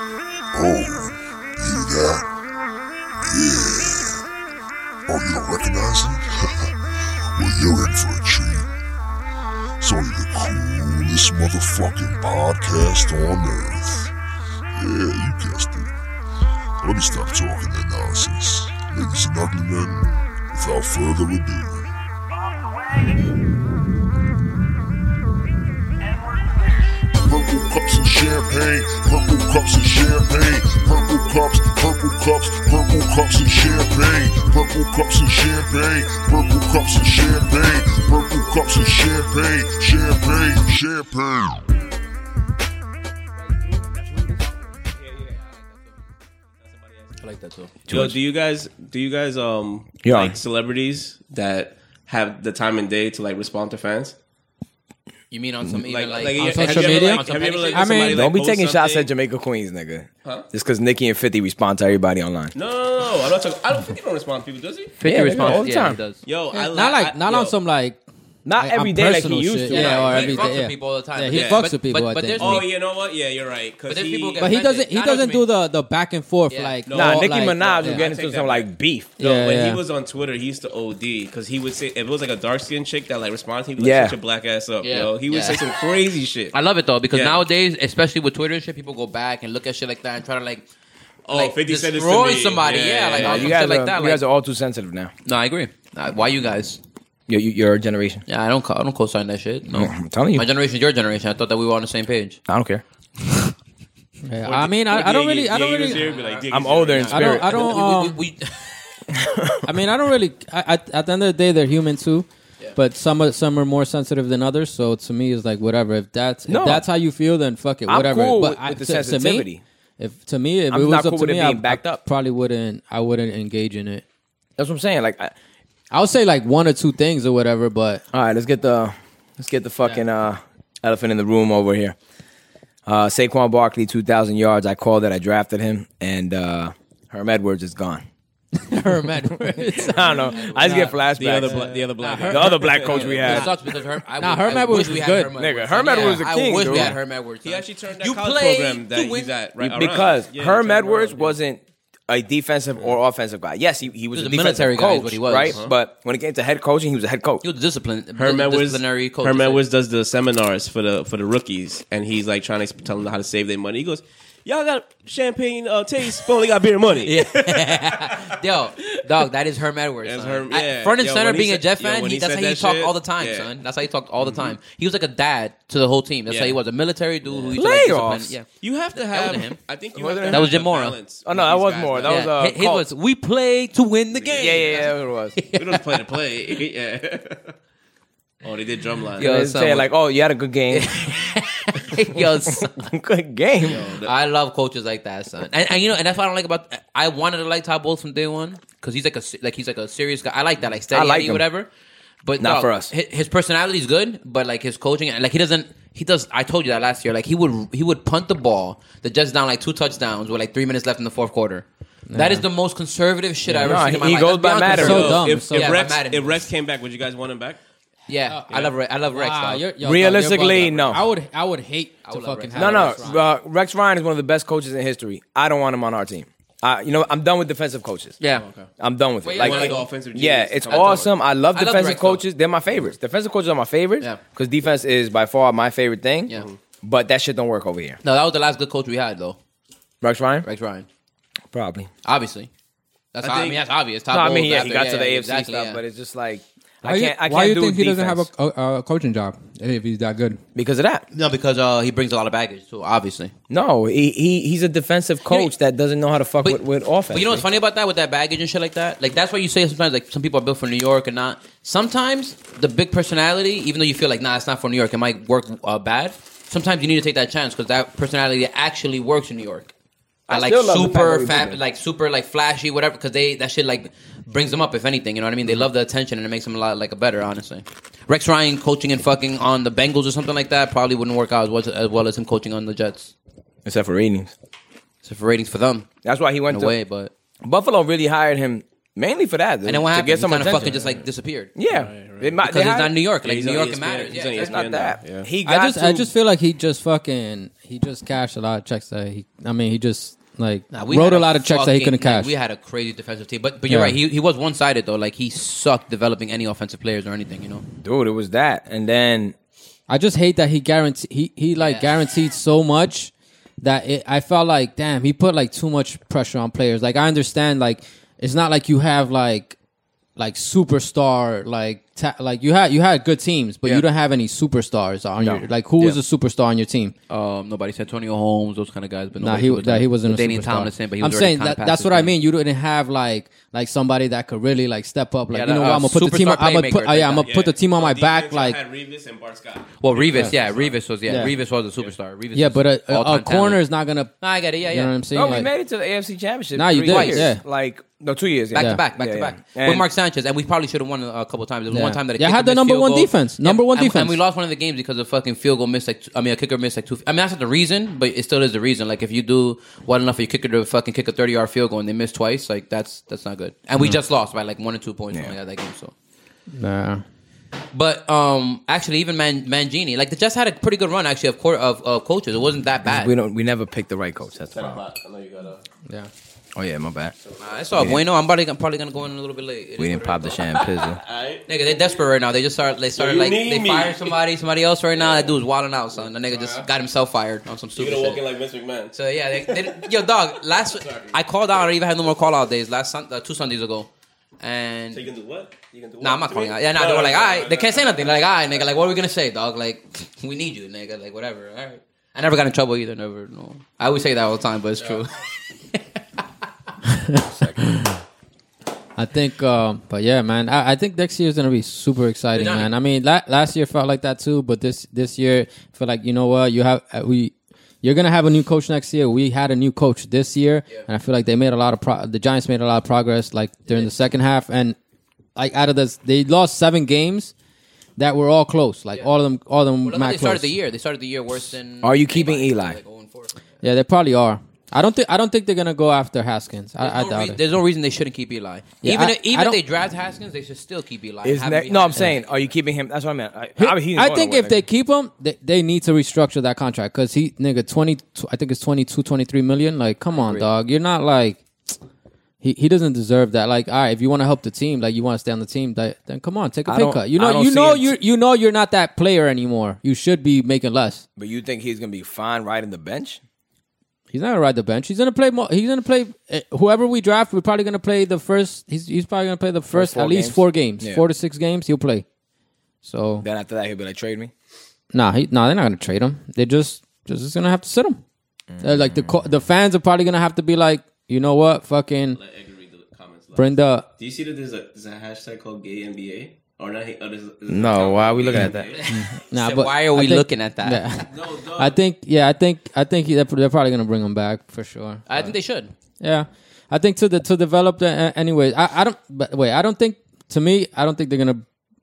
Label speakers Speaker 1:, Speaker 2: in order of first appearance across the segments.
Speaker 1: Oh, you that? Yeah. Oh, you don't recognize him? well, you're in for a treat. It's only the coolest motherfucking podcast on earth. Yeah, you guessed it. Let me stop talking that nonsense. Ladies and ugly men, without further ado. Purple cups and champagne, purple cups and champagne, purple cups, purple cups, purple cups and champagne, purple cups and champagne, purple cups and champagne, purple cups and champagne, champagne, champagne.
Speaker 2: I like that too.
Speaker 3: Yo, do you guys do you guys um
Speaker 4: Yeah.
Speaker 3: like celebrities that have the time and day to like respond to fans?
Speaker 2: You mean on some either,
Speaker 3: Like,
Speaker 2: like,
Speaker 3: like,
Speaker 2: on
Speaker 3: have
Speaker 2: social
Speaker 3: you ever,
Speaker 2: media?
Speaker 3: like-
Speaker 2: on
Speaker 3: have you ever,
Speaker 2: some
Speaker 3: like,
Speaker 4: I mean,
Speaker 3: somebody,
Speaker 4: don't be
Speaker 3: post
Speaker 4: taking shots
Speaker 3: something?
Speaker 4: at Jamaica Queens, nigga. Just because Nicki and 50 respond to everybody online.
Speaker 3: No, no, no, no. I'm not talking. I don't think he don't respond to people, does he?
Speaker 4: Yeah,
Speaker 5: response,
Speaker 4: all the
Speaker 5: yeah,
Speaker 4: time.
Speaker 5: he does.
Speaker 3: Yo, I
Speaker 5: not like
Speaker 3: I-
Speaker 5: not
Speaker 3: yo.
Speaker 5: on some like
Speaker 4: Not
Speaker 5: like,
Speaker 4: every
Speaker 5: on
Speaker 4: day like he
Speaker 5: personal
Speaker 4: used
Speaker 5: shit.
Speaker 4: to.
Speaker 5: Yeah, or
Speaker 2: he
Speaker 5: every
Speaker 2: fucks
Speaker 5: day,
Speaker 2: with
Speaker 5: yeah.
Speaker 2: people all the time.
Speaker 5: Yeah, he
Speaker 3: Yeah.
Speaker 5: fucks
Speaker 2: But-
Speaker 5: with people.
Speaker 2: but-
Speaker 5: I
Speaker 2: but
Speaker 5: think.
Speaker 2: there's
Speaker 3: Oh,
Speaker 2: me.
Speaker 3: you know what? Yeah, you're right. Because
Speaker 2: But if
Speaker 3: he,
Speaker 2: people get-
Speaker 5: but he doesn't
Speaker 2: offended.
Speaker 5: he
Speaker 2: I know what
Speaker 5: doesn't
Speaker 2: you
Speaker 5: do the the back and forth
Speaker 2: Yeah.
Speaker 5: like
Speaker 4: Nah,
Speaker 5: all,
Speaker 4: Nicki
Speaker 5: like,
Speaker 4: Minaj
Speaker 5: yeah.
Speaker 4: was getting into
Speaker 3: take that
Speaker 4: some
Speaker 3: back.
Speaker 4: like beef.
Speaker 3: No,
Speaker 5: Yeah,
Speaker 3: when
Speaker 5: yeah.
Speaker 3: he was on Twitter, he used to OD because he would say if it was like a dark skinned chick that like responded, he'd be like,
Speaker 4: Yeah.
Speaker 3: "Shut your black ass up,
Speaker 2: Yeah.
Speaker 3: yo." He would
Speaker 2: Yeah.
Speaker 3: say some crazy shit.
Speaker 2: I love it though because
Speaker 3: Yeah.
Speaker 2: nowadays, especially with Twitter and shit, people go back and look at shit like that and try to like,
Speaker 3: Oh,
Speaker 2: like
Speaker 3: 50 said this to
Speaker 2: destroy
Speaker 3: me.
Speaker 2: somebody. Yeah, like
Speaker 4: Nah,
Speaker 2: all
Speaker 4: you
Speaker 2: some
Speaker 4: guys,
Speaker 2: shit
Speaker 4: are,
Speaker 2: like that.
Speaker 4: you guys
Speaker 2: like-
Speaker 4: are all too sensitive now.
Speaker 2: No, I agree. Uh, Why you guys?
Speaker 4: Your, your, your generation. Oh,
Speaker 2: Yeah, I don't. co- I don't co-sign that shit. No,
Speaker 4: I'm telling you.
Speaker 2: my generation is your generation. I thought that we were on the same page.
Speaker 4: I don't care.
Speaker 5: Yeah, I mean, I, I don't really, I don't
Speaker 3: Yeager's
Speaker 5: really,
Speaker 3: here, be like,
Speaker 4: I'm
Speaker 3: "Yeager's
Speaker 4: older
Speaker 3: here."
Speaker 4: in
Speaker 5: I don't,
Speaker 4: spirit.
Speaker 5: I
Speaker 2: We-
Speaker 5: don't.
Speaker 2: we-
Speaker 5: Um,
Speaker 2: we- we-
Speaker 5: I mean, I don't really. I, I, at the end of the day, they're human too. But some are, some are more sensitive than others. So to me, it's like whatever. If that's
Speaker 4: No.
Speaker 5: if that's how you feel, then fuck it.
Speaker 4: I'm
Speaker 5: whatever.
Speaker 4: cool
Speaker 5: but
Speaker 4: with-
Speaker 5: I,
Speaker 4: with the
Speaker 5: to, to me,
Speaker 4: sensitivity.
Speaker 5: if to me, if
Speaker 4: I'm
Speaker 5: it was
Speaker 4: not
Speaker 5: up
Speaker 4: cool
Speaker 5: to
Speaker 4: with it
Speaker 5: me, I,
Speaker 4: being backed
Speaker 5: I
Speaker 4: up.
Speaker 5: probably wouldn't. I wouldn't engage in it.
Speaker 4: That's what I'm saying. Like, I,
Speaker 5: I'll say like one or two things or whatever. But
Speaker 4: all right, let's get the let's get the fucking uh, elephant in the room over here. Uh, Saquon Barkley, two thousand yards. I called it. I drafted him, and uh, Herm Edwards is gone.
Speaker 5: Herm Edwards.
Speaker 4: I don't know. I just get flashbacks.
Speaker 3: The other, bla- the other black.
Speaker 4: The other black coach we
Speaker 2: It
Speaker 4: had.
Speaker 2: sucks because Herm. I
Speaker 5: Nah,
Speaker 2: wish-
Speaker 5: Herm
Speaker 2: I
Speaker 5: Edwards
Speaker 2: wish we
Speaker 5: was
Speaker 2: had
Speaker 5: good.
Speaker 2: Herm
Speaker 4: Nigga,
Speaker 2: Edwards.
Speaker 4: Herm
Speaker 2: Yeah,
Speaker 4: Edwards was a king,
Speaker 2: I wish
Speaker 4: dude.
Speaker 2: we had Herm Edwards.
Speaker 3: He actually turned that
Speaker 2: You
Speaker 3: college
Speaker 2: play
Speaker 3: program that
Speaker 2: to
Speaker 3: he's
Speaker 2: win.
Speaker 3: at right around.
Speaker 4: Because
Speaker 3: Yeah, he
Speaker 4: Herm
Speaker 3: turned around,
Speaker 4: Edwards
Speaker 3: yeah.
Speaker 4: wasn't a defensive or offensive guy. Yes, he, he was,
Speaker 2: He
Speaker 4: a
Speaker 2: was a
Speaker 4: defensive
Speaker 2: military guy
Speaker 4: coach,
Speaker 2: is what he was.
Speaker 4: right?
Speaker 2: Uh-huh.
Speaker 4: But when it came to head coaching, he was a head coach.
Speaker 2: He was disciplined.
Speaker 3: Herm Edwards,
Speaker 2: disciplinary coach.
Speaker 3: Herm Edwards does the seminars for the for the rookies, and he's like trying to tell them how to save their money. He goes, "Y'all got champagne uh, taste, but only got beer money." Yeah,
Speaker 2: Yo, dog, that is Herm Edwards.
Speaker 3: That's
Speaker 2: son.
Speaker 3: Herm-
Speaker 2: I-
Speaker 3: yeah.
Speaker 2: front and
Speaker 3: Yo,
Speaker 2: center,
Speaker 3: when he
Speaker 2: being a
Speaker 3: said-
Speaker 2: Jet
Speaker 3: yo,
Speaker 2: fan,
Speaker 3: when
Speaker 2: he,
Speaker 3: he
Speaker 2: that's
Speaker 3: said
Speaker 2: how he
Speaker 3: that
Speaker 2: talked all the
Speaker 3: shit,
Speaker 2: time,
Speaker 3: yeah. Mm-hmm.
Speaker 2: son. That's how he talked all the time. He was like a dad to the whole team. That's how he
Speaker 3: Yeah.
Speaker 2: was a military dude who used to like
Speaker 4: Playoffs.
Speaker 2: discipline- Yeah.
Speaker 3: you have to have.
Speaker 2: wasn't him.
Speaker 3: I think you
Speaker 4: Wasn't
Speaker 3: have to
Speaker 4: him.
Speaker 2: That
Speaker 3: have
Speaker 2: was Jim
Speaker 3: the
Speaker 2: Moore.
Speaker 3: balance
Speaker 4: Oh, no,
Speaker 3: with
Speaker 4: that
Speaker 3: these
Speaker 4: was
Speaker 3: guys
Speaker 4: Moore.
Speaker 3: now.
Speaker 4: That was,
Speaker 2: Yeah.
Speaker 4: uh,
Speaker 2: He- he
Speaker 4: Colt.
Speaker 2: was, we play to win the game.
Speaker 4: yeah, yeah, yeah, that's what it was.
Speaker 3: we don't play to play. yeah. Oh, they did drumline.
Speaker 2: Yo,
Speaker 4: They
Speaker 2: son,
Speaker 4: say
Speaker 2: what-
Speaker 4: like, "Oh, you had a good game,
Speaker 2: Yo, son.
Speaker 4: good game."
Speaker 2: I love coaches like that, son. And, and you know, and that's what I don't like about. I wanted to like Todd Bowles from day one because he's like a se- like he's like a serious guy. I like that, like steady
Speaker 4: I like
Speaker 2: Eddie,
Speaker 4: him.
Speaker 2: whatever. But
Speaker 4: Not
Speaker 2: dog,
Speaker 4: for us.
Speaker 2: hi- His personality's good, but like his coaching, like he doesn't. He does. I told you that last year. Like he would he would punt the ball. The Jets down like two touchdowns with like three minutes left in the fourth quarter. That is the most conservative shit I've ever
Speaker 4: No,
Speaker 2: seen. in my
Speaker 4: he
Speaker 2: life.
Speaker 4: goes
Speaker 2: Let's be
Speaker 4: by
Speaker 2: honest,
Speaker 4: matter.
Speaker 3: Yo,
Speaker 5: So
Speaker 2: conservative.
Speaker 5: dumb.
Speaker 3: If,
Speaker 5: so
Speaker 3: if
Speaker 5: dumb.
Speaker 3: Rex,
Speaker 2: Yeah, by
Speaker 3: if Rex came back, would you guys want him back?
Speaker 2: Yeah, I love Re- I love Rex.
Speaker 5: Wow,
Speaker 2: dog.
Speaker 5: you're- yo, dog, you're
Speaker 4: Realistically,
Speaker 5: bugging.
Speaker 4: no.
Speaker 5: I would, I would hate to
Speaker 2: would love
Speaker 5: fucking
Speaker 2: Rex.
Speaker 5: have
Speaker 4: No, no.
Speaker 5: Rex Ryan.
Speaker 4: Uh, Rex Ryan is one of the best coaches in history. I don't want him on our team. Uh, you know, I'm done with defensive coaches.
Speaker 2: yeah.
Speaker 3: Oh,
Speaker 4: I'm done with it.
Speaker 2: Wait,
Speaker 4: Like,
Speaker 2: one of the
Speaker 3: offensive
Speaker 4: yeah,
Speaker 3: geniuses.
Speaker 4: it's
Speaker 3: I'm done with
Speaker 4: awesome. I love
Speaker 2: I love
Speaker 4: defensive
Speaker 2: Rex, though.
Speaker 4: coaches. They're my favorites. Defensive coaches are my favorites
Speaker 2: Yeah.
Speaker 4: because defense is by far my favorite thing.
Speaker 2: Yeah.
Speaker 4: But that shit don't work over here.
Speaker 2: No, that was the last good coach we had though.
Speaker 4: Rex Ryan?
Speaker 2: Rex Ryan.
Speaker 4: Probably.
Speaker 2: Obviously. That's
Speaker 3: I
Speaker 2: I, I
Speaker 3: think-
Speaker 2: mean that's obvious. Todd
Speaker 4: No, I mean,
Speaker 2: Bowles
Speaker 4: yeah,
Speaker 2: after-
Speaker 4: he got to the AFC
Speaker 2: exactly,
Speaker 4: stuff,
Speaker 2: yeah.
Speaker 4: but it's just like
Speaker 5: Why
Speaker 4: I
Speaker 5: you-
Speaker 4: can't. I
Speaker 5: why
Speaker 4: can't
Speaker 5: you
Speaker 4: do
Speaker 5: think he
Speaker 4: defense
Speaker 5: doesn't have a co- uh, coaching job if he's that good?
Speaker 4: because of that.
Speaker 2: No, because uh, he brings a lot of baggage too, obviously.
Speaker 4: No, he, he he's a defensive coach that doesn't know how to fuck with, with offense.
Speaker 2: But you know what's funny about that with that baggage and shit like that? Like that's why you say sometimes like some people are built for New York and not. Sometimes the big personality, even though you feel like nah, it's not for New York, it might work uh, bad. Sometimes you need to take that chance because that personality actually works in New York. I like
Speaker 4: still love the fact that
Speaker 2: super
Speaker 4: we did
Speaker 2: fab,
Speaker 4: that.
Speaker 2: like super like flashy, whatever. Because they that shit like brings them up. If anything, you know what I mean. They love the attention and it makes them a lot like a better. Honestly, Rex Ryan coaching and fucking on the Bengals or something like that probably wouldn't work out as well as, as, well as him coaching on the Jets.
Speaker 4: Except for ratings.
Speaker 2: So for ratings for them,
Speaker 4: That's why he
Speaker 2: in
Speaker 4: went
Speaker 2: a
Speaker 4: to
Speaker 2: way, but.
Speaker 4: Buffalo. Really hired him mainly for that.
Speaker 2: And then what
Speaker 4: to
Speaker 2: happened?
Speaker 4: get
Speaker 2: He
Speaker 4: some
Speaker 2: kind of
Speaker 4: attention.
Speaker 2: fucking just like disappeared.
Speaker 4: Yeah, They might-
Speaker 2: Because
Speaker 4: they
Speaker 2: it's
Speaker 4: hired-
Speaker 2: not New York. Like
Speaker 3: He's
Speaker 2: New
Speaker 3: on
Speaker 4: E
Speaker 2: York, it
Speaker 3: ESPN.
Speaker 2: matters.
Speaker 3: He's
Speaker 2: Yeah,
Speaker 3: on
Speaker 2: yeah.
Speaker 4: It's not
Speaker 3: ESPN now.
Speaker 4: that.
Speaker 3: Yeah.
Speaker 4: He got
Speaker 5: I just,
Speaker 4: to,
Speaker 5: I just feel like he just fucking, he just cashed a lot of checks that he. I mean, he just Like
Speaker 2: Nah,
Speaker 5: wrote
Speaker 2: had
Speaker 5: a lot of checks that he
Speaker 2: fucking-
Speaker 5: couldn't cash.
Speaker 2: We had a crazy defensive team, but but you're
Speaker 5: Yeah.
Speaker 2: right. He, he was one sided though. Like he sucked developing any offensive players or anything. You know,
Speaker 4: dude. It was that, and then
Speaker 5: I just hate that he guarantee he he like
Speaker 2: Yeah.
Speaker 5: guaranteed so much that it, I felt like damn he put like too much pressure on players. Like I understand like it's not like you have like like superstar like ta- like you had you had good teams but
Speaker 2: Yeah.
Speaker 5: you don't have any superstars on
Speaker 4: No.
Speaker 5: your like who was
Speaker 2: Yeah.
Speaker 5: a superstar on your team?
Speaker 2: um, nobody said Antonio Holmes, those kind of guys. But
Speaker 5: Nah,
Speaker 2: nobody
Speaker 5: he
Speaker 2: was
Speaker 5: nah, he wasn't. a
Speaker 2: Danny
Speaker 5: superstar.
Speaker 2: Tomlinson, but he was
Speaker 5: I'm
Speaker 2: already
Speaker 5: saying
Speaker 2: kinda
Speaker 5: that,
Speaker 2: past
Speaker 5: that's
Speaker 2: his
Speaker 5: what I
Speaker 2: prime.
Speaker 5: mean. You didn't have like like somebody that could really like step up. Like
Speaker 2: Yeah,
Speaker 5: you
Speaker 2: that-
Speaker 5: know what?
Speaker 2: uh,
Speaker 5: I'm gonna put the team.
Speaker 2: superstar
Speaker 5: On, I'm gonna
Speaker 2: playmaker
Speaker 5: put. Uh, yeah,
Speaker 2: type
Speaker 5: I'm gonna
Speaker 2: guy.
Speaker 5: put the team on my back. Like
Speaker 3: had Revis and Bart Scott.
Speaker 2: Well, Revis, yeah, Revis was yeah,
Speaker 5: Yeah.
Speaker 2: Revis was a superstar. Revis
Speaker 5: yeah, but a,
Speaker 2: was
Speaker 5: a, a
Speaker 2: all-time
Speaker 5: corner
Speaker 2: talent.
Speaker 5: is not gonna.
Speaker 2: Nah, I get it. Yeah,
Speaker 5: You
Speaker 2: yeah.
Speaker 5: know what I'm saying?
Speaker 4: no, we
Speaker 5: Like-
Speaker 4: made it to the AFC Championship.
Speaker 5: Nah, you
Speaker 4: three
Speaker 5: did,
Speaker 4: years.
Speaker 5: yeah.
Speaker 4: like no, two years.
Speaker 2: Back
Speaker 4: yeah.
Speaker 2: to back, back
Speaker 4: Yeah,
Speaker 2: to
Speaker 4: yeah.
Speaker 2: back.
Speaker 4: And-
Speaker 2: With Mark Sanchez, and we probably should have won a couple times. There was
Speaker 5: Yeah.
Speaker 2: one time that a
Speaker 5: Yeah,
Speaker 2: kicker
Speaker 5: had the
Speaker 2: missed
Speaker 5: number
Speaker 2: field
Speaker 5: one
Speaker 2: goal.
Speaker 5: defense. Number one
Speaker 2: and,
Speaker 5: defense.
Speaker 2: and we lost one of the games because of fucking field goal missed. Like, two, I mean, a kicker missed like two. I mean, that's not the reason, but it still is the reason. Like, if you do well enough for your kicker to fucking kick a thirty yard field goal and they miss twice, like that's that's not good. And
Speaker 5: Mm.
Speaker 2: we just lost by like one or two points something like that, that game. So.
Speaker 5: Nah.
Speaker 2: But um, actually, even Man- Mangini, like the Jets had a pretty good run actually of cour- of, of coaches. It wasn't that bad.
Speaker 4: We don't. We never picked the right coach. That's the problem.
Speaker 3: I know you got a.
Speaker 5: Yeah.
Speaker 4: Oh yeah, my bad.
Speaker 2: Nah, it's all bueno. I'm probably gonna, probably gonna go in a little bit late. It is
Speaker 4: We didn't
Speaker 2: what it
Speaker 4: pop the
Speaker 2: is.
Speaker 4: champagne.
Speaker 3: Alright.
Speaker 2: Nigga, they desperate right now. They just started. They started
Speaker 3: you
Speaker 2: like
Speaker 3: need
Speaker 2: they
Speaker 3: me.
Speaker 2: fired somebody. Somebody else right now. That dude's wilding out, son. The nigga just got himself fired on some
Speaker 3: You're
Speaker 2: stupid
Speaker 3: gonna walk in
Speaker 2: shit.
Speaker 3: like Vince McMahon.
Speaker 2: so yeah, they, they, yo, dog. Last I called out. I don't even have no more call out days. Last sun, uh, two Sundays ago, and
Speaker 3: So you can do what? You can do what?
Speaker 2: Nah, I'm not
Speaker 3: to
Speaker 2: calling
Speaker 3: me?
Speaker 2: out. Yeah, nah,
Speaker 3: No,
Speaker 2: they were
Speaker 3: no,
Speaker 2: like,
Speaker 3: no,
Speaker 2: all
Speaker 3: no,
Speaker 2: right.
Speaker 3: no,
Speaker 2: They can't
Speaker 3: no.
Speaker 2: say nothing. They're like, all right, nigga. Like, what are we gonna say, dog? Like, we need you, nigga. Like, whatever. All right. I never got in trouble either. Never. No. I always say that all the time, but it's true.
Speaker 5: I think, um, but yeah, man, I, I think next year is gonna be super exciting,
Speaker 2: Johnny.
Speaker 5: man. I mean, la- last year felt like that too, but this this year I feel like you know what you have uh, we. You're gonna have a new coach next year. We had a new coach this year, and I feel like they made a lot of pro- the Giants made a lot of progress, like during the second half. And like out of this, they lost seven games that were all close, like all of them, all of them.
Speaker 2: Well,
Speaker 5: mad
Speaker 2: they started
Speaker 5: close.
Speaker 2: the year. They started the year worse than.
Speaker 4: Are you keeping Eli?
Speaker 2: Like, 0-4.
Speaker 5: Yeah, they probably are. I don't think I don't think they're gonna go after Haskins. I, I
Speaker 2: no
Speaker 5: doubt
Speaker 2: rea-
Speaker 5: it.
Speaker 2: There's no reason they shouldn't keep Eli.
Speaker 5: Yeah,
Speaker 2: even
Speaker 5: I-
Speaker 2: if, even
Speaker 5: I
Speaker 2: if
Speaker 5: don't-
Speaker 2: they draft Haskins, they should still keep Eli.
Speaker 4: Is
Speaker 2: Have
Speaker 4: ne-
Speaker 2: him
Speaker 4: no, I'm
Speaker 2: behind
Speaker 4: saying,
Speaker 2: him.
Speaker 4: are you keeping him? That's what I meant. I, I, he didn't
Speaker 5: I
Speaker 4: go
Speaker 5: think
Speaker 4: nowhere,
Speaker 5: if they
Speaker 4: nigga.
Speaker 5: keep him, they, they need to restructure that contract because he nigga twenty. tw- I think it's 22, 23 million. Like, come on, dog. You're not like he, he doesn't deserve that. Like, all right, if you want to help the team, like you want to stay on the team, that, then come on, take a
Speaker 4: I
Speaker 5: pay
Speaker 4: don't-
Speaker 5: cut. You
Speaker 4: I
Speaker 5: know,
Speaker 4: don't
Speaker 5: you
Speaker 4: see
Speaker 5: know,
Speaker 4: him-
Speaker 5: you you know, you're not that player anymore. You should be making less.
Speaker 4: but you think he's gonna be fine riding the bench?
Speaker 5: He's not gonna ride the bench. He's gonna play. More, he's gonna play eh, whoever we draft. We're probably gonna play the first. He's he's probably gonna play the first
Speaker 4: four
Speaker 5: at least
Speaker 4: games?
Speaker 5: four games,
Speaker 4: Yeah.
Speaker 5: four to six games. He'll play. So
Speaker 4: Then after that, he'll be like, trade me.
Speaker 5: Nah, he, nah, they're not gonna trade him. They just just just gonna have to sit him. Uh, Like the co- the fans are probably gonna have to be like, you know what, fucking
Speaker 3: Let Edgar read the comments. live.
Speaker 5: Brenda.
Speaker 3: Do you see that there's a there's a hashtag called Gay NBA or not? Oh, there's, there's
Speaker 4: No, why are we looking at that?
Speaker 5: Nah,
Speaker 2: So
Speaker 5: but
Speaker 2: why are
Speaker 5: I
Speaker 2: we
Speaker 5: think-
Speaker 2: looking at that?
Speaker 5: Yeah.
Speaker 3: No, dog.
Speaker 5: I think yeah, I think I think he, they're probably gonna bring him back for sure.
Speaker 2: I think they should.
Speaker 5: Yeah, I think to the to develop the uh, anyways. I, I don't. But wait, I don't think to me. I don't think they're gonna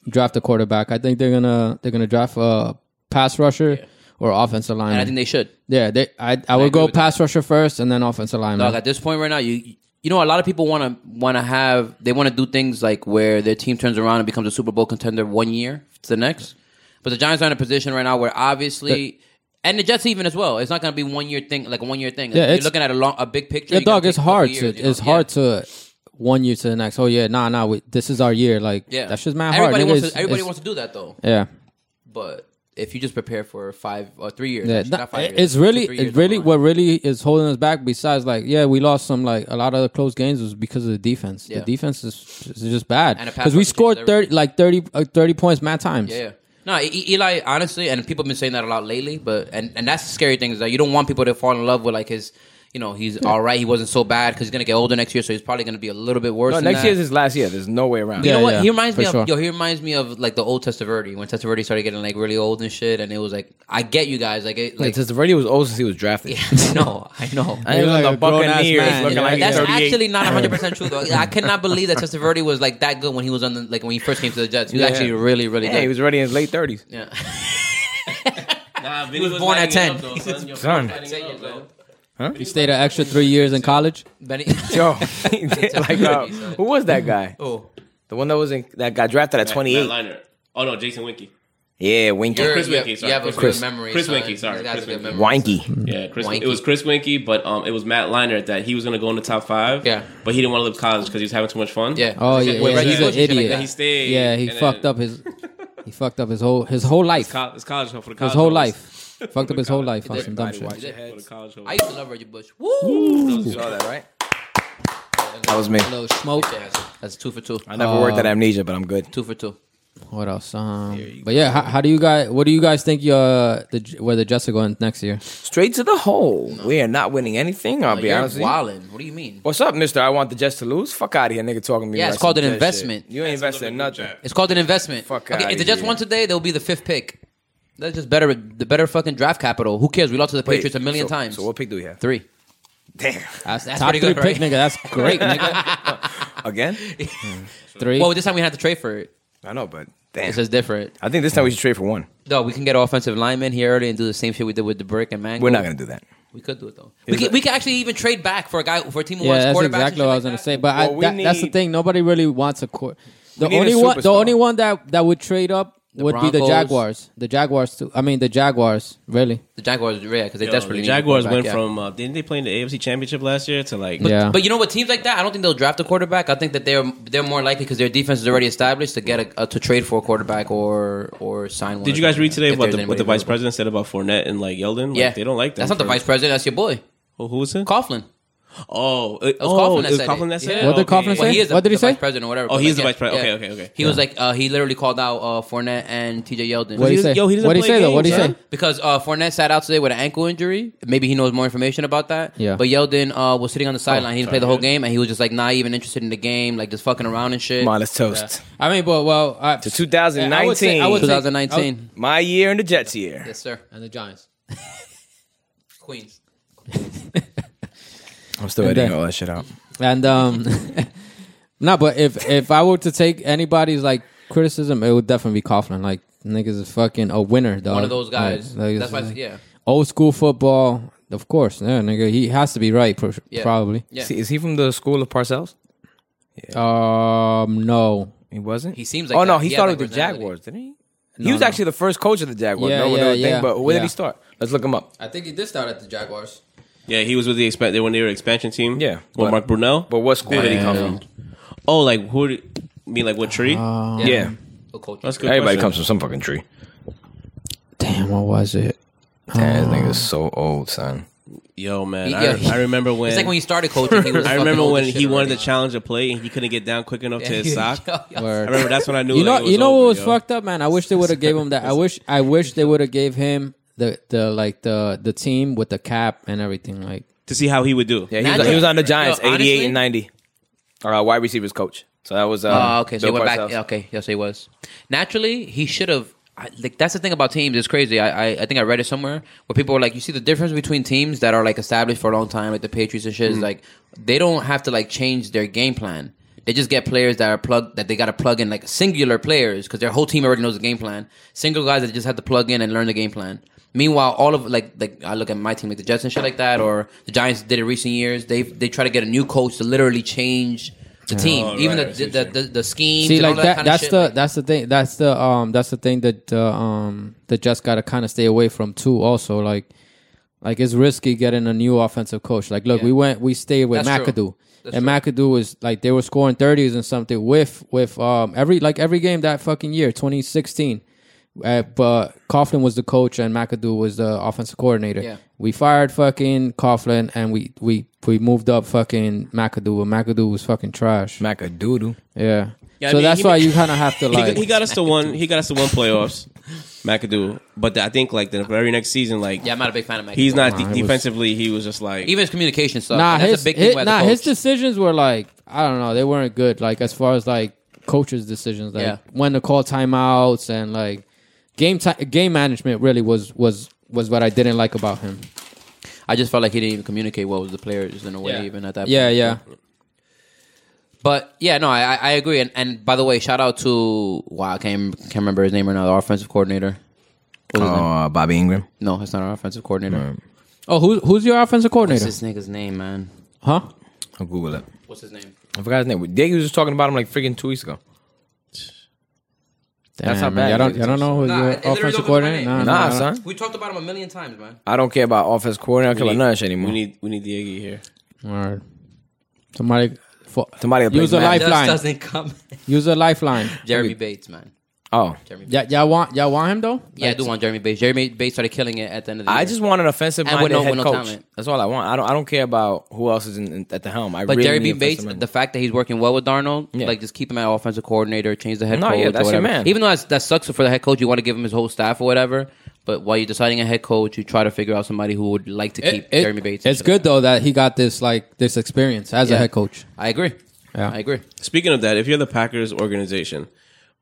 Speaker 5: draft a quarterback. I think they're gonna they're gonna draft a pass rusher or offensive
Speaker 2: And
Speaker 5: lineman.
Speaker 2: I think they should.
Speaker 5: yeah, they. I I would
Speaker 2: agree
Speaker 5: go
Speaker 2: with that.
Speaker 5: pass rusher first and then offensive lineman.
Speaker 2: Dog, at this point right now, you you know a lot of people want to want to have they want to do things like where their team turns around and becomes a Super Bowl contender one year to the next. But the Giants are in a position right now where obviously. And the Jets even as well. It's not going to be one year thing, like a one year thing. Like,
Speaker 5: Yeah,
Speaker 2: you're
Speaker 5: it's-
Speaker 2: looking at a long, a big picture.
Speaker 5: Yeah,
Speaker 2: you gotta
Speaker 5: dog,
Speaker 2: take
Speaker 5: it's
Speaker 2: a couple
Speaker 5: hard
Speaker 2: years,
Speaker 5: to
Speaker 2: you know?
Speaker 5: it's hard
Speaker 2: Yeah.
Speaker 5: to one year to the next. Oh yeah, nah, nah, we, this is our year. Like
Speaker 2: Yeah,
Speaker 5: that's just mad hard.
Speaker 2: everybody
Speaker 5: nigga.
Speaker 2: Wants
Speaker 5: It's-
Speaker 2: to, everybody
Speaker 5: it's-
Speaker 2: wants to do that though.
Speaker 5: Yeah,
Speaker 2: But if you just prepare for five or three years,
Speaker 5: yeah.
Speaker 2: actually,
Speaker 5: nah,
Speaker 2: not five years,
Speaker 5: it's
Speaker 2: two,
Speaker 5: really,
Speaker 2: three years
Speaker 5: it's really
Speaker 2: down the
Speaker 5: what
Speaker 2: line.
Speaker 5: really is holding us back. Besides, like, yeah, we lost some like a lot of the close games was because of the defense.
Speaker 2: Yeah.
Speaker 5: The defense is, is just bad
Speaker 2: And a pass
Speaker 5: because we
Speaker 2: rush changes
Speaker 5: scored thirty
Speaker 2: everything.
Speaker 5: like 30, uh, 30 points mad times.
Speaker 2: Yeah, yeah. No, E- E- Eli, honestly, and people have been saying that a lot lately, but and, and that's the scary thing is that you don't want people to fall in love with like his, you know, he's all right, he wasn't so bad because he's gonna get older next year, so he's probably gonna be a little bit worse.
Speaker 4: No,
Speaker 2: than
Speaker 4: next
Speaker 2: that.
Speaker 4: year's his last year. There's no way around.
Speaker 2: You
Speaker 5: Yeah.
Speaker 2: know what? He reminds
Speaker 5: for
Speaker 2: me of
Speaker 5: sure.
Speaker 2: yo. He reminds me of like the old Testaverde when Testaverde started getting like really old and shit, and it was like, I get you guys, like, it,
Speaker 4: Like,
Speaker 2: like
Speaker 4: since the radio was old since he was drafted.
Speaker 2: I know, I know.
Speaker 4: I ain't
Speaker 5: You're
Speaker 4: like
Speaker 5: like
Speaker 4: the
Speaker 5: a grown-ass
Speaker 4: Buccaneers
Speaker 5: man,
Speaker 4: looking
Speaker 5: you know?
Speaker 4: like he's
Speaker 2: That's
Speaker 4: 38.
Speaker 2: actually not 100 percent true though. I cannot believe that Testaverde was like that good when he was on the like when he first came to the Jets. He was
Speaker 4: Yeah.
Speaker 2: actually really, really
Speaker 4: yeah,
Speaker 2: good.
Speaker 4: he was already in his late 30s.
Speaker 2: yeah.
Speaker 3: nah, Vinny
Speaker 2: was born
Speaker 3: lighting
Speaker 2: at
Speaker 3: it
Speaker 2: 10.
Speaker 3: up, though, son. You're
Speaker 4: Son.
Speaker 3: lighting it up, man.
Speaker 5: You stayed an extra three years in college.
Speaker 2: Benny.
Speaker 4: Yo, like, uh, who was that guy?
Speaker 2: Oh.
Speaker 4: The one that was in, that got drafted at
Speaker 3: Matt-
Speaker 4: 28.
Speaker 3: Matt Leiner. Oh no, Jason Winkie.
Speaker 4: Yeah, Winky.
Speaker 2: You're-
Speaker 3: Chris
Speaker 2: you have-
Speaker 3: Winkie,
Speaker 2: You
Speaker 3: sorry.
Speaker 2: have a
Speaker 3: Chris-
Speaker 2: good memory.
Speaker 3: Chris
Speaker 2: son.
Speaker 3: Winkie,
Speaker 2: These
Speaker 3: sorry, Chris
Speaker 2: guys have good
Speaker 3: Winkie.
Speaker 2: memories.
Speaker 4: Wanky.
Speaker 3: Yeah, Chris,
Speaker 2: Wanky.
Speaker 3: it was Chris Winky, but um, it was Matt Liner at that. He was going to go in the top five.
Speaker 2: Yeah.
Speaker 3: but he didn't want to leave college because he was having too much fun.
Speaker 2: Yeah.
Speaker 5: Oh yeah,
Speaker 2: Like,
Speaker 5: yeah,
Speaker 2: when
Speaker 5: he's
Speaker 2: Reggie
Speaker 5: an
Speaker 2: Bush and shit like
Speaker 5: idiot.
Speaker 2: that,
Speaker 3: he stayed,
Speaker 5: Yeah, he
Speaker 3: and
Speaker 5: fucked
Speaker 3: then-
Speaker 5: up his. He fucked up his whole his whole life.
Speaker 3: Co- it's college for the college
Speaker 5: His whole
Speaker 3: hoes.
Speaker 5: life. Fucked up his whole life on
Speaker 2: did.
Speaker 5: some dumb shit.
Speaker 3: For
Speaker 2: heads.
Speaker 3: the college hoes.
Speaker 2: I used to love Reggie Bush. Woo!
Speaker 4: You saw that, right? That was me.
Speaker 5: A little smoke.
Speaker 2: That's two for two.
Speaker 4: I never worked at Amnesia, but I'm good.
Speaker 2: Two for two.
Speaker 5: What else? Um, but yeah, how, how do you guys? What do you guys think? Uh, the, where the Jets are going next year?
Speaker 4: Straight to the hole. We are not winning anything. I'll be
Speaker 2: You're
Speaker 4: honest. with you.
Speaker 2: wildin'. What do you mean?
Speaker 4: What's up, Mister? I want the Jets to lose. Fuck out of here, nigga. Talking to me.
Speaker 2: Yeah,
Speaker 4: about
Speaker 2: it's called
Speaker 4: some
Speaker 2: an
Speaker 4: Jets shit.
Speaker 2: investment.
Speaker 4: You ain't invested in nothing.
Speaker 3: Jets.
Speaker 2: It's called an investment.
Speaker 4: Fuck
Speaker 2: okay,
Speaker 4: outta
Speaker 2: if the Jets
Speaker 4: here.
Speaker 2: won today, they'll be the fifth pick. That's just better. The better fucking draft capital. Who cares? We lost to the
Speaker 4: Wait,
Speaker 2: Patriots a million
Speaker 4: so-
Speaker 2: times.
Speaker 4: So what pick do we have?
Speaker 2: Three.
Speaker 4: Damn.
Speaker 5: That's,
Speaker 2: that's
Speaker 5: top
Speaker 2: pretty
Speaker 5: three
Speaker 2: good,
Speaker 5: pick,
Speaker 2: right?
Speaker 5: nigga. That's great, nigga.
Speaker 4: Again?
Speaker 5: Three.
Speaker 2: Well, this time we had to trade for it.
Speaker 4: I know, but
Speaker 2: This
Speaker 4: damn.
Speaker 2: is different.
Speaker 4: I think this time we should trade for one.
Speaker 2: No, we can get an offensive lineman here early and do the same shit we did with the brick and man.
Speaker 4: We're not gonna do that.
Speaker 2: We could do it though. We could, we could actually even trade back for a guy for a team of
Speaker 5: yeah,
Speaker 2: one
Speaker 5: that's
Speaker 2: quarterback.
Speaker 5: exactly what I was gonna say. But I,
Speaker 4: Well, we
Speaker 5: that, that's the
Speaker 4: need-
Speaker 5: thing. Nobody really wants a court. The
Speaker 4: need a
Speaker 5: only one, the
Speaker 4: superstar.
Speaker 5: only one that that would trade up would be the
Speaker 2: Broncos.
Speaker 5: Jaguars. The Jaguars too. I mean, the Jaguars. Really?
Speaker 2: The Jaguars, yeah, because they
Speaker 3: Yo,
Speaker 2: desperately
Speaker 3: the
Speaker 2: need a
Speaker 3: Jaguars
Speaker 2: quarterback,
Speaker 3: went
Speaker 2: yeah.
Speaker 3: from uh, didn't they play in the AFC Championship last year to like
Speaker 5: yeah.
Speaker 2: But you know what? Teams like that, I don't think they'll draft a quarterback. I think that they're they're more likely because their defense is already established to get a, uh, to trade for a quarterback or or sign one.
Speaker 3: Did you
Speaker 2: or
Speaker 3: guys read
Speaker 2: something,
Speaker 3: today
Speaker 2: if
Speaker 3: about
Speaker 2: there's
Speaker 3: the, what
Speaker 2: anybody
Speaker 3: the vice
Speaker 2: available.
Speaker 3: president said about Fournette and like Yeldon? Like,
Speaker 2: Yeah,
Speaker 3: they don't like that.
Speaker 2: That's not the vice president. That's your boy,
Speaker 3: Who, who was it?
Speaker 2: Coughlin.
Speaker 3: oh, it,
Speaker 2: was
Speaker 3: oh,
Speaker 2: Coughlin that
Speaker 3: it was
Speaker 2: said
Speaker 3: Coughlin
Speaker 2: it.
Speaker 3: that said.
Speaker 2: Yeah.
Speaker 3: it?
Speaker 5: What did
Speaker 3: Okay,
Speaker 5: Coughlin
Speaker 3: yeah.
Speaker 5: say?
Speaker 2: Well, he is the,
Speaker 5: What did he
Speaker 2: the
Speaker 5: say?
Speaker 2: vice president or whatever.
Speaker 3: Oh,
Speaker 2: but
Speaker 3: he is the
Speaker 2: yeah,
Speaker 3: vice president.
Speaker 2: yeah.
Speaker 3: Okay, okay, okay.
Speaker 2: He was like uh, he literally called out uh, Fournette and T.J. Yeldon.
Speaker 5: What do
Speaker 3: He
Speaker 5: you say?
Speaker 3: doesn't- yo, he doesn't
Speaker 5: What do you
Speaker 3: play
Speaker 5: say though? What do you
Speaker 3: games,
Speaker 5: say?
Speaker 3: huh?
Speaker 2: Because uh, Fournette sat out today with an ankle injury. Maybe he knows more information about that.
Speaker 5: Yeah.
Speaker 2: But Yeldon uh, was sitting on the
Speaker 5: Oh,
Speaker 2: sideline. he didn't play the whole
Speaker 3: sorry.
Speaker 2: game, and he was just like not even interested in the game, like just fucking around and shit.
Speaker 4: Come on, let's toast.
Speaker 5: I mean, but well, I,
Speaker 4: To 2019.
Speaker 5: I would say- I would-
Speaker 2: 2019.
Speaker 4: My year and the Jets year.
Speaker 2: Yes, sir.
Speaker 5: and the Giants.
Speaker 2: Queens.
Speaker 4: I'm still
Speaker 5: And
Speaker 4: editing
Speaker 5: then-
Speaker 4: all that shit out.
Speaker 5: And um, no, but if if I were to take anybody's like criticism, it would definitely be Coughlin. Like niggas is fucking a winner, dog.
Speaker 2: One of those guys.
Speaker 5: Like, like,
Speaker 2: That's why. I
Speaker 5: it's
Speaker 2: said- Yeah.
Speaker 5: Old school football, of course. Yeah, nigga, he has to be right, pro-
Speaker 2: Yeah.
Speaker 5: probably.
Speaker 2: Yeah.
Speaker 4: See, is he from the school of Parcells?
Speaker 5: Um, no.
Speaker 4: He wasn't.
Speaker 2: He seems like
Speaker 4: Oh no,
Speaker 2: that.
Speaker 4: he
Speaker 2: He had
Speaker 4: started
Speaker 2: that
Speaker 4: with the
Speaker 2: personality.
Speaker 4: Jaguars, didn't he?
Speaker 5: No,
Speaker 4: he was
Speaker 5: no.
Speaker 4: actually the first coach of the Jaguars.
Speaker 5: Yeah,
Speaker 4: no one
Speaker 5: yeah,
Speaker 4: knows a thing,
Speaker 5: yeah.
Speaker 4: But where did
Speaker 5: Yeah.
Speaker 4: he start? Let's look him up.
Speaker 5: I think he did start at the Jaguars.
Speaker 3: Yeah, he was with the expan- they when they were expansion team.
Speaker 4: Yeah,
Speaker 3: with
Speaker 4: but-
Speaker 3: Mark Brunell.
Speaker 4: But what school did he
Speaker 5: Yeah.
Speaker 4: come from?
Speaker 3: oh, like who? Did, mean like what tree?
Speaker 2: Yeah.
Speaker 4: Yeah,
Speaker 2: Good coach.
Speaker 3: That's a good.
Speaker 4: everybody
Speaker 3: question.
Speaker 4: comes from some fucking tree.
Speaker 5: Damn, what was it?
Speaker 4: Damn, this nigga's so old, son.
Speaker 3: Yo, man,
Speaker 2: Yeah,
Speaker 3: I,
Speaker 2: he-
Speaker 3: I remember when.
Speaker 2: It's like when you started coaching. He was
Speaker 3: I remember when he wanted to challenge a play and he couldn't get down quick enough to his sock. I remember that's when I knew.
Speaker 5: You know,
Speaker 3: like, it was
Speaker 5: you know
Speaker 3: over,
Speaker 5: what was
Speaker 3: yo.
Speaker 5: fucked up, man. I wish they would have gave him that. I wish, I wish they would have gave him the the like the the team with the cap and everything. Like,
Speaker 3: to see how he would do.
Speaker 4: Yeah, he
Speaker 2: Not
Speaker 4: was,
Speaker 2: just-
Speaker 4: he was on the Giants, 88
Speaker 2: Yo, honestly-
Speaker 4: and 90. Or uh, wide receivers coach. So that was. Uh,
Speaker 2: Oh, okay. So he
Speaker 4: Bill
Speaker 2: went back.
Speaker 4: Parcells.
Speaker 2: yeah, Okay. Yes, he was. Naturally, he should have. I- Like that's the thing about teams. It's crazy. I, I I think I read it somewhere where people were like, you see the difference between teams that are like established for a long time, like the Patriots and shit,
Speaker 3: Mm-hmm.
Speaker 2: is like they don't have to like change their game plan. They just get players that are plugged that they got to plug in like singular players because their whole team already knows the game plan. Single guys that just have to plug in and learn the game plan. Meanwhile, all of like like I look at my team like the Jets and shit like that, or the Giants did it recent years. They they try to get a new coach to literally change the team,
Speaker 3: Oh,
Speaker 2: even
Speaker 3: right, I
Speaker 2: the,
Speaker 3: see
Speaker 2: the,
Speaker 3: what
Speaker 2: the the schemes.
Speaker 5: see,
Speaker 2: and
Speaker 5: like
Speaker 2: all that,
Speaker 5: that.
Speaker 2: kind
Speaker 5: that's
Speaker 2: of shit.
Speaker 5: the
Speaker 2: like-
Speaker 5: that's the thing. That's the um that's the thing that uh, um that just gotta kind of stay away from too. Also, like, like it's risky getting a new offensive coach. Like, look,
Speaker 2: Yeah.
Speaker 5: we went, we stayed with
Speaker 2: That's true.
Speaker 5: McAdoo.
Speaker 2: That's
Speaker 5: and McAdoo was like they were scoring thirties and something with with um every like every game that fucking year, twenty sixteen. Uh, but Coughlin was the coach and McAdoo was the offensive coordinator.
Speaker 2: Yeah.
Speaker 5: We fired fucking Coughlin and we we we moved up fucking McAdoo. And McAdoo was fucking trash.
Speaker 4: McAdoodoo.
Speaker 5: yeah.
Speaker 3: Yeah, I
Speaker 5: so
Speaker 3: mean,
Speaker 5: that's
Speaker 3: he
Speaker 5: why
Speaker 3: ma-
Speaker 5: you kind of have to
Speaker 3: He,
Speaker 5: like.
Speaker 3: he got us to one. He got us to one playoffs, McAdoo. But I think like the very next season, like
Speaker 2: yeah, I'm not a big fan of Mac.
Speaker 3: he's not de-
Speaker 5: was-
Speaker 3: defensively. he was just like
Speaker 2: even his communication stuff.
Speaker 5: nah,
Speaker 2: and that's
Speaker 5: his
Speaker 2: a big
Speaker 5: his-
Speaker 2: thing. with
Speaker 5: nah,
Speaker 2: the
Speaker 5: his
Speaker 2: coach.
Speaker 5: decisions were like I don't know, they weren't good. Like as far as like coaches' decisions, like
Speaker 2: Yeah.
Speaker 5: when to call timeouts and like game ti- game management really was was was what I didn't like about him.
Speaker 2: I just felt like he didn't even communicate well with the players in a way,
Speaker 5: Yeah.
Speaker 2: even at that.
Speaker 5: Yeah,
Speaker 2: point.
Speaker 5: yeah.
Speaker 2: But yeah, no, I I I agree. And and by the way, shout out to wow, I can't can't remember his name right now. The offensive coordinator. What was his name?
Speaker 4: Uh, Bobby Ingram.
Speaker 2: No, it's not our offensive coordinator.
Speaker 5: Oh, who's who's your offensive
Speaker 2: What's
Speaker 5: coordinator?
Speaker 2: this nigga's name, man?
Speaker 5: Huh?
Speaker 4: I'll Google it.
Speaker 2: What's his name?
Speaker 4: I forgot his name. Diggy was just talking about him like freaking two weeks ago.
Speaker 5: That's
Speaker 4: how bad
Speaker 5: I
Speaker 4: it
Speaker 5: don't.
Speaker 4: is.
Speaker 5: I don't know who
Speaker 2: Nah,
Speaker 5: your
Speaker 2: it literally
Speaker 5: offensive
Speaker 2: don't go by
Speaker 5: coordinator.
Speaker 2: name.
Speaker 4: Nah,
Speaker 5: Nah, nah, nah,
Speaker 4: son.
Speaker 2: We talked about him a million times, man.
Speaker 4: I don't care about offense coordinator. I don't care about none of that shit anymore.
Speaker 3: We need we need Diego here.
Speaker 5: All right. Somebody. For,
Speaker 4: Somebody that
Speaker 5: use
Speaker 4: plays
Speaker 5: a
Speaker 4: Madden.
Speaker 2: Just
Speaker 5: lifeline.
Speaker 2: doesn't come.
Speaker 5: Use a lifeline.
Speaker 2: Jeremy Bates, man.
Speaker 4: oh,
Speaker 5: Yeah, y'all want y'all want him though.
Speaker 2: Yeah, I do want Jeremy Bates. Jeremy Bates started killing it at the end of the
Speaker 4: I
Speaker 2: year.
Speaker 4: just want an offensive
Speaker 2: And with
Speaker 4: minded
Speaker 2: no-
Speaker 4: head
Speaker 2: with no
Speaker 4: coach.
Speaker 2: talent.
Speaker 4: That's all I want. I don't. I don't care about who else is in, in- at the helm. I
Speaker 2: But
Speaker 4: really
Speaker 2: Jeremy
Speaker 4: need
Speaker 2: Bates,
Speaker 4: offensive
Speaker 2: the fact that he's working well with Darnold,
Speaker 4: Yeah.
Speaker 2: like just keep him at offensive coordinator, change the head
Speaker 4: No,
Speaker 2: coach.
Speaker 4: yeah,
Speaker 2: or
Speaker 4: that's your
Speaker 2: whatever.
Speaker 4: man.
Speaker 2: Even though that's, that sucks for the head coach, you want to give him his whole staff or whatever. But while you're deciding a head coach, you try to figure out somebody who would like to
Speaker 5: It-
Speaker 2: keep
Speaker 5: it-
Speaker 2: Jeremy Bates. and
Speaker 5: It's
Speaker 2: shit
Speaker 5: good
Speaker 2: like
Speaker 5: though that he got this like this experience as
Speaker 2: Yeah.
Speaker 5: a head coach.
Speaker 2: that. I agree.
Speaker 5: Yeah.
Speaker 2: I agree.
Speaker 3: Speaking of that, if you're the Packers organization,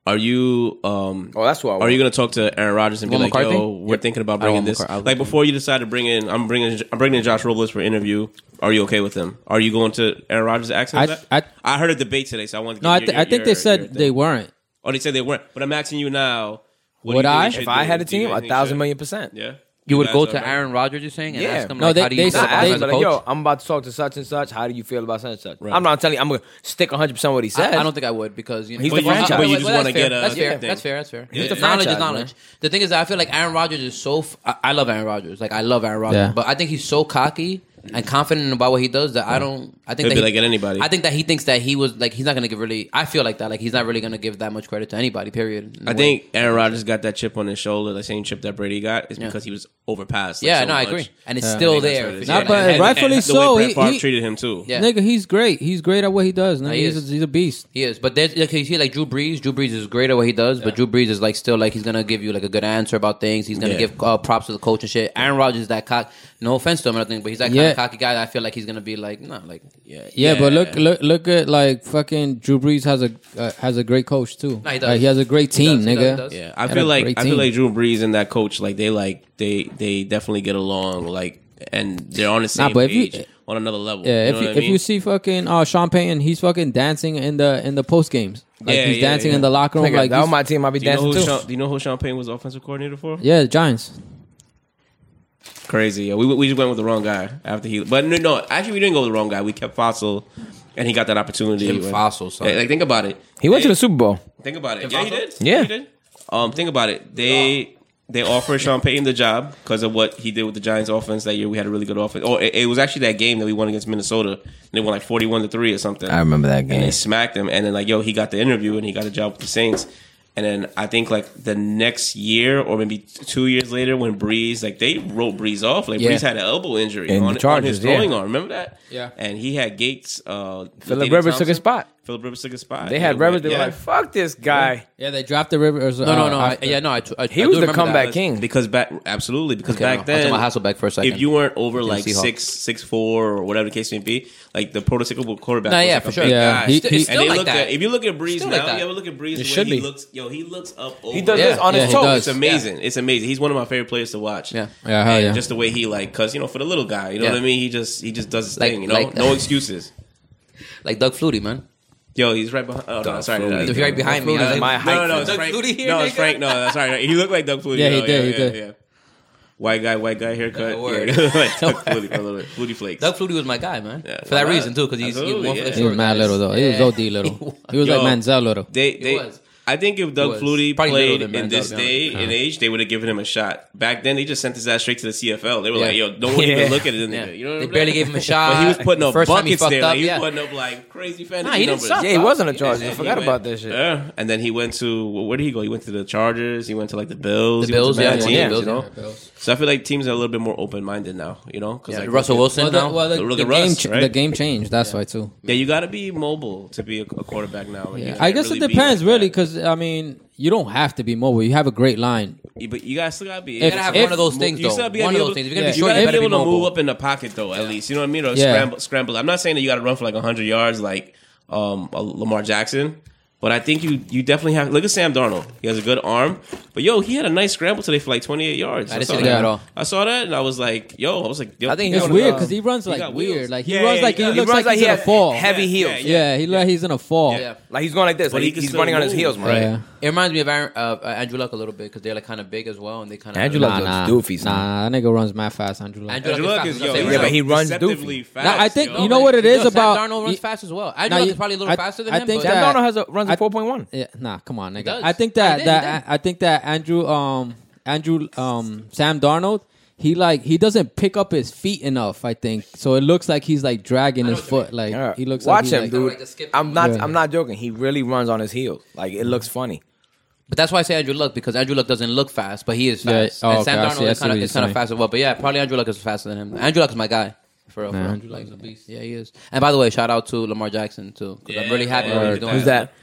Speaker 3: are you um
Speaker 4: Oh, that's what I
Speaker 3: are you
Speaker 4: want.
Speaker 3: going to talk to Aaron Rodgers and be like,
Speaker 2: Want McCarthy?
Speaker 3: "Yo, we're thinking about
Speaker 2: I
Speaker 3: bringing
Speaker 2: want
Speaker 3: this."
Speaker 2: McCar- I want
Speaker 3: like before you decide to bring in, I'm bringing I'm bringing in Josh Robles for interview. Are you okay with him? Are you going to Aaron Rodgers' accent?
Speaker 5: I-
Speaker 3: for that?
Speaker 5: I-
Speaker 3: I heard a debate today, so I wanted to
Speaker 5: No, I,
Speaker 3: get
Speaker 5: th-
Speaker 3: your-
Speaker 5: I think
Speaker 3: your-
Speaker 5: they
Speaker 3: your
Speaker 5: said
Speaker 3: thing.
Speaker 5: they weren't.
Speaker 3: Oh, they said they weren't. But I'm asking you now. what do you
Speaker 5: Would
Speaker 3: think
Speaker 5: I?
Speaker 3: they should
Speaker 4: If I
Speaker 3: do?
Speaker 4: had a
Speaker 3: Do you
Speaker 4: team, a
Speaker 3: guys think
Speaker 4: thousand
Speaker 3: should-
Speaker 4: million percent.
Speaker 3: Yeah.
Speaker 2: You would
Speaker 3: guys
Speaker 2: go
Speaker 3: are
Speaker 2: to
Speaker 3: right.
Speaker 2: Aaron Rodgers, you're saying, and
Speaker 4: Yeah.
Speaker 2: ask him,
Speaker 5: No,
Speaker 2: like,
Speaker 5: they-
Speaker 2: how do you
Speaker 5: they
Speaker 2: use the
Speaker 5: said-
Speaker 4: I
Speaker 5: they-
Speaker 2: offensive
Speaker 4: asked, like,
Speaker 2: coach?
Speaker 4: yo, I'm about to talk to such and such. How do you feel about such and such? I'm not telling you. I'm gonna stick 100 percent what he
Speaker 2: I,
Speaker 4: said.
Speaker 2: I don't think I would because you know,
Speaker 4: He's the But you franchise. just-
Speaker 3: but you just
Speaker 2: that's
Speaker 3: wanna
Speaker 2: fair.
Speaker 3: get a
Speaker 2: that's, fair.
Speaker 3: thing.
Speaker 2: that's fair. That's fair.
Speaker 3: He's
Speaker 4: the
Speaker 2: knowledge is
Speaker 4: franchise,
Speaker 2: knowledge. The thing is, that I feel like Aaron Rodgers is so. F- I, I love Aaron Rodgers. Like I love Aaron Rodgers,
Speaker 5: Yeah.
Speaker 2: but I think he's so cocky and confident about what he does that I don't. I think
Speaker 3: He'll
Speaker 2: that
Speaker 3: be
Speaker 2: he-
Speaker 3: like at anybody.
Speaker 2: I think that he thinks that he was like he's not going to give really. I feel like that. Like he's not really going to give that much credit to anybody. Period. in a
Speaker 3: I
Speaker 2: way.
Speaker 3: think Aaron Rodgers got that chip on his shoulder, the same chip that Brady got, is because he was overpassed. like,
Speaker 2: Yeah,
Speaker 3: so
Speaker 2: no, I
Speaker 3: much.
Speaker 2: agree, and it's still
Speaker 3: think that's
Speaker 2: there.
Speaker 3: what it is.
Speaker 2: Yeah,
Speaker 5: Nah, but
Speaker 2: and-
Speaker 5: rightfully
Speaker 3: and
Speaker 5: so,
Speaker 3: The way
Speaker 5: he-
Speaker 3: Brett Favre
Speaker 5: he-
Speaker 3: treated him too.
Speaker 2: Yeah.
Speaker 5: Nigga, he's great. He's great at what he does. Nigga,
Speaker 2: he
Speaker 5: he's,
Speaker 2: is.
Speaker 5: A, he's a beast.
Speaker 2: He is, but there's, like, he's here like Drew Brees. Drew Brees is great at what he does, but Drew Brees is like still like he's gonna give you like a good answer about things. He's gonna
Speaker 3: Yeah.
Speaker 2: give uh, props to the coach and shit. Aaron Rodgers is that cock. No offense to him or nothing, but he's that kind
Speaker 5: Yeah.
Speaker 2: of cocky guy. That I feel like he's gonna be like, nah, like yeah,
Speaker 5: Yeah, but look, look, look at like fucking Drew Brees has a uh, has a great coach too.
Speaker 2: No, he does.
Speaker 5: Like, he has a great team,
Speaker 2: does, he
Speaker 5: nigga.
Speaker 2: does, he does.
Speaker 3: Yeah, I
Speaker 5: And
Speaker 3: feel
Speaker 5: a
Speaker 3: like
Speaker 5: great
Speaker 3: I feel
Speaker 5: team.
Speaker 3: like Drew Brees and that coach, like they like they they definitely get along, like and they're on the same
Speaker 5: but if you-
Speaker 3: page on another level.
Speaker 5: Yeah,
Speaker 3: you
Speaker 5: if
Speaker 3: know
Speaker 5: you,
Speaker 3: what I
Speaker 5: if you
Speaker 3: mean?
Speaker 5: see fucking uh, Sean Payton, he's fucking dancing in the in the post games. Like
Speaker 3: Yeah,
Speaker 5: he's
Speaker 3: yeah,
Speaker 5: dancing
Speaker 3: yeah.
Speaker 5: in the locker room.
Speaker 4: Nigga,
Speaker 5: like
Speaker 4: that was
Speaker 5: he's-
Speaker 4: my team. I'd be
Speaker 3: do you know
Speaker 4: dancing
Speaker 3: who
Speaker 4: too.
Speaker 3: Sean, do you know who Sean Payne was offensive coordinator for?
Speaker 5: yeah, the Giants.
Speaker 3: Crazy. Yeah, we we just went with the wrong guy after he. But no, no, actually we didn't go with the wrong guy. We kept Fossil, and he got that opportunity.
Speaker 2: Jim
Speaker 3: when-
Speaker 2: Fossil, son.
Speaker 3: Yeah, like think about it.
Speaker 4: He went
Speaker 3: They-
Speaker 4: to the Super Bowl.
Speaker 3: Think about it. Yeah, he did.
Speaker 4: Yeah.
Speaker 3: he did. Um, think about it. They they offered Sean Payton the job because of what he did with the Giants' offense that year. We had a really good offense. Or it, it was actually that game that we won against Minnesota. And they won like forty-one to three or something.
Speaker 4: I remember that
Speaker 3: And
Speaker 4: game.
Speaker 3: they smacked him. And then like, yo, he got the interview and he got a job with the Saints. And then I think like the next year or maybe t- two years later, when Breeze like they wrote Breeze off, like
Speaker 2: Yeah.
Speaker 3: Breeze had an elbow injury
Speaker 4: And the
Speaker 3: on, on his
Speaker 4: Chargers, yeah.
Speaker 3: throwing arm. Remember that?
Speaker 5: Yeah.
Speaker 3: And he had Gates. Uh,
Speaker 4: Philip
Speaker 3: David
Speaker 4: Rivers took his
Speaker 3: Thompson.
Speaker 4: spot.
Speaker 3: Philip Rivers took his spot.
Speaker 4: They had
Speaker 3: Yeah,
Speaker 4: Rivers. They
Speaker 3: yeah.
Speaker 4: were like, "Fuck this guy."
Speaker 5: Yeah, they dropped the uh, Rivers.
Speaker 2: No, no, no. I, yeah, no. I, t- I-
Speaker 4: He
Speaker 2: I
Speaker 4: was
Speaker 2: do
Speaker 4: the
Speaker 2: remember that.
Speaker 4: comeback king.
Speaker 3: Because back, absolutely. Because
Speaker 2: Okay, no,
Speaker 3: back
Speaker 2: I'll take
Speaker 3: then,
Speaker 2: my Hasselbeck for a second.
Speaker 3: If you weren't over like
Speaker 2: Seahawks.
Speaker 3: six, six four, or whatever the case may be, like the prototypical quarterback.
Speaker 2: Nah,
Speaker 3: was,
Speaker 2: yeah,
Speaker 3: like,
Speaker 2: for
Speaker 3: a
Speaker 2: sure.
Speaker 3: big
Speaker 5: Yeah,
Speaker 3: guy.
Speaker 5: he- he-
Speaker 3: and
Speaker 2: still
Speaker 3: they
Speaker 2: like
Speaker 3: look
Speaker 2: that.
Speaker 3: at if you look at Breeze
Speaker 2: Still
Speaker 3: now,
Speaker 2: like that.
Speaker 3: you ever look at Breeze, the way
Speaker 4: should
Speaker 3: he
Speaker 4: be.
Speaker 3: looks, yo, he looks up. Over.
Speaker 4: He does this on
Speaker 5: yeah,
Speaker 4: his
Speaker 5: he
Speaker 4: toes.
Speaker 5: does.
Speaker 3: It's amazing. It's amazing. He's one of my favorite players to watch.
Speaker 2: Yeah.
Speaker 5: Yeah, hell
Speaker 3: And
Speaker 5: yeah.
Speaker 3: Just the way he like, cause you know, for the little guy, you know
Speaker 2: Yeah.
Speaker 3: what I mean. He just he just does his
Speaker 2: Like-
Speaker 3: thing. You know,
Speaker 2: like-
Speaker 3: no excuses.
Speaker 2: like Doug Flutie, man.
Speaker 3: Yo, he's right behind. Oh, no, sorry, no,
Speaker 2: He's right behind me. I was
Speaker 4: Flutie's
Speaker 2: like,
Speaker 4: my height.
Speaker 3: No, no,
Speaker 4: Doug
Speaker 3: it's Frank.
Speaker 2: Flutie here,
Speaker 3: no, it's
Speaker 2: nigga?
Speaker 3: Frank. No, that's right. He looked like Doug Flutie.
Speaker 5: Yeah, he
Speaker 3: no,
Speaker 5: did, he did.
Speaker 3: White guy, white guy haircut.
Speaker 2: That
Speaker 3: Yeah,
Speaker 2: word.
Speaker 3: like Doug Flutie, a little bit. Flutie flakes.
Speaker 2: Doug Flutie was my guy, man.
Speaker 3: Yeah,
Speaker 2: for
Speaker 3: why
Speaker 2: that
Speaker 3: not?
Speaker 2: reason too, because he's he
Speaker 3: Absolutely,
Speaker 2: one for
Speaker 3: yeah.
Speaker 2: the
Speaker 5: he was
Speaker 2: short
Speaker 5: mad
Speaker 2: guys.
Speaker 5: little though. He was
Speaker 2: Yeah.
Speaker 5: OD little. He was like
Speaker 3: Yo.
Speaker 5: Manziel little.
Speaker 3: They, they,
Speaker 2: was.
Speaker 3: I think if
Speaker 2: He
Speaker 3: Doug
Speaker 2: was.
Speaker 3: Flutie
Speaker 2: Probably
Speaker 3: played
Speaker 2: little than
Speaker 3: in
Speaker 2: Manziel,
Speaker 3: this
Speaker 2: to be
Speaker 3: day and age, they would have given him a shot. Back then, they just sent his ass straight to the CFL. They were like,
Speaker 2: Yeah.
Speaker 3: "Yo, don't even
Speaker 4: Yeah.
Speaker 3: look at it, nigga."
Speaker 2: Yeah.
Speaker 3: You know what
Speaker 2: They
Speaker 3: I'm
Speaker 2: barely
Speaker 3: saying?
Speaker 2: gave him a shot.
Speaker 3: But he was putting up
Speaker 2: First time he
Speaker 3: buckets
Speaker 2: fucked
Speaker 3: there.
Speaker 2: up,
Speaker 3: like, he
Speaker 2: yeah.
Speaker 3: was putting up like crazy fantasy
Speaker 2: Nah, he didn't
Speaker 3: numbers.
Speaker 2: suck.
Speaker 4: Yeah, he was on the
Speaker 2: He
Speaker 4: Chargers.
Speaker 2: did.
Speaker 4: I
Speaker 2: He
Speaker 4: forgot
Speaker 3: went-
Speaker 4: about that shit.
Speaker 3: Yeah. And then he went to where did he go? He went to the Chargers. He went to like the Bills. he
Speaker 2: The
Speaker 3: went
Speaker 2: Bills,
Speaker 3: to
Speaker 2: yeah,
Speaker 3: bad
Speaker 2: yeah,
Speaker 3: teams,
Speaker 2: yeah, Bills,
Speaker 3: you know. So I feel like teams are a little bit more open minded now. You know, because like
Speaker 2: Russell Wilson
Speaker 5: Well, the,
Speaker 2: now.
Speaker 5: well, the,
Speaker 3: Look
Speaker 5: the
Speaker 3: at
Speaker 5: game,
Speaker 3: Russ,
Speaker 5: ch-
Speaker 3: right?
Speaker 5: the game changed. That's why too.
Speaker 3: Yeah, you got to be mobile to be a, a quarterback now. Like, you
Speaker 5: I
Speaker 3: can't
Speaker 5: guess
Speaker 3: really be
Speaker 5: it
Speaker 3: like
Speaker 5: depends, really,
Speaker 3: that.
Speaker 5: because I mean, you don't have to be mobile. You have a great line.
Speaker 3: but you guys still got to be.
Speaker 5: You
Speaker 2: gotta have
Speaker 5: If-
Speaker 2: one of those
Speaker 3: Mo-
Speaker 2: things
Speaker 3: you
Speaker 2: though.
Speaker 3: still gotta be
Speaker 2: One of
Speaker 3: able to-
Speaker 2: those things. If you're gonna
Speaker 5: yeah,
Speaker 2: be
Speaker 3: You
Speaker 2: short,
Speaker 5: Sure,
Speaker 3: got
Speaker 2: you
Speaker 3: to be
Speaker 2: better be
Speaker 3: able to move
Speaker 2: mobile.
Speaker 3: up in the pocket though. At least you know what I mean. Or
Speaker 5: Yeah.
Speaker 3: scramble, scramble. I'm not saying that you got to run for like 100 yards like um, a Lamar Jackson. But I think you you definitely have look at Sam Darnold. He has a good arm. But yo, he had a nice scramble today for like 28 yards.
Speaker 2: I didn't
Speaker 3: saw
Speaker 2: see
Speaker 3: that.
Speaker 2: that at all.
Speaker 3: I saw that and I was like, yo, I was like, yo,
Speaker 4: I think he
Speaker 5: It's
Speaker 4: Yeah.
Speaker 5: weird because he runs like
Speaker 3: got wheels.
Speaker 5: weird. Like he
Speaker 3: Yeah,
Speaker 5: runs
Speaker 3: yeah,
Speaker 5: like
Speaker 3: he
Speaker 5: he,
Speaker 3: does.
Speaker 5: looks
Speaker 4: runs
Speaker 5: like,
Speaker 4: like he
Speaker 5: he's in a
Speaker 4: has
Speaker 5: fall.
Speaker 4: heavy heels.
Speaker 5: yeah, he like he's in a fall.
Speaker 2: Yeah.
Speaker 4: Like he's going like this.
Speaker 3: But
Speaker 4: Like
Speaker 3: he
Speaker 4: he
Speaker 3: can
Speaker 4: he's
Speaker 3: still
Speaker 4: running on his
Speaker 3: move.
Speaker 4: heels, man.
Speaker 5: Right. Yeah.
Speaker 2: It reminds me of Aaron, uh, uh, Andrew Luck a little bit because they're like kind of big as well, and they kind of
Speaker 4: Andrew Luck-
Speaker 5: Nah,
Speaker 4: Those
Speaker 5: nah,
Speaker 4: doofies,
Speaker 5: nah, that nigga runs mad fast, Andrew. Luck.
Speaker 2: Andrew
Speaker 3: Andrew Luck is yo,
Speaker 2: Yeah,
Speaker 3: he's
Speaker 2: but
Speaker 4: he runs
Speaker 3: deceptively fast.
Speaker 5: Nah, I think-
Speaker 3: yo.
Speaker 5: you know what it is
Speaker 2: Yo, Sam
Speaker 5: about-
Speaker 2: Darnold runs
Speaker 5: y-
Speaker 2: fast as well. Andrew
Speaker 5: Nah,
Speaker 2: Luck
Speaker 5: you-
Speaker 2: is probably a little
Speaker 5: I-
Speaker 2: faster than
Speaker 5: I
Speaker 2: him.
Speaker 5: think
Speaker 2: but-
Speaker 5: that-
Speaker 4: Sam Darnold has a runs a
Speaker 5: I-
Speaker 4: four point one.
Speaker 5: Yeah, nah, come on, nigga.
Speaker 2: does.
Speaker 5: I think
Speaker 2: I
Speaker 5: that
Speaker 2: did, I
Speaker 5: that
Speaker 2: did.
Speaker 5: I, I think that Andrew um Andrew um Sam Darnold he like he doesn't pick up his feet enough. I think so. It looks like he's like dragging his
Speaker 2: what you mean.
Speaker 5: foot. Like
Speaker 4: Yeah.
Speaker 5: he looks.
Speaker 4: Watch
Speaker 5: like
Speaker 4: him,
Speaker 5: he's,
Speaker 4: dude.
Speaker 5: Like,
Speaker 2: Like a skip.
Speaker 4: I'm not.
Speaker 5: Yeah.
Speaker 4: I'm not joking. He really runs on his heels. Like it looks funny.
Speaker 2: But that's why I say Andrew Luck because Andrew Luck doesn't look fast, but he is
Speaker 5: Yeah,
Speaker 2: fast.
Speaker 5: oh,
Speaker 2: and Sam
Speaker 5: okay, I see,
Speaker 2: Darnold
Speaker 5: I
Speaker 2: is
Speaker 5: see
Speaker 2: kind
Speaker 5: what
Speaker 2: of
Speaker 5: you're
Speaker 2: is kind of
Speaker 5: saying.
Speaker 2: fast as well. But yeah, probably Andrew Luck is faster than him. Andrew Luck is my guy. For real, for
Speaker 5: Yeah,
Speaker 2: real.
Speaker 5: Andrew
Speaker 2: Like, he's a beast. Yeah, he is. And by the way, shout out to Lamar Jackson too. 'cause I'm really happy
Speaker 3: Yeah,
Speaker 2: with what
Speaker 3: yeah, yeah.
Speaker 2: he's doing.
Speaker 4: Who's that?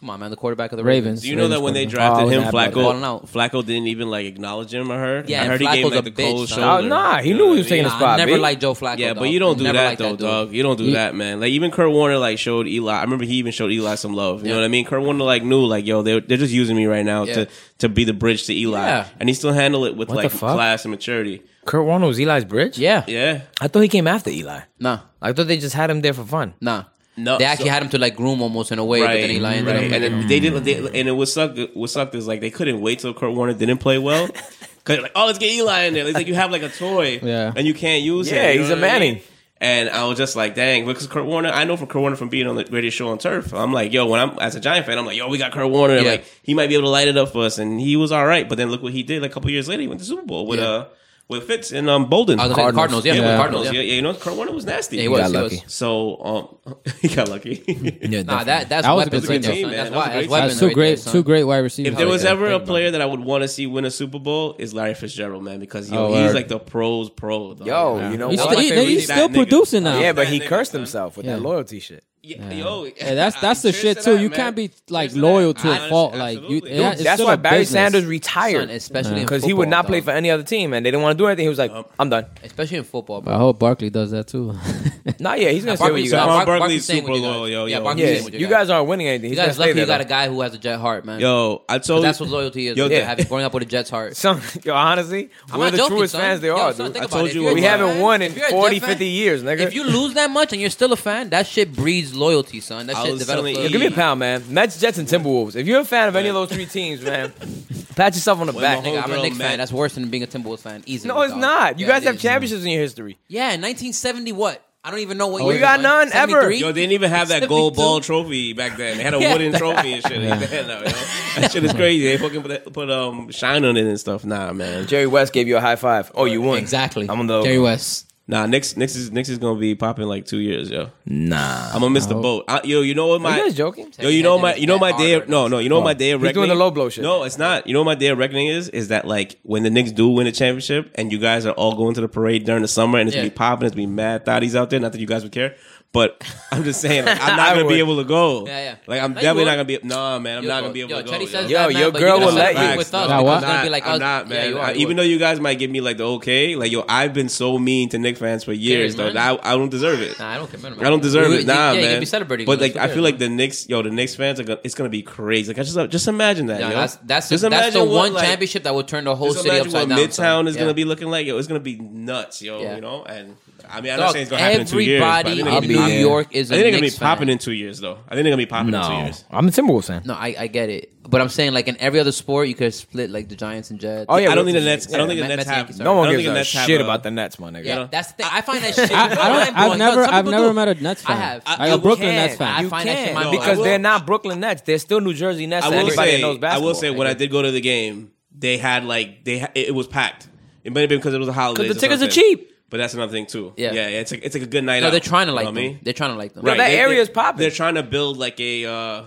Speaker 2: Come on, man, the quarterback of the
Speaker 5: Ravens.
Speaker 2: Ravens.
Speaker 3: Do you know that when they
Speaker 5: Oh,
Speaker 3: drafted
Speaker 4: I
Speaker 3: him,
Speaker 4: was mad about
Speaker 2: that.
Speaker 3: Flacco Flacco didn't even like acknowledge him? I heard.
Speaker 2: Yeah,
Speaker 3: I
Speaker 2: and
Speaker 3: heard he gave him
Speaker 2: Flacco's
Speaker 3: like
Speaker 2: a
Speaker 3: the
Speaker 2: bitch,
Speaker 3: cold
Speaker 2: son.
Speaker 3: shoulder.
Speaker 4: Oh, nah, he knew he was taking
Speaker 2: Nah,
Speaker 4: the spot.
Speaker 2: I never
Speaker 4: B.
Speaker 2: liked Joe Flacco.
Speaker 3: Yeah, but
Speaker 2: dog.
Speaker 3: you don't do
Speaker 2: Never
Speaker 3: that
Speaker 2: liked
Speaker 3: though,
Speaker 2: dude.
Speaker 3: dog. You don't do that, man. Like even Kurt Warner like showed Eli. I remember he even showed Eli some love. You know
Speaker 2: Yeah.
Speaker 3: what I mean? Kurt Warner like knew like yo, they're they're just using me right now
Speaker 2: Yeah.
Speaker 3: to to be the bridge to Eli,
Speaker 2: Yeah.
Speaker 3: and he still handled it with
Speaker 4: What the
Speaker 3: like
Speaker 4: fuck?
Speaker 3: class and maturity.
Speaker 4: Kurt Warner was Eli's bridge.
Speaker 2: Yeah.
Speaker 3: Yeah,
Speaker 4: I thought he came after Eli.
Speaker 2: Nah.
Speaker 4: I thought they just had him there for fun.
Speaker 2: Nah.
Speaker 3: No,
Speaker 2: They actually
Speaker 3: so-
Speaker 2: had him to like groom almost in a way, but
Speaker 3: right,
Speaker 2: then Eli
Speaker 3: right.
Speaker 2: ended up.
Speaker 3: And then they didn't. They, and it was sucked. What sucked is like they couldn't wait till Kurt Warner didn't play well. Cause like, oh, let's get Eli in there. It's like you have like a toy,
Speaker 5: Yeah.
Speaker 3: and you can't use it.
Speaker 4: Yeah,
Speaker 3: you know
Speaker 4: he's a
Speaker 3: what I mean?
Speaker 4: Manning.
Speaker 3: And I was just like, dang, because Kurt Warner, I know from Kurt Warner from being on the radio show on turf. I'm like, yo, when I'm as a Giant fan, I'm like, yo, we got Kurt Warner.
Speaker 2: Yeah.
Speaker 3: Like he might be able to light it up for us, and he was all right. But then look what he did. Like, a couple years later, he went to Super Bowl with
Speaker 2: Yeah.
Speaker 3: uh with Fitz and um Bolden.
Speaker 2: I was gonna say the Cardinals. Yeah,
Speaker 3: yeah,
Speaker 2: the
Speaker 3: with
Speaker 2: Cardinals.
Speaker 3: Cardinals. Yeah.
Speaker 2: Yeah,
Speaker 3: yeah, you know, Kurt Warner was nasty.
Speaker 2: Yeah, he was.
Speaker 4: got
Speaker 2: he was.
Speaker 4: lucky.
Speaker 3: So um, he got lucky.
Speaker 4: Yeah,
Speaker 2: Nah, that that's
Speaker 5: That was a
Speaker 2: weapons
Speaker 5: good
Speaker 2: right there.
Speaker 3: team,
Speaker 2: son.
Speaker 3: man.
Speaker 2: That's
Speaker 3: That was a
Speaker 2: why
Speaker 3: great team.
Speaker 2: that's weapons
Speaker 5: that's two
Speaker 2: right
Speaker 5: great,
Speaker 2: there, son.
Speaker 5: two great wide receivers.
Speaker 3: If there was
Speaker 2: yeah,
Speaker 3: ever a
Speaker 2: think about
Speaker 3: player that I would want to see win a Super Bowl, is Larry Fitzgerald, man, because yo,
Speaker 5: Oh,
Speaker 3: he's
Speaker 5: word.
Speaker 3: like the pros pro. dog.
Speaker 4: Yo,
Speaker 3: Yeah.
Speaker 4: you know
Speaker 5: he's
Speaker 2: That
Speaker 4: what?
Speaker 2: was
Speaker 5: still,
Speaker 2: my
Speaker 5: he-
Speaker 2: favorite
Speaker 5: he's
Speaker 2: team.
Speaker 5: still
Speaker 3: That nigga.
Speaker 5: producing now.
Speaker 4: yeah, but he
Speaker 3: That nigga,
Speaker 4: cursed
Speaker 3: son.
Speaker 4: himself with
Speaker 5: Yeah.
Speaker 4: that loyalty shit.
Speaker 3: Yeah, yo,
Speaker 5: Yeah, that's that's the
Speaker 3: cheers
Speaker 5: shit
Speaker 3: to
Speaker 5: too.
Speaker 3: that,
Speaker 5: you
Speaker 3: man.
Speaker 5: can't be like
Speaker 3: Cheers to
Speaker 5: loyal
Speaker 3: that.
Speaker 5: to
Speaker 3: I
Speaker 5: a fault.
Speaker 3: understand.
Speaker 5: Like you,
Speaker 3: Absolutely.
Speaker 5: yeah,
Speaker 3: Dude,
Speaker 5: it's
Speaker 4: That's
Speaker 5: still
Speaker 4: why
Speaker 5: a
Speaker 4: Barry
Speaker 5: business.
Speaker 4: Sanders retired
Speaker 2: Son, especially
Speaker 4: because he would not play for
Speaker 2: for
Speaker 4: any other team, and they didn't want to do anything. He was like, "I'm done."
Speaker 2: especially in football. Bro.
Speaker 5: I hope Barkley does that too.
Speaker 4: Nah, yeah, he's gonna
Speaker 2: Nah,
Speaker 4: stay with you guys.
Speaker 2: Barkley's not-
Speaker 3: Saquon
Speaker 2: Bark-
Speaker 3: Barkley's
Speaker 2: Barkley's staying
Speaker 3: super
Speaker 2: with you guys.
Speaker 3: loyal, yo,
Speaker 2: Yeah,
Speaker 3: yo.
Speaker 2: Barkley's
Speaker 4: Yeah,
Speaker 2: staying with
Speaker 4: you guys aren't winning anything.
Speaker 2: You
Speaker 4: He's
Speaker 2: guys
Speaker 4: gonna
Speaker 2: lucky
Speaker 4: stay
Speaker 2: you
Speaker 4: there,
Speaker 2: got a guy who has a jet heart, man.
Speaker 3: Yo, I told
Speaker 2: that's what loyalty is.
Speaker 3: Yo,
Speaker 2: Yo,
Speaker 3: yeah.
Speaker 2: having growing up with a Jet's heart.
Speaker 4: though. Son, yo, honestly,
Speaker 2: I'm
Speaker 4: we're
Speaker 2: not
Speaker 4: the
Speaker 2: joking,
Speaker 4: truest
Speaker 2: son.
Speaker 4: fans there
Speaker 2: Yo,
Speaker 4: are,
Speaker 2: son,
Speaker 4: dude.
Speaker 2: think
Speaker 3: I
Speaker 2: about
Speaker 3: told
Speaker 2: it.
Speaker 3: you
Speaker 2: If you're
Speaker 3: we
Speaker 2: a
Speaker 4: haven't
Speaker 2: Jet
Speaker 4: won
Speaker 2: fan-
Speaker 4: in
Speaker 2: if you're a Jet
Speaker 4: 40,
Speaker 2: fan-
Speaker 4: 50 years, nigga.
Speaker 2: If you lose that much and you're still a fan, that shit breeds loyalty, son. That
Speaker 3: I
Speaker 2: shit
Speaker 3: was
Speaker 2: develops.
Speaker 3: telling
Speaker 2: loyalty.
Speaker 4: Yo, give me a pound, man. Mets, Jets, and Timberwolves. If you're a fan of any of those three teams, man, pat yourself on the
Speaker 3: my
Speaker 4: back.
Speaker 3: whole-
Speaker 4: nigga.
Speaker 2: Nigga, I'm a
Speaker 3: girl,
Speaker 2: Knicks
Speaker 3: man.
Speaker 2: fan. That's worse than being a Timberwolves fan. Easily.
Speaker 4: No, it's
Speaker 2: dog.
Speaker 4: not. You
Speaker 2: Yeah,
Speaker 4: guys
Speaker 2: it
Speaker 4: have
Speaker 2: is.
Speaker 4: championships in your history.
Speaker 2: Yeah, 1970 what? I don't even know what.
Speaker 5: We
Speaker 2: year it
Speaker 4: got
Speaker 2: was.
Speaker 4: none ever.
Speaker 2: 73?
Speaker 3: Yo, they didn't even have that gold
Speaker 2: 72?
Speaker 3: ball trophy back then. They had a
Speaker 2: Yeah.
Speaker 3: wooden trophy and shit. Like that, now, yo. that shit is crazy. They fucking put, put um shine on it and stuff. Nah, man.
Speaker 4: Jerry West gave you a high five. Oh, you won.
Speaker 2: Exactly.
Speaker 4: I'm on the
Speaker 5: Jerry West.
Speaker 3: Nah, Knicks, Knicks is Knicks is gonna be popping like two years, yo.
Speaker 4: Nah.
Speaker 3: I'm gonna miss the boat. I, yo, you know what
Speaker 4: Are
Speaker 3: my
Speaker 4: you guys joking?
Speaker 3: Yo, you know my, you know my day. Of, no, no, you know what my day of
Speaker 4: He's
Speaker 3: reckoning.
Speaker 4: doing the low blow shit.
Speaker 3: No, it's not. You know what my day of reckoning is? Is that like when the Knicks do win a championship and you guys are all going to the parade during the summer and it's gonna
Speaker 2: Yeah.
Speaker 3: be popping, it's gonna be mad thotties out there. Not that you guys would care, but I'm just saying, like, I'm not
Speaker 4: I
Speaker 3: gonna
Speaker 4: would.
Speaker 3: be able to go.
Speaker 2: Yeah, yeah.
Speaker 3: Like I'm
Speaker 2: No, you
Speaker 3: definitely not
Speaker 2: would.
Speaker 3: gonna be. Nah, man, I'm
Speaker 2: Yo,
Speaker 3: not gonna be able
Speaker 2: yo,
Speaker 3: to
Speaker 2: Chetty
Speaker 3: go.
Speaker 2: says
Speaker 3: yo.
Speaker 4: Yo,
Speaker 2: that, man,
Speaker 4: your
Speaker 2: but
Speaker 4: girl
Speaker 2: you
Speaker 4: will
Speaker 2: gotta
Speaker 4: let
Speaker 2: celebrate
Speaker 4: you.
Speaker 2: With us,
Speaker 5: Nah,
Speaker 2: because
Speaker 5: what?
Speaker 2: it's gonna be like
Speaker 3: I'm
Speaker 2: us.
Speaker 3: not,
Speaker 2: Yeah,
Speaker 3: man.
Speaker 2: you
Speaker 3: I-
Speaker 2: are.
Speaker 3: even though you guys might give me like the okay, like yo, I've been so mean to Knicks fans for years, though.
Speaker 2: man.
Speaker 3: that I, I don't deserve it.
Speaker 2: Nah, I don't care.
Speaker 3: I don't deserve
Speaker 2: You-
Speaker 3: it.
Speaker 2: you-
Speaker 3: Nah,
Speaker 2: yeah, you
Speaker 3: man.
Speaker 2: can be celebrating.
Speaker 3: But like,
Speaker 2: That's
Speaker 3: I
Speaker 2: weird,
Speaker 3: feel like
Speaker 2: man.
Speaker 3: the Knicks, yo, the Knicks fans are gonna, it's gonna be crazy. Like, I just just imagine that.
Speaker 2: Yeah,
Speaker 3: yo.
Speaker 2: that's that's
Speaker 3: just
Speaker 2: that's
Speaker 3: imagine
Speaker 2: the
Speaker 3: what,
Speaker 2: one
Speaker 3: like-
Speaker 2: championship that would turn the whole
Speaker 3: Just
Speaker 2: city
Speaker 3: imagine
Speaker 2: upside
Speaker 3: what
Speaker 2: down.
Speaker 3: Midtown
Speaker 2: son.
Speaker 3: is
Speaker 2: Yeah.
Speaker 3: gonna be looking like. Yo, it's gonna be nuts, yo.
Speaker 2: Yeah.
Speaker 3: You know, and I mean, I don't
Speaker 2: Dog,
Speaker 3: say it's gonna happen in two years. but I
Speaker 2: everybody
Speaker 3: think
Speaker 4: I'll
Speaker 3: they're
Speaker 4: be
Speaker 2: in New
Speaker 3: gonna be
Speaker 4: there.
Speaker 2: York is
Speaker 3: I
Speaker 2: a
Speaker 3: think they're gonna be
Speaker 2: Knicks
Speaker 3: popping
Speaker 2: fan.
Speaker 3: in two years, though. I think they're gonna be popping in two years.
Speaker 4: I'm a Timberwolves fan.
Speaker 2: No, I, I get it, but I'm saying like in every other sport, you could split like the Giants and Jets.
Speaker 4: Oh, yeah,
Speaker 3: I don't
Speaker 4: but-
Speaker 3: think the Nets. I don't think the
Speaker 2: Yeah,
Speaker 3: Nets
Speaker 2: Mets-
Speaker 3: have.
Speaker 2: Yankees,
Speaker 3: I
Speaker 2: sorry.
Speaker 4: No
Speaker 3: don't
Speaker 4: one
Speaker 3: think
Speaker 4: gives
Speaker 3: the
Speaker 4: a
Speaker 3: Nets have
Speaker 4: shit about the Nets, my nigga.
Speaker 2: yeah,
Speaker 3: know?
Speaker 2: that's the thing. I find that shit.
Speaker 5: I, I don't. I've
Speaker 2: mind-blowing.
Speaker 5: never.
Speaker 2: No, some
Speaker 5: I've
Speaker 2: people
Speaker 5: never
Speaker 2: do.
Speaker 5: met a Nets
Speaker 2: I
Speaker 5: fan.
Speaker 2: have.
Speaker 5: I, a
Speaker 4: You
Speaker 5: Brooklyn
Speaker 4: can.
Speaker 5: Nets fan.
Speaker 4: You
Speaker 2: I find that shit
Speaker 4: can,
Speaker 2: mind-blowing.
Speaker 4: because
Speaker 3: I
Speaker 4: they're
Speaker 3: will-
Speaker 4: not Brooklyn Nets. They're still New Jersey Nets.
Speaker 3: I
Speaker 4: and
Speaker 3: will
Speaker 4: everybody
Speaker 3: say,
Speaker 4: knows
Speaker 3: I
Speaker 4: basketball.
Speaker 3: will say, when I did go to the game, they had like they ha- it it was packed. It might have been because it was a holiday.
Speaker 4: 'Cause the tickets are cheap.
Speaker 3: But that's another thing too. Yeah,
Speaker 2: Yeah.
Speaker 3: yeah. It's like, it's like a good night.
Speaker 2: No,
Speaker 3: out,
Speaker 2: they're trying to
Speaker 3: you know
Speaker 2: like
Speaker 3: what I
Speaker 2: them.
Speaker 3: mean?
Speaker 2: They're trying to like them.
Speaker 4: that
Speaker 3: They-
Speaker 4: area's
Speaker 3: they-
Speaker 4: popping.
Speaker 3: They're trying to build like a uh,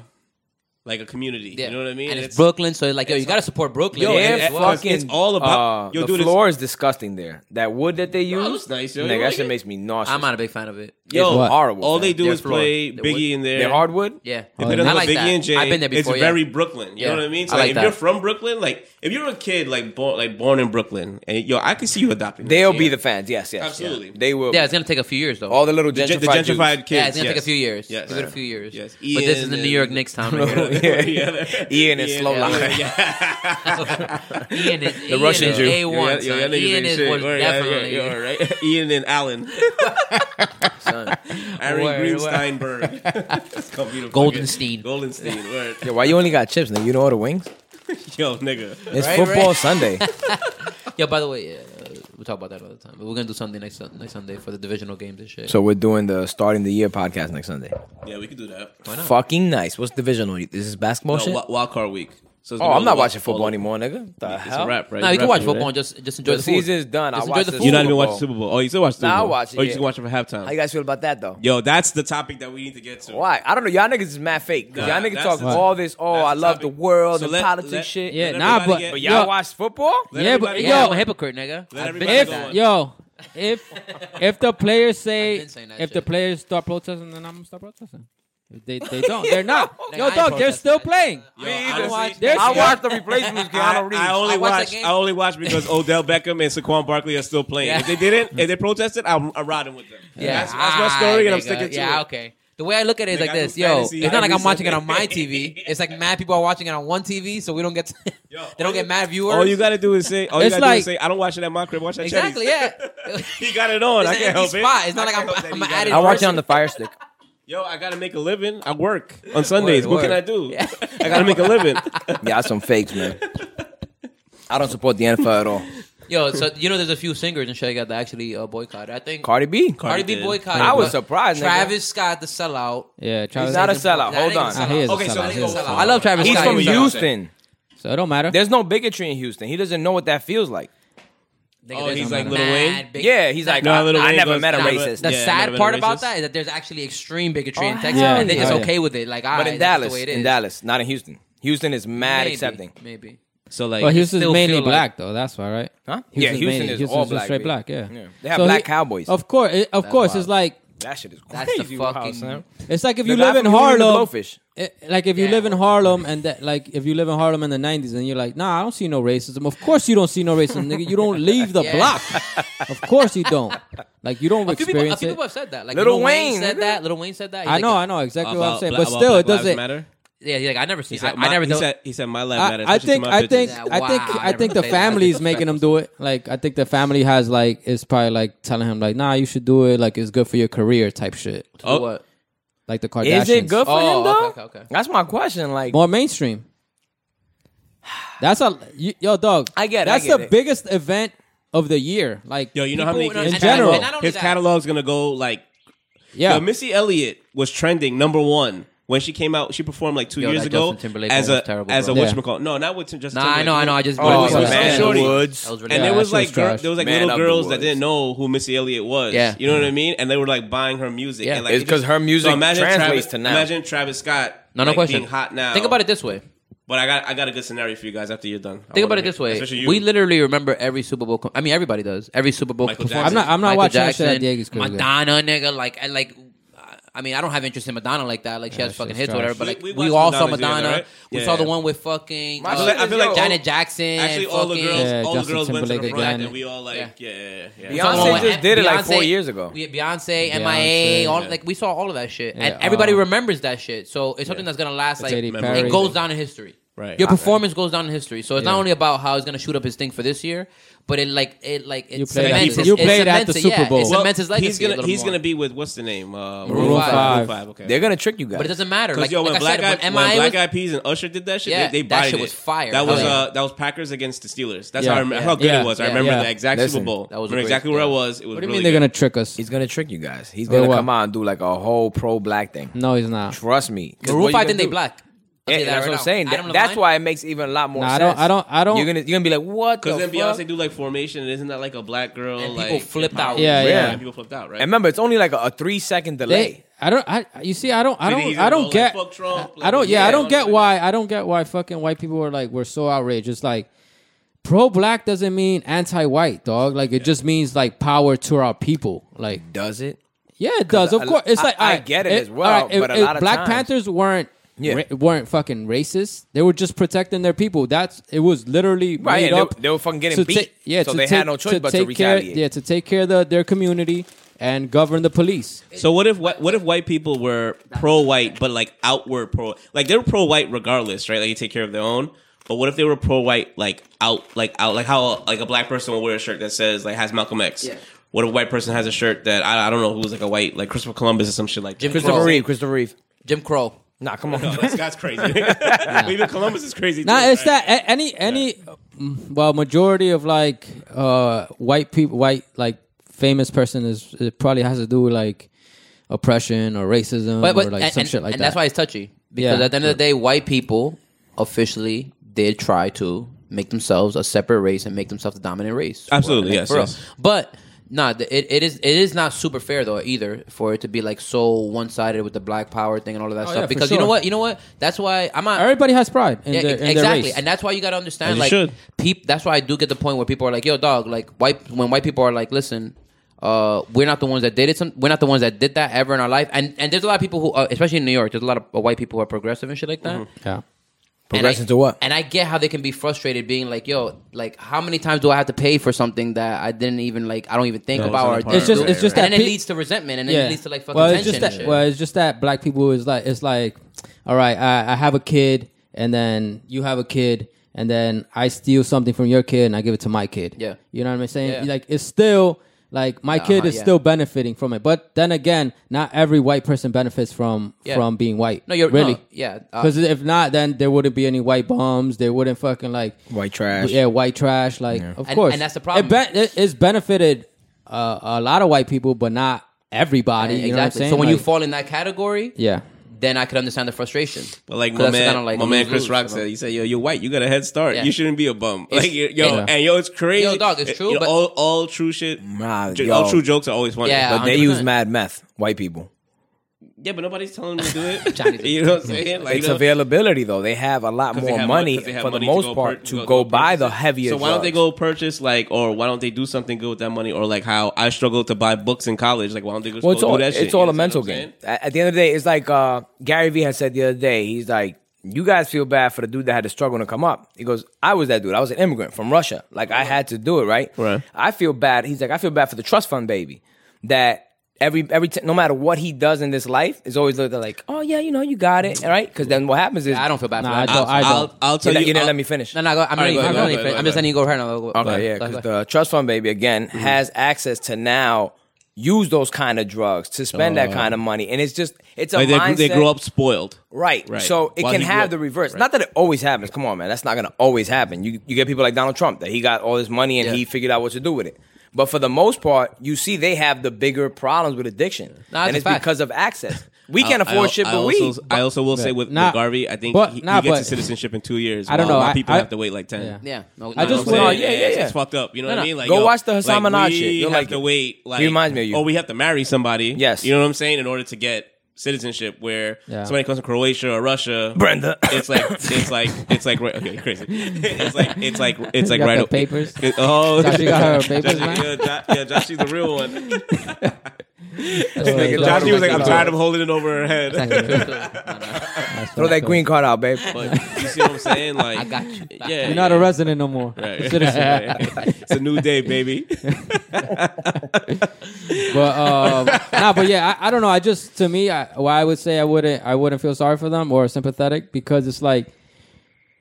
Speaker 3: like a community.
Speaker 2: Yeah.
Speaker 3: You know what I mean?
Speaker 2: And it's, Brooklyn, so like yo, you gotta support Brooklyn.
Speaker 3: Yo,
Speaker 2: man,
Speaker 3: and-
Speaker 2: as
Speaker 3: and-
Speaker 2: well.
Speaker 3: fuck- it's all about-
Speaker 4: Uh,
Speaker 3: Yo,
Speaker 4: the
Speaker 3: dude, it's-
Speaker 4: floor is disgusting there. That wood that they use,
Speaker 3: it looks nice, yo. You
Speaker 4: nigga, that
Speaker 3: like
Speaker 4: shit
Speaker 3: it?
Speaker 4: makes me nauseous.
Speaker 2: I'm not a big fan of it.
Speaker 3: Yo,
Speaker 5: what?
Speaker 4: horrible,
Speaker 3: all they
Speaker 4: man.
Speaker 3: do
Speaker 2: Their
Speaker 3: is
Speaker 2: floor.
Speaker 3: play
Speaker 2: They
Speaker 3: Biggie
Speaker 2: would-
Speaker 3: in there.
Speaker 4: They're hardwood.
Speaker 2: Yeah,
Speaker 3: They
Speaker 5: Oh,
Speaker 3: put
Speaker 5: yeah.
Speaker 3: on
Speaker 2: I
Speaker 3: the
Speaker 2: like
Speaker 3: Biggie
Speaker 2: that.
Speaker 3: and Jay.
Speaker 2: I've been there before.
Speaker 3: It's
Speaker 2: yeah.
Speaker 3: very Brooklyn. You
Speaker 2: Yeah.
Speaker 3: know what I mean?
Speaker 2: I
Speaker 3: So
Speaker 2: like
Speaker 3: if
Speaker 2: that.
Speaker 3: you're from Brooklyn, like if you're a kid, like born, like born in Brooklyn, and yo, I could see you adopting. that
Speaker 4: They'll
Speaker 3: shit.
Speaker 4: be the fans. Yes, yes,
Speaker 3: Absolutely.
Speaker 4: yeah. They will.
Speaker 2: yeah, it's gonna take a few years though.
Speaker 4: all the little
Speaker 3: The gen-
Speaker 4: gentrified,
Speaker 3: the gentrified
Speaker 4: Jews.
Speaker 3: kids.
Speaker 2: yeah, it's gonna take
Speaker 3: yes.
Speaker 2: a few years.
Speaker 3: Yes.
Speaker 2: Give it a few years.
Speaker 3: Yes.
Speaker 2: but this is
Speaker 3: Ian
Speaker 2: the New
Speaker 3: and-
Speaker 2: York Knicks town. right here.
Speaker 3: yeah.
Speaker 4: Ian is slow
Speaker 3: yeah,
Speaker 4: line.
Speaker 3: yeah.
Speaker 2: Ian is the
Speaker 4: Russian
Speaker 2: is
Speaker 4: Jew.
Speaker 2: A one.
Speaker 3: Yeah, yeah, that niggas
Speaker 2: Ian
Speaker 3: ain't
Speaker 2: is
Speaker 3: shit.
Speaker 2: was
Speaker 3: All right, all right,
Speaker 2: definitely.
Speaker 3: all right. Ian and Allen.
Speaker 4: Son.
Speaker 3: Aaron
Speaker 5: Word, word.
Speaker 3: Greensteinberg. That's gonna be the
Speaker 2: Goldenstein.
Speaker 3: fucking- Goldenstein. Word.
Speaker 4: Yo, why you only got chips, nigga? You don't order wings?
Speaker 3: Yo, nigga.
Speaker 4: It's
Speaker 2: Right,
Speaker 4: football
Speaker 2: right.
Speaker 4: Sunday.
Speaker 2: Yeah, by the way, yeah, uh, we'll talk about that another time. But we're gonna do something next Sun- next Sunday for the divisional games and shit.
Speaker 4: So we're doing the starting the year podcast next Sunday.
Speaker 3: Yeah, we could do that.
Speaker 4: Fucking nice. What's divisional? Is this basketball
Speaker 3: No,
Speaker 4: shit?
Speaker 3: wi- wild card week. So it's
Speaker 4: oh,
Speaker 3: gonna
Speaker 4: I'm
Speaker 3: be
Speaker 4: not
Speaker 3: all-
Speaker 4: watching football
Speaker 3: all-
Speaker 4: anymore, nigga.
Speaker 3: It's
Speaker 4: The
Speaker 3: a
Speaker 4: hell?
Speaker 3: wrap, right?
Speaker 2: Nah,
Speaker 3: Wrap
Speaker 2: you can watch
Speaker 3: for
Speaker 2: football.
Speaker 3: right?
Speaker 2: and Just just enjoy
Speaker 4: The
Speaker 2: the, food.
Speaker 4: season's done. I
Speaker 2: Just
Speaker 4: watched
Speaker 2: enjoy the
Speaker 4: the
Speaker 2: food.
Speaker 3: You're
Speaker 4: Super
Speaker 3: not even watching
Speaker 4: Bowl.
Speaker 3: Super Bowl. Oh, you still watch Super
Speaker 4: Nah, I
Speaker 3: Bowl.
Speaker 4: watch it,
Speaker 3: Oh, you just
Speaker 4: yeah.
Speaker 3: watch it for
Speaker 4: How you
Speaker 3: halftime.
Speaker 4: guys feel about that though?
Speaker 3: Yo, that's the topic that we need to get to.
Speaker 4: Why? I don't know. Y'all niggas is mad fake. 'Cause
Speaker 3: Nah,
Speaker 4: y'all niggas
Speaker 3: that's
Speaker 4: talk
Speaker 3: the-
Speaker 4: all this. Oh,
Speaker 3: that's
Speaker 4: I
Speaker 3: the
Speaker 4: love
Speaker 3: topic.
Speaker 4: the world
Speaker 3: So
Speaker 4: and
Speaker 3: let-
Speaker 4: politics
Speaker 3: let-
Speaker 4: shit.
Speaker 5: Yeah,
Speaker 3: let
Speaker 5: nah,
Speaker 3: everybody
Speaker 5: but-
Speaker 3: get-
Speaker 4: But
Speaker 5: Yeah.
Speaker 4: y'all watch football?
Speaker 3: let
Speaker 5: Yeah, but-
Speaker 3: everybody
Speaker 2: Yeah,
Speaker 5: Yo.
Speaker 2: I'm a hypocrite, nigga.
Speaker 3: Let
Speaker 2: I've been
Speaker 3: everybody
Speaker 2: saying
Speaker 3: go
Speaker 2: that.
Speaker 3: on.
Speaker 5: Yo, if if the players say
Speaker 2: I've been saying that
Speaker 5: if the
Speaker 2: shit.
Speaker 5: players start protesting, then I'm gonna stop protesting. If they they don't, they're not.
Speaker 2: Like, I
Speaker 5: Yo,
Speaker 2: ain't
Speaker 5: dog, they're
Speaker 2: protesting.
Speaker 5: still playing.
Speaker 3: Yo,
Speaker 4: Me either.
Speaker 3: honestly,
Speaker 5: watch-
Speaker 3: I-
Speaker 5: There's-
Speaker 4: I watched the replacements. 'cause Keanu Reeves.
Speaker 3: I only
Speaker 2: I watched that
Speaker 3: watch.
Speaker 2: game.
Speaker 3: I only watch because Odell Beckham and Saquon Barkley are still playing.
Speaker 2: Yeah.
Speaker 3: If they didn't, if they protested, I'm, I'm riding with them.
Speaker 2: Yeah,
Speaker 3: that's, that's my story, and I'm
Speaker 2: Ah, nigga.
Speaker 3: sticking to
Speaker 2: yeah,
Speaker 3: it.
Speaker 2: okay. The way I look at it is
Speaker 3: Nigga,
Speaker 2: like
Speaker 3: I do
Speaker 2: this, yo. It's
Speaker 3: fantasy, I
Speaker 2: not like I'm
Speaker 3: research.
Speaker 2: watching it on my TV. It's like mad people are watching it on one TV, so we don't get to,
Speaker 3: Yo,
Speaker 2: they
Speaker 3: all
Speaker 2: don't get
Speaker 3: you-
Speaker 2: mad viewers.
Speaker 3: All you gotta do is say. All you
Speaker 5: It's
Speaker 3: gotta do
Speaker 5: like-
Speaker 3: is say. I don't watch it at my crib. Watch that.
Speaker 2: exactly, yeah. It's
Speaker 3: He got it on. I
Speaker 2: an
Speaker 3: can't
Speaker 2: empty
Speaker 3: help
Speaker 2: spot.
Speaker 3: it.
Speaker 2: It's not like
Speaker 3: I can't
Speaker 2: I'm,
Speaker 3: help that
Speaker 2: I'm
Speaker 3: he
Speaker 2: an
Speaker 3: got
Speaker 2: added.
Speaker 3: it.
Speaker 4: I watch it
Speaker 2: person.
Speaker 4: on the Fire Stick.
Speaker 3: Yo, I gotta make a living. I work on Sundays. what can
Speaker 4: word.
Speaker 3: I do? I gotta make a living.
Speaker 4: Yeah, that's some fakes, man. I don't support the NFL at all.
Speaker 2: Yo, so you know, there's a few singers and shit like that that actually uh, boycotted. I think
Speaker 4: Cardi B.
Speaker 2: Cardi B
Speaker 3: did.
Speaker 2: boycotted.
Speaker 4: I was
Speaker 2: but
Speaker 4: surprised, nigga.
Speaker 2: Travis Scott, the sellout.
Speaker 5: Yeah, Travis.
Speaker 4: He's not a
Speaker 5: so
Speaker 4: sellout. Hold
Speaker 2: That nigga's a
Speaker 5: Ah,
Speaker 4: on.
Speaker 2: sellout.
Speaker 5: he is a
Speaker 3: Okay, so
Speaker 5: sellout.
Speaker 3: nigga's
Speaker 5: He is a
Speaker 3: a sellout.
Speaker 5: sellout.
Speaker 2: I love Travis
Speaker 4: He's
Speaker 2: Scott.
Speaker 4: from
Speaker 2: a sellout.
Speaker 4: Houston.
Speaker 5: So it don't matter.
Speaker 4: There's no bigotry in Houston. He doesn't know what that feels like.
Speaker 2: Nigga,
Speaker 3: Oh,
Speaker 2: there's
Speaker 3: he's
Speaker 2: a
Speaker 3: like Lil
Speaker 2: mad
Speaker 3: Wayne?
Speaker 2: big-
Speaker 4: Yeah, he's like,
Speaker 3: No,
Speaker 4: I,
Speaker 3: Lil
Speaker 4: I
Speaker 3: Wayne
Speaker 4: never
Speaker 3: goes-
Speaker 4: met a
Speaker 3: nah, but-
Speaker 4: racist.
Speaker 2: The
Speaker 3: Yeah,
Speaker 2: sad
Speaker 3: never
Speaker 2: part
Speaker 3: been a
Speaker 2: about
Speaker 3: racist.
Speaker 2: that is that there's actually extreme bigotry
Speaker 4: Oh,
Speaker 2: in
Speaker 4: hell
Speaker 2: Texas,
Speaker 5: yeah.
Speaker 2: and they're just
Speaker 5: Yeah.
Speaker 2: okay with it. Like,
Speaker 4: But
Speaker 2: alright,
Speaker 4: in
Speaker 2: that's the
Speaker 4: Dallas,
Speaker 2: way it
Speaker 4: in
Speaker 2: is.
Speaker 4: Dallas, not in Houston. Houston is mad
Speaker 2: Maybe,
Speaker 4: accepting.
Speaker 2: Maybe.
Speaker 3: So like,
Speaker 5: But Houston's
Speaker 2: still
Speaker 5: mainly
Speaker 2: feel like-
Speaker 5: black though. That's why, right?
Speaker 4: Huh?
Speaker 5: Houston's
Speaker 4: yeah, Houston
Speaker 5: mainly-
Speaker 4: is
Speaker 5: Houston's
Speaker 4: all
Speaker 5: just
Speaker 4: black.
Speaker 5: straight
Speaker 4: baby.
Speaker 5: black. Yeah.
Speaker 4: They have
Speaker 5: So
Speaker 4: black
Speaker 5: he-
Speaker 4: cowboys.
Speaker 5: Of course, it, of course,
Speaker 2: wild.
Speaker 5: it's like
Speaker 4: that shit is crazy.
Speaker 2: That's the
Speaker 4: wow,
Speaker 2: fucking-
Speaker 4: son.
Speaker 5: it's like if
Speaker 4: The
Speaker 5: you
Speaker 4: guy
Speaker 5: live in
Speaker 4: from Union
Speaker 5: Harlem,
Speaker 4: with the Blowfish.
Speaker 5: it- Eh, like if you
Speaker 2: Yeah.
Speaker 5: live in Harlem and that, like if you live in Harlem in the '90s and you're like, nah, I don't see no racism. Of course you don't see no racism, nigga. You don't leave the
Speaker 2: Yeah.
Speaker 5: block. Of course you don't. Like you don't
Speaker 2: A few, people, a
Speaker 5: experience
Speaker 2: few
Speaker 5: it.
Speaker 2: people have said that. Like
Speaker 4: Lil
Speaker 2: Lil Wayne,
Speaker 4: Wayne,
Speaker 2: said
Speaker 4: nigga.
Speaker 2: that. Little Wayne said that. He's
Speaker 5: I
Speaker 2: like,
Speaker 5: know, I know exactly what I'm
Speaker 3: about
Speaker 5: saying,
Speaker 3: Black-
Speaker 5: but
Speaker 3: about
Speaker 5: still, it
Speaker 3: Black Lives
Speaker 5: doesn't.
Speaker 3: Matter?
Speaker 2: Yeah, he's like I never
Speaker 3: He
Speaker 2: seen.
Speaker 3: said,
Speaker 2: I, I never
Speaker 3: he
Speaker 2: know.
Speaker 3: said, he said my life
Speaker 5: I,
Speaker 3: matters.
Speaker 5: I
Speaker 3: especially to
Speaker 5: think
Speaker 3: my
Speaker 5: I
Speaker 3: bitches."
Speaker 5: think
Speaker 2: Yeah,
Speaker 5: I think
Speaker 2: wow, I
Speaker 5: I think
Speaker 2: never
Speaker 5: the
Speaker 2: played that.
Speaker 5: family's making him do it. Like I think the family has like it's probably like telling him like nah you should do it like it's good for your career type shit.
Speaker 3: Oh.
Speaker 2: What?
Speaker 5: Like the Kardashians.
Speaker 4: Is it good for
Speaker 2: Oh,
Speaker 4: him though?
Speaker 2: okay, okay, okay.
Speaker 4: That's my question. Like,
Speaker 5: More mainstream. That's a you, yo dog.
Speaker 4: I get it, I
Speaker 5: That's
Speaker 4: get
Speaker 5: the
Speaker 4: it.
Speaker 5: biggest event of the year. Like
Speaker 3: Yo, you know how
Speaker 2: People-
Speaker 3: many
Speaker 2: no,
Speaker 3: his
Speaker 5: and- and- and
Speaker 3: catalog,
Speaker 5: not
Speaker 2: only
Speaker 3: his
Speaker 2: that-
Speaker 3: catalog's gonna go like
Speaker 5: yeah.
Speaker 3: Yo, Missy Elliott was trending number one when she came out. She performed like two
Speaker 2: Yo,
Speaker 3: years
Speaker 2: that
Speaker 3: ago
Speaker 2: Justin Timberlake
Speaker 3: as
Speaker 2: one
Speaker 3: a
Speaker 2: was terrible,
Speaker 3: as a
Speaker 5: bro. Yeah.
Speaker 3: whatchamacallit. No, not with Tim- Justin.
Speaker 2: Nah, I know, I know. I just
Speaker 4: Oh,
Speaker 2: I
Speaker 4: it
Speaker 2: just-
Speaker 4: was Man
Speaker 2: Shorty.
Speaker 4: of the Woods.
Speaker 2: That was really
Speaker 3: and there
Speaker 5: Yeah,
Speaker 3: was
Speaker 2: bad.
Speaker 5: she was
Speaker 3: like girl,
Speaker 5: trash.
Speaker 3: there was like
Speaker 4: Man
Speaker 3: little
Speaker 4: of the
Speaker 3: girls that
Speaker 4: Woods. Mm-hmm.
Speaker 3: didn't know who Missy Elliott was.
Speaker 2: Yeah.
Speaker 3: you know what I mean. And they were like buying her music.
Speaker 2: Yeah.
Speaker 3: and, like,
Speaker 4: It's
Speaker 3: it
Speaker 4: 'cause
Speaker 3: just-
Speaker 4: her music translates
Speaker 3: Travis,
Speaker 4: to now.
Speaker 3: Imagine Travis Scott.
Speaker 2: no, no
Speaker 3: like,
Speaker 2: question.
Speaker 3: Being hot now.
Speaker 2: Think about it this way.
Speaker 3: But I got I got a good scenario for you guys after you're done. I
Speaker 2: Think
Speaker 3: wanna
Speaker 2: about it
Speaker 3: hear-
Speaker 2: this way.
Speaker 3: especially you.
Speaker 2: We literally remember every Super Bowl. Com- I mean, everybody does. Every Super Bowl.
Speaker 3: Michael
Speaker 2: performance.
Speaker 3: Jackson. I'm
Speaker 5: not- I'm not
Speaker 2: Michael
Speaker 5: watching that shit at
Speaker 2: Jackson,
Speaker 5: Diego's crib again.
Speaker 2: Madonna, nigga. Like, I, like. I mean, I don't have interest in Madonna like that. Like, she has
Speaker 5: shit's
Speaker 2: fucking hits,
Speaker 5: trash.
Speaker 2: or whatever. But
Speaker 3: We-
Speaker 2: like,
Speaker 3: we
Speaker 2: we,
Speaker 3: watched
Speaker 2: all saw
Speaker 3: Madonna together,
Speaker 2: Madonna.
Speaker 3: right?
Speaker 2: We
Speaker 3: Yeah.
Speaker 2: saw the
Speaker 3: yeah.
Speaker 2: one with fucking
Speaker 4: My
Speaker 2: uh,
Speaker 3: I feel like, I feel like
Speaker 2: Janet Jackson.
Speaker 3: Actually, all the
Speaker 2: fucking-
Speaker 3: girls,
Speaker 5: Yeah,
Speaker 3: all the
Speaker 5: Justin
Speaker 3: girls went to the
Speaker 5: Timberlake
Speaker 3: front,
Speaker 5: again.
Speaker 3: and we all like, yeah, yeah, yeah.
Speaker 4: Beyonce
Speaker 2: Someone went-
Speaker 4: just did it like four
Speaker 2: Beyonce-
Speaker 4: years ago.
Speaker 2: Yeah, Beyonce,
Speaker 5: Beyonce,
Speaker 2: MIA, all
Speaker 3: yeah.
Speaker 2: like we saw all of that shit,
Speaker 5: Yeah,
Speaker 2: and everybody
Speaker 5: uh,
Speaker 2: remembers that shit. So it's something that's gonna last. Like
Speaker 5: Katy
Speaker 3: Perry.
Speaker 2: it goes down in history.
Speaker 3: Right.
Speaker 2: Your
Speaker 3: Right.
Speaker 2: performance goes down in history. So it's not
Speaker 5: Yeah.
Speaker 2: only about how he's gonna shoot up his thing for this year, but it like it like it
Speaker 5: You played at-
Speaker 2: cements. his-
Speaker 5: you
Speaker 2: it
Speaker 5: played at
Speaker 2: cements
Speaker 5: the
Speaker 2: it,
Speaker 5: Super
Speaker 2: yeah,
Speaker 5: Bowl.
Speaker 2: It
Speaker 5: Well,
Speaker 2: cements his legacy.
Speaker 3: he's
Speaker 2: a
Speaker 3: gonna
Speaker 2: little
Speaker 3: he's
Speaker 2: more.
Speaker 3: gonna be with what's the name? Uh,
Speaker 5: Maroon
Speaker 2: five.
Speaker 5: five.
Speaker 3: okay.
Speaker 4: they're gonna trick you guys.
Speaker 2: But it doesn't matter.
Speaker 3: Because
Speaker 2: Like,
Speaker 3: yo, when
Speaker 2: like I
Speaker 3: Black
Speaker 2: said,
Speaker 3: Eyed
Speaker 2: when
Speaker 3: when
Speaker 2: MIA
Speaker 3: Black
Speaker 2: was
Speaker 3: Eyed Peas and Usher did that shit,
Speaker 2: Yeah,
Speaker 3: they, they
Speaker 2: that
Speaker 3: bodied
Speaker 2: shit
Speaker 3: it.
Speaker 2: was fire.
Speaker 3: That was
Speaker 2: Yeah.
Speaker 3: uh, that was Packers against the Steelers. That's
Speaker 5: Yeah.
Speaker 3: how I remember how good
Speaker 5: Yeah.
Speaker 3: it was. I
Speaker 2: Yeah.
Speaker 3: remember
Speaker 5: Yeah.
Speaker 3: the exact
Speaker 4: Listen,
Speaker 3: Super Bowl.
Speaker 2: that was
Speaker 3: remember
Speaker 2: a great-
Speaker 3: exactly where I
Speaker 2: yeah.
Speaker 3: was. It was
Speaker 5: what do you
Speaker 3: really
Speaker 5: mean they're
Speaker 3: good.
Speaker 5: gonna trick us?
Speaker 4: He's gonna trick you guys. He's gonna
Speaker 5: what?
Speaker 4: come out and do like a whole pro black thing.
Speaker 5: No, he's not.
Speaker 4: Trust me. 'Cause what
Speaker 2: Maroon
Speaker 4: you
Speaker 2: Five.
Speaker 4: gonna
Speaker 2: Then they
Speaker 4: do-
Speaker 2: black. I'll
Speaker 4: Yeah,
Speaker 2: tell you that
Speaker 4: that's
Speaker 2: right
Speaker 4: what
Speaker 2: now.
Speaker 4: I'm saying.
Speaker 2: Adam
Speaker 4: That- that's
Speaker 2: Levine?
Speaker 4: why it makes even a lot more
Speaker 5: Nah, I
Speaker 4: sense.
Speaker 5: don't- I don't- I don't-
Speaker 4: You're gonna, you're gonna be like, what the
Speaker 3: Because then
Speaker 4: fuck?
Speaker 3: Beyonce do like formation, and isn't that like a black girl?
Speaker 2: And
Speaker 3: like,
Speaker 2: people flipped
Speaker 3: hip-hop?
Speaker 2: out.
Speaker 5: Yeah, yeah.
Speaker 3: People flipped out, right?
Speaker 4: And remember, it's only like a, a three second delay.
Speaker 5: They, I don't. I you see, I don't. I
Speaker 3: Did he
Speaker 5: don't.
Speaker 3: even
Speaker 5: I
Speaker 3: go,
Speaker 5: don't
Speaker 3: like,
Speaker 5: get.
Speaker 3: fuck Trump?
Speaker 5: I don't.
Speaker 3: Like,
Speaker 5: Yeah,
Speaker 3: yeah,
Speaker 5: I don't
Speaker 3: like-
Speaker 5: get why. I don't get why fucking white people are like we're so outraged. It's like pro black doesn't mean anti white, dog. Like it just means like power to our people. Like
Speaker 4: Does it?
Speaker 5: yeah, it does. Of
Speaker 4: I-
Speaker 5: course, it's
Speaker 4: I-
Speaker 5: like
Speaker 4: I
Speaker 5: alright,
Speaker 4: get it as well,
Speaker 5: alright,
Speaker 4: but a lot of
Speaker 5: Black
Speaker 4: times-
Speaker 5: Panthers weren't.
Speaker 4: Yeah.
Speaker 5: ra- weren't fucking racist. They were just protecting their people. That's it was literally
Speaker 4: Right,
Speaker 5: made
Speaker 4: and they-
Speaker 5: up.
Speaker 4: they were fucking getting
Speaker 5: to
Speaker 4: beat,
Speaker 5: ta- yeah,
Speaker 4: so
Speaker 5: to
Speaker 4: they
Speaker 5: take-
Speaker 4: had no choice but to
Speaker 5: take care-
Speaker 4: retaliate.
Speaker 5: yeah, to take care of the, their community and govern the police.
Speaker 3: So what if what, what if white people were pro white but like outward pro like they were pro white regardless, right? Like they take care of their own. But what if they were pro white like out like out like how like a black person will wear a shirt that says like has Malcolm X,
Speaker 2: Yeah.
Speaker 3: what a white person has a shirt that I, I don't know who's like a white like Christopher Columbus or some shit like that.
Speaker 2: Jim
Speaker 4: Christopher
Speaker 2: Crow.
Speaker 4: Reeve. Christopher Reeve.
Speaker 2: Jim Crow.
Speaker 4: Nah, come on.
Speaker 3: No, Oh, this guy's crazy. Even Columbus is crazy.
Speaker 5: Nah,
Speaker 3: too,
Speaker 5: it's
Speaker 3: right?
Speaker 5: that a- any any mm, well majority of like uh white people white like famous person is it probably has to do with like oppression or racism
Speaker 2: But, but
Speaker 5: or like
Speaker 2: and,
Speaker 5: some
Speaker 2: and-
Speaker 5: shit like
Speaker 2: and
Speaker 5: that.
Speaker 2: that's why it's touchy because
Speaker 5: Yeah.
Speaker 2: at the end of the day, white people officially did try to make themselves a separate race and make themselves the dominant race.
Speaker 3: Absolutely,
Speaker 2: Like,
Speaker 3: yes,
Speaker 2: for real.
Speaker 3: yes.
Speaker 2: But nah, the- it, it is it is not super fair though either for it to be like so one sided with the black power thing and all of that
Speaker 5: Oh,
Speaker 2: stuff.
Speaker 5: yeah, for
Speaker 2: because you know
Speaker 5: sure.
Speaker 2: what, you know what, that's why I'm not.
Speaker 5: Everybody has pride in,
Speaker 2: Yeah,
Speaker 5: their,
Speaker 2: ex-
Speaker 5: in their
Speaker 2: exactly,
Speaker 5: race.
Speaker 2: and that's why you gotta understand.
Speaker 3: As you
Speaker 2: like,
Speaker 3: should.
Speaker 2: peop- That's why I do get the point where people are like, "Yo, dog." Like, white when white people are like, "Listen, uh, we're not the ones that did it. Some, we're not the ones that did that ever in our life." And and there's a lot of people who, uh, especially in New York, there's a lot of uh, white people who are progressive and shit like that.
Speaker 5: yeah.
Speaker 2: And
Speaker 4: Progressive
Speaker 2: I-
Speaker 4: to what?
Speaker 2: And I get how they can be frustrated, being like, "Yo, like, how many times do I have to pay for something that I didn't even like? I don't even think
Speaker 3: No,
Speaker 2: about." Or
Speaker 3: it's
Speaker 2: I
Speaker 3: not
Speaker 5: It's
Speaker 2: didn't
Speaker 5: just
Speaker 2: do."
Speaker 5: it's just
Speaker 2: and
Speaker 5: that
Speaker 2: then it
Speaker 5: pe-
Speaker 2: leads to resentment, and then it leads to like fucking
Speaker 5: well, it's
Speaker 2: tension.
Speaker 5: just
Speaker 2: and
Speaker 5: that.
Speaker 2: shit.
Speaker 5: Well, it's just that black people is like it's like, all right, I, I have a kid, and then you have a kid, and then I steal something from your kid, and I give it to my kid.
Speaker 2: Yeah.
Speaker 5: you know what I'm saying?
Speaker 2: Yeah. Uh-huh,
Speaker 5: Like it's still like my kid is
Speaker 2: yeah.
Speaker 5: still benefiting from it, but then again, not every white person benefits from
Speaker 2: Yeah.
Speaker 5: from being white.
Speaker 2: no, you're
Speaker 5: really
Speaker 2: no, yeah. uh,
Speaker 5: because if not, then there wouldn't be any white bums. There wouldn't fucking like
Speaker 4: White trash.
Speaker 5: Yeah, white trash. Like of
Speaker 2: And-
Speaker 5: course,
Speaker 2: and that's the problem.
Speaker 5: It ben- it- it's benefited uh, a lot of white people, but not everybody.
Speaker 2: exactly.
Speaker 5: you know what I'm saying?
Speaker 2: so when you
Speaker 5: Like,
Speaker 2: fall in that category,
Speaker 5: yeah,
Speaker 2: then I could understand the frustration.
Speaker 3: But like
Speaker 2: 'Cause
Speaker 3: my
Speaker 2: that's
Speaker 3: man,
Speaker 2: kinda like
Speaker 3: my
Speaker 2: a
Speaker 3: man
Speaker 2: lose-lose,
Speaker 3: Chris Rock
Speaker 2: you know?
Speaker 3: said, he said, "Yo, you're white. You got a head start.
Speaker 2: Yeah.
Speaker 3: You shouldn't be a bum." like yo,
Speaker 2: yeah.
Speaker 3: and yo, it's crazy.
Speaker 2: Yo, dog, it's
Speaker 3: It-
Speaker 2: true,
Speaker 3: you know,
Speaker 2: but-
Speaker 3: all all true shit.
Speaker 4: Nah,
Speaker 3: ju-
Speaker 4: yo.
Speaker 3: all true jokes are always funny.
Speaker 2: Yeah.
Speaker 3: but,
Speaker 4: They use
Speaker 2: 100%.
Speaker 4: mad meth. White people.
Speaker 3: yeah, but nobody's telling them to do it.
Speaker 2: Johnny's-
Speaker 3: you know what I'm saying? Like,
Speaker 4: It's
Speaker 3: you know,
Speaker 4: availability though. They have a lot
Speaker 3: 'cause they
Speaker 4: more
Speaker 3: have mon-
Speaker 4: money
Speaker 3: 'cause they have
Speaker 4: for the
Speaker 3: money
Speaker 4: most
Speaker 3: go
Speaker 4: part
Speaker 3: pur-
Speaker 4: to go buy the
Speaker 3: purchase it.
Speaker 4: heavier.
Speaker 3: So why don't they
Speaker 4: drugs.
Speaker 3: go purchase like, or why don't they do something good with that money? Or like how I struggled to buy books in college. Like why don't they just
Speaker 4: Well,
Speaker 3: go
Speaker 4: it's all
Speaker 3: do that
Speaker 4: it's
Speaker 3: shit? You
Speaker 4: all a
Speaker 3: understand
Speaker 4: mental
Speaker 3: what I'm
Speaker 4: game.
Speaker 3: saying?
Speaker 4: At, at the end of the day, it's like uh, Gary Vee had said the other day. He's like, "You guys feel bad for the dude that had to struggle to come up." He goes, "I was that dude. I was an immigrant from Russia. Like I had to do it, right?
Speaker 3: Right.
Speaker 4: I feel bad." He's like, "I feel bad for the trust fund baby that." Every every t- no matter what he does in this life is always looked at like oh yeah you know you got it all right because then what happens is
Speaker 2: I don't feel bad
Speaker 5: Nah,
Speaker 2: for that.
Speaker 5: I don't- I don't.
Speaker 3: I'll, I'll
Speaker 4: you,
Speaker 3: tell you.
Speaker 4: didn't
Speaker 3: I'll-
Speaker 4: let me finish
Speaker 2: No, no, go, I'm, not
Speaker 3: right, go
Speaker 2: even, I'm,
Speaker 3: ahead, go
Speaker 2: not even
Speaker 3: ahead,
Speaker 2: fin-
Speaker 3: go
Speaker 2: I'm
Speaker 3: ahead.
Speaker 2: just letting you go right now. Go- go-
Speaker 4: Okay, yeah,
Speaker 2: go- go-
Speaker 4: because the trust fund baby again
Speaker 3: Mm-hmm.
Speaker 4: has access to now use those kind of drugs to spend that kind of money, and it's just it's a
Speaker 3: Uh. Like
Speaker 4: mindset.
Speaker 3: they, they grow up spoiled.
Speaker 4: right,
Speaker 3: Right.
Speaker 4: So it
Speaker 3: While
Speaker 4: can
Speaker 3: he grew
Speaker 4: have
Speaker 3: up-
Speaker 4: the reverse. Not that it always happens. Come on, man, that's not gonna always happen. You you get people like Donald Trump that he got all this money and
Speaker 2: Yeah.
Speaker 4: he figured out what to do with it. But for the most part, you see they have the bigger problems with addiction,
Speaker 2: Nah,
Speaker 4: and
Speaker 2: it's
Speaker 4: it's
Speaker 2: a fact.
Speaker 4: because of access. We can't
Speaker 3: I- I-
Speaker 4: afford shit,
Speaker 3: I
Speaker 4: but
Speaker 3: also,
Speaker 4: we.
Speaker 3: I also will say with, with
Speaker 5: Nah,
Speaker 3: Garvey, I think
Speaker 5: but-
Speaker 3: he, he
Speaker 5: nah,
Speaker 3: gets
Speaker 5: but-
Speaker 3: his citizenship in two years.
Speaker 5: I don't
Speaker 3: while A
Speaker 5: know.
Speaker 3: lot
Speaker 5: I-
Speaker 3: of people
Speaker 5: I-
Speaker 3: have to wait like ten.
Speaker 5: Yeah.
Speaker 2: Yeah, no,
Speaker 5: I
Speaker 2: no,
Speaker 5: just
Speaker 2: no,
Speaker 5: want-
Speaker 2: no,
Speaker 5: Oh,
Speaker 4: yeah, yeah,
Speaker 3: it's,
Speaker 4: yeah.
Speaker 3: it's fucked up. You know
Speaker 2: No,
Speaker 3: what
Speaker 2: no.
Speaker 3: I mean? Like,
Speaker 4: Go
Speaker 3: yo,
Speaker 4: watch the Hassan
Speaker 3: like,
Speaker 4: Minaj
Speaker 3: we
Speaker 4: shit. You'll
Speaker 3: have
Speaker 4: like
Speaker 3: to
Speaker 4: it.
Speaker 3: wait. Like,
Speaker 4: He reminds me of you.
Speaker 3: Or we have to marry somebody.
Speaker 4: Yes.
Speaker 3: you know what I'm saying, in order to get citizenship. Where
Speaker 5: Yeah.
Speaker 3: somebody comes from Croatia or Russia,
Speaker 4: Brenda.
Speaker 3: It's like it's like it's like right- okay, crazy. It's like it's like it's like
Speaker 5: got
Speaker 3: right
Speaker 5: the
Speaker 3: o-
Speaker 5: papers?
Speaker 3: it- oh,
Speaker 5: Josh, you got her
Speaker 3: Josh,
Speaker 5: papers, man?
Speaker 3: yeah, Josh, yeah, Josh, she's the real one.
Speaker 5: Like,
Speaker 2: Josh,
Speaker 3: Josh,
Speaker 2: he
Speaker 3: she was like, I'm
Speaker 2: Exactly.
Speaker 3: tired of holding it over her head.
Speaker 4: Throw that green card out, babe.
Speaker 3: But you see what I'm saying? Like, I
Speaker 2: got you.
Speaker 3: Yeah, yeah.
Speaker 5: You're not a resident no more.
Speaker 3: Right.
Speaker 5: A citizen.
Speaker 3: it's a new day, baby.
Speaker 5: but um, nah, but yeah, I, I don't know. I just to me, I, why I would say I wouldn't, I wouldn't feel sorry for them or sympathetic because it's like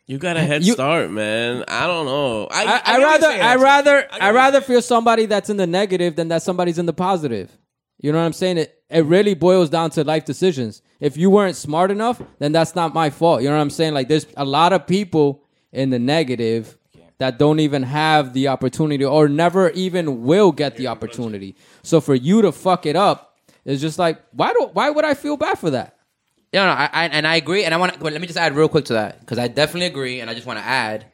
Speaker 3: You got a head
Speaker 5: You-
Speaker 3: start, man. I don't know. I,
Speaker 5: I,
Speaker 3: I
Speaker 5: I,
Speaker 3: get what
Speaker 5: rather,
Speaker 3: you're saying,
Speaker 5: I
Speaker 3: actually.
Speaker 5: rather,
Speaker 3: get
Speaker 5: I
Speaker 3: what
Speaker 5: rather feel somebody that's in the negative than that somebody's in the positive. You know what I'm saying? It, it really boils down to life decisions. If you weren't smart enough, then that's not my fault. You know what I'm saying? Like, there's a lot of people in the negative that don't even have the opportunity or never even will get the opportunity. So for you to fuck it up is just like, why do, why would I feel bad for that?
Speaker 2: No, no, I, I and I agree, and I want. to Let me just add real quick to that because I definitely agree, and I just want to add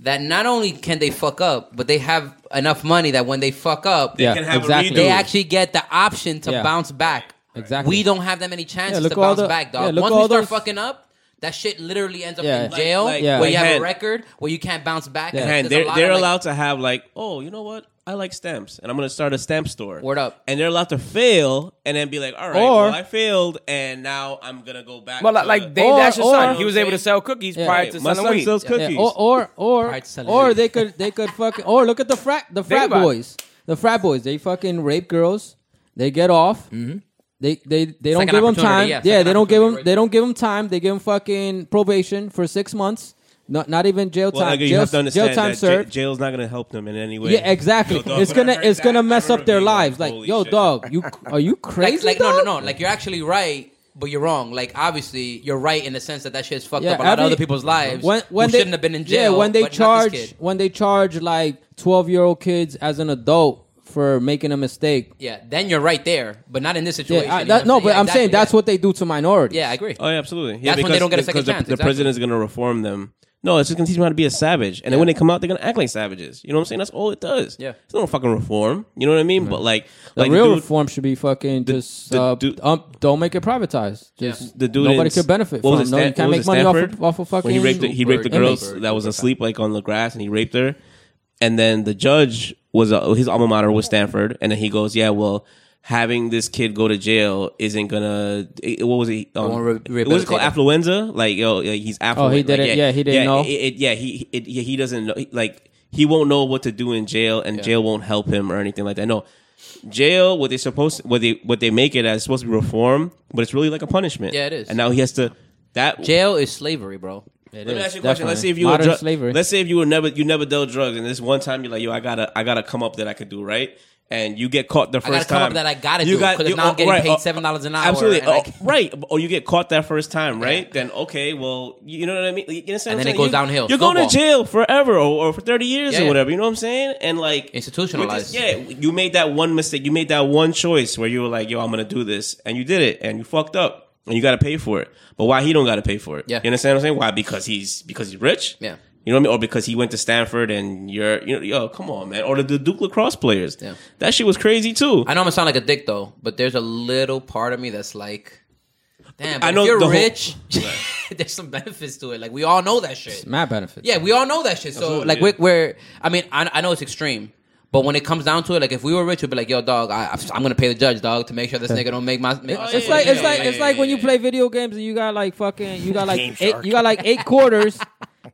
Speaker 2: that not only can they fuck up, but they have enough money that when they fuck up,
Speaker 5: Yeah,
Speaker 3: can have a
Speaker 5: exactly.
Speaker 3: redo.
Speaker 2: they actually get the option to
Speaker 5: Yeah.
Speaker 2: bounce back.
Speaker 5: Exactly.
Speaker 2: We don't have that many chances
Speaker 5: Yeah, look
Speaker 2: to
Speaker 5: all
Speaker 2: bounce
Speaker 5: the-
Speaker 2: back,
Speaker 5: yeah,
Speaker 2: dog.
Speaker 5: look
Speaker 2: Once
Speaker 5: all
Speaker 2: we start
Speaker 5: those-
Speaker 2: fucking up, that shit literally ends up
Speaker 5: Yeah.
Speaker 2: in
Speaker 5: Like-
Speaker 2: jail
Speaker 3: like-
Speaker 2: where
Speaker 5: like
Speaker 2: you have
Speaker 3: hand.
Speaker 2: a record where you can't bounce back.
Speaker 5: Yeah.
Speaker 3: And
Speaker 2: There's a
Speaker 3: they're
Speaker 2: lot
Speaker 3: they're
Speaker 2: of, like-
Speaker 3: allowed to have like, oh, you know what? I like stamps, and I'm gonna start a stamp store.
Speaker 2: Word up.
Speaker 3: And they're allowed to fail, and then be like, all right,
Speaker 5: Or-
Speaker 3: well, I failed, and now I'm gonna go back.
Speaker 4: Well,
Speaker 3: to,
Speaker 4: like, like Dave
Speaker 5: Or-
Speaker 4: Dash's
Speaker 5: or-
Speaker 4: son, he was able to sell cookies
Speaker 5: Yeah.
Speaker 4: prior
Speaker 3: Hey,
Speaker 4: to
Speaker 3: my
Speaker 4: selling
Speaker 3: son
Speaker 4: weed.
Speaker 3: sells
Speaker 2: Yeah.
Speaker 3: cookies.
Speaker 5: Yeah, or or or
Speaker 2: Fried celery.
Speaker 5: or they could they could fucking or look at the frat the frat
Speaker 4: about it.
Speaker 5: boys the frat boys they fucking rape girls they get off they they they don't
Speaker 2: like an
Speaker 5: give them
Speaker 2: Mm-hmm. opportunity,
Speaker 5: time
Speaker 2: yeah,
Speaker 5: yeah,
Speaker 2: it's like
Speaker 5: they
Speaker 2: an
Speaker 5: don't give them
Speaker 2: opportunity right
Speaker 5: they don't give them time they give them fucking probation for six months Not not even jail time.
Speaker 3: Well, Edgar, you
Speaker 5: jail,
Speaker 3: have to understand
Speaker 5: jail time
Speaker 3: that
Speaker 5: served.
Speaker 3: j- jail's not going to help them in any way.
Speaker 5: yeah, exactly.
Speaker 3: Yo, dog,
Speaker 5: it's
Speaker 3: when I
Speaker 5: gonna
Speaker 3: heard
Speaker 5: it's
Speaker 3: that,
Speaker 5: gonna
Speaker 3: I
Speaker 5: mess up
Speaker 3: remember
Speaker 5: their
Speaker 3: being
Speaker 5: lives. Like,
Speaker 3: holy
Speaker 5: yo,
Speaker 3: shit.
Speaker 5: dog, you are you
Speaker 2: Like,
Speaker 5: crazy?
Speaker 2: like no, no,
Speaker 5: dog?
Speaker 2: no. Like you're actually right, but you're wrong. Like obviously, you're right in the sense that that shit's fucked
Speaker 5: Yeah,
Speaker 2: up a lot
Speaker 5: every-
Speaker 2: of other people's lives.
Speaker 5: when, when
Speaker 2: who
Speaker 5: they,
Speaker 2: shouldn't have been in jail.
Speaker 5: Yeah, when they
Speaker 2: but not this
Speaker 5: charge
Speaker 2: kid.
Speaker 5: when they charge like twelve year old kids as an adult for making a mistake.
Speaker 2: yeah, then you're right there, but not in this
Speaker 5: Yeah,
Speaker 2: situation.
Speaker 5: I-
Speaker 2: you know
Speaker 5: that-
Speaker 2: what
Speaker 5: no, but
Speaker 2: Yeah,
Speaker 5: I'm saying
Speaker 2: exactly,
Speaker 5: that's
Speaker 2: yeah.
Speaker 5: what they do to minorities.
Speaker 2: Yeah, I agree.
Speaker 3: Oh, yeah, absolutely. Yeah,
Speaker 2: That's when they don't get a second
Speaker 3: because the,
Speaker 2: chance,
Speaker 3: The
Speaker 2: exactly.
Speaker 3: president is going to reform them. No, it's just going to teach them how to be a savage. And then when they come out, they're going to act like savages. You know what I'm saying? That's all it does.
Speaker 2: Yeah.
Speaker 3: It's no fucking reform. You know what I mean? But like,
Speaker 5: The
Speaker 3: like
Speaker 5: real
Speaker 3: the dude,
Speaker 5: reform should be fucking just
Speaker 3: the
Speaker 5: uh,
Speaker 3: dude-
Speaker 5: um, don't make it privatized.
Speaker 2: Yeah.
Speaker 5: Just
Speaker 3: the dude
Speaker 5: nobody
Speaker 3: in-
Speaker 5: could benefit
Speaker 3: what
Speaker 5: from.
Speaker 3: was it,
Speaker 5: no, you
Speaker 3: Stan-
Speaker 5: can't
Speaker 3: what
Speaker 5: make
Speaker 3: was it,
Speaker 5: money
Speaker 3: Stanford?
Speaker 5: off of, off of fucking.
Speaker 3: when he raped the, he raped the
Speaker 2: Bloomberg.
Speaker 3: girl
Speaker 2: Bloomberg.
Speaker 3: that was asleep like on the grass and he raped her and then the judge was uh, his alma mater was Stanford and then he goes yeah well having this kid go to jail isn't gonna it- what was it um,
Speaker 2: won't re-
Speaker 3: it was it called
Speaker 2: rehabilitate
Speaker 3: affluenza like yo like, he's affluent
Speaker 5: Oh, he
Speaker 3: Like,
Speaker 5: didn't- yeah, he didn't know.
Speaker 3: it- it- yeah he it, yeah, he doesn't know he- like he won't know what to do in jail and jail won't help him or anything like that no jail what they supposed what they what they make it as is supposed to be reform but it's really like a punishment
Speaker 2: Yeah, it is.
Speaker 3: and now he has to that
Speaker 2: Jail is slavery, bro.
Speaker 3: let me
Speaker 5: is,
Speaker 3: ask you a question. Let's
Speaker 5: definitely.
Speaker 3: see if you
Speaker 5: Modern
Speaker 3: were dru-
Speaker 5: slavery.
Speaker 3: Let's say if you were never you never dealt drugs, and this one time you're like, yo, I gotta I gotta come up that I could do right, and you get caught the first
Speaker 2: gotta come
Speaker 3: time.
Speaker 2: up that I gotta do, 'cause now I'm
Speaker 3: oh,
Speaker 2: getting paid
Speaker 3: oh,
Speaker 2: $7 an hour,
Speaker 3: Absolutely,
Speaker 2: and I
Speaker 3: oh,
Speaker 2: can-
Speaker 3: right? Or you get caught that first time, right? Then okay, well, you you know what I mean. You understand what I'm
Speaker 2: And then it
Speaker 3: saying?
Speaker 2: goes
Speaker 3: You-
Speaker 2: downhill.
Speaker 3: You're going to
Speaker 2: Snowball.
Speaker 3: jail forever, or, or for thirty years,
Speaker 2: Yeah,
Speaker 3: or
Speaker 2: yeah.
Speaker 3: whatever. You know what I'm saying? And like
Speaker 2: Institutionalized.
Speaker 3: you just- yeah, you made that one mistake. You made that one choice where you were like, yo, I'm gonna do this, and you did it, and you fucked up. And you got to pay for it, but why he don't got to pay for it?
Speaker 2: Yeah.
Speaker 3: you understand what I'm saying? Why? Because he's because he's rich.
Speaker 2: Yeah.
Speaker 3: You know what I mean? Or because he went to Stanford and you're, you know, yo, come on, man. Or the, the Duke lacrosse players.
Speaker 2: Yeah.
Speaker 3: That shit was crazy too.
Speaker 2: I know I'm gonna sound like a dick though, but there's a little part of me that's like, damn,
Speaker 3: I
Speaker 2: I
Speaker 3: know
Speaker 2: if
Speaker 3: the
Speaker 2: you're
Speaker 3: whole-
Speaker 2: rich, there's some benefits to it. Like we all know that shit.
Speaker 5: my benefits.
Speaker 2: Yeah, we all know that shit. So
Speaker 3: Absolutely,
Speaker 2: like
Speaker 3: yeah.
Speaker 2: we're, we're I mean, I, I know it's extreme. But when it comes down to it, like if we were rich, we'd be like, "Yo, dog, I, I'm gonna pay the judge, dog, to make sure this nigga don't make my."
Speaker 3: Oh,
Speaker 2: Make my
Speaker 5: It's
Speaker 2: sentence."
Speaker 5: like it's
Speaker 2: Yeah,
Speaker 5: like
Speaker 2: yeah,
Speaker 5: it's
Speaker 2: yeah,
Speaker 5: like when
Speaker 2: yeah,
Speaker 5: you play video games and you got like fucking you got like
Speaker 4: Game
Speaker 5: eight,
Speaker 4: Shark.
Speaker 5: you got like eight quarters,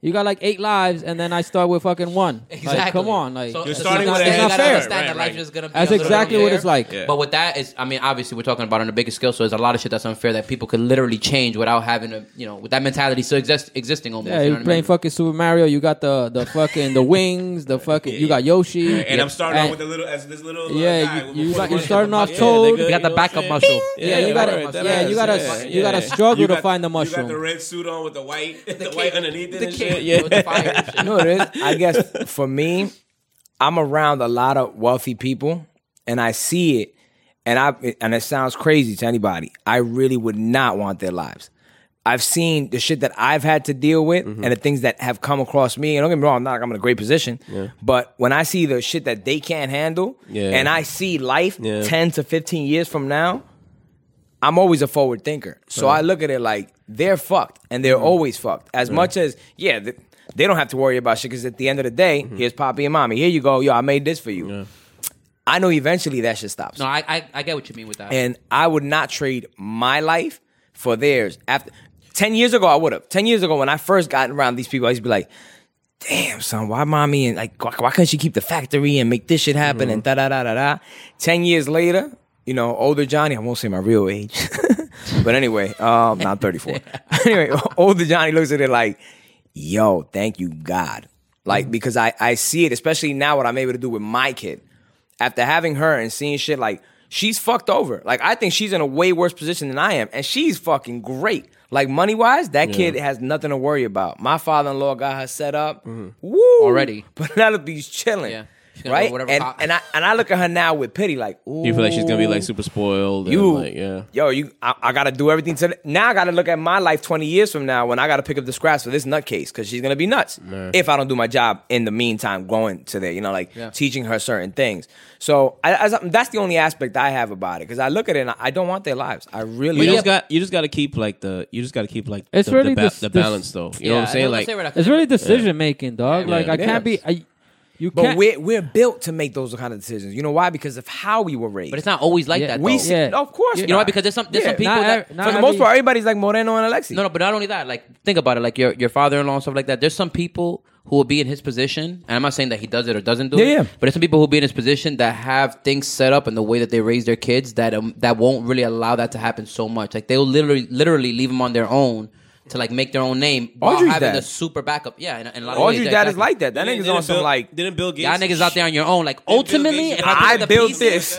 Speaker 5: you got like eight lives, and then I start with fucking one.
Speaker 2: yeah.
Speaker 5: Like,
Speaker 2: Exactly.
Speaker 5: come on, like
Speaker 2: So
Speaker 3: You're
Speaker 2: it's
Speaker 3: starting
Speaker 2: not-
Speaker 3: with
Speaker 2: you
Speaker 3: a
Speaker 5: that's not
Speaker 2: gotta
Speaker 5: fair.
Speaker 2: Understand that
Speaker 3: Right,
Speaker 2: life
Speaker 3: right.
Speaker 2: is gonna be a
Speaker 5: That's
Speaker 2: little
Speaker 5: exactly what
Speaker 2: unfair.
Speaker 5: it's like.
Speaker 3: Yeah.
Speaker 2: But with that is, I mean, obviously we're talking about on a bigger scale, so there's a lot of shit that's unfair that people could literally change without having a, you know, with that mentality still exist, existing almost.
Speaker 5: Yeah,
Speaker 2: you
Speaker 5: you
Speaker 2: know
Speaker 5: are
Speaker 2: what I
Speaker 5: playing
Speaker 2: mean?
Speaker 5: fucking Super Mario. You got the the fucking the wings, the fucking you got Yoshi,
Speaker 3: and I'm starting
Speaker 5: and-
Speaker 3: off with a little, as this little, uh,
Speaker 5: Yeah,
Speaker 3: guy
Speaker 5: you-
Speaker 3: with
Speaker 5: you
Speaker 3: before
Speaker 5: like-
Speaker 3: the
Speaker 5: you're
Speaker 3: one-
Speaker 5: starting off
Speaker 3: Yeah,
Speaker 5: told.
Speaker 3: nigga,
Speaker 5: You
Speaker 2: got the
Speaker 3: know what I'm
Speaker 2: backup
Speaker 3: saying?
Speaker 2: muscle.
Speaker 5: Yeah, you gotta-
Speaker 3: right, that
Speaker 5: yeah,
Speaker 3: ass,
Speaker 5: you gotta- you gotta struggle to find the mushroom.
Speaker 3: You got the red suit on with the white, the,
Speaker 2: kid-
Speaker 3: white underneath it.
Speaker 2: The
Speaker 3: and
Speaker 2: kid
Speaker 3: shit. Yeah,
Speaker 2: with the fire and shit.
Speaker 4: You know what it is? I guess for me, I'm around a lot of wealthy people, and I see it, and I and it sounds crazy to anybody. I really would not want their lives. I've seen the shit that I've had to deal with,
Speaker 3: Mm-hmm.
Speaker 4: and the things that have come across me. And don't get me wrong, I'm not like I'm in a great position, but when I see the shit that they can't handle,
Speaker 3: Yeah.
Speaker 4: and I see life
Speaker 3: Yeah.
Speaker 4: ten to fifteen years from now. I'm always a forward thinker. So I look at it like they're fucked and they're always fucked. As much as, yeah, th- they don't have to worry about shit because at the end of the day, here's Poppy and Mommy. Here you go. Yo, I made this for you. I know eventually that shit stops.
Speaker 2: No, I, I I get what you mean with that.
Speaker 4: and I would not trade my life for theirs. After 10 years ago, I would have. 10 years ago, when I first got around these people, I used to be like, damn, son, why mommy and like, why, why couldn't she keep the factory and make this shit happen and da da da da da? 10 years later, you know, older Johnny, I won't say my real age, but anyway, um, now I'm 34. anyway, older Johnny looks at it like, yo, thank you, God.
Speaker 3: Mm-hmm.
Speaker 4: Like, because I, I see it, especially now what I'm able to do with my kid. After having her and seeing shit like, she's fucked over. Like, I think she's in a way worse position than I am, and she's fucking great. Like, money wise, that kid has nothing to worry about. My father in law got her set up.
Speaker 3: Mm-hmm.
Speaker 4: Woo!
Speaker 2: Already.
Speaker 4: Penelope's chilling.
Speaker 2: Yeah. She's gonna
Speaker 4: Right?
Speaker 2: go whatever
Speaker 4: And,
Speaker 2: cop-
Speaker 4: and, I, and I look at her now with pity, like, ooh.
Speaker 3: You feel like she's gonna be like super spoiled.
Speaker 4: You,
Speaker 3: and like, yeah.
Speaker 4: yo, you. I, I gotta do everything today. Now I gotta look at my life twenty years from now when I gotta pick up the scraps for this nutcase because she's gonna be nuts if I don't do my job in the meantime. Going to there, you know, like teaching her certain things. So I, as I- that's the only aspect I have about it because I look at it and I, I don't want their lives. I really.
Speaker 3: You
Speaker 4: don't.
Speaker 3: just got you just got to keep like the you just got to keep like
Speaker 5: It's
Speaker 3: the,
Speaker 5: really
Speaker 3: the, ba-
Speaker 5: this-
Speaker 3: the
Speaker 5: this-
Speaker 3: balance though. You know
Speaker 2: Yeah,
Speaker 3: what I'm
Speaker 2: I
Speaker 3: saying?
Speaker 2: what
Speaker 3: Like
Speaker 2: saying, right?
Speaker 5: it's really decision making, dog. Like I
Speaker 4: Yeah.
Speaker 5: can't be. I, you
Speaker 4: but
Speaker 5: can't.
Speaker 4: we're we're built to make those kind of decisions. You know why? Because of how we were raised.
Speaker 2: but it's not always like
Speaker 5: Yeah,
Speaker 2: that.
Speaker 4: we
Speaker 2: though.
Speaker 4: see,
Speaker 5: Yeah.
Speaker 4: of course.
Speaker 2: You know why?
Speaker 4: not.
Speaker 2: Because there's some there's
Speaker 4: Yeah.
Speaker 2: some people
Speaker 5: Not
Speaker 2: that
Speaker 5: every-
Speaker 4: for
Speaker 5: not
Speaker 4: the most
Speaker 5: every-
Speaker 4: part, everybody's like Moreno and Alexi.
Speaker 2: no no, but not only that. Like think about it. Like your your father in law and stuff like that. There's some people who will be in his position, and I'm not saying that he does it or doesn't do
Speaker 4: Yeah,
Speaker 2: it.
Speaker 4: yeah.
Speaker 2: But there's some people who'll be in his position that have things set up in the way that they raise their kids that um, that won't really allow that to happen so much. Like they'll literally literally leave them on their own to like make their own name while
Speaker 4: Audrey's
Speaker 2: having
Speaker 4: dad.
Speaker 2: the super backup. Yeah, in, in a lot of
Speaker 4: Audrey's
Speaker 2: ways,
Speaker 4: dad is
Speaker 2: exactly.
Speaker 4: like that. That
Speaker 3: Didn't-
Speaker 4: nigga's
Speaker 3: didn't
Speaker 4: on some
Speaker 3: Bill-
Speaker 4: like
Speaker 3: Didn't Bill Gates?
Speaker 2: Y'all niggas out there on your own. Like ultimately,
Speaker 3: Gates-
Speaker 2: if I,
Speaker 4: I
Speaker 2: put the
Speaker 4: built
Speaker 2: pieces-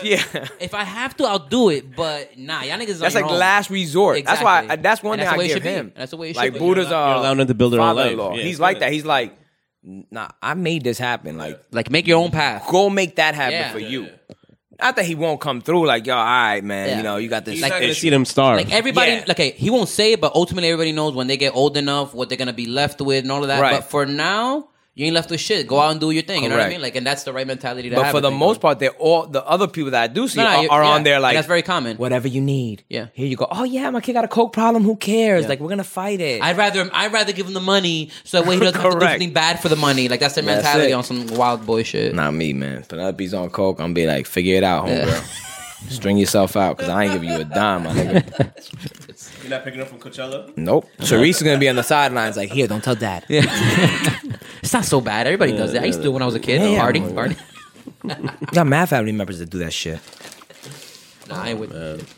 Speaker 4: this. Yeah.
Speaker 2: If I have to, I'll do it. But nah, y'all niggas.
Speaker 4: That's like last resort. That's why.
Speaker 2: oh, Exactly.
Speaker 4: That's one
Speaker 2: And
Speaker 4: thing
Speaker 2: that's the
Speaker 4: I
Speaker 2: way it
Speaker 4: give
Speaker 2: should be.
Speaker 4: him.
Speaker 2: That's the way it
Speaker 4: like
Speaker 2: should be.
Speaker 4: Buddha's
Speaker 3: You're allowing-
Speaker 4: uh,
Speaker 3: you're allowing them to build their own life.
Speaker 4: father-in-law.
Speaker 3: Yeah,
Speaker 4: He's
Speaker 3: it's
Speaker 4: like
Speaker 3: good.
Speaker 4: that. He's like, nah, I made this happen. Like,
Speaker 2: Like make your own path.
Speaker 4: go make that happen
Speaker 2: Yeah.
Speaker 4: for
Speaker 2: Yeah,
Speaker 4: you. Not that he won't come through. Like, yo, all right, man.
Speaker 2: Yeah.
Speaker 4: You know, you got this.
Speaker 3: He's
Speaker 4: Like,
Speaker 3: not gonna
Speaker 4: issue.
Speaker 3: see them starve.
Speaker 2: Like everybody,
Speaker 4: Yeah.
Speaker 2: okay, he won't say it, but ultimately everybody knows when they get old enough what they're gonna be left with and all of that.
Speaker 4: Right.
Speaker 2: But for now, you ain't left with shit. Go out and do your thing. You know what I
Speaker 4: Correct.
Speaker 2: mean? Like, and that's the right mentality to
Speaker 4: but
Speaker 2: have.
Speaker 4: for
Speaker 2: I
Speaker 4: the
Speaker 2: think.
Speaker 4: most part, they're all the other people that I do see
Speaker 2: No, no,
Speaker 4: are,
Speaker 2: you-
Speaker 4: are
Speaker 2: yeah.
Speaker 4: on there. Like,
Speaker 2: And that's very common.
Speaker 4: Whatever you need.
Speaker 2: Yeah.
Speaker 4: Here you go. Oh yeah, my kid got a coke problem. Who cares? Like, we're gonna fight it.
Speaker 2: I'd rather I'd rather give him the money so that way he doesn't have to do
Speaker 4: Correct.
Speaker 2: something bad for the money. Like that's their
Speaker 4: That's
Speaker 2: mentality
Speaker 4: it.
Speaker 2: on some wild boy shit.
Speaker 4: Not me, man. Penelope's on coke. I'm be like, figure it out, homegirl. String yourself out, cause I ain't giving you a dime, my nigga.
Speaker 3: You're not picking up from Coachella.
Speaker 4: Nope. Sharice is gonna be on the sidelines, like, here, don't tell dad.
Speaker 2: It's not so bad. Everybody does that. I used to do it when I was a kid.
Speaker 4: Yeah, yeah.
Speaker 2: party, party.
Speaker 4: You got mad family members that do that shit.
Speaker 2: Nah,
Speaker 5: Oh,
Speaker 2: I would.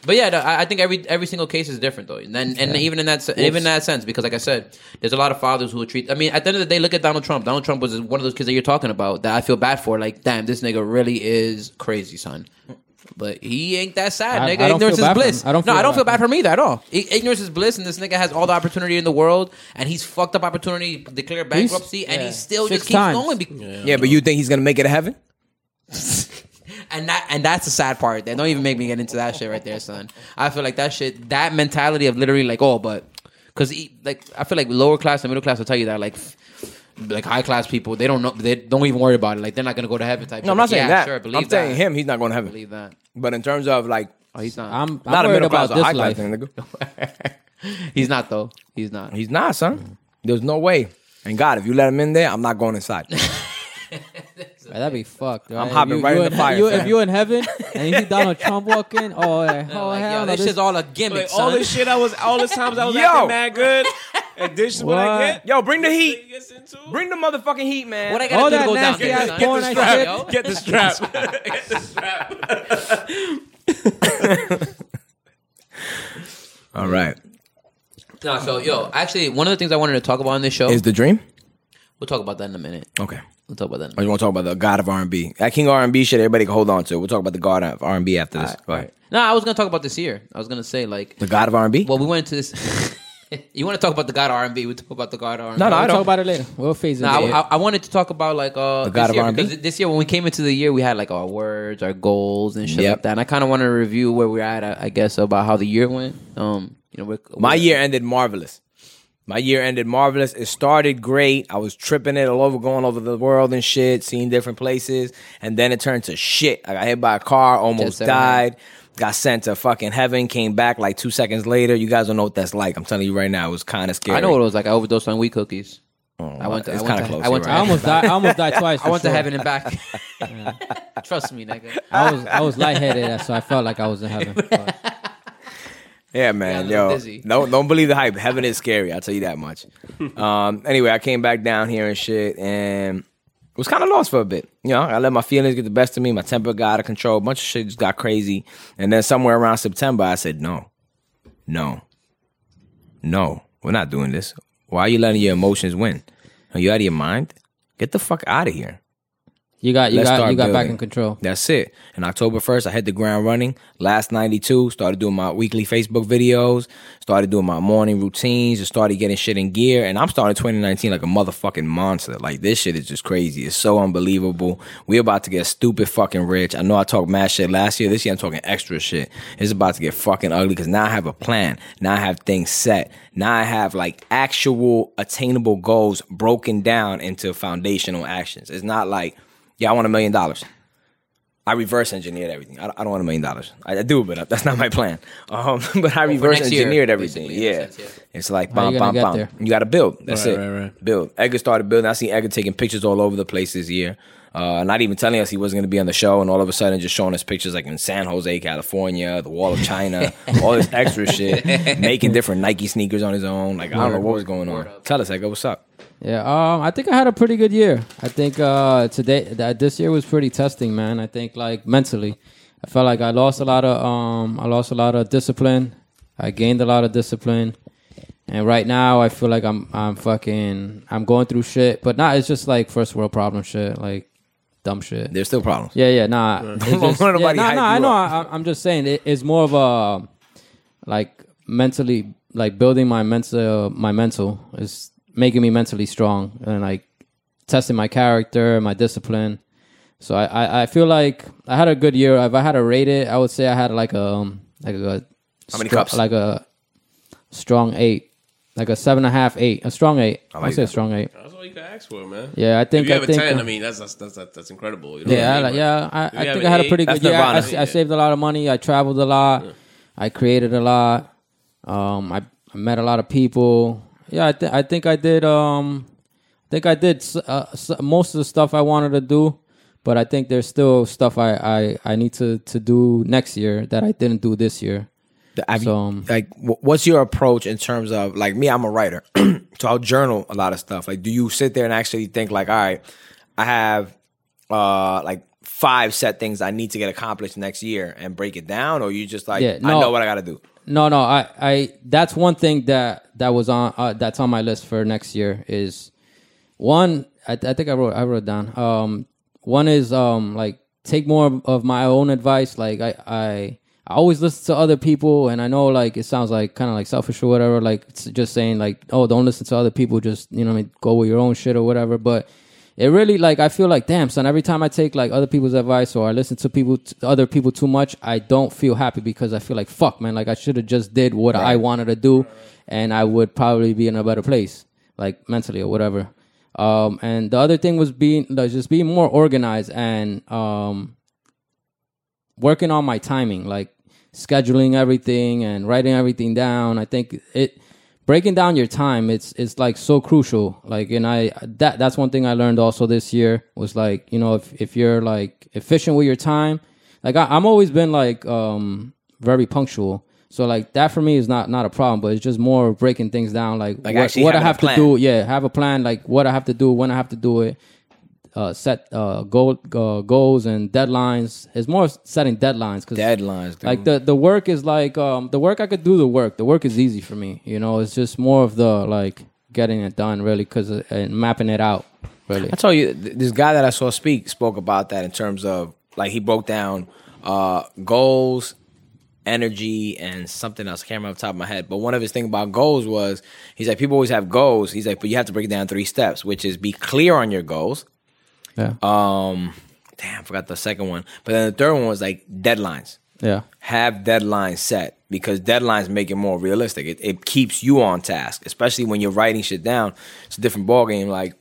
Speaker 2: But yeah, no, I I think every every single case is different though, and then, and even in that se- even in that sense, because like I said, there's a lot of fathers who would treat. I mean, at the end of the day, look at Donald Trump. Donald Trump was one of those kids that you're talking about that I feel bad for. Like, damn, this nigga really is crazy, son. But he ain't that sad,
Speaker 5: I-
Speaker 2: nigga.
Speaker 5: I don't
Speaker 2: Ignorance
Speaker 5: feel
Speaker 2: is
Speaker 5: bad for
Speaker 2: bliss.
Speaker 5: him. I don't
Speaker 2: no,
Speaker 5: feel
Speaker 2: I don't
Speaker 5: bad
Speaker 2: feel
Speaker 5: for
Speaker 2: bad for him either at all. I- ignorance is bliss, and this nigga has all the opportunity in the world, and he's fucked up opportunity, declared bankruptcy, and he
Speaker 5: yeah.
Speaker 2: still
Speaker 5: Six
Speaker 2: just keeps
Speaker 5: times.
Speaker 2: going. be-
Speaker 4: Yeah, but you think he's gonna make it to heaven?
Speaker 2: and that and that's the sad part. That don't even make me get into that shit right there, son. I feel like that shit, that mentality of literally like, oh, but because like I feel like lower class and middle class will tell you that like. f- Like high class people, they don't know. They don't even worry about it. Like they're not gonna go to heaven type.
Speaker 4: No, I'm not saying that.
Speaker 2: Sure, believe
Speaker 4: I'm saying
Speaker 2: that.
Speaker 4: him, he's not going to heaven.
Speaker 2: Believe that.
Speaker 4: But in terms of like,
Speaker 2: Oh, he's not.
Speaker 5: I'm, I'm
Speaker 4: not a
Speaker 5: worried
Speaker 4: middle
Speaker 5: about
Speaker 4: class or high
Speaker 5: this
Speaker 4: class
Speaker 5: life.
Speaker 4: thing, nigga.
Speaker 2: he's not though. He's not.
Speaker 4: He's not, son. There's no way. And God, if you let him in there, I'm not going inside.
Speaker 5: Right, that'd be fucked. Right? If
Speaker 4: hopping
Speaker 5: you,
Speaker 4: right
Speaker 5: you
Speaker 4: in the fire,
Speaker 5: You,
Speaker 4: fam.
Speaker 5: if you in heaven and you see Donald Trump walking, oh, eh, oh
Speaker 2: Like, yo,
Speaker 5: hell, no,
Speaker 2: this
Speaker 5: this-
Speaker 2: shit's all a gimmick,
Speaker 3: Like,
Speaker 2: son.
Speaker 3: all this shit I was, all this times I was
Speaker 4: Yo.
Speaker 3: acting mad good, and this is what, I
Speaker 5: What?
Speaker 3: get.
Speaker 4: Yo, bring the
Speaker 3: This
Speaker 4: heat.
Speaker 3: nigga gets into?
Speaker 4: Bring the motherfucking heat, man.
Speaker 2: what I
Speaker 5: all
Speaker 2: gotta do
Speaker 5: that
Speaker 2: to go down
Speaker 5: nasty ass
Speaker 2: there? son?
Speaker 5: porn
Speaker 2: Yo.
Speaker 5: and shit.
Speaker 3: Get the strap. Get the strap.
Speaker 4: All right.
Speaker 2: No, so yo, actually, one of the things I wanted to talk about on this show,
Speaker 4: Is the dream?
Speaker 2: we'll talk about that in a minute.
Speaker 4: Okay.
Speaker 2: We'll talk about that. In a
Speaker 4: I just want to talk about the God of R&B. That King R&B shit, everybody can hold on to. We'll talk about the God of R&B after this. Go ahead.
Speaker 2: No, I was gonna talk about this year. I was gonna say like,
Speaker 4: The God of R&B?
Speaker 2: well, we went into this. you want to talk about the God R and B? We talk about the God R and B.
Speaker 4: No, no,
Speaker 5: We'll
Speaker 4: I
Speaker 5: talk
Speaker 4: don't.
Speaker 5: about it later. We'll phase it.
Speaker 2: No,
Speaker 5: in.
Speaker 2: I, I- I wanted to talk about like uh,
Speaker 4: The God
Speaker 2: this
Speaker 4: of
Speaker 2: year,
Speaker 4: R&B?
Speaker 2: because this year when we came into the year we had like our words, our goals, and shit
Speaker 4: Yep.
Speaker 2: like that. And I kind of want to review where we're at, I, I guess, about how the year went. Um, you know, we're,
Speaker 4: My
Speaker 2: we're-
Speaker 4: year ended marvelous. My year ended marvelous. It started great. I was tripping it all over, going over the world and shit, seeing different places. And then it turned to shit. I got hit by a car, almost
Speaker 2: set,
Speaker 4: died, got sent to fucking heaven, came back like two seconds later. You guys don't know what that's like. I'm telling you right now, it was kind of scary.
Speaker 2: I know what it was like. I overdosed on wheat cookies. I went. To,
Speaker 4: it's
Speaker 2: I went
Speaker 4: kinda
Speaker 2: to,
Speaker 4: close
Speaker 2: I
Speaker 4: here,
Speaker 2: went to
Speaker 5: I
Speaker 4: right?
Speaker 2: heaven
Speaker 5: almost
Speaker 2: and
Speaker 5: died. I almost died twice.
Speaker 2: back. I went to
Speaker 5: for sure.
Speaker 2: heaven and back. Trust me, nigga.
Speaker 5: I was I was lightheaded, so I felt like I was in heaven. But
Speaker 4: Yeah, man.
Speaker 2: a little
Speaker 4: yo,
Speaker 2: dizzy.
Speaker 4: don't don't believe the hype. Heaven is scary. I'll tell you that much. um. Anyway, I came back down here and shit, and was kind of lost for a bit. You know, I let my feelings get the best of me. My temper got out of control. A bunch of shit just got crazy. And then somewhere around September, I said, "No, no, no. We're not doing this. Why are you letting your emotions win? Are you out of your mind? Get the fuck out of here."
Speaker 5: you got you
Speaker 4: Let's
Speaker 5: got
Speaker 4: start
Speaker 5: you got back
Speaker 4: building.
Speaker 5: in control.
Speaker 4: That's it. And October 1st, I hit the ground running. Last 92, started doing my weekly Facebook videos, started doing my morning routines, just started getting shit in gear. And I'm starting 2019 like a motherfucking monster. Like, this shit is just crazy. It's so unbelievable. We're about to get stupid fucking rich. I know I talked mad shit last year. This year, I'm talking extra shit. It's about to get fucking ugly because now I have a plan. Now I have things set. Now I have like actual attainable goals broken down into foundational actions. It's not like, yeah, I want a million dollars. I reverse engineered everything. I, I don't want a million dollars. I, I do, but that's not my plan. Um, but I reverse
Speaker 2: next year,
Speaker 4: engineered everything.
Speaker 2: basically, in a
Speaker 4: Yeah.
Speaker 2: sense, yeah.
Speaker 4: it's like
Speaker 5: How
Speaker 4: bam,
Speaker 5: you
Speaker 4: bam,
Speaker 5: gonna get
Speaker 4: bam.
Speaker 5: there?
Speaker 4: You got to build. That's
Speaker 3: Right,
Speaker 4: it.
Speaker 3: right, right.
Speaker 4: Build. Edgar started building. I seen Edgar taking pictures all over the place this year. Uh, not even telling us he wasn't going to be on the show, and all of a sudden, just showing us pictures like in San Jose, California, the Wall of China, all this extra shit, making different Nike sneakers on his own. Like I don't know what was going on. Tell us, Edgar, what's up?
Speaker 5: Yeah, um, I think I had a pretty good year. I think uh, today that this year was pretty testing, man. I think like mentally, I felt like I lost a lot of um, I lost a lot of discipline. I gained a lot of discipline. And right now, I feel like I'm I'm fucking I'm going through shit, but not. It's just like first world problem shit, like dumb shit.
Speaker 4: There's still problems.
Speaker 5: Yeah, yeah, nah. It's
Speaker 4: Don't
Speaker 5: just-
Speaker 4: let
Speaker 5: yeah,
Speaker 4: nobody
Speaker 5: nah,
Speaker 4: hype
Speaker 5: nah, I
Speaker 4: you
Speaker 5: know.
Speaker 4: up.
Speaker 5: I, I'm just saying it, it's more of a like mentally, like building my mental, my mental is making me mentally strong and like testing my character, my discipline. So I, I, I feel like I had a good year. If I had to rate it, I would say I had like a um, like a
Speaker 4: How many
Speaker 5: str-
Speaker 4: cups?
Speaker 5: Like a strong eight, like a seven and a half, eight, a strong eight. I
Speaker 4: like
Speaker 5: would say a
Speaker 4: that.
Speaker 5: strong eight.
Speaker 3: That's all you can ask for, man.
Speaker 5: Yeah, I think
Speaker 3: If you
Speaker 5: I
Speaker 3: have a
Speaker 5: think,
Speaker 3: ten,
Speaker 5: uh,
Speaker 3: I mean, that's that's that's, that's incredible. You know
Speaker 5: Yeah, I,
Speaker 3: what I
Speaker 5: like-
Speaker 3: mean?
Speaker 5: yeah. I,
Speaker 3: you have
Speaker 5: I think
Speaker 3: an
Speaker 5: I had a
Speaker 3: eight,
Speaker 5: pretty
Speaker 4: that's
Speaker 5: good year. I,
Speaker 4: nirvana.
Speaker 5: s- I saved a lot of money. I traveled a lot. I created a lot. Um, I, I met a lot of people. Yeah, I, th- I think I did. Um, I think I did s- uh, s- most of the stuff I wanted to do, but I think there's still stuff I, I, I need to, to do next year that I didn't do this year.
Speaker 4: Have you-
Speaker 5: So, um,
Speaker 4: like, wh- what's your approach in terms of like me? I'm a writer, so I'll journal a lot of stuff. Like, do you sit there and actually think like, all right, I have uh like five set things I need to get accomplished next year and break it down, or you just like,
Speaker 5: Yeah,
Speaker 4: I
Speaker 5: no.
Speaker 4: know what I got to do.
Speaker 5: No, no, I, I that's one thing that that was on uh, that's on my list for next year is one. I, I think I wrote I wrote it down. Um, one is um like take more of- of my own advice. Like I I. I always listen to other people, and I know like it sounds like kind of like selfish or whatever. Like it's just saying like, oh, don't listen to other people. Just you know, what I mean, go with your own shit or whatever. But it really like I feel like damn son. Every time I take like other people's advice or I listen to people, t- other people too much, I don't feel happy because I feel like fuck, man. Like I should have just did what I wanted to do, and I would probably be in a better place, like mentally or whatever. Um, and the other thing was being like, just being more organized and um, working on my timing, like scheduling everything and writing everything down. I think it breaking down your time it's it's like so crucial. Like and I that that's one thing I learned also this year was like, you know, if if you're like efficient with your time, like I, I'm always been like um very punctual. So like that for me is not not a problem, but it's just more of breaking things down like,
Speaker 4: Like
Speaker 5: what,
Speaker 4: actually
Speaker 5: what I
Speaker 4: having a
Speaker 5: have to
Speaker 4: plan.
Speaker 5: do. Yeah, have a plan like what I have to do, when I have to do it uh, set uh, goal uh, goals and deadlines. It's more setting deadlines because
Speaker 4: Deadlines, dude.
Speaker 5: Like the the work is like um, the work I could do the work. The work is easy for me. You know, it's just more of the like getting it done really because and mapping it out really.
Speaker 4: I told you th- this guy that I saw speak spoke about that in terms of like he broke down uh goals, energy, and something else. I can't remember off the top of my head. But one of his thing about goals was he's like people always have goals. He's like, but you have to break it down in three steps, which is be clear on your goals. Um,
Speaker 5: Yeah,
Speaker 4: Damn, I forgot the second one. But then the third one was like deadlines.
Speaker 5: yeah,
Speaker 4: Have deadlines set because deadlines make it more realistic. It, it keeps you on task, especially when you're writing shit down. It's a different ballgame. Like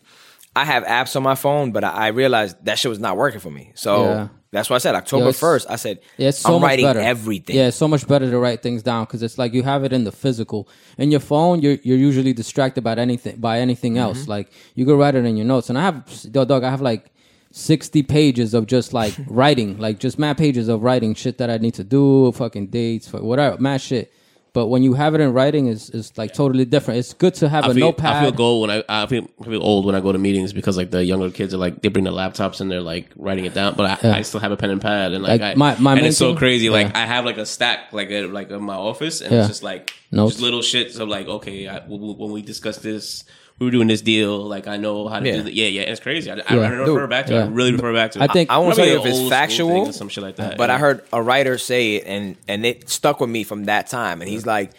Speaker 4: I have apps on my phone, but I, I realized that shit was not working for me. So
Speaker 5: Yeah.
Speaker 4: that's why I said October
Speaker 5: it's-
Speaker 4: first. I said
Speaker 5: yeah. It's so
Speaker 4: I'm
Speaker 5: much
Speaker 4: writing
Speaker 5: better.
Speaker 4: everything.
Speaker 5: Yeah, it's so much better to write things down because it's like you have it in the physical. In your phone, you're you're usually distracted by anything by anything
Speaker 3: Mm-hmm.
Speaker 5: else. Like you go write it in your notes, and I have dog, dog I have like sixty pages of just like writing, like just mad pages of writing shit that I need to do, fucking dates, fu- whatever, mad shit. But when you have it in writing, it's, it's like totally different. It's good to have a
Speaker 3: I feel,
Speaker 5: notepad.
Speaker 3: I feel gold when I I feel, I feel old when I go to meetings because like the younger kids are like they bring their laptops and they're like writing it down, but I, I still have a pen and pad and like, I,
Speaker 5: Like, my- my
Speaker 3: and
Speaker 5: main
Speaker 3: it's so
Speaker 5: thing-
Speaker 3: crazy. Like
Speaker 5: yeah.
Speaker 3: I have like a stack like a, like in my office and
Speaker 5: Yeah.
Speaker 3: it's just like
Speaker 5: Notes.
Speaker 3: just little shit. So like okay, I, w- w- when we discussed this, we were doing this deal. Like I know how to
Speaker 4: Yeah.
Speaker 3: do that. Yeah, yeah. It's crazy. I, I,
Speaker 5: Yeah.
Speaker 3: I refer
Speaker 4: Dude,
Speaker 3: back to. it. I
Speaker 5: yeah.
Speaker 3: really refer back to.
Speaker 5: I
Speaker 3: it.
Speaker 5: think-
Speaker 4: I won't tell
Speaker 3: Probably
Speaker 4: you if
Speaker 3: an old
Speaker 4: it's
Speaker 3: school
Speaker 4: factual,
Speaker 3: thing or some shit like that.
Speaker 4: But
Speaker 3: yeah.
Speaker 4: I heard a writer say it, and and it stuck with me from that time. And he's like,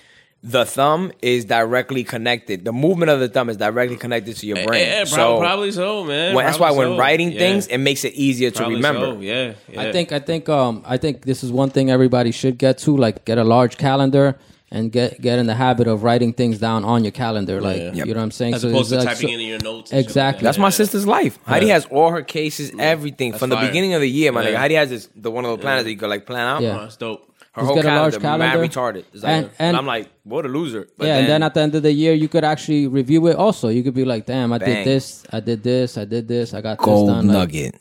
Speaker 4: the thumb is directly connected. The movement of the thumb is directly connected to your
Speaker 3: Yeah,
Speaker 4: brain.
Speaker 3: yeah, prob-
Speaker 4: so
Speaker 3: Eh, probably so, man.
Speaker 4: when- that's why
Speaker 3: Probably
Speaker 4: when
Speaker 3: so.
Speaker 4: writing
Speaker 3: Yeah.
Speaker 4: things, it makes it easier to
Speaker 3: Probably
Speaker 4: remember.
Speaker 3: so, yeah, yeah.
Speaker 5: I think I think um I think this is one thing everybody should get to like get a large calendar and get get in the habit of writing things down on your calendar like
Speaker 3: Yeah.
Speaker 5: you know what I'm saying
Speaker 3: as
Speaker 5: So
Speaker 3: opposed to
Speaker 5: it's like-
Speaker 3: typing
Speaker 5: so-
Speaker 3: in your notes. and shit like
Speaker 5: Exactly.
Speaker 3: that.
Speaker 4: That's my sister's life. Heidi has all her cases, everything from the
Speaker 3: fire.
Speaker 4: beginning of the year, my
Speaker 3: Yeah.
Speaker 4: nigga. Heidi has this, the one of those planners that you could like plan out.
Speaker 5: Yeah.
Speaker 3: Oh, That's dope.
Speaker 4: Her
Speaker 5: Just
Speaker 4: whole
Speaker 5: get a large
Speaker 4: calendar, mad
Speaker 5: calendar.
Speaker 4: retarded. It's like-
Speaker 5: And- and-
Speaker 4: I'm like, what a loser. But
Speaker 5: yeah, and then at the end of the year, you could actually review it. Also, you could be like, "Damn, I
Speaker 4: Bang.
Speaker 5: did this, I did this, I did this, I got
Speaker 4: gold
Speaker 5: this done." Like,
Speaker 4: nugget.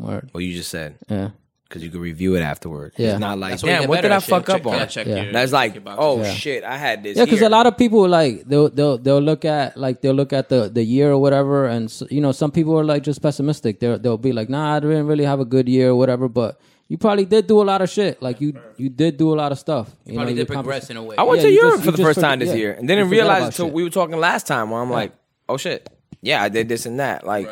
Speaker 5: word.
Speaker 4: What you just said.
Speaker 5: Yeah,
Speaker 4: because you can review it afterwards.
Speaker 5: Yeah.
Speaker 4: It's not like,
Speaker 2: That's where you
Speaker 4: damn,
Speaker 2: get
Speaker 4: what did
Speaker 2: better
Speaker 4: I
Speaker 2: at shit.
Speaker 4: fuck
Speaker 3: Check-
Speaker 4: up on?
Speaker 3: kinda check
Speaker 5: Yeah.
Speaker 3: your-
Speaker 4: That's like,
Speaker 3: check your
Speaker 4: oh
Speaker 3: boxes.
Speaker 4: shit, I had this.
Speaker 5: yeah, because
Speaker 4: here.
Speaker 5: a lot of people like they'll they'll they'll look at like they'll look at the the year or whatever, and s you know some people are like just pessimistic. They'll they'll be like, "Nah, I didn't really have a good year or whatever," but you probably did do a lot of shit. Like you, you did do a lot of stuff. You,
Speaker 2: Probably
Speaker 5: know,
Speaker 2: did
Speaker 5: your
Speaker 2: progress
Speaker 5: compet-
Speaker 2: in a way.
Speaker 4: I went
Speaker 5: Yeah,
Speaker 4: to
Speaker 5: you
Speaker 4: Europe
Speaker 5: just-
Speaker 4: for
Speaker 5: you
Speaker 4: the
Speaker 5: just
Speaker 4: first
Speaker 5: forget-
Speaker 4: time this
Speaker 5: yeah.
Speaker 4: year, and
Speaker 5: You
Speaker 4: didn't
Speaker 5: forget
Speaker 4: realize
Speaker 5: about
Speaker 4: until
Speaker 5: shit.
Speaker 4: we were talking last time where I'm like, oh shit, yeah, I did this and that, like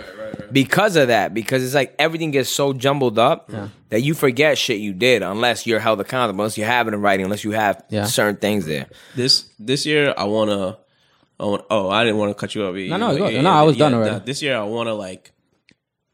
Speaker 4: because of that, because it's like everything gets so jumbled up that you forget shit you did unless you're held accountable, unless you have it in writing, unless you have
Speaker 5: Yeah.
Speaker 4: certain things there.
Speaker 3: this this year I wanna. I want, oh, I didn't want to cut you off. No,
Speaker 5: no, go. No, I was done already.
Speaker 3: this year I want to like.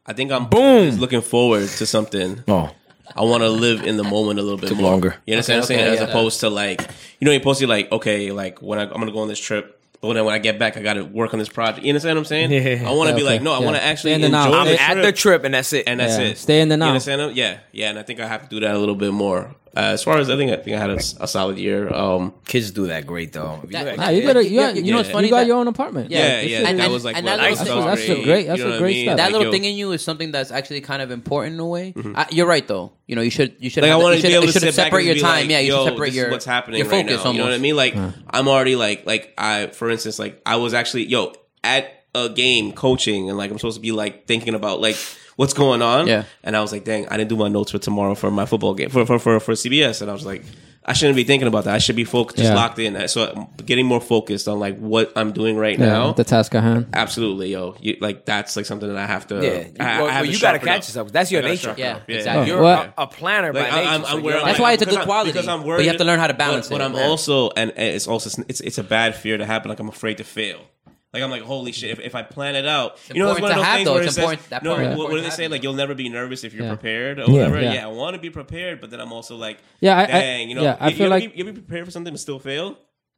Speaker 3: I think I'm
Speaker 4: Boom.
Speaker 3: just looking forward to something.
Speaker 4: Oh,
Speaker 3: I want to live in the moment a little bit more.
Speaker 4: longer.
Speaker 3: You understand
Speaker 2: Okay,
Speaker 3: what I'm
Speaker 2: okay,
Speaker 3: saying? As
Speaker 2: yeah.
Speaker 3: opposed to like, you know, you're supposed to like, okay, like when I, I'm gonna go on this trip, but then when I get back, I gotta work on this project. You understand what I'm saying?
Speaker 4: Yeah.
Speaker 3: I want to be
Speaker 5: Okay,
Speaker 3: like, no, I
Speaker 5: yeah.
Speaker 3: want to actually
Speaker 5: And
Speaker 3: enjoy
Speaker 5: then now-
Speaker 3: the
Speaker 5: I'm
Speaker 4: I'm
Speaker 3: trip,
Speaker 4: at the trip, and that's it.
Speaker 3: and that's
Speaker 5: Yeah.
Speaker 3: it.
Speaker 5: Stay in the now.
Speaker 3: You understand? what I'm- Yeah, yeah. And I think I have to do that a little bit more. Uh, as far as I think, I think I had a, s- a solid year. Um,
Speaker 4: Kids do that great though. If you
Speaker 2: That-
Speaker 5: Nah, you better. You,
Speaker 2: Yeah,
Speaker 5: got-
Speaker 2: yeah,
Speaker 5: you know,
Speaker 2: yeah.
Speaker 5: you got your own apartment.
Speaker 2: Yeah,
Speaker 3: yeah,
Speaker 5: Like, this
Speaker 3: yeah.
Speaker 5: is-
Speaker 2: and-
Speaker 3: that
Speaker 2: and-
Speaker 3: was like
Speaker 2: and
Speaker 3: what
Speaker 2: that
Speaker 3: I
Speaker 2: little
Speaker 3: felt
Speaker 2: thing-
Speaker 5: That's a
Speaker 3: great,
Speaker 5: great- that's
Speaker 3: you know
Speaker 5: a
Speaker 3: what I
Speaker 5: great
Speaker 3: mean?
Speaker 5: step.
Speaker 2: that
Speaker 3: Like,
Speaker 2: little
Speaker 3: yo, Mm-hmm.
Speaker 2: thing in you is something that's actually kind of important in a way. I, you're right, though. You know, you should you should
Speaker 3: Like I
Speaker 2: have that-
Speaker 3: want
Speaker 2: you
Speaker 3: to
Speaker 2: should,
Speaker 3: be able
Speaker 2: you
Speaker 3: to
Speaker 2: should
Speaker 3: sit back
Speaker 2: separate
Speaker 3: and
Speaker 2: your
Speaker 3: be
Speaker 2: time.
Speaker 3: Like,
Speaker 2: yeah, you
Speaker 3: Yo,
Speaker 2: should separate
Speaker 3: this
Speaker 2: your
Speaker 3: is what's happening
Speaker 2: your
Speaker 3: right now.
Speaker 2: focus
Speaker 3: You know what I
Speaker 2: almost.
Speaker 3: mean? Like I'm already like like I for instance like I was actually yo at a game coaching and like I'm supposed to be like thinking about like what's going on.
Speaker 2: Yeah.
Speaker 3: And I was like, dang, I didn't do my notes for tomorrow for my football game for for for, for CBS. And I was like. I shouldn't be thinking about that. I should be focused, just
Speaker 5: Yeah.
Speaker 3: locked in. So I'm getting more focused on like what I'm doing right
Speaker 5: Yeah,
Speaker 3: now.
Speaker 5: the task at hand.
Speaker 3: Absolutely, yo. You, like that's like something that I have to.
Speaker 4: Yeah.
Speaker 3: I- I,
Speaker 4: Well,
Speaker 3: have to
Speaker 4: well, you gotta
Speaker 3: sharpen
Speaker 4: catch
Speaker 3: up.
Speaker 4: yourself. That's
Speaker 3: I
Speaker 4: your
Speaker 3: gotta
Speaker 4: nature.
Speaker 3: sharpen
Speaker 2: Yeah,
Speaker 3: up.
Speaker 2: exactly.
Speaker 4: You're
Speaker 5: Oh, Well-
Speaker 4: a, a planner
Speaker 3: Like,
Speaker 4: by nature.
Speaker 3: I- I'm,
Speaker 4: so
Speaker 3: I'm
Speaker 4: you're
Speaker 3: where I'm
Speaker 4: like-
Speaker 2: That's why it's a
Speaker 3: because
Speaker 2: good
Speaker 3: I'm-
Speaker 2: quality,
Speaker 3: Because I'm
Speaker 2: but
Speaker 3: worried,
Speaker 2: you have to learn how to balance
Speaker 3: but,
Speaker 2: it,
Speaker 3: But I'm
Speaker 2: yeah.
Speaker 3: also, and and it's also, it's it's a bad fear to happen. Like I'm afraid to fail. Like I'm like, holy shit! If, if I plan it out, you know, it's one
Speaker 2: important
Speaker 3: of those
Speaker 2: to have,
Speaker 3: things
Speaker 2: though.
Speaker 3: where
Speaker 2: It's
Speaker 3: it says,
Speaker 2: important- that
Speaker 3: no,
Speaker 2: part is
Speaker 3: what, what do
Speaker 2: important
Speaker 3: they
Speaker 2: to
Speaker 3: say?
Speaker 2: have.
Speaker 3: Like you'll never be nervous if you're
Speaker 5: Yeah.
Speaker 3: prepared or whatever.
Speaker 5: Yeah.
Speaker 3: Yeah, I want to be prepared, but then I'm also like,
Speaker 5: Yeah, I- I-
Speaker 3: dang, you know,
Speaker 5: yeah, I
Speaker 3: you-
Speaker 5: feel
Speaker 3: you'll
Speaker 5: like-
Speaker 3: be, you'll be prepared for something but still fail.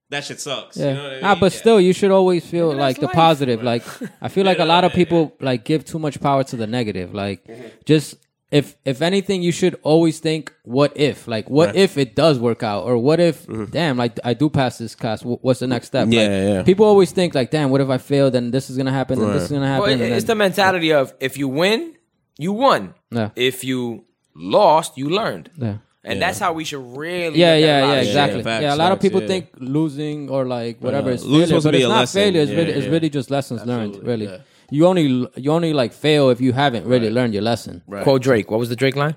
Speaker 3: That shit sucks.
Speaker 5: Yeah.
Speaker 3: You know what I
Speaker 5: Nah,
Speaker 3: mean?
Speaker 5: but
Speaker 3: Yeah.
Speaker 5: still, you should always feel like the
Speaker 4: life.
Speaker 5: positive. Like I feel like a lot of people like give too much power to the negative. Like just if if anything, you should always think, "What if?" Like, what if it does work out, or what if? Damn, like I do pass this class. Wh- What's the next step? Like,
Speaker 3: Mm-hmm. Yeah, yeah.
Speaker 5: People always think like, "Damn, what if I fail? Then this is gonna happen. Then this is gonna happen."
Speaker 4: Well, it-
Speaker 5: and then-
Speaker 4: it's the mentality of if you win, you won.
Speaker 5: Yeah.
Speaker 4: If you lost, you learned.
Speaker 5: Yeah.
Speaker 4: And that's how we should really. look
Speaker 5: yeah,
Speaker 4: at
Speaker 5: yeah, yeah,
Speaker 4: life.
Speaker 5: exactly. Yeah,
Speaker 3: facts,
Speaker 5: a lot of
Speaker 3: facts,
Speaker 5: people
Speaker 3: yeah.
Speaker 5: think losing or like whatever
Speaker 3: Yeah.
Speaker 5: is
Speaker 3: Losing
Speaker 5: failure,
Speaker 3: supposed to
Speaker 5: but
Speaker 3: be
Speaker 5: it's
Speaker 3: a
Speaker 5: not
Speaker 3: lesson.
Speaker 5: failure. It's
Speaker 3: Yeah,
Speaker 5: really, it's
Speaker 3: yeah.
Speaker 5: really just lessons learned. Really, you only you only like fail if you haven't really learned your lesson.
Speaker 4: Quote Drake. What was the Drake line?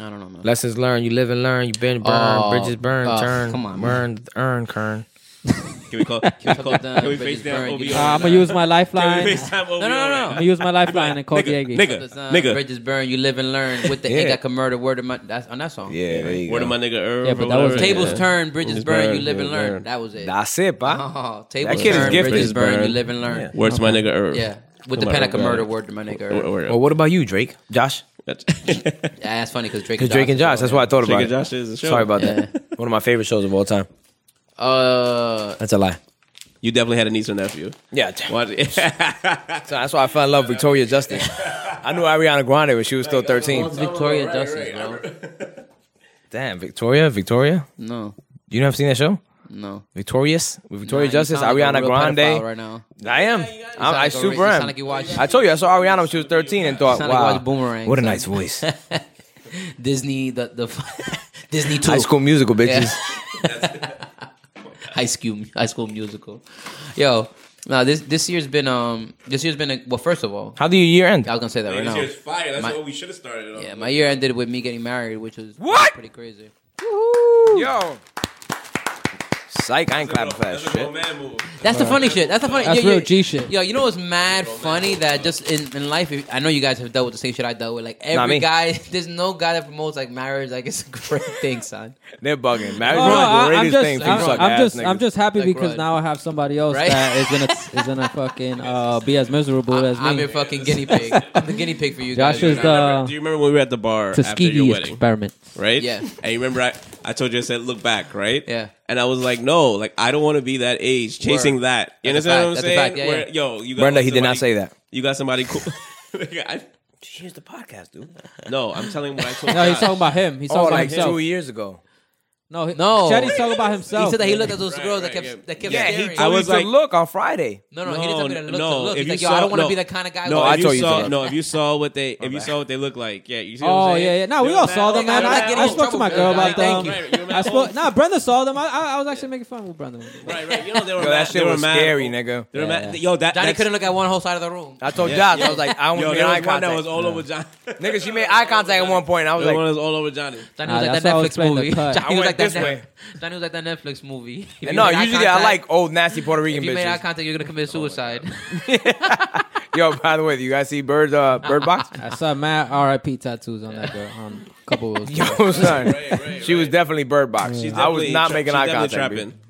Speaker 2: I don't know, man.
Speaker 4: Lessons learned. You live and learn. You bend, burn,
Speaker 2: Oh,
Speaker 4: bridges burn,
Speaker 2: oh,
Speaker 4: turn,
Speaker 2: come on,
Speaker 4: burn, earn, kern.
Speaker 3: can we call? Can we call?
Speaker 2: Shut down,
Speaker 3: Can we face
Speaker 2: bridges
Speaker 3: down?
Speaker 2: burn,
Speaker 3: OBO
Speaker 2: get-
Speaker 5: Uh,
Speaker 3: right
Speaker 5: I'm
Speaker 3: now?
Speaker 5: gonna use my
Speaker 3: Can
Speaker 5: lifeline.
Speaker 3: we FaceTime OBO
Speaker 2: no, no,
Speaker 3: right
Speaker 2: no.
Speaker 3: now?
Speaker 5: I'm gonna use my lifeline and call Diego.
Speaker 3: nigga,
Speaker 2: Down,
Speaker 3: nigga.
Speaker 2: uh, Bridges burn, you live and learn. With the
Speaker 4: Yeah.
Speaker 2: ink, I can murder. Word of my that's on that song.
Speaker 4: Yeah, there you
Speaker 3: Word of my nigga Irv.
Speaker 5: Yeah,
Speaker 3: or
Speaker 5: but that
Speaker 3: whatever.
Speaker 5: was-
Speaker 2: Tables
Speaker 5: Yeah.
Speaker 2: turn,
Speaker 3: Bridges
Speaker 2: bridges burn,
Speaker 3: burn,
Speaker 2: you live and
Speaker 3: yeah,
Speaker 2: learn.
Speaker 3: burn.
Speaker 2: That was it.
Speaker 4: That's it, pa.
Speaker 2: Oh, tables
Speaker 4: That kid is
Speaker 2: turn,
Speaker 4: gifted.
Speaker 2: bridges burn, you
Speaker 3: Burn.
Speaker 2: live and learn.
Speaker 3: Where's my nigga Irv?
Speaker 2: Yeah, with the
Speaker 3: Come
Speaker 2: pen, I
Speaker 3: on,
Speaker 2: can
Speaker 3: bro.
Speaker 2: murder. Word to my nigga.
Speaker 3: Or-
Speaker 2: Irv.
Speaker 3: or-
Speaker 4: Well, what about you, Drake? Josh?
Speaker 3: That's-
Speaker 2: Yeah, that's funny because Drake.
Speaker 4: Because Drake and Josh. That's what I thought about.
Speaker 3: Drake
Speaker 4: it.
Speaker 3: and Josh is a show.
Speaker 4: Sorry about that. One of my favorite shows of all time.
Speaker 2: Uh,
Speaker 4: That's a lie.
Speaker 3: You definitely had a niece or nephew.
Speaker 4: Yeah.
Speaker 3: What?
Speaker 4: So that's why I fell in love with Victoria Justice. I knew Ariana Grande when she was still 13.
Speaker 2: it's Victoria Justice, bro.
Speaker 4: Damn, Victoria, Victoria.
Speaker 2: No,
Speaker 4: You never seen that show?
Speaker 2: no.
Speaker 4: Victorious, with Victoria
Speaker 2: Nah, you
Speaker 4: Justice,
Speaker 2: sound like a
Speaker 4: Ariana
Speaker 2: real pedophile
Speaker 4: Grande.
Speaker 2: right now.
Speaker 4: I am. I'm, I
Speaker 2: like a re-
Speaker 4: super
Speaker 2: you
Speaker 4: am.
Speaker 2: sound like you watch-
Speaker 4: I told you I saw Ariana when she was 13 and thought,
Speaker 2: sound like you
Speaker 4: wow,
Speaker 2: watch Boomerang.
Speaker 4: what a
Speaker 2: You
Speaker 4: nice voice.
Speaker 2: Disney, the the Disney two,
Speaker 4: High School Musical, bitches.
Speaker 2: high school, high school musical. Yo, now this this year's been um this year's been a, well first of all
Speaker 4: How do your year end?
Speaker 2: I was gonna say that right now.
Speaker 3: fire. That's
Speaker 2: My- what
Speaker 3: we should have started
Speaker 2: Yeah, my year ended with me getting married, which was
Speaker 4: What?
Speaker 2: pretty crazy.
Speaker 4: Yo, psych! I ain't clapping for that shit.
Speaker 2: That's the funny shit. That's the funny.
Speaker 5: That's
Speaker 2: yo, yo,
Speaker 5: real G shit.
Speaker 2: Yo, you know what's mad funny that just in, in life, if- I know you guys have dealt with the same shit I dealt with. Like
Speaker 4: Not
Speaker 2: every
Speaker 4: me.
Speaker 2: guy, there's no guy that promotes like marriage. Like it's a great thing, son.
Speaker 4: They're bugging. Marriage
Speaker 5: Oh, no,
Speaker 4: is the
Speaker 5: I, am
Speaker 4: greatest
Speaker 5: just,
Speaker 4: thing for you
Speaker 5: I'm,
Speaker 4: suck
Speaker 5: I'm
Speaker 4: ass
Speaker 5: just,
Speaker 4: niggas.
Speaker 5: I'm just happy
Speaker 2: Like,
Speaker 5: because
Speaker 2: right.
Speaker 5: now I have somebody else
Speaker 2: Right?
Speaker 5: that is gonna is gonna fucking uh, be as miserable as me.
Speaker 2: I'm your fucking guinea pig. I'm the guinea pig for you
Speaker 5: Josh
Speaker 2: guys.
Speaker 5: is
Speaker 3: Do
Speaker 5: the
Speaker 3: you remember when we were at the bar after your
Speaker 5: Tuskegee
Speaker 3: wedding?
Speaker 5: experiment.
Speaker 3: Right?
Speaker 2: Yeah.
Speaker 3: And you remember I, I told you I said look back, right?
Speaker 2: Yeah.
Speaker 3: And I was like, no, like I don't want to be that age chasing
Speaker 2: Word.
Speaker 3: that. You
Speaker 2: That's a
Speaker 3: understand what I'm saying?
Speaker 2: fact. That's a fact. Yeah,
Speaker 3: Where-
Speaker 2: yeah.
Speaker 3: Yo, you got
Speaker 4: Brenda, he did not say
Speaker 3: somebody-
Speaker 4: that.
Speaker 3: You got somebody cool. Nigga, I-
Speaker 4: Here's the podcast, dude.
Speaker 3: no, I'm telling you what I told.
Speaker 5: No, he's
Speaker 3: Josh.
Speaker 5: talking about him. He's
Speaker 4: Oh,
Speaker 5: talking about
Speaker 4: like two
Speaker 5: himself.
Speaker 4: years ago.
Speaker 5: No, he-
Speaker 2: No.
Speaker 5: Shetty's talking about himself.
Speaker 2: He said that he looked at those
Speaker 3: Right,
Speaker 2: girls
Speaker 3: right,
Speaker 2: that kept
Speaker 3: yeah.
Speaker 2: that kept
Speaker 4: Yeah,
Speaker 2: staring.
Speaker 3: I
Speaker 4: he told me
Speaker 3: was
Speaker 4: to
Speaker 3: like-
Speaker 4: look on Friday.
Speaker 2: no, no, he didn't tell me to look. to look.
Speaker 3: if
Speaker 2: He's like,
Speaker 3: you
Speaker 2: yo, I
Speaker 3: saw-
Speaker 2: don't want to
Speaker 3: no.
Speaker 2: be the kind of guy.
Speaker 3: No,
Speaker 2: who-
Speaker 4: I
Speaker 3: if
Speaker 4: told
Speaker 3: you
Speaker 4: you
Speaker 3: saw,
Speaker 4: that.
Speaker 3: no, if you saw what they, if you
Speaker 4: bad.
Speaker 3: saw what they look like, yeah, you see. What
Speaker 5: Oh
Speaker 3: I'm saying?
Speaker 5: yeah, yeah. No, we
Speaker 3: You
Speaker 5: all
Speaker 3: know
Speaker 5: saw
Speaker 3: what I'm
Speaker 5: them, man.
Speaker 2: I'm not
Speaker 5: I,
Speaker 2: getting
Speaker 5: I
Speaker 2: in
Speaker 5: spoke to
Speaker 2: trouble
Speaker 5: my
Speaker 2: for
Speaker 5: girl
Speaker 2: that. Thank
Speaker 5: about them.
Speaker 3: you. Right, right.
Speaker 5: I spoke. Nah, Brenda saw them. I, I, I was actually making fun with Brenda.
Speaker 3: Right, right. You know they were
Speaker 4: Yo,
Speaker 3: mad.
Speaker 4: that shit
Speaker 3: they were
Speaker 4: was
Speaker 3: mad.
Speaker 4: scary, nigga.
Speaker 3: They were
Speaker 5: Yeah.
Speaker 3: mad. Yo, that
Speaker 2: Johnny
Speaker 3: that's-
Speaker 2: couldn't look at one whole side of the room.
Speaker 4: I told
Speaker 3: Yeah,
Speaker 4: Josh,
Speaker 3: yeah.
Speaker 4: I was like, I don't
Speaker 3: Yo,
Speaker 4: want to
Speaker 3: there
Speaker 4: make
Speaker 3: was
Speaker 4: eye
Speaker 3: one that was
Speaker 4: contact.
Speaker 3: all over Johnny.
Speaker 4: Nigga, she made eye contact at one point, and I was
Speaker 3: There
Speaker 4: like,
Speaker 3: one was all over Johnny.
Speaker 2: Johnny
Speaker 5: Nah,
Speaker 2: was like
Speaker 5: that's why I was
Speaker 2: that Netflix
Speaker 5: playing the
Speaker 2: movie.
Speaker 5: cut.
Speaker 2: Johnny
Speaker 4: I
Speaker 2: was
Speaker 4: went
Speaker 2: like that
Speaker 4: this way.
Speaker 2: Net- Johnny was like that Netflix movie. If you
Speaker 4: no,
Speaker 2: made eye
Speaker 4: usually I
Speaker 2: contact-
Speaker 4: like old nasty Puerto Rican
Speaker 2: If you made eye
Speaker 4: bitches.
Speaker 2: contact, you're gonna commit suicide.
Speaker 4: Yo, by the way, do you guys see Bird uh, Bird Box?
Speaker 5: I saw mad R.I.P. tattoos on that girl on a couple of those.
Speaker 4: Yo,
Speaker 5: girls.
Speaker 4: son,
Speaker 3: right,
Speaker 4: she was definitely Bird Box.
Speaker 3: She's
Speaker 4: I was
Speaker 3: definitely
Speaker 4: not
Speaker 3: tra-
Speaker 4: making
Speaker 3: she's
Speaker 4: eye
Speaker 3: definitely
Speaker 4: contact.
Speaker 3: trapping.
Speaker 4: with-
Speaker 3: She,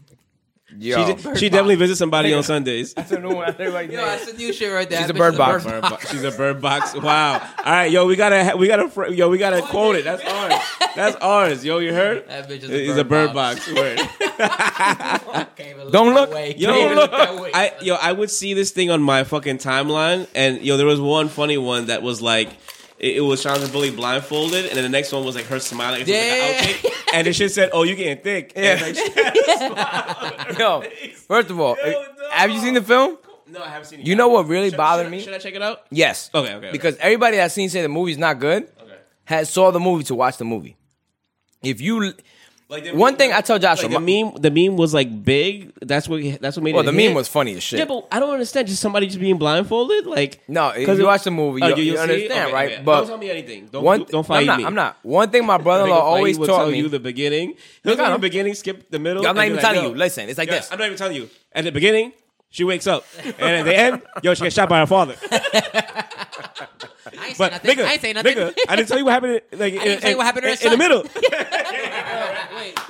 Speaker 4: Yo,
Speaker 3: de- she definitely visits somebody on Sundays.
Speaker 4: That's a new one. Everybody-
Speaker 2: Yo, that's a new shit right there.
Speaker 4: She's
Speaker 2: That
Speaker 4: a
Speaker 2: bitch
Speaker 4: bird
Speaker 2: is
Speaker 4: box.
Speaker 3: Bird box. She's a bird box. Wow. All right, yo, we gotta, ha- we gotta, fr- yo, we gotta quote it. That's ours. That's ours. Yo, you heard?
Speaker 2: That bitch is a
Speaker 3: It's a
Speaker 2: bird
Speaker 3: bird
Speaker 2: box.
Speaker 3: box. Word.
Speaker 2: Can't even
Speaker 4: Don't
Speaker 2: that
Speaker 4: look.
Speaker 2: way. Can't
Speaker 3: Yo,
Speaker 2: even
Speaker 3: look.
Speaker 2: that way.
Speaker 3: I yo, I would see this thing on my fucking timeline, and yo, there was one funny one that was like. It, it was Chandra Bully blindfolded, and then the next one was like her smiling. Yeah.
Speaker 2: Yeah.
Speaker 3: Like an outtake, and the shit said, "Oh, you getting thick." And it's like,
Speaker 4: Yo, first of all,
Speaker 3: Yo,
Speaker 4: have you
Speaker 3: no.
Speaker 4: seen the film?
Speaker 3: no, I haven't seen it.
Speaker 4: You
Speaker 3: yet.
Speaker 4: know what really
Speaker 3: Should-
Speaker 4: bothered
Speaker 3: should I-
Speaker 4: me?
Speaker 3: Should I check it out?
Speaker 4: Yes.
Speaker 3: Okay, okay, okay.
Speaker 4: Because everybody that's seen say the movie's not good
Speaker 3: Okay.
Speaker 4: has saw the movie to watch the movie. If you
Speaker 3: Like the
Speaker 4: one
Speaker 3: meme-
Speaker 4: thing I tell Joshua,
Speaker 3: like the
Speaker 4: my-
Speaker 3: meme, the meme was like big. That's what. That's what made
Speaker 4: well,
Speaker 3: it. a
Speaker 4: the meme
Speaker 3: hit.
Speaker 4: was funny as shit.
Speaker 3: Yeah, but I don't understand. Just somebody just being blindfolded, like
Speaker 4: No, if you
Speaker 3: it- Oh,
Speaker 4: watch the movie, you- you
Speaker 3: see?
Speaker 4: understand, right? But-
Speaker 3: But don't tell me anything. Don't
Speaker 4: one,
Speaker 3: don't fight
Speaker 4: I'm not,
Speaker 3: me.
Speaker 4: I'm not. One thing my
Speaker 3: Nigga,
Speaker 4: brother-in-law
Speaker 3: fight
Speaker 4: always
Speaker 3: will
Speaker 4: taught
Speaker 3: tell
Speaker 4: me.
Speaker 3: you the beginning. He'll tell you the
Speaker 4: I don't.
Speaker 3: beginning. Skip the middle.
Speaker 4: I'm
Speaker 3: and
Speaker 4: not
Speaker 3: be
Speaker 4: even
Speaker 3: like,
Speaker 4: telling
Speaker 3: yo.
Speaker 4: you. Listen, it's like
Speaker 3: Yeah,
Speaker 4: this.
Speaker 3: I'm not even telling you. At the beginning, she wakes up, and at the end, yo, she gets shot by her father.
Speaker 2: I ain't say
Speaker 3: But
Speaker 2: nothing.
Speaker 3: nigga,
Speaker 2: I ain't say nothing.
Speaker 3: nigga, I didn't tell you what happened. in- Like, I
Speaker 2: didn't
Speaker 3: in,
Speaker 2: tell you what happened to
Speaker 3: in,
Speaker 2: her
Speaker 3: in the
Speaker 2: son.
Speaker 3: middle.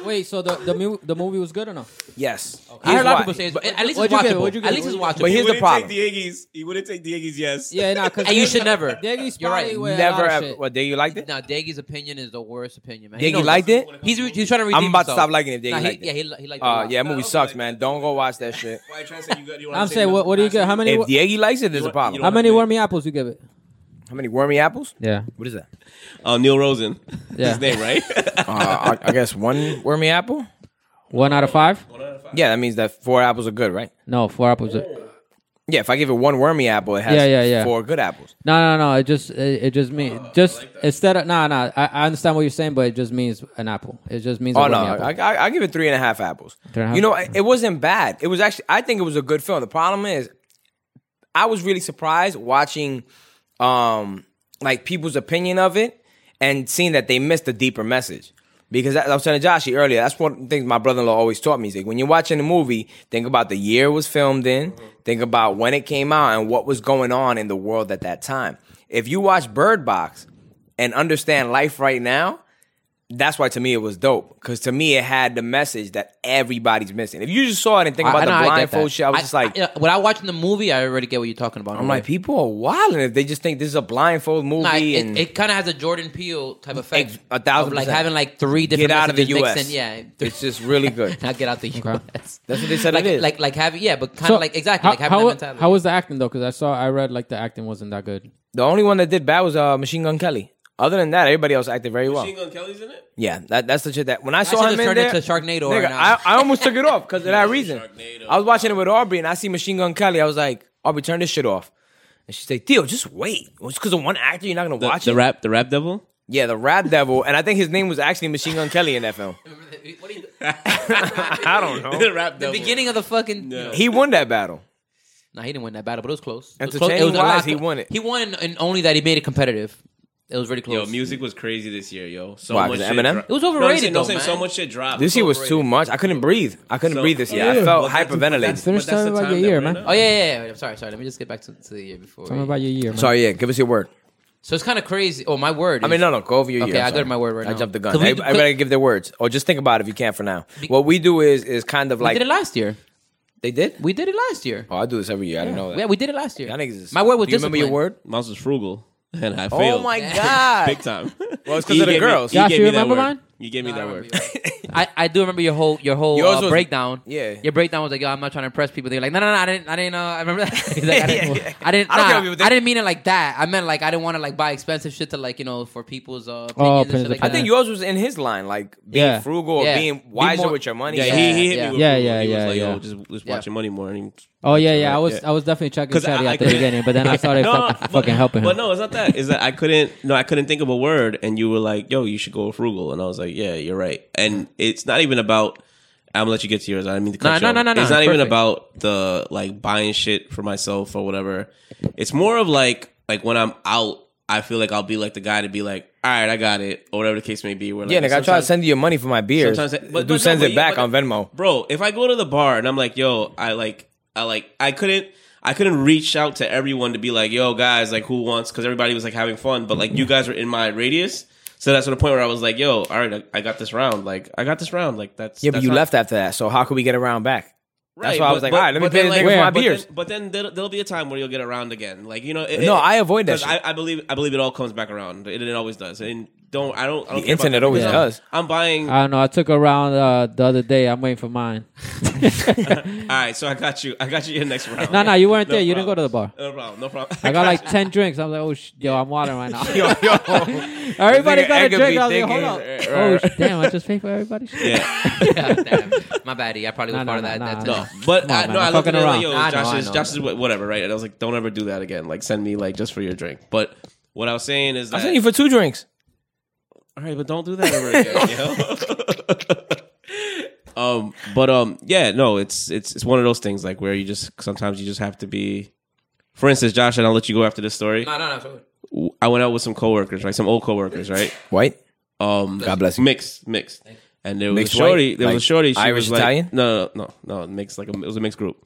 Speaker 5: Wait, so the the, mu- the movie was good or no?
Speaker 4: Yes.
Speaker 2: I heard
Speaker 4: Here's
Speaker 2: a lot of
Speaker 4: why.
Speaker 2: people say it's,
Speaker 4: But-
Speaker 2: at least
Speaker 5: what'd
Speaker 2: it's
Speaker 5: you get? What'd you
Speaker 2: watchable.
Speaker 5: get?
Speaker 2: At least it's
Speaker 5: What'd
Speaker 2: watchable.
Speaker 4: But
Speaker 3: He
Speaker 4: here's the
Speaker 3: wouldn't take
Speaker 4: problem.
Speaker 3: the Iggy's. He wouldn't take the Iggy's. Yes.
Speaker 5: Yeah, nah, because
Speaker 2: And you should never.
Speaker 5: Diggy's
Speaker 2: You're right.
Speaker 5: probably with a
Speaker 4: Never
Speaker 5: lot of
Speaker 4: ever.
Speaker 5: shit.
Speaker 4: What day you liked it?
Speaker 2: Now, Daggy's opinion is the worst opinion, man. He
Speaker 4: Diggy
Speaker 2: knows
Speaker 4: liked it?
Speaker 2: that. He's re- he's trying to redeem
Speaker 4: I'm about to
Speaker 2: himself.
Speaker 4: stop liking it if Diggy
Speaker 2: Nah, he,
Speaker 4: liked it.
Speaker 2: yeah, he, li- he liked it. a
Speaker 4: Uh,
Speaker 2: lot.
Speaker 4: yeah, that movie sucks, man. Don't go watch that shit.
Speaker 3: Why you trying to say you got? You wanna
Speaker 5: I'm
Speaker 3: say
Speaker 5: saying,
Speaker 3: nothing?
Speaker 5: what, what do you get? How many?
Speaker 4: If
Speaker 5: wor-
Speaker 4: Diego likes it, there's a
Speaker 3: don't- you
Speaker 4: problem.
Speaker 3: don't-
Speaker 5: how many wormy apples you give it?
Speaker 4: How many wormy apples?
Speaker 5: Yeah,
Speaker 4: What is that?
Speaker 3: Oh, Neil Rosen.
Speaker 5: Yeah.
Speaker 3: His name, right?
Speaker 4: Uh, I, I guess one wormy apple.
Speaker 5: one out of five.
Speaker 4: Yeah, that means that four apples are good, right?
Speaker 5: No, four apples. are-
Speaker 4: Yeah, if I give it one wormy apple, it has
Speaker 5: Yeah, yeah, yeah.
Speaker 4: four good apples.
Speaker 5: No, no, no. It just it, it just
Speaker 2: Oh,
Speaker 5: means just instead of nah, nah. I, I understand what you're saying, but it just means an apple. It just means a
Speaker 4: Oh
Speaker 5: wormy
Speaker 4: no,
Speaker 5: apple.
Speaker 4: I, I, I give it three and a half apples.
Speaker 5: Three and a
Speaker 4: you
Speaker 5: half?
Speaker 4: know, it, it wasn't bad. It was actually, I think it was a good film. The problem is, I was really surprised watching, um, like people's opinion of it and seeing that they missed a deeper message. Because that, I was telling Joshy earlier, that's one of the things my brother-in-law always taught me. He's like, when you're watching a movie, think about the year it was filmed in, think about when it came out and what was going on in the world at that time. If you watch Bird Box and understand life right now, that's why to me it was dope because to me it had the message that everybody's missing. If you just saw it and think about
Speaker 2: know,
Speaker 4: the
Speaker 2: I get
Speaker 4: blindfold
Speaker 2: that.
Speaker 4: shit, I was just like,
Speaker 2: I, when I watched the movie, I already get what you're talking about.
Speaker 4: I'm like, people are wilding if they just think this is a blindfold movie
Speaker 2: Nah, it,
Speaker 4: and
Speaker 2: it kind of has a Jordan Peele type effect.
Speaker 4: Ex- a thousand
Speaker 2: of like
Speaker 4: percent.
Speaker 2: having like three different
Speaker 4: Get out of the
Speaker 2: messages
Speaker 4: US.
Speaker 2: mixed in, yeah,
Speaker 4: it's just really good.
Speaker 2: not get out the U.S.
Speaker 4: That's what they said
Speaker 2: like,
Speaker 4: it is.
Speaker 2: Like, like having, yeah, but kind of
Speaker 5: So,
Speaker 2: like exactly like having
Speaker 5: how,
Speaker 2: that
Speaker 5: how,
Speaker 2: mentality.
Speaker 5: how was the acting though? Because I saw I read like the acting wasn't that good.
Speaker 4: the only one that did bad was uh, Machine Gun Kelly. Other than that, everybody else acted very well.
Speaker 3: Machine Gun Kelly's in it.
Speaker 4: Yeah, that, that's the shit that when I saw
Speaker 2: should've
Speaker 4: him in
Speaker 2: turned
Speaker 4: there,
Speaker 2: into Sharknado
Speaker 4: nigga,
Speaker 2: right now.
Speaker 4: I, I almost took it off because of that reason.
Speaker 3: Sharknado.
Speaker 4: I was watching it with Aubrey and I see Machine Gun Kelly. I was like, Aubrey, turn this shit off. And she's like, Theo, just wait. It's because of one actor, you're not gonna watch it.
Speaker 3: rap, the rap devil.
Speaker 4: Yeah, the rap devil, and I think his name was actually Machine Gun Kelly in that film.
Speaker 2: What do you-
Speaker 4: I don't
Speaker 3: the
Speaker 4: know.
Speaker 3: rap
Speaker 2: the
Speaker 3: devil.
Speaker 2: beginning of the fucking.
Speaker 3: Yeah.
Speaker 4: He won that battle.
Speaker 2: No, he didn't win that battle, but it was close. It was close.
Speaker 4: Entertaining
Speaker 2: It was a lot
Speaker 4: wise, he
Speaker 2: clo-
Speaker 4: won it.
Speaker 2: He won, in, in only that he made it competitive. It was really
Speaker 3: Yo,
Speaker 2: close.
Speaker 3: music was crazy this year, yo. So
Speaker 4: Why,
Speaker 3: much
Speaker 4: 'cause
Speaker 3: shit
Speaker 4: Eminem?
Speaker 3: dro-
Speaker 2: It was
Speaker 3: No, I'm
Speaker 2: overrated,
Speaker 3: saying-
Speaker 2: though,
Speaker 3: I'm saying
Speaker 2: man.
Speaker 3: so much shit dropped.
Speaker 4: This year was
Speaker 2: overrated.
Speaker 4: too much. I couldn't breathe. I couldn't
Speaker 3: So-
Speaker 4: breathe this year.
Speaker 3: Yeah.
Speaker 4: I felt
Speaker 3: Well, that's-
Speaker 4: hyperventilated.
Speaker 5: Finish
Speaker 3: But that's
Speaker 5: telling
Speaker 3: the
Speaker 5: me about
Speaker 3: time
Speaker 5: your
Speaker 3: that
Speaker 5: year,
Speaker 3: we're
Speaker 5: man.
Speaker 3: in.
Speaker 2: Oh yeah, yeah, yeah, yeah. I'm sorry, sorry. Let me just get back to, to the year before.
Speaker 5: Tell me
Speaker 2: we-
Speaker 5: about your year. Man.
Speaker 4: Sorry, yeah. Give us your word.
Speaker 2: So it's kind of crazy. Oh, my word.
Speaker 4: I mean,
Speaker 2: is-
Speaker 4: no, no. Go over your
Speaker 2: Okay,
Speaker 4: year. I'm
Speaker 2: I go
Speaker 4: sorry.
Speaker 2: to my word right
Speaker 4: I
Speaker 2: now.
Speaker 4: jumped the gun.
Speaker 2: Cause we-
Speaker 4: Every- Everybody give their words, or just think about it if you can for now. What we do is is kind of
Speaker 2: We
Speaker 4: like
Speaker 2: did it last year.
Speaker 4: they did.
Speaker 2: We did it last year.
Speaker 4: Oh, I do this every year. I didn't know that.
Speaker 2: Yeah, we did it last year.
Speaker 4: Y'all niggas is-
Speaker 2: my word was
Speaker 4: Do you remember your
Speaker 2: discipline.
Speaker 4: word?
Speaker 3: Mouse was frugal, and I
Speaker 4: Oh
Speaker 3: failed.
Speaker 4: my
Speaker 2: Yeah.
Speaker 4: god!
Speaker 3: Big time.
Speaker 4: Well, it's 'cause of the girls.
Speaker 5: Josh, you remember mine?
Speaker 3: You gave me
Speaker 2: No, I
Speaker 3: that
Speaker 2: remember
Speaker 3: word.
Speaker 2: your- I, I do remember your whole your whole
Speaker 4: Yours
Speaker 2: uh,
Speaker 4: was-
Speaker 2: breakdown.
Speaker 4: yeah.
Speaker 2: your breakdown was like, yo, I'm not trying to impress people. They're like, no, no, no, I didn't, I didn't. Uh, I remember that. He's like, I didn't,
Speaker 4: Yeah, yeah.
Speaker 2: I didn't,
Speaker 4: I don't care
Speaker 2: nah,
Speaker 4: what people think.
Speaker 2: I didn't mean it like that. I meant like I didn't want to like buy expensive shit to like you know for people's uh, opinions
Speaker 5: Oh,
Speaker 2: and shit
Speaker 5: opinions,
Speaker 2: like
Speaker 5: opinions.
Speaker 4: I
Speaker 2: that.
Speaker 4: think yours was in his line, like being
Speaker 5: Yeah.
Speaker 4: frugal or
Speaker 2: Yeah. Be
Speaker 4: being wiser
Speaker 2: more-
Speaker 4: with your money.
Speaker 3: Yeah,
Speaker 2: Yeah,
Speaker 3: he, he hit
Speaker 2: yeah.
Speaker 3: me with
Speaker 5: Yeah,
Speaker 3: frugal. He
Speaker 5: yeah,
Speaker 3: was
Speaker 5: yeah,
Speaker 3: like,
Speaker 5: yeah.
Speaker 3: yo, just, just
Speaker 2: Yeah.
Speaker 3: watch your money more. And he-
Speaker 5: Oh yeah, yeah. I was
Speaker 3: Yeah.
Speaker 5: I was definitely checking
Speaker 3: 'Cause
Speaker 5: Shadi
Speaker 3: I- I
Speaker 5: at the
Speaker 3: couldn't-
Speaker 5: beginning, but then I started fucking,
Speaker 3: but-
Speaker 5: fucking helping him.
Speaker 3: But no, it's not that. It's that I couldn't. No, I couldn't think of a word, and you were like, "Yo, you should go frugal," and I was like, "Yeah, you're right." And it's not even about. I'm gonna let you get to yours. I didn't mean to cut
Speaker 2: No,
Speaker 3: you
Speaker 2: no,
Speaker 3: off.
Speaker 2: no, no, no.
Speaker 3: It's not even
Speaker 2: Perfect.
Speaker 3: about the like buying shit for myself or whatever. It's more of like like when I'm out, I feel like I'll be like the guy to be like, "All right, I got it," or whatever the case may be. Where, like,
Speaker 4: Yeah, nigga, I try to
Speaker 3: sometimes-
Speaker 4: send you your money for my beers.
Speaker 3: Sometimes,
Speaker 4: Dude
Speaker 3: that- but- but no,
Speaker 4: sends
Speaker 3: but
Speaker 4: it
Speaker 3: yeah,
Speaker 4: back
Speaker 3: but-
Speaker 4: on Venmo.
Speaker 3: bro. If I go to the bar and I'm like, yo, I like, I like, I couldn't, I couldn't reach out to everyone to be like, yo, guys, like, who wants? Because everybody was like having fun, but like, you guys were in my radius. So that's the point where I was like, yo, all right, I, I got this round. Like, I got this round. Like, that's
Speaker 4: Yeah, but
Speaker 3: that's
Speaker 4: you
Speaker 3: not-
Speaker 4: left after that. So how could we get around back? That's
Speaker 3: Right,
Speaker 4: why I
Speaker 3: but-
Speaker 4: was like,
Speaker 3: but-
Speaker 4: all right, let me
Speaker 3: but
Speaker 4: pay
Speaker 3: then,
Speaker 4: this nigga
Speaker 5: like,
Speaker 4: for my
Speaker 5: where?
Speaker 3: but
Speaker 4: beers.
Speaker 3: Then, but then there'll, there'll be a time where you'll get around again. Like you know, it-
Speaker 4: No,
Speaker 3: it-
Speaker 4: I avoid that
Speaker 3: 'cause
Speaker 4: shit.
Speaker 3: I, I believe I believe it all comes back around. It, it always does. And don't I don't. I don't
Speaker 4: The
Speaker 3: care about
Speaker 4: internet
Speaker 3: that
Speaker 4: always
Speaker 3: because
Speaker 4: does.
Speaker 3: I'm buying.
Speaker 5: I don't know. I took a round uh, the other day. I'm waiting for mine.
Speaker 3: all right, so I got you. I got you your next round.
Speaker 5: No, no, you weren't
Speaker 3: No
Speaker 5: there. You didn't go
Speaker 3: problem.
Speaker 5: to the bar.
Speaker 3: No problem. No problem.
Speaker 5: I got like ten drinks. I was like, oh, sh- yo, I'm watering right now.
Speaker 4: Yo, yo.
Speaker 5: everybody
Speaker 4: This nigga
Speaker 5: got a
Speaker 4: Edgar
Speaker 5: drink.
Speaker 4: be
Speaker 5: I was like, hold up.
Speaker 4: thinking-
Speaker 3: uh,
Speaker 5: Oh, sh- damn! I just paid for everybody.
Speaker 3: Yeah.
Speaker 2: Yeah, damn. My baddie. I probably was part
Speaker 5: Nah, nah,
Speaker 2: of that.
Speaker 5: nah,
Speaker 2: that
Speaker 5: nah.
Speaker 3: No,
Speaker 2: time.
Speaker 3: but
Speaker 5: Come on,
Speaker 3: I,
Speaker 5: man.
Speaker 3: no, I
Speaker 5: I'm
Speaker 3: looked at
Speaker 5: fucking
Speaker 3: it like,
Speaker 5: around.
Speaker 3: yo,
Speaker 2: I know,
Speaker 3: Josh
Speaker 2: I
Speaker 3: is
Speaker 2: know.
Speaker 3: Josh is wh- whatever, right? And I was like, don't ever do that again. Like, send me like just for your drink. But what I was saying is that,
Speaker 4: I sent you for two drinks.
Speaker 3: all right, but don't do that ever again. you know? um, but um, yeah, no, it's it's it's one of those things like where you just sometimes you just have to be. For instance, Josh, and I'll let you go after this story.
Speaker 2: No, no, no. sorry.
Speaker 3: W- I went out with some coworkers, right? Some old coworkers, right?
Speaker 4: White?
Speaker 3: Um,
Speaker 4: God bless you.
Speaker 3: mixed, mixed. And there was
Speaker 4: Mixed
Speaker 3: a shorty.
Speaker 4: white?
Speaker 3: There
Speaker 4: Like
Speaker 3: was a shorty. She
Speaker 4: Irish,
Speaker 3: was like,
Speaker 4: Italian?
Speaker 3: No, no, no, no. Mixed like a, it was a mixed group.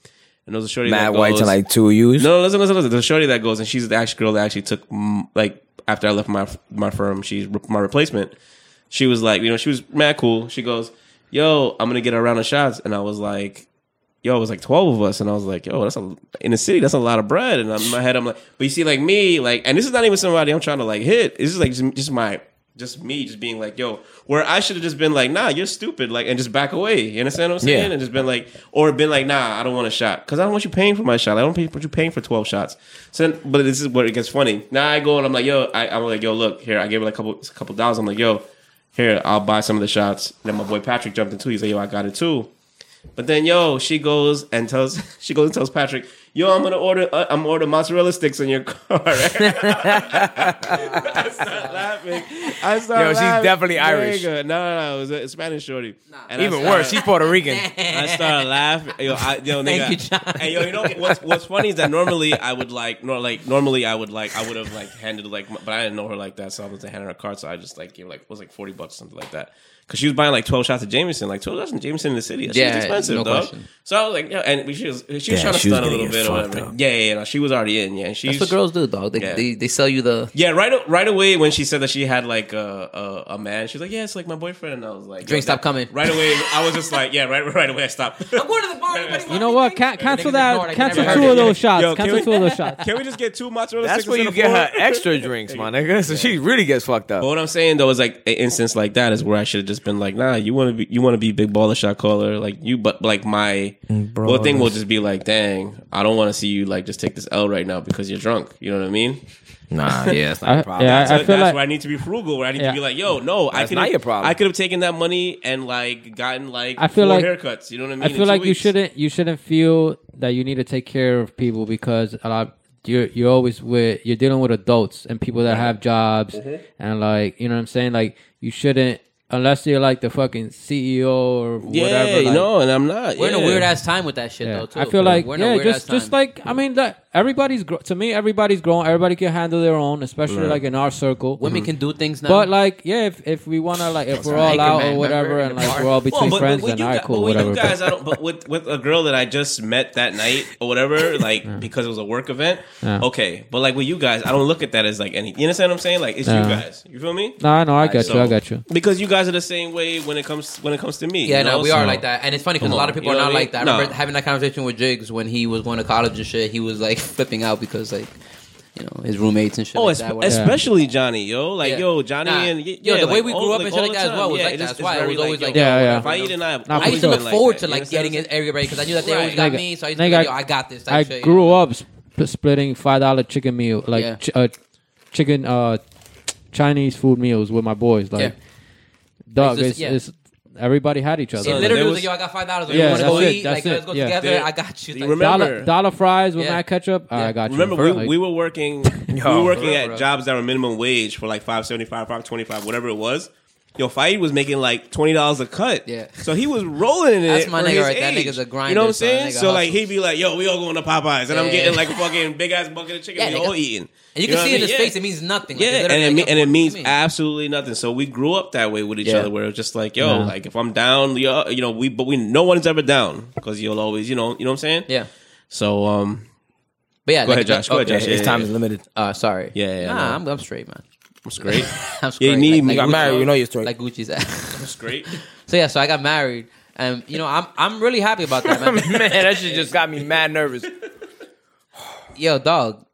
Speaker 3: And there was a shorty.
Speaker 4: Mad
Speaker 3: that
Speaker 4: whites
Speaker 3: goes-
Speaker 4: and like two U's.
Speaker 3: No, listen, listen, listen. The shorty that goes, and she's the actual girl that actually took mm, like after I left my my firm. She's re- my replacement. She was like, you know, she was mad cool. She goes, "Yo, I'm gonna get a round of shots," and I was like. Yo, it was like twelve of us, and I was like, "Yo, that's a in the city, that's a lot of bread." And I'm, in my head, I'm like, "But you see, like me, like, and this is not even somebody I'm trying to like hit. This is like just, just my, just me, just being like, yo, where I should have just been like, nah, you're stupid, like, and just back away. You understand what I'm saying?
Speaker 4: Yeah.
Speaker 3: And just been like, or been like, nah, I don't want a shot because I don't want you paying for my shot. I don't pay, want you paying for twelve shots. So, then, but this is where it gets funny. Now I go and I'm like, yo, I, I'm like, yo, look here. I gave her like a couple, a couple dollars. I'm like, yo, here, I'll buy some of the shots. And then my boy Patrick jumped in too. He's like, yo, I got it too. But then, yo, she goes and tells she goes and tells Patrick, "Yo, I'm gonna order. Uh, I'm ordering mozzarella sticks in your car." I start laughing. I start
Speaker 4: Yo, she's
Speaker 3: laughing.
Speaker 4: definitely Irish.
Speaker 3: Nigga, No, no, no, it was a Spanish shorty. And I
Speaker 4: Even
Speaker 3: started-
Speaker 4: worse, she's Puerto Rican.
Speaker 3: I started laughing. Yo, I, yo,
Speaker 2: Thank
Speaker 3: nigga.
Speaker 2: you, John.
Speaker 3: And yo, you know what's what's funny is that normally I would like, nor like normally I would like, I would have like handed like, my- but I didn't know her like that, so I was handing her a card, so I just like gave like it was like forty bucks or something like that, because she was buying like twelve shots of Jameson, like twelve shots of Jameson in the city. That shit
Speaker 2: Yeah,
Speaker 3: was expensive,
Speaker 2: no
Speaker 3: dog.
Speaker 2: question.
Speaker 3: So I was like, yo, and we- she was she was
Speaker 4: Yeah,
Speaker 3: trying to
Speaker 4: she was
Speaker 3: stun a
Speaker 4: gonna
Speaker 3: little
Speaker 4: get
Speaker 3: bit or
Speaker 4: fucked
Speaker 3: whatever.
Speaker 4: up.
Speaker 3: Yeah, yeah, yeah, no, she was already in. Yeah, and she's
Speaker 2: That's what girls do, dog. They,
Speaker 3: Yeah.
Speaker 2: they they sell you the.
Speaker 3: yeah, right. Right away when she said that she had like a a, a man, she was like, "Yeah, it's like my boyfriend," and I was like, yo,
Speaker 2: Drink
Speaker 3: that-
Speaker 2: stop coming.
Speaker 3: Right away, I was just like, "Yeah, right, right away." I stopped.
Speaker 2: I'm going to the bar. Everybody
Speaker 5: You know what? Ca- cancel
Speaker 2: ignored. I
Speaker 5: that. Cancel
Speaker 2: never
Speaker 5: two
Speaker 2: heard
Speaker 5: of
Speaker 2: it.
Speaker 5: those shots.
Speaker 3: Yo, can
Speaker 5: cancel
Speaker 3: we-
Speaker 5: two of those shots.
Speaker 3: Can we just get two mozzarella
Speaker 4: That's
Speaker 3: sticks
Speaker 4: where
Speaker 3: and
Speaker 4: you
Speaker 3: a
Speaker 4: get her
Speaker 3: fork?
Speaker 4: extra drinks, my nigga. So she really gets fucked
Speaker 3: But
Speaker 4: up.
Speaker 3: what I'm saying though is like an instance like that is where I should have just been like, nah, you want to be you want to be big baller shot caller like you, but like my well thing will just be like, dang, I don't want to see you like just take this L right now because you're drunk. You know what I mean?
Speaker 4: Nah, yeah, that's
Speaker 5: I- yeah, I, I
Speaker 3: So
Speaker 5: feel
Speaker 3: that's
Speaker 5: like
Speaker 3: where I need to be frugal. Where I need
Speaker 5: Yeah.
Speaker 3: to be like, yo, no, I
Speaker 4: That's
Speaker 3: could
Speaker 4: not your problem.
Speaker 3: I could have taken that money and like gotten like
Speaker 5: I feel
Speaker 3: four
Speaker 5: like-
Speaker 3: haircuts. You know what I mean?
Speaker 5: I
Speaker 3: in
Speaker 5: feel
Speaker 3: two
Speaker 5: like you
Speaker 3: weeks.
Speaker 5: shouldn't you shouldn't feel that you need to take care of people because a lot you're you're always with you're dealing with adults and people that have jobs
Speaker 3: Mm-hmm.
Speaker 5: and like you know what I'm saying like you shouldn't unless you're like the fucking CEO or
Speaker 3: Yeah,
Speaker 5: whatever.
Speaker 3: you
Speaker 5: like-
Speaker 3: know, and I'm not.
Speaker 2: We're in a
Speaker 3: yeah.
Speaker 2: weird ass time with that shit
Speaker 5: Yeah.
Speaker 2: though. Too.
Speaker 5: I feel like
Speaker 2: we're in a
Speaker 5: yeah,
Speaker 2: weird
Speaker 5: just
Speaker 2: ass time.
Speaker 5: just like I mean that everybody's gro- to me everybody's grown. Everybody can handle their own, especially like in our circle.
Speaker 2: women can do things now.
Speaker 5: But like, yeah, if, if we wanna like, if we're all
Speaker 2: Anchorman,
Speaker 5: out or
Speaker 2: remember?
Speaker 5: whatever,
Speaker 2: In
Speaker 5: and
Speaker 2: the
Speaker 5: like
Speaker 2: bar.
Speaker 5: we're all
Speaker 3: but-
Speaker 5: between
Speaker 3: but
Speaker 5: friends,
Speaker 3: with
Speaker 5: then
Speaker 3: you
Speaker 5: all right,
Speaker 3: guy-
Speaker 5: cool,
Speaker 3: but with
Speaker 5: whatever.
Speaker 3: You guys, I don't. But with with a girl that I just met that night or whatever, like because it was a work event. Okay, but like with you guys, I don't look at that as like anything. You understand what I'm saying? Like it's you
Speaker 5: Yeah.
Speaker 3: guys. You feel me?
Speaker 5: no, I know, I got you, I
Speaker 3: So-
Speaker 5: got you.
Speaker 3: Because you guys are the same way when it comes when it comes to me.
Speaker 2: Yeah,
Speaker 3: you
Speaker 2: no,
Speaker 3: know?
Speaker 2: we are
Speaker 3: So-
Speaker 2: like that, and it's funny because a
Speaker 3: Come
Speaker 2: lot of
Speaker 3: on,
Speaker 2: people
Speaker 3: you know
Speaker 2: are not
Speaker 3: what I
Speaker 2: like that. I
Speaker 3: mean?
Speaker 2: remember
Speaker 3: No.
Speaker 2: having that conversation with Jigs when he was going to college and shit. He was like flipping out because like you know his roommates and shit.
Speaker 3: Oh,
Speaker 2: like
Speaker 3: es-
Speaker 2: that, whatever.
Speaker 3: especially Johnny, yo, like
Speaker 2: Yeah.
Speaker 3: yo, Johnny
Speaker 2: Nah.
Speaker 3: and y-
Speaker 2: Yo,
Speaker 3: yeah,
Speaker 2: the way
Speaker 3: like,
Speaker 2: we
Speaker 3: all-
Speaker 2: grew up and shit
Speaker 3: all
Speaker 2: like
Speaker 3: the
Speaker 2: that as
Speaker 3: time.
Speaker 2: well was
Speaker 3: Yeah,
Speaker 2: like
Speaker 3: it
Speaker 2: that.
Speaker 3: is-
Speaker 2: That's
Speaker 3: it's
Speaker 2: why it
Speaker 3: very,
Speaker 2: was always like,
Speaker 3: yo,
Speaker 5: Yeah, yeah.
Speaker 3: If I eat and I,
Speaker 5: Nah,
Speaker 2: I used to look forward to like getting
Speaker 3: it.
Speaker 2: everybody because I knew that they
Speaker 3: Right.
Speaker 2: always got
Speaker 5: Nigga-
Speaker 2: me, so I used to be like,
Speaker 5: nigga,
Speaker 2: yo, I got this. Type
Speaker 5: I
Speaker 2: shit,
Speaker 5: grew up sp- splitting five dollar chicken meal, like
Speaker 2: Yeah.
Speaker 5: ch- uh, chicken uh, Chinese food meals with my boys. Like,
Speaker 2: Yeah.
Speaker 5: dog,
Speaker 2: It's
Speaker 5: it's,
Speaker 2: just-
Speaker 5: it's, everybody had each other.
Speaker 2: It
Speaker 3: So
Speaker 5: Like,
Speaker 2: literally
Speaker 3: there
Speaker 2: was,
Speaker 3: was-
Speaker 2: like, yo, I got five dollars.
Speaker 5: Yeah,
Speaker 2: you want to go
Speaker 5: that's it,
Speaker 2: eat?
Speaker 5: that's
Speaker 2: Like,
Speaker 5: it,
Speaker 2: let's go
Speaker 5: yeah.
Speaker 2: together.
Speaker 3: Dude,
Speaker 2: I got you.
Speaker 3: you
Speaker 2: Like,
Speaker 3: remember-
Speaker 5: dollar, dollar fries with
Speaker 2: Yeah.
Speaker 5: mad ketchup. I got you.
Speaker 3: Remember,
Speaker 5: First,
Speaker 3: we,
Speaker 5: like-
Speaker 3: we were working. we
Speaker 4: Yo.
Speaker 3: were working
Speaker 2: Bro.
Speaker 3: at jobs that were minimum wage for like five seventy five, five twenty five, whatever it was. Yo, Faid was making like twenty dollars a cut.
Speaker 2: Yeah.
Speaker 3: so he was rolling in
Speaker 2: That's
Speaker 3: it.
Speaker 2: my
Speaker 3: for
Speaker 2: nigga
Speaker 3: his
Speaker 2: right there. That
Speaker 3: age.
Speaker 2: nigga's a
Speaker 3: You know what
Speaker 2: grinder,
Speaker 3: I'm
Speaker 2: son.
Speaker 3: saying?
Speaker 2: That nigga
Speaker 3: So like
Speaker 2: hustles.
Speaker 3: he'd be like, "Yo, we all going to Popeyes," and I'm
Speaker 2: Yeah.
Speaker 3: getting like a fucking big ass bucket of chicken.
Speaker 2: Yeah,
Speaker 3: we
Speaker 2: nigga.
Speaker 3: all eating.
Speaker 2: And you
Speaker 3: know
Speaker 2: can
Speaker 3: what
Speaker 2: see
Speaker 3: I
Speaker 2: in his
Speaker 3: mean?
Speaker 2: face,
Speaker 3: Yeah.
Speaker 2: it means nothing. Like,
Speaker 3: Yeah,
Speaker 2: it's
Speaker 3: and
Speaker 2: literally
Speaker 3: it,
Speaker 2: like,
Speaker 3: mean,
Speaker 2: yo,
Speaker 3: and
Speaker 2: fuck
Speaker 3: it
Speaker 2: you
Speaker 3: means
Speaker 2: mean?
Speaker 3: absolutely nothing. So we grew up that way with each
Speaker 5: Yeah.
Speaker 3: other, where it was just like, yo,
Speaker 5: Yeah.
Speaker 3: like if I'm down, yo, you know, we but we no one's ever down because you'll always, you know, you know what I'm saying?
Speaker 2: Yeah.
Speaker 3: So um,
Speaker 2: But yeah,
Speaker 3: Go ahead, Josh. Go ahead,
Speaker 2: okay.
Speaker 3: Josh.
Speaker 4: His time is limited.
Speaker 2: Uh, sorry.
Speaker 3: Yeah, yeah,
Speaker 2: Nah,
Speaker 3: no.
Speaker 2: I'm, I'm straight, man.
Speaker 3: it's great.
Speaker 2: I'm
Speaker 3: Yeah,
Speaker 2: straight.
Speaker 3: you need-
Speaker 2: like,
Speaker 3: you
Speaker 4: got
Speaker 2: Gucci-
Speaker 4: married, we know your story.
Speaker 2: Like Gucci's ass.
Speaker 3: It's great.
Speaker 2: so yeah, so I got married, and you know, I'm I'm really happy about that, man.
Speaker 4: Man, that shit just got me mad nervous.
Speaker 2: yo, dog.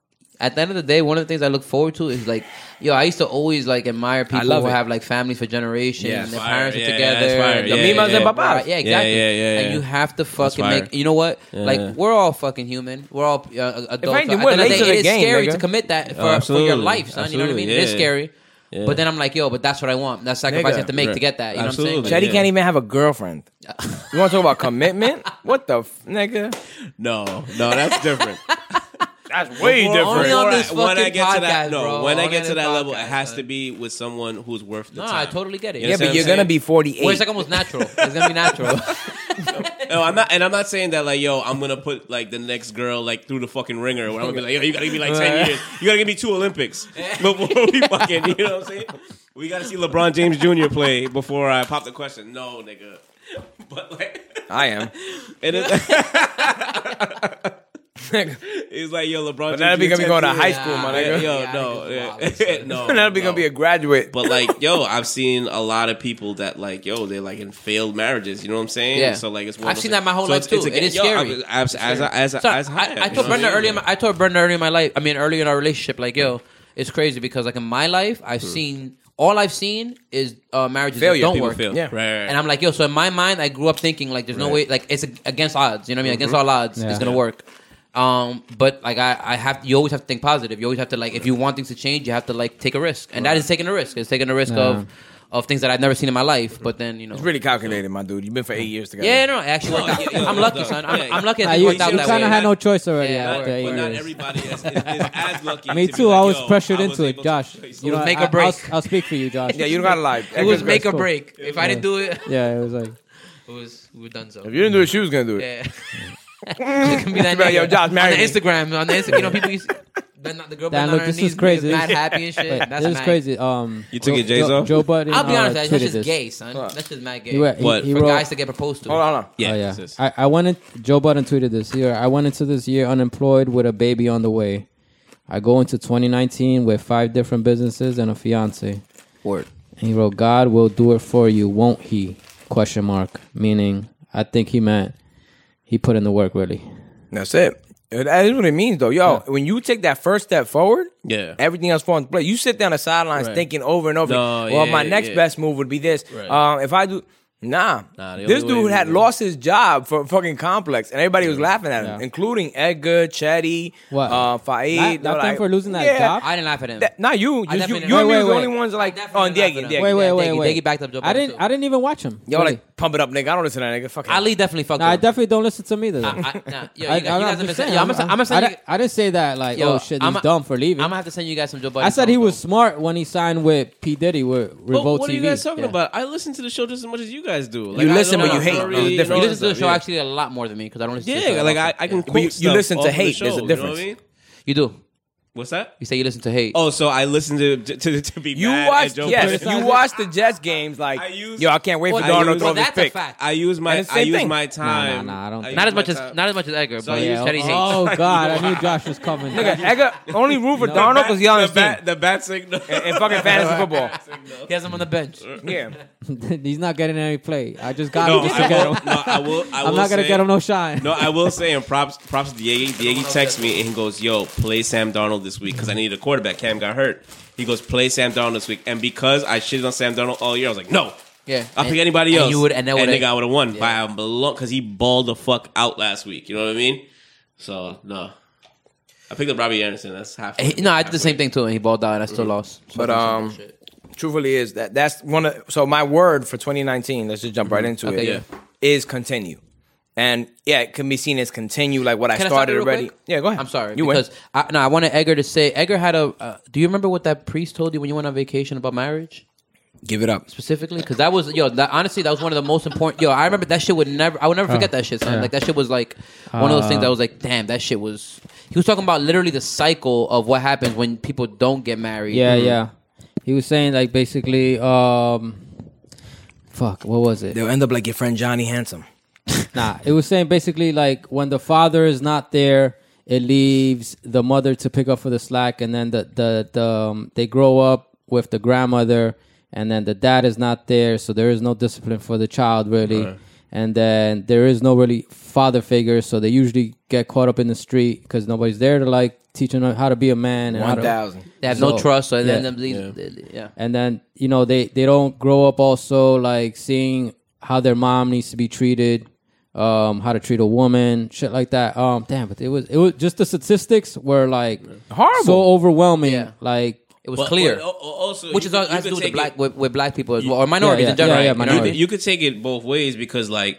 Speaker 2: At the end of the day, one of the things I look forward to is like, yo, I used to always like admire people
Speaker 4: love
Speaker 2: who
Speaker 4: it.
Speaker 2: have like families for generations,
Speaker 4: Yeah,
Speaker 2: and their
Speaker 3: fire.
Speaker 2: parents are
Speaker 3: Yeah, yeah,
Speaker 2: together.
Speaker 3: that's fire.
Speaker 2: the
Speaker 3: Yeah,
Speaker 2: mimas
Speaker 4: yeah,
Speaker 2: and
Speaker 4: yeah.
Speaker 2: papas. Yeah,
Speaker 4: Yeah,
Speaker 2: exactly.
Speaker 3: yeah, yeah,
Speaker 2: And
Speaker 3: yeah.
Speaker 2: you have to fucking
Speaker 3: fire.
Speaker 2: make. You know what?
Speaker 3: Yeah.
Speaker 2: Like we're all fucking human. We're all uh, adults.
Speaker 4: anything,
Speaker 2: At
Speaker 4: we're
Speaker 2: the end
Speaker 4: late to
Speaker 2: of the day,
Speaker 4: the
Speaker 2: it is
Speaker 4: game,
Speaker 2: scary
Speaker 4: nigga.
Speaker 2: to commit that for,
Speaker 3: Oh,
Speaker 2: for your
Speaker 3: absolutely.
Speaker 2: life, son. You know what I mean? It is
Speaker 3: Absolutely,
Speaker 2: scary.
Speaker 3: yeah.
Speaker 2: But then I'm like, yo, but that's what I want. That sacrifice
Speaker 4: Nigga.
Speaker 2: I have to make to
Speaker 3: Right.
Speaker 2: get that. You know what I'm
Speaker 3: Absolutely.
Speaker 2: saying?
Speaker 4: Chetty
Speaker 3: Yeah.
Speaker 4: can't even have a girlfriend. You want to talk about commitment? What the f- nigga?
Speaker 3: No, no, that's different.
Speaker 4: That's way
Speaker 2: We're only
Speaker 4: different.
Speaker 2: on this
Speaker 3: when I
Speaker 2: fucking
Speaker 3: get to that,
Speaker 2: podcast,
Speaker 3: no,
Speaker 2: bro.
Speaker 3: when I
Speaker 2: Only
Speaker 3: get
Speaker 2: on
Speaker 3: to
Speaker 2: this
Speaker 3: that level, it
Speaker 2: podcast,
Speaker 3: has
Speaker 2: son.
Speaker 3: to be with someone who's worth the
Speaker 2: No,
Speaker 3: time.
Speaker 2: I totally get
Speaker 3: You
Speaker 2: it.
Speaker 4: Yeah,
Speaker 3: understand
Speaker 4: but
Speaker 3: what
Speaker 4: you're
Speaker 3: I'm
Speaker 4: gonna
Speaker 3: saying?
Speaker 4: be 48.
Speaker 2: Well, it's like almost natural. It's gonna be natural.
Speaker 3: No, I'm not, and I'm not saying that like, yo, I'm gonna put like the next girl like through the fucking ringer. Where I'm gonna be like, yo, you gotta give me like ten years. You gotta give me two Olympics before we fucking. You know what I'm saying? We gotta see LeBron James Jr. play before I pop the question. No, nigga. But like,
Speaker 4: I am.
Speaker 3: it is, it's like yo, LeBron.
Speaker 4: But that'll be gonna be going to high
Speaker 2: Yeah.
Speaker 4: school, my
Speaker 3: Yeah,
Speaker 4: nigga.
Speaker 3: yo,
Speaker 2: Yeah,
Speaker 3: no,
Speaker 2: niggas
Speaker 3: yeah, no,
Speaker 4: That'll be
Speaker 3: no.
Speaker 4: gonna be a graduate.
Speaker 3: But like, yo, I've seen a lot of people that like, yo, they're like in failed marriages. You know what I'm saying?
Speaker 2: Yeah.
Speaker 3: So like, it's one of
Speaker 2: I've
Speaker 3: those
Speaker 2: seen
Speaker 3: things-
Speaker 2: that my whole life,
Speaker 3: it's- it's
Speaker 2: too.
Speaker 3: a-
Speaker 2: It is
Speaker 3: yo, I'm-
Speaker 2: scary.
Speaker 3: As as as as
Speaker 2: So
Speaker 3: as
Speaker 2: I, I told
Speaker 3: you know what
Speaker 2: Brenda
Speaker 3: I'm
Speaker 2: earlier.
Speaker 3: saying?
Speaker 2: In my, I told Brenda earlier in my life. I mean, earlier in our relationship, like, yo, it's crazy because like in my life, I've seen all I've seen is uh, marriages
Speaker 4: Failure,
Speaker 2: that don't
Speaker 3: Hmm. People
Speaker 2: work.
Speaker 3: fail.
Speaker 4: Yeah.
Speaker 3: Right, right, right.
Speaker 2: And I'm like, yo. So in my mind, I grew up thinking like, there's no way, like, it's ag- against odds. You know what I mean?
Speaker 3: Mm-hmm.
Speaker 2: Against all odds,
Speaker 5: Yeah.
Speaker 2: it's gonna work. Um, but like, I, I have. You always have to think positive. You always have to like, if you want things to change, you have to like take a risk, and that is taking a risk. It's taking a risk
Speaker 5: Yeah.
Speaker 2: of, of things that I've never seen in my life. But then you know,
Speaker 4: It's really calculated, my dude. You've been for eight years together.
Speaker 2: yeah, no, it actually worked out.
Speaker 3: yeah,
Speaker 2: I'm
Speaker 3: yeah,
Speaker 2: lucky,
Speaker 3: yeah.
Speaker 2: son. I'm,
Speaker 3: Yeah,
Speaker 2: I'm lucky.
Speaker 5: Nah,
Speaker 2: I
Speaker 5: you
Speaker 2: worked out
Speaker 5: you
Speaker 2: that
Speaker 5: kind
Speaker 2: way.
Speaker 5: of had no choice already
Speaker 2: Yeah,
Speaker 5: after
Speaker 2: but-
Speaker 5: eight
Speaker 3: But not
Speaker 5: years.
Speaker 3: everybody is, is, is as lucky.
Speaker 5: Me
Speaker 3: to be
Speaker 5: too.
Speaker 3: like,
Speaker 5: I was
Speaker 3: yo,
Speaker 5: pressured
Speaker 3: I was
Speaker 5: into
Speaker 3: able
Speaker 5: it,
Speaker 3: to-
Speaker 5: Josh. You know,
Speaker 2: make
Speaker 5: I,
Speaker 2: a break.
Speaker 5: I'll, I'll speak for you, Josh.
Speaker 4: Yeah, you don't gotta lie.
Speaker 2: It was make or
Speaker 5: that's cool.
Speaker 2: break. If I didn't do it,
Speaker 5: Yeah, it was like
Speaker 2: it was we were done. So
Speaker 4: If you didn't do it, she was gonna do it.
Speaker 2: yeah, it can be that.
Speaker 4: Bro,
Speaker 2: nigga.
Speaker 4: yo, Josh, marry
Speaker 2: on the
Speaker 4: me.
Speaker 2: Instagram, on the Instagram, you know, people. Used, then not- the girl
Speaker 5: Dan,
Speaker 2: been
Speaker 5: look,
Speaker 2: on her
Speaker 5: this is
Speaker 2: knees,
Speaker 5: crazy.
Speaker 2: mad
Speaker 5: This-
Speaker 2: happy and shit.
Speaker 5: Wait,
Speaker 2: That's
Speaker 5: this is
Speaker 2: mad.
Speaker 5: crazy. Um,
Speaker 3: You took
Speaker 5: Joe-
Speaker 3: it, Jay-Z?
Speaker 5: Joe, Joe Budden.
Speaker 2: I'll be honest,
Speaker 5: uh,
Speaker 2: with you, that's
Speaker 5: tweeted
Speaker 2: just
Speaker 5: this.
Speaker 2: gay, son. That's just mad gay.
Speaker 5: He, went- he-
Speaker 3: What?
Speaker 5: he
Speaker 2: For
Speaker 5: wrote-
Speaker 2: guys to get proposed to.
Speaker 4: Hold on, hold on.
Speaker 5: oh, yeah.
Speaker 3: this is-
Speaker 5: I, I went. in- Joe Budden tweeted this year. I went into this year unemployed with a baby on the way. I go into 2019 with five different businesses and a fiance.
Speaker 2: Word.
Speaker 5: And he wrote, "God will do it for you, won't He?" Question mark. Meaning, I think he meant he put in the work. Really,
Speaker 4: That's it. That is what it means, though. Yo, when you take that first step forward,
Speaker 3: Yeah.
Speaker 4: everything else falls into place. You sit down the sidelines
Speaker 3: Right.
Speaker 4: thinking over and over.
Speaker 3: No,
Speaker 4: well,
Speaker 3: yeah,
Speaker 4: my
Speaker 3: yeah,
Speaker 4: next
Speaker 3: yeah.
Speaker 4: best move would be this.
Speaker 3: Right.
Speaker 4: Um, if I do, nah.
Speaker 3: Nah, the
Speaker 4: this
Speaker 3: only way
Speaker 4: dude
Speaker 3: we
Speaker 4: had
Speaker 3: would-
Speaker 4: lost his job for fucking complex, and everybody was laughing at him,
Speaker 5: Yeah.
Speaker 4: including Edgar, Chetty,
Speaker 5: What?
Speaker 4: uh, Faid.
Speaker 5: La-
Speaker 4: They were
Speaker 5: laughed him for losing that
Speaker 4: yeah,
Speaker 5: job?
Speaker 2: I didn't laugh at him.
Speaker 4: That, not you.
Speaker 2: I
Speaker 4: You, you,
Speaker 2: definitely-
Speaker 4: you
Speaker 5: Wait, wait,
Speaker 4: were the
Speaker 5: wait.
Speaker 4: only ones like
Speaker 2: definitely
Speaker 4: oh,
Speaker 2: laughed at
Speaker 4: Diego,
Speaker 2: him.
Speaker 4: Diego.
Speaker 5: wait, wait,
Speaker 2: Diggy,
Speaker 5: wait, wait.
Speaker 2: Diggy backed up Joe
Speaker 5: I
Speaker 2: Budden,
Speaker 5: didn't.
Speaker 2: too.
Speaker 5: I didn't even watch him.
Speaker 4: Yo,
Speaker 5: really.
Speaker 4: like pump it up, nigga. I don't listen to that nigga. Fuck him.
Speaker 2: Ali definitely fucked
Speaker 5: Nah, I
Speaker 2: up.
Speaker 5: definitely don't listen to me. Though.
Speaker 2: I- I- nah, yo,
Speaker 5: I-
Speaker 2: you guys- you guys have
Speaker 5: I'm just
Speaker 2: been-
Speaker 5: saying,
Speaker 2: yo, I'm gonna-
Speaker 5: I'm-
Speaker 2: I'm gonna
Speaker 5: I
Speaker 2: send you.
Speaker 5: di- I didn't say that like,
Speaker 2: Yo,
Speaker 5: oh shit, he's
Speaker 2: I'ma-
Speaker 5: dumb for
Speaker 2: I'm
Speaker 5: leaving.
Speaker 2: gonna have to send you guys some Joe Budden.
Speaker 5: I said he
Speaker 2: songs,
Speaker 5: was
Speaker 2: though.
Speaker 5: smart when he signed with P Diddy with
Speaker 3: But
Speaker 5: Revolt
Speaker 3: what are
Speaker 5: TV.
Speaker 3: you guys talking
Speaker 5: Yeah.
Speaker 3: about? I listen to the show just as much as you guys do. Like,
Speaker 4: You
Speaker 3: I
Speaker 4: listen,
Speaker 3: don't
Speaker 4: but you
Speaker 3: know,
Speaker 4: hate.
Speaker 3: I don't
Speaker 4: No, it's
Speaker 3: really
Speaker 4: different.
Speaker 3: know
Speaker 2: You
Speaker 4: No,
Speaker 2: listen to the
Speaker 3: stuff,
Speaker 2: show
Speaker 3: yeah.
Speaker 2: actually a lot more than me because I don't listen to the show.
Speaker 3: Yeah,
Speaker 2: that
Speaker 3: like I,
Speaker 2: often.
Speaker 3: I can quote
Speaker 4: But you- you
Speaker 3: stuff
Speaker 4: listen to
Speaker 3: off of
Speaker 4: hate.
Speaker 3: The
Speaker 4: There's a
Speaker 3: show,
Speaker 4: difference.
Speaker 3: You know what I mean?
Speaker 2: You do.
Speaker 3: What's that?
Speaker 2: You say you listen to hate.
Speaker 3: Oh, so I listen to to, to be
Speaker 4: You
Speaker 3: mad
Speaker 4: watch,
Speaker 3: at Joe
Speaker 4: yes,
Speaker 3: Budden.
Speaker 4: you
Speaker 5: Criticizes-
Speaker 4: watch the Jets games like,
Speaker 3: I use-
Speaker 4: yo, I can't wait for
Speaker 2: Well,
Speaker 4: Darnold
Speaker 3: I
Speaker 4: to
Speaker 3: use-
Speaker 4: throw
Speaker 3: well,
Speaker 4: this
Speaker 2: that's a
Speaker 4: pick.
Speaker 2: fact.
Speaker 3: I use my
Speaker 4: it's the
Speaker 3: I
Speaker 4: same
Speaker 3: use
Speaker 4: thing.
Speaker 3: my time.
Speaker 5: nah, I don't think-
Speaker 2: Not as much
Speaker 3: use
Speaker 2: as
Speaker 3: my time.
Speaker 2: not as much as Edgar, but
Speaker 3: uh, you-
Speaker 2: yeah, Teddy hates.
Speaker 5: Oh God, I knew Josh was coming.
Speaker 4: Nigga, Edgar, only room for
Speaker 5: No.
Speaker 4: Darnold because he on his
Speaker 3: the
Speaker 4: team.
Speaker 3: bat, the bat signal.
Speaker 4: In fucking fantasy football.
Speaker 2: He has him on the bench.
Speaker 4: Yeah.
Speaker 5: he's not getting any play. I just got
Speaker 3: no,
Speaker 5: him just
Speaker 3: I
Speaker 5: to get
Speaker 3: will,
Speaker 5: him.
Speaker 3: no, I will. I
Speaker 5: I'm
Speaker 3: will
Speaker 5: not gonna
Speaker 3: say-
Speaker 5: get him no shine.
Speaker 3: No, I will say, and props, props to Diego. Diego texts me and he goes, "Yo, play Sam Darnold Darnold this week because I needed a quarterback. Cam got hurt. He goes, play Sam Darnold this week. And because I shitted on Sam Darnold all year, I was like, no.
Speaker 2: Yeah.
Speaker 3: I'll
Speaker 2: And-
Speaker 3: pick anybody
Speaker 2: and
Speaker 3: else.
Speaker 2: you would- and that
Speaker 3: and
Speaker 2: would've-
Speaker 3: nigga, I would have won by a long because he balled the fuck out last week. You know what I mean? So no, I picked up Robbie Anderson. That's half.
Speaker 2: He- no, I did the same thing too, and he balled out, and I still lost. So
Speaker 4: But
Speaker 2: that's some
Speaker 4: um,
Speaker 2: bullshit.
Speaker 4: truthfully, is that that's one of so my word for 2019. Let's just jump right into
Speaker 2: Mm-hmm. Okay,
Speaker 4: it.
Speaker 2: yeah.
Speaker 4: Is continue, and yeah, it can be seen as continue, like what I
Speaker 2: Can I stop
Speaker 4: started
Speaker 2: you real
Speaker 4: already.
Speaker 2: quick?
Speaker 4: Yeah, go ahead.
Speaker 2: I'm sorry.
Speaker 4: You
Speaker 2: because
Speaker 4: went.
Speaker 2: I, no, I wanted Edgar to say. Edgar had a. Uh, do you remember what that priest told you when you went on vacation about marriage
Speaker 4: Give it up.
Speaker 2: specifically? Because that was yo. That, honestly, that was one of the most important. Yo, I remember that shit would never. I would never forget that shit. Son.
Speaker 5: yeah. Uh.
Speaker 2: Like that shit was like one of those things. that was like, damn, that shit was. He was talking about literally the cycle of what happens when people don't get married.
Speaker 5: Yeah,
Speaker 3: Mm.
Speaker 5: yeah. He was saying like basically, um, fuck, what was it?
Speaker 4: They'll end up like your friend Johnny Handsome.
Speaker 5: Nah, it was saying basically like when the father is not there, it leaves the mother to pick up for the slack, and then the the, the um, they grow up with the grandmother, and then the dad is not there, so there is no discipline for the child really, and then there is no really father figure, so they usually get caught up in the street because nobody's there to like teach them how to be a man and how
Speaker 4: One
Speaker 5: to-
Speaker 4: thousand.
Speaker 2: They have no
Speaker 5: So,
Speaker 2: trust. So and
Speaker 5: yeah.
Speaker 2: then yeah. yeah.
Speaker 5: and then you know they they don't grow up also like seeing how their mom needs to be treated um how to treat a woman shit like that um damn but it was it was just the statistics were like
Speaker 4: Horrible.
Speaker 5: so overwhelming
Speaker 2: Yeah.
Speaker 5: like
Speaker 2: It was clear.
Speaker 3: also,
Speaker 2: which
Speaker 3: you
Speaker 2: is
Speaker 3: could-
Speaker 2: all
Speaker 3: you
Speaker 2: has
Speaker 3: could
Speaker 2: to do with the
Speaker 3: take
Speaker 2: black
Speaker 3: it-
Speaker 2: with, with black people as well or minorities
Speaker 5: yeah,
Speaker 2: in general.
Speaker 5: yeah, yeah,
Speaker 2: you know what I
Speaker 5: minorities.
Speaker 2: mean?
Speaker 3: you could take it both ways because like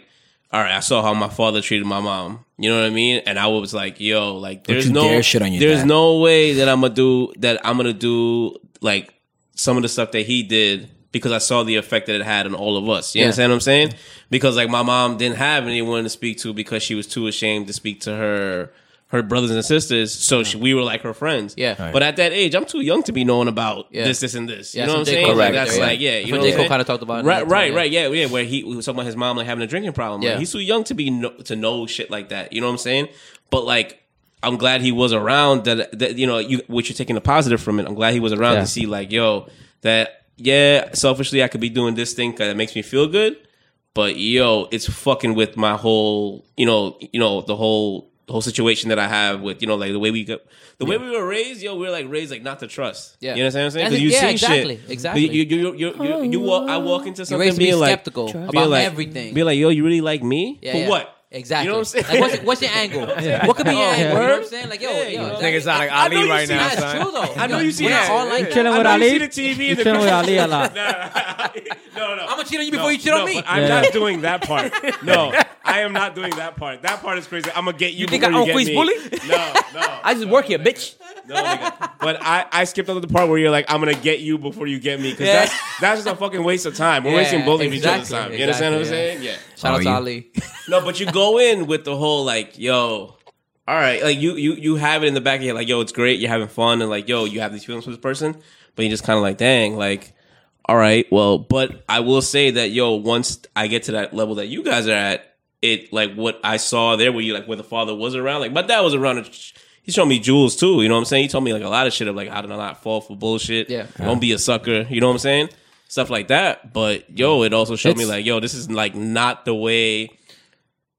Speaker 3: all right i saw how my father treated my mom you know what i mean and i was like yo like there's
Speaker 4: you
Speaker 3: no
Speaker 4: dare shit on your
Speaker 3: there's
Speaker 4: dad.
Speaker 3: no way that i'm gonna do that i'm gonna do like some of the stuff that he did because I saw the effect that it had on all of us. You
Speaker 2: Yeah.
Speaker 3: understand what I'm saying? Because like my mom didn't have anyone to speak to because she was too ashamed to speak to her her brothers and sisters. So she, we were like her friends.
Speaker 2: Yeah. Right.
Speaker 3: But at that age, I'm too young to be knowing about
Speaker 2: Yeah.
Speaker 3: this, this, and this.
Speaker 2: Yeah,
Speaker 3: you know what I'm
Speaker 2: that's what
Speaker 3: saying?
Speaker 2: J. Cole
Speaker 3: Like,
Speaker 2: did
Speaker 3: that's
Speaker 2: there, yeah.
Speaker 3: like yeah.
Speaker 2: That's
Speaker 3: You
Speaker 2: what
Speaker 3: know what
Speaker 2: J.
Speaker 3: I'm
Speaker 2: Cole
Speaker 3: saying?
Speaker 2: kinda talked about it
Speaker 3: Right,
Speaker 2: in that
Speaker 3: right,
Speaker 2: time,
Speaker 3: right. Yeah, yeah. Where he, we was talking about his mom like having a drinking problem. Like,
Speaker 2: Yeah.
Speaker 3: he's too young to be no, to know shit like that. You know what I'm saying? But like. I'm glad he was around. That, that you know, you what you're taking the positive from it. I'm glad he was around
Speaker 5: Yeah.
Speaker 3: to see like, yo, that yeah, selfishly I could be doing this thing because it makes me feel good. But yo, it's fucking with my whole, you know, you know, the whole the whole situation that I have with, you know, like the way we got, the way we were raised, yo, we were like raised like not to trust.
Speaker 2: Yeah.
Speaker 3: you know what I'm saying?
Speaker 2: That's-
Speaker 3: 'Cause you
Speaker 2: yeah,
Speaker 3: see
Speaker 2: exactly,
Speaker 3: shit,
Speaker 2: exactly.
Speaker 3: You, you, you, you, you, you walk, I walk into
Speaker 2: You're
Speaker 3: something
Speaker 2: raised to
Speaker 3: being
Speaker 2: be
Speaker 3: like
Speaker 2: skeptical
Speaker 3: being
Speaker 2: about
Speaker 3: like-
Speaker 2: everything.
Speaker 3: Be like, yo, you really like me?
Speaker 2: Yeah,
Speaker 3: For
Speaker 2: yeah.
Speaker 3: what?
Speaker 2: Exactly.
Speaker 3: You know what I'm saying?
Speaker 2: Like, what's, what's your angle? What could be your
Speaker 3: Oh,
Speaker 2: angle? You know
Speaker 3: word?
Speaker 2: what I'm saying? Like, yo, yo,
Speaker 3: you know.
Speaker 2: that-
Speaker 4: Nigga sound like
Speaker 3: I know
Speaker 4: Ali
Speaker 3: you
Speaker 4: right
Speaker 3: see
Speaker 4: now,
Speaker 3: that.
Speaker 2: that's
Speaker 4: son.
Speaker 2: true though.
Speaker 3: I know you see
Speaker 2: We're
Speaker 3: that.
Speaker 2: all like
Speaker 5: You
Speaker 2: that.
Speaker 5: chilling
Speaker 3: I
Speaker 5: with
Speaker 3: know
Speaker 5: Ali?
Speaker 3: You see the TV.
Speaker 5: You
Speaker 3: the
Speaker 5: chilling with Ali a lot.
Speaker 3: no, no.
Speaker 2: I'm gonna cheat on you before you cheat on me.
Speaker 3: but I'm
Speaker 5: Yeah.
Speaker 3: not doing that part. No, I am not doing that part. That part is crazy. I'm gonna get you.
Speaker 4: You think
Speaker 3: before
Speaker 4: I own
Speaker 3: get
Speaker 4: Queens
Speaker 3: me.
Speaker 4: Bully?
Speaker 3: No, no.
Speaker 4: I just work here, bitch.
Speaker 3: No, nigga. But I, I skipped over the part where you're like, I'm gonna get you before you get me, because
Speaker 2: Yeah.
Speaker 3: that's that's just a fucking waste of time. We're
Speaker 2: Yeah,
Speaker 3: wasting both of each other's
Speaker 2: exactly,
Speaker 3: time. You understand what I'm
Speaker 2: exactly,
Speaker 3: saying? Yeah.
Speaker 2: Shout out
Speaker 4: Oh,
Speaker 2: to
Speaker 4: you-
Speaker 2: Ali.
Speaker 3: No, but you go in with the whole like, yo, all right, like you you you have it in the back of your like, yo, it's great, you're having fun, and like, yo, you have these feelings for this person, but you just kind of like, dang, like, all right, well, but I will say that, yo, once I get to that level that you guys are at, it like what I saw there, where you like where the father was around, like my dad was around. He showed me jewels too, you know what I'm saying? He told me like a lot of shit of like how to not fall for bullshit.
Speaker 2: Yeah.
Speaker 3: Don't be a sucker, you know what I'm saying? Stuff like that. But yo, it also showed me
Speaker 5: It's-
Speaker 3: like, yo, this is like not the way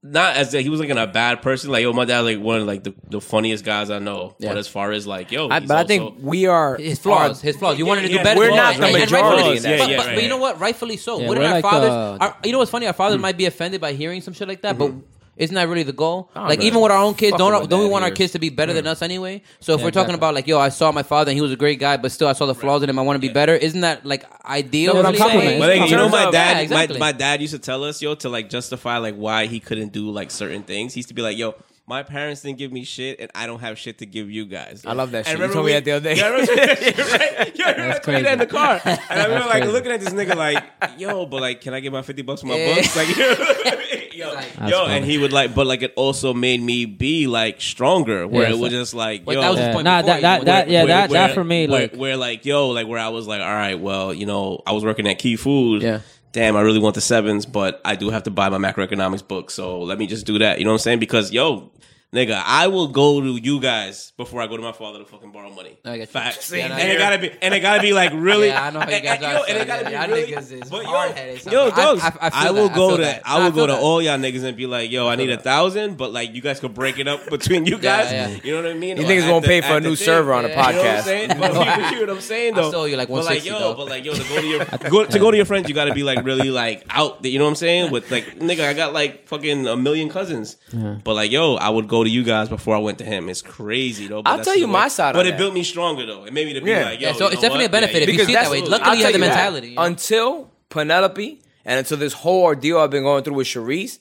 Speaker 3: not as that he was like in a bad person. Like, yo, my dad like one of like the, the funniest guys I know. But as far as like, yo,
Speaker 4: I,
Speaker 3: he's
Speaker 4: but I think
Speaker 3: also-
Speaker 4: we are
Speaker 2: His flaws, his flaws. You wanted to do
Speaker 3: yeah,
Speaker 2: better.
Speaker 3: we're
Speaker 2: than
Speaker 3: not
Speaker 2: that.
Speaker 3: the
Speaker 2: And rightfully
Speaker 3: majority.
Speaker 2: so.
Speaker 3: Yeah,
Speaker 2: but,
Speaker 3: yeah,
Speaker 2: but-
Speaker 3: right, Hmm.
Speaker 2: but you know
Speaker 3: yeah.
Speaker 2: what? Rightfully so.
Speaker 5: Yeah,
Speaker 2: Wouldn't
Speaker 5: we're
Speaker 2: our
Speaker 5: like uh,
Speaker 2: fathers?
Speaker 5: the-
Speaker 2: our- you know what's funny? Our fathers might be offended by hearing some shit like that,
Speaker 3: Hmm.
Speaker 2: but. Isn't that really the goal?
Speaker 3: Oh,
Speaker 2: like
Speaker 4: man.
Speaker 2: even with our own kids,
Speaker 4: Fuck
Speaker 2: don't
Speaker 4: with what
Speaker 2: don't we
Speaker 4: dad
Speaker 2: want our
Speaker 4: hears.
Speaker 2: kids to be better
Speaker 3: Hmm.
Speaker 2: than us anyway? So if
Speaker 5: Yeah,
Speaker 2: we're talking
Speaker 5: exactly.
Speaker 2: about like, yo, I saw my father and he was a great guy, but still I saw the flaws in him. I want to be better. Isn't that like ideal?
Speaker 5: No, but I'm
Speaker 2: really?
Speaker 5: complimenting.
Speaker 3: But like, you know,
Speaker 4: In terms
Speaker 3: my
Speaker 4: of-
Speaker 3: dad,
Speaker 2: Yeah, exactly.
Speaker 3: my, my dad used to tell us, yo, to like justify like why he couldn't do like certain things. He used to be like, yo, my parents didn't give me shit, and I don't have shit to give you guys. I
Speaker 4: love that shit. You
Speaker 3: remember
Speaker 4: told me that the other day.
Speaker 3: Yeah, I remember, right? Yo, I remember I told you that in the
Speaker 5: crazy.
Speaker 3: car, and I remember like
Speaker 5: crazy.
Speaker 3: looking at this nigga like, yo, but like, can I get my fifty bucks for my
Speaker 2: Yeah.
Speaker 3: books? Like, yo, yo,
Speaker 5: That's
Speaker 3: and
Speaker 5: funny.
Speaker 3: he would like, but like, it also made me be like stronger, where
Speaker 5: Yeah,
Speaker 3: it was
Speaker 5: so-
Speaker 3: just like,
Speaker 2: But
Speaker 3: yo,
Speaker 2: that was his
Speaker 5: Yeah.
Speaker 2: point
Speaker 5: Nah,
Speaker 2: before
Speaker 5: that-
Speaker 2: you
Speaker 5: that-
Speaker 2: went
Speaker 5: that-
Speaker 2: there.
Speaker 5: yeah, for me,
Speaker 3: where,
Speaker 5: like-
Speaker 3: where like yo, like where I was like, all right, well, you know, I was working at Key Food.
Speaker 2: Yeah.
Speaker 3: Damn, I really want the sevens, but I do have to buy my macroeconomics book, so let me just do that. You know what I'm saying? Because yo, Nigga, I will go to you guys before I go to my father to fucking borrow money.
Speaker 2: I got you.
Speaker 3: Facts.
Speaker 2: Yeah, no,
Speaker 3: and it
Speaker 2: you're-
Speaker 3: gotta be, and it gotta be like really.
Speaker 2: Yeah, I know how you guys
Speaker 3: and-
Speaker 2: are,
Speaker 3: yo, and
Speaker 2: son.
Speaker 3: it gotta be
Speaker 2: Y'all
Speaker 3: really-
Speaker 2: niggas is
Speaker 3: but yo,
Speaker 2: hard-headed
Speaker 3: Yo,
Speaker 2: sometimes. I-
Speaker 3: dogs,
Speaker 2: I- I feel
Speaker 3: will
Speaker 2: that. I
Speaker 3: go
Speaker 2: feel
Speaker 3: to,
Speaker 2: that.
Speaker 3: I
Speaker 2: I
Speaker 3: will go
Speaker 2: feel
Speaker 3: to
Speaker 2: that.
Speaker 3: all y'all niggas and be like, yo, I need a thousand, but like you guys could break it up between you
Speaker 2: Yeah,
Speaker 3: guys.
Speaker 2: yeah.
Speaker 3: You know what I mean?
Speaker 4: You
Speaker 3: Or
Speaker 4: niggas
Speaker 3: at
Speaker 4: gonna
Speaker 3: the-
Speaker 4: pay for
Speaker 3: at
Speaker 4: a
Speaker 3: the
Speaker 4: new
Speaker 3: thing.
Speaker 4: server on a
Speaker 2: Yeah.
Speaker 3: You know what I'm
Speaker 4: podcast.
Speaker 3: saying? But you you know what I'm saying though.
Speaker 2: I saw you, like,
Speaker 3: But,
Speaker 2: 160,
Speaker 3: yo,
Speaker 2: though.
Speaker 3: but like yo, to go to your go, to go to your friends, you gotta be like really like out. there, You know what I'm saying? With like nigga, I got like fucking a million cousins. But like yo, I would go to you guys before I went to him. It's crazy though. but
Speaker 4: I'll
Speaker 3: that's
Speaker 4: tell you
Speaker 3: the
Speaker 4: my
Speaker 3: way-
Speaker 4: side on
Speaker 3: But it
Speaker 4: that.
Speaker 3: built me stronger though. It made me to be
Speaker 4: Yeah.
Speaker 3: like yo.
Speaker 2: Yeah, so
Speaker 3: you
Speaker 2: it's
Speaker 3: know
Speaker 2: definitely
Speaker 3: what?
Speaker 2: a benefit if you
Speaker 4: Because
Speaker 2: see it that
Speaker 4: that's-
Speaker 2: way.
Speaker 3: I'll
Speaker 2: Luckily, you
Speaker 4: tell
Speaker 2: have
Speaker 4: you
Speaker 2: the
Speaker 4: that.
Speaker 2: mentality. you know?
Speaker 4: Until Penelope and until this whole ordeal I've been going through with Sharice,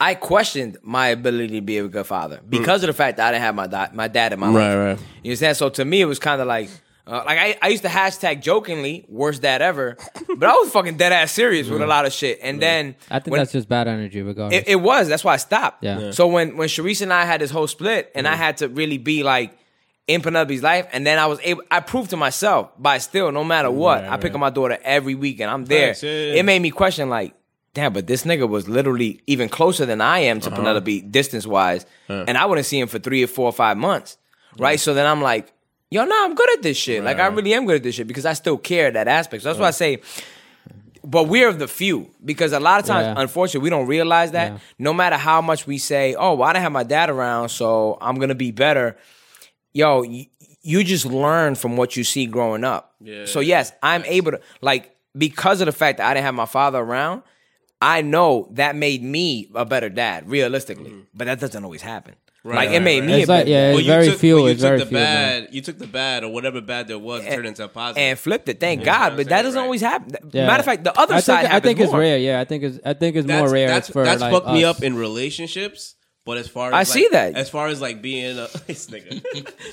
Speaker 4: I questioned my ability to be a good father
Speaker 2: Mm.
Speaker 4: because of the fact that I didn't have my da- my dad in my
Speaker 3: Right,
Speaker 4: life.
Speaker 3: right.
Speaker 4: You understand? So to me, it was kind of like. Uh, like I, I used to hashtag jokingly worst dad ever, but I was fucking dead ass serious
Speaker 2: Mm.
Speaker 4: with a lot of shit. And then
Speaker 5: I think
Speaker 4: when-
Speaker 5: that's just bad energy, regardless.
Speaker 4: it, it was. That's why I stopped.
Speaker 5: Yeah. Yeah.
Speaker 4: So when when Sharice and I had this whole split, and I had to really be like in Penelope's life, and then I was able. I proved to myself by still, no matter what, I pick up my daughter every weekend. I'm there.
Speaker 3: Facts, yeah, yeah.
Speaker 4: It made me question like. Damn, but this nigga was literally even closer than I am to
Speaker 3: Uh-huh.
Speaker 4: Penelope distance wise, and I wouldn't see him for three or four or five months, right? So then I'm like, yo, no, I'm good at this shit. like I really am good at this shit because I still care that aspect. So that's why I say but we're of the few because a lot of times,
Speaker 5: Yeah.
Speaker 4: unfortunately, we don't realize that.
Speaker 5: Yeah.
Speaker 4: No matter how much we say, "Oh, well, I didn't have my dad around, so I'm gonna be better," yo, y- you just learn from what you see growing up. So yes, I'm able to like because of the fact that I didn't have my father around. I know that made me a better dad, realistically, but that doesn't always happen. like
Speaker 3: Mm-hmm.
Speaker 4: it
Speaker 3: right,
Speaker 4: made
Speaker 3: right.
Speaker 4: me
Speaker 5: It's
Speaker 4: a
Speaker 5: like-
Speaker 4: better
Speaker 5: yeah,
Speaker 4: dad
Speaker 5: It's
Speaker 3: But you
Speaker 5: very
Speaker 3: took-
Speaker 5: few,
Speaker 3: but You
Speaker 5: it's
Speaker 3: took
Speaker 5: very
Speaker 3: the
Speaker 5: few, man.
Speaker 3: bad. You took the bad or whatever bad there was and turned it into a positive.
Speaker 4: and flipped it. Thank
Speaker 3: what
Speaker 4: God,
Speaker 3: I'm
Speaker 4: but that
Speaker 3: saying,
Speaker 4: doesn't
Speaker 3: right.
Speaker 4: always happen.
Speaker 5: Yeah.
Speaker 4: Matter of fact, the other
Speaker 5: I
Speaker 4: side
Speaker 5: think, I
Speaker 4: happens
Speaker 5: think it's
Speaker 4: more.
Speaker 5: rare. Yeah, I think it's I think it's more rare.
Speaker 3: That's,
Speaker 5: for
Speaker 3: that's
Speaker 5: like,
Speaker 3: fucked me
Speaker 5: us.
Speaker 3: up in relationships. But as far as
Speaker 4: I
Speaker 3: like-
Speaker 4: see that.
Speaker 3: As far as like being a this nigga.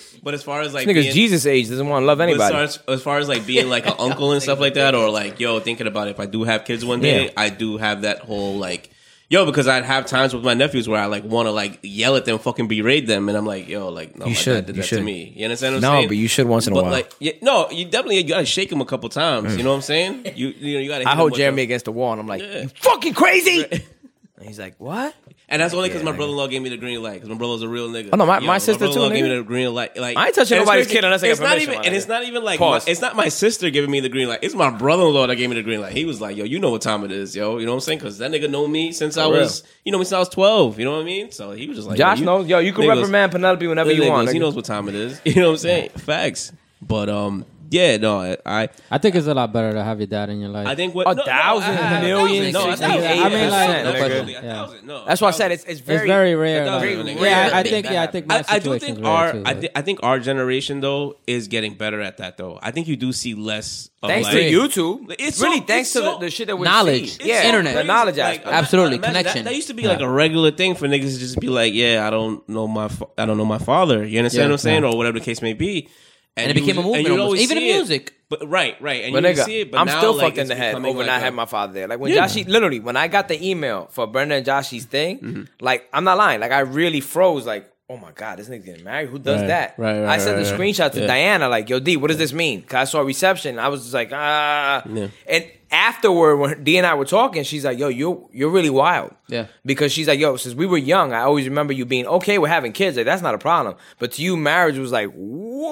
Speaker 3: but as far as like
Speaker 4: Niggas
Speaker 3: being,
Speaker 4: Jesus age doesn't want to love
Speaker 3: but as
Speaker 4: anybody.
Speaker 3: far as, as far as like being like an uncle and stuff like that, or like yo, thinking about if I do have kids one day,
Speaker 4: Yeah.
Speaker 3: I do have that whole like yo, because I'd have times with my nephews where I like want to like yell at them, fucking berate them, and I'm like yo, like no,
Speaker 4: You
Speaker 3: my
Speaker 4: should,
Speaker 3: dad did
Speaker 4: you
Speaker 3: that to
Speaker 4: should.
Speaker 3: me. You understand? What
Speaker 4: No,
Speaker 3: I'm saying?
Speaker 4: but you should once in a
Speaker 3: But,
Speaker 4: while. Mm.
Speaker 3: Like yeah, no, you definitely you gotta shake him a couple times. You know what I'm saying? You you know you gotta. hit
Speaker 4: I
Speaker 3: him
Speaker 4: hold
Speaker 3: with
Speaker 4: Jeremy
Speaker 3: your-
Speaker 4: against the wall, and I'm like,
Speaker 3: Yeah.
Speaker 4: "You fucking crazy!" and he's like, "What?"
Speaker 3: And that's only because
Speaker 4: Yeah,
Speaker 3: my
Speaker 4: nigga.
Speaker 3: brother in law gave me the green light. Because my brother's a real nigga.
Speaker 4: Oh, no, my- my sister too,
Speaker 3: brother-in-law Gave
Speaker 4: nigga.
Speaker 3: me the green light. Like
Speaker 4: I ain't touching
Speaker 3: and it's
Speaker 4: nobody's
Speaker 3: crazy-
Speaker 4: kid unless I get
Speaker 3: it's not
Speaker 4: permission,
Speaker 3: even,
Speaker 4: my
Speaker 3: and
Speaker 4: nigga.
Speaker 3: it's not even like
Speaker 4: Pause.
Speaker 3: My, it's not my sister giving me the green light. It's my brother-in-law that gave me the green light. He was like, "Yo, you know what time it is, yo. You know what I'm saying? Because that nigga know me since I
Speaker 4: For real.
Speaker 3: was, you know, me since I was 12. You know what I mean? So he was just like,
Speaker 4: Josh
Speaker 3: you,
Speaker 4: knows, yo, you can
Speaker 3: niggas-
Speaker 4: reprimand Penelope whenever you
Speaker 3: niggas,
Speaker 4: want.
Speaker 3: He
Speaker 4: nigga.
Speaker 3: knows what time it is. You know what I'm saying? Facts. But um, yeah, no, I, I,
Speaker 5: I think it's a lot better to have your dad in your life.
Speaker 3: I think what
Speaker 4: A
Speaker 3: no, no,
Speaker 4: thousand
Speaker 3: I- I-
Speaker 4: million,
Speaker 3: no, a
Speaker 4: sixty-eight
Speaker 3: thousand,
Speaker 5: I
Speaker 3: no,
Speaker 5: mean, like- nigga.
Speaker 3: definitely, a thousand, no,
Speaker 4: That's why I
Speaker 3: a
Speaker 4: said
Speaker 3: thousand.
Speaker 4: it's it's
Speaker 5: it's
Speaker 4: very,
Speaker 5: very rare.
Speaker 3: that's
Speaker 5: like-
Speaker 3: very
Speaker 5: yeah,
Speaker 3: rare.
Speaker 5: I think yeah, I think my
Speaker 3: I, I do
Speaker 5: situation's
Speaker 3: think
Speaker 5: rare
Speaker 3: our
Speaker 5: too,
Speaker 3: I,
Speaker 5: like-
Speaker 3: thi- I think our generation though is getting better at that though. I think you do see less. Of,
Speaker 4: Thanks
Speaker 3: like,
Speaker 4: to YouTube,
Speaker 3: It's
Speaker 4: it's
Speaker 3: so-
Speaker 4: really thanks
Speaker 3: it's
Speaker 4: to the,
Speaker 3: so-
Speaker 4: the shit that we
Speaker 2: Knowledge.
Speaker 4: see.
Speaker 2: It's
Speaker 4: yeah,
Speaker 2: so internet.
Speaker 4: the knowledge
Speaker 3: Like,
Speaker 4: aspect.
Speaker 3: ima-
Speaker 2: Absolutely,
Speaker 3: imagine
Speaker 2: connection.
Speaker 3: That, that used to be like a regular thing for niggas to just be like, yeah, I don't know my fa- I don't know my father. You understand
Speaker 5: Yeah,
Speaker 3: what I'm saying,
Speaker 5: yeah.
Speaker 3: or whatever the case may be.
Speaker 2: And it
Speaker 3: you
Speaker 2: became a
Speaker 3: would- and
Speaker 2: movement
Speaker 3: you would
Speaker 2: almost.
Speaker 3: always
Speaker 2: Even
Speaker 3: see
Speaker 2: in
Speaker 3: it.
Speaker 2: music.
Speaker 3: But right, right, and
Speaker 4: But
Speaker 3: you would
Speaker 4: nigga,
Speaker 3: see it. But
Speaker 4: I'm
Speaker 3: now,
Speaker 4: still
Speaker 3: like,
Speaker 4: fucked in
Speaker 3: it's
Speaker 4: the head
Speaker 3: becoming,
Speaker 4: over
Speaker 3: like,
Speaker 4: not
Speaker 3: a-
Speaker 4: having my father there. Like when
Speaker 3: Yeah.
Speaker 4: Joshi, literally, when I got the email for Brenda and Joshi's thing,
Speaker 3: Mm-hmm.
Speaker 4: like I'm not lying, like I really froze. Like, oh my god, this nigga's getting married. Who does
Speaker 3: Right.
Speaker 4: that?
Speaker 3: Right, right,
Speaker 4: I sent
Speaker 3: right,
Speaker 4: the
Speaker 3: right.
Speaker 4: screenshot to
Speaker 3: Yeah.
Speaker 4: Diana, like, yo, D, what does this mean? Cause I saw reception. I was just like, ah.
Speaker 3: Yeah.
Speaker 4: And afterward, when D and I were talking, she's like, yo, you you're really wild.
Speaker 2: Yeah.
Speaker 4: Because she's like, yo, since we were young, I always remember you being okay with having kids. Like that's not a problem. But to you, marriage was like, whoa.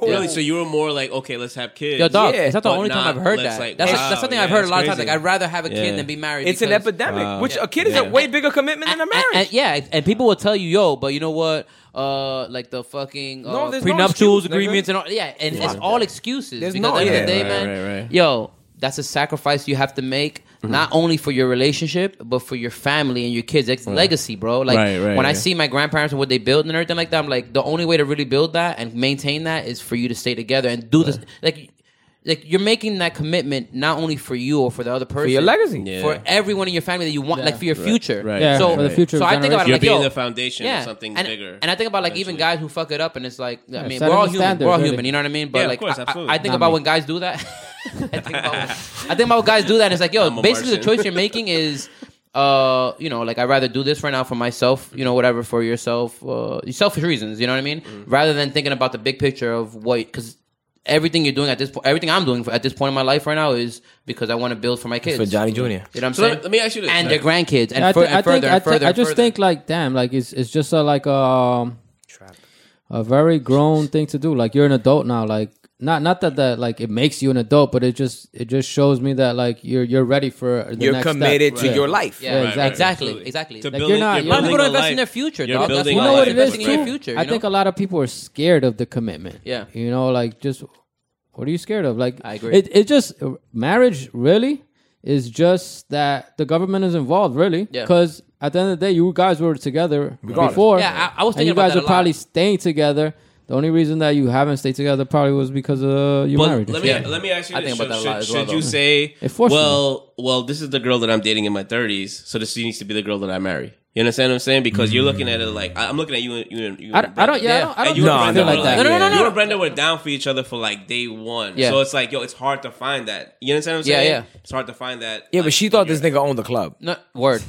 Speaker 3: Really, so you were more like, okay, let's have kids.
Speaker 2: Yo, dog,
Speaker 4: Yeah,
Speaker 2: it's not the
Speaker 3: but
Speaker 2: only
Speaker 3: not-
Speaker 2: time I've heard
Speaker 3: let's,
Speaker 2: that.
Speaker 3: Oh, like,
Speaker 2: that's,
Speaker 3: wow,
Speaker 2: that's something
Speaker 3: yeah,
Speaker 2: I've heard a
Speaker 3: it's
Speaker 2: lot of times.
Speaker 3: crazy.
Speaker 2: Like, I'd rather have a kid
Speaker 3: Yeah.
Speaker 2: than be married.
Speaker 4: It's an
Speaker 2: because-
Speaker 4: epidemic,
Speaker 3: Wow.
Speaker 4: which a kid is
Speaker 3: Yeah.
Speaker 4: a way bigger commitment
Speaker 2: And,
Speaker 4: than a marriage.
Speaker 2: and- and- yeah, and people will tell you, yo, but you know what? Uh, like the fucking uh,
Speaker 4: No, there's no
Speaker 2: prenuptials
Speaker 4: excuse, nigga.
Speaker 2: agreements and all. Yeah, and it's all excuses.
Speaker 4: There's
Speaker 2: because
Speaker 4: no-
Speaker 2: at the end of the
Speaker 4: yeah.
Speaker 2: day,
Speaker 3: Right,
Speaker 2: man,
Speaker 3: right, right. Mm-hmm.
Speaker 2: yo, that's a sacrifice you have to make. Not only for your relationship, but for your family and your kids' It's legacy, bro. Like
Speaker 3: Right, right,
Speaker 2: when I
Speaker 3: right.
Speaker 2: see my grandparents and what they build and everything like that, I'm like, the only way to really build that and maintain that is for you to stay together and do this. Like, like you're making that commitment not only for you or for the other person,
Speaker 4: your legacy.
Speaker 3: Yeah.
Speaker 2: for everyone in your family that you want,
Speaker 5: Yeah.
Speaker 2: like for your future.
Speaker 3: right,
Speaker 5: yeah,
Speaker 2: So
Speaker 5: for the future.
Speaker 2: so I think about it
Speaker 3: You're
Speaker 2: like,
Speaker 3: being
Speaker 2: yo,
Speaker 3: the foundation of something
Speaker 2: and,
Speaker 3: bigger.
Speaker 2: And I think about like even
Speaker 3: eventually.
Speaker 2: guys who fuck it up, and it's like I mean
Speaker 5: setting
Speaker 2: we're all
Speaker 5: the
Speaker 2: human,
Speaker 5: standard,
Speaker 2: we're all
Speaker 5: really.
Speaker 2: human. You know what I mean? But
Speaker 3: Yeah, of
Speaker 2: like
Speaker 3: course,
Speaker 2: I- I,
Speaker 3: absolutely.
Speaker 2: I think
Speaker 5: Not
Speaker 2: about
Speaker 5: me.
Speaker 2: when guys do that. I think about when, I think about when guys do that. And it's like yo,
Speaker 3: a
Speaker 2: basically the
Speaker 3: Martian.
Speaker 2: choice you're making is. Uh, you know, like I'd rather do this right now for myself, you know, whatever for
Speaker 3: Mm-hmm.
Speaker 2: yourself, uh, selfish reasons, you know what I mean? Rather than thinking about the big picture of what, because everything you're doing at this point, everything I'm doing at this point in my life right now is because I want to build for my kids.
Speaker 4: for Johnny Jr.
Speaker 2: You know what I'm
Speaker 3: So let
Speaker 2: saying?
Speaker 3: me- let me ask you this,
Speaker 2: And
Speaker 3: man.
Speaker 2: their grandkids, and,
Speaker 5: I,
Speaker 2: fur-
Speaker 5: thi-
Speaker 2: and
Speaker 5: I
Speaker 2: further
Speaker 5: think I,
Speaker 2: and
Speaker 5: thi-
Speaker 2: further.
Speaker 5: I
Speaker 2: and
Speaker 5: just
Speaker 2: further.
Speaker 5: think like damn, like it's it's just a like um a very grown thing to do. Like you're an adult now. Like not not that that like it makes you an adult, but it just it just shows me that like you're you're ready for the
Speaker 4: You're
Speaker 5: next step.
Speaker 4: committed to
Speaker 5: Yeah.
Speaker 4: your life.
Speaker 2: Yeah,
Speaker 5: Right, right,
Speaker 2: exactly,
Speaker 3: absolutely.
Speaker 2: exactly.
Speaker 3: To
Speaker 2: Like,
Speaker 5: you're not-
Speaker 2: a lot of people
Speaker 3: building
Speaker 2: don't
Speaker 3: a
Speaker 2: invest
Speaker 3: life.
Speaker 2: in their future.
Speaker 3: You're
Speaker 2: dog. That's
Speaker 3: building
Speaker 2: why
Speaker 5: You
Speaker 3: a
Speaker 5: know
Speaker 3: life.
Speaker 5: what
Speaker 2: you're
Speaker 5: it is
Speaker 2: investing in
Speaker 5: too.
Speaker 2: your future. You
Speaker 5: I
Speaker 2: know?
Speaker 5: think a lot of people are scared of the commitment.
Speaker 2: Yeah.
Speaker 5: you know, like just what are you scared of? Like
Speaker 2: I agree.
Speaker 5: It it just marriage really is just that the government is involved really
Speaker 2: Yeah.
Speaker 5: because at the end of the day you guys were together
Speaker 4: Regardless.
Speaker 5: before.
Speaker 2: Yeah, I- I was thinking
Speaker 5: and you
Speaker 2: about
Speaker 5: guys
Speaker 2: that
Speaker 5: are
Speaker 2: a lot.
Speaker 5: probably staying together. The only reason that you haven't stayed together probably was because of your
Speaker 3: But
Speaker 5: marriage.
Speaker 3: let me
Speaker 2: Yeah.
Speaker 3: let me ask you
Speaker 2: I
Speaker 3: this.
Speaker 2: think about
Speaker 3: should,
Speaker 2: that a lot
Speaker 3: should-
Speaker 2: as well,
Speaker 3: should
Speaker 2: though.
Speaker 3: you say
Speaker 5: It forced me.
Speaker 3: well well this is the girl that I'm dating in my 30s so this needs to be the girl that I marry. You understand what I'm saying? Because you're looking at it like I- I'm looking at you and you and you.
Speaker 5: I,
Speaker 3: and
Speaker 5: I don't. Yeah,
Speaker 2: Yeah.
Speaker 5: I don't,
Speaker 3: And
Speaker 5: I don't
Speaker 3: you
Speaker 5: feel
Speaker 4: No,
Speaker 3: and Brenda
Speaker 4: no,
Speaker 5: like
Speaker 3: were
Speaker 5: that.
Speaker 2: No, no, no, no,
Speaker 3: You
Speaker 2: no.
Speaker 3: and Brenda were down for each other for like day one.
Speaker 2: Yeah.
Speaker 3: So it's like, yo, it's hard to find that. You understand what I'm
Speaker 2: Yeah,
Speaker 3: saying?
Speaker 2: yeah.
Speaker 3: It's hard to find that.
Speaker 4: Yeah,
Speaker 3: like,
Speaker 4: but she
Speaker 3: when
Speaker 4: thought
Speaker 3: you're-
Speaker 4: this nigga owned the club.
Speaker 2: No word.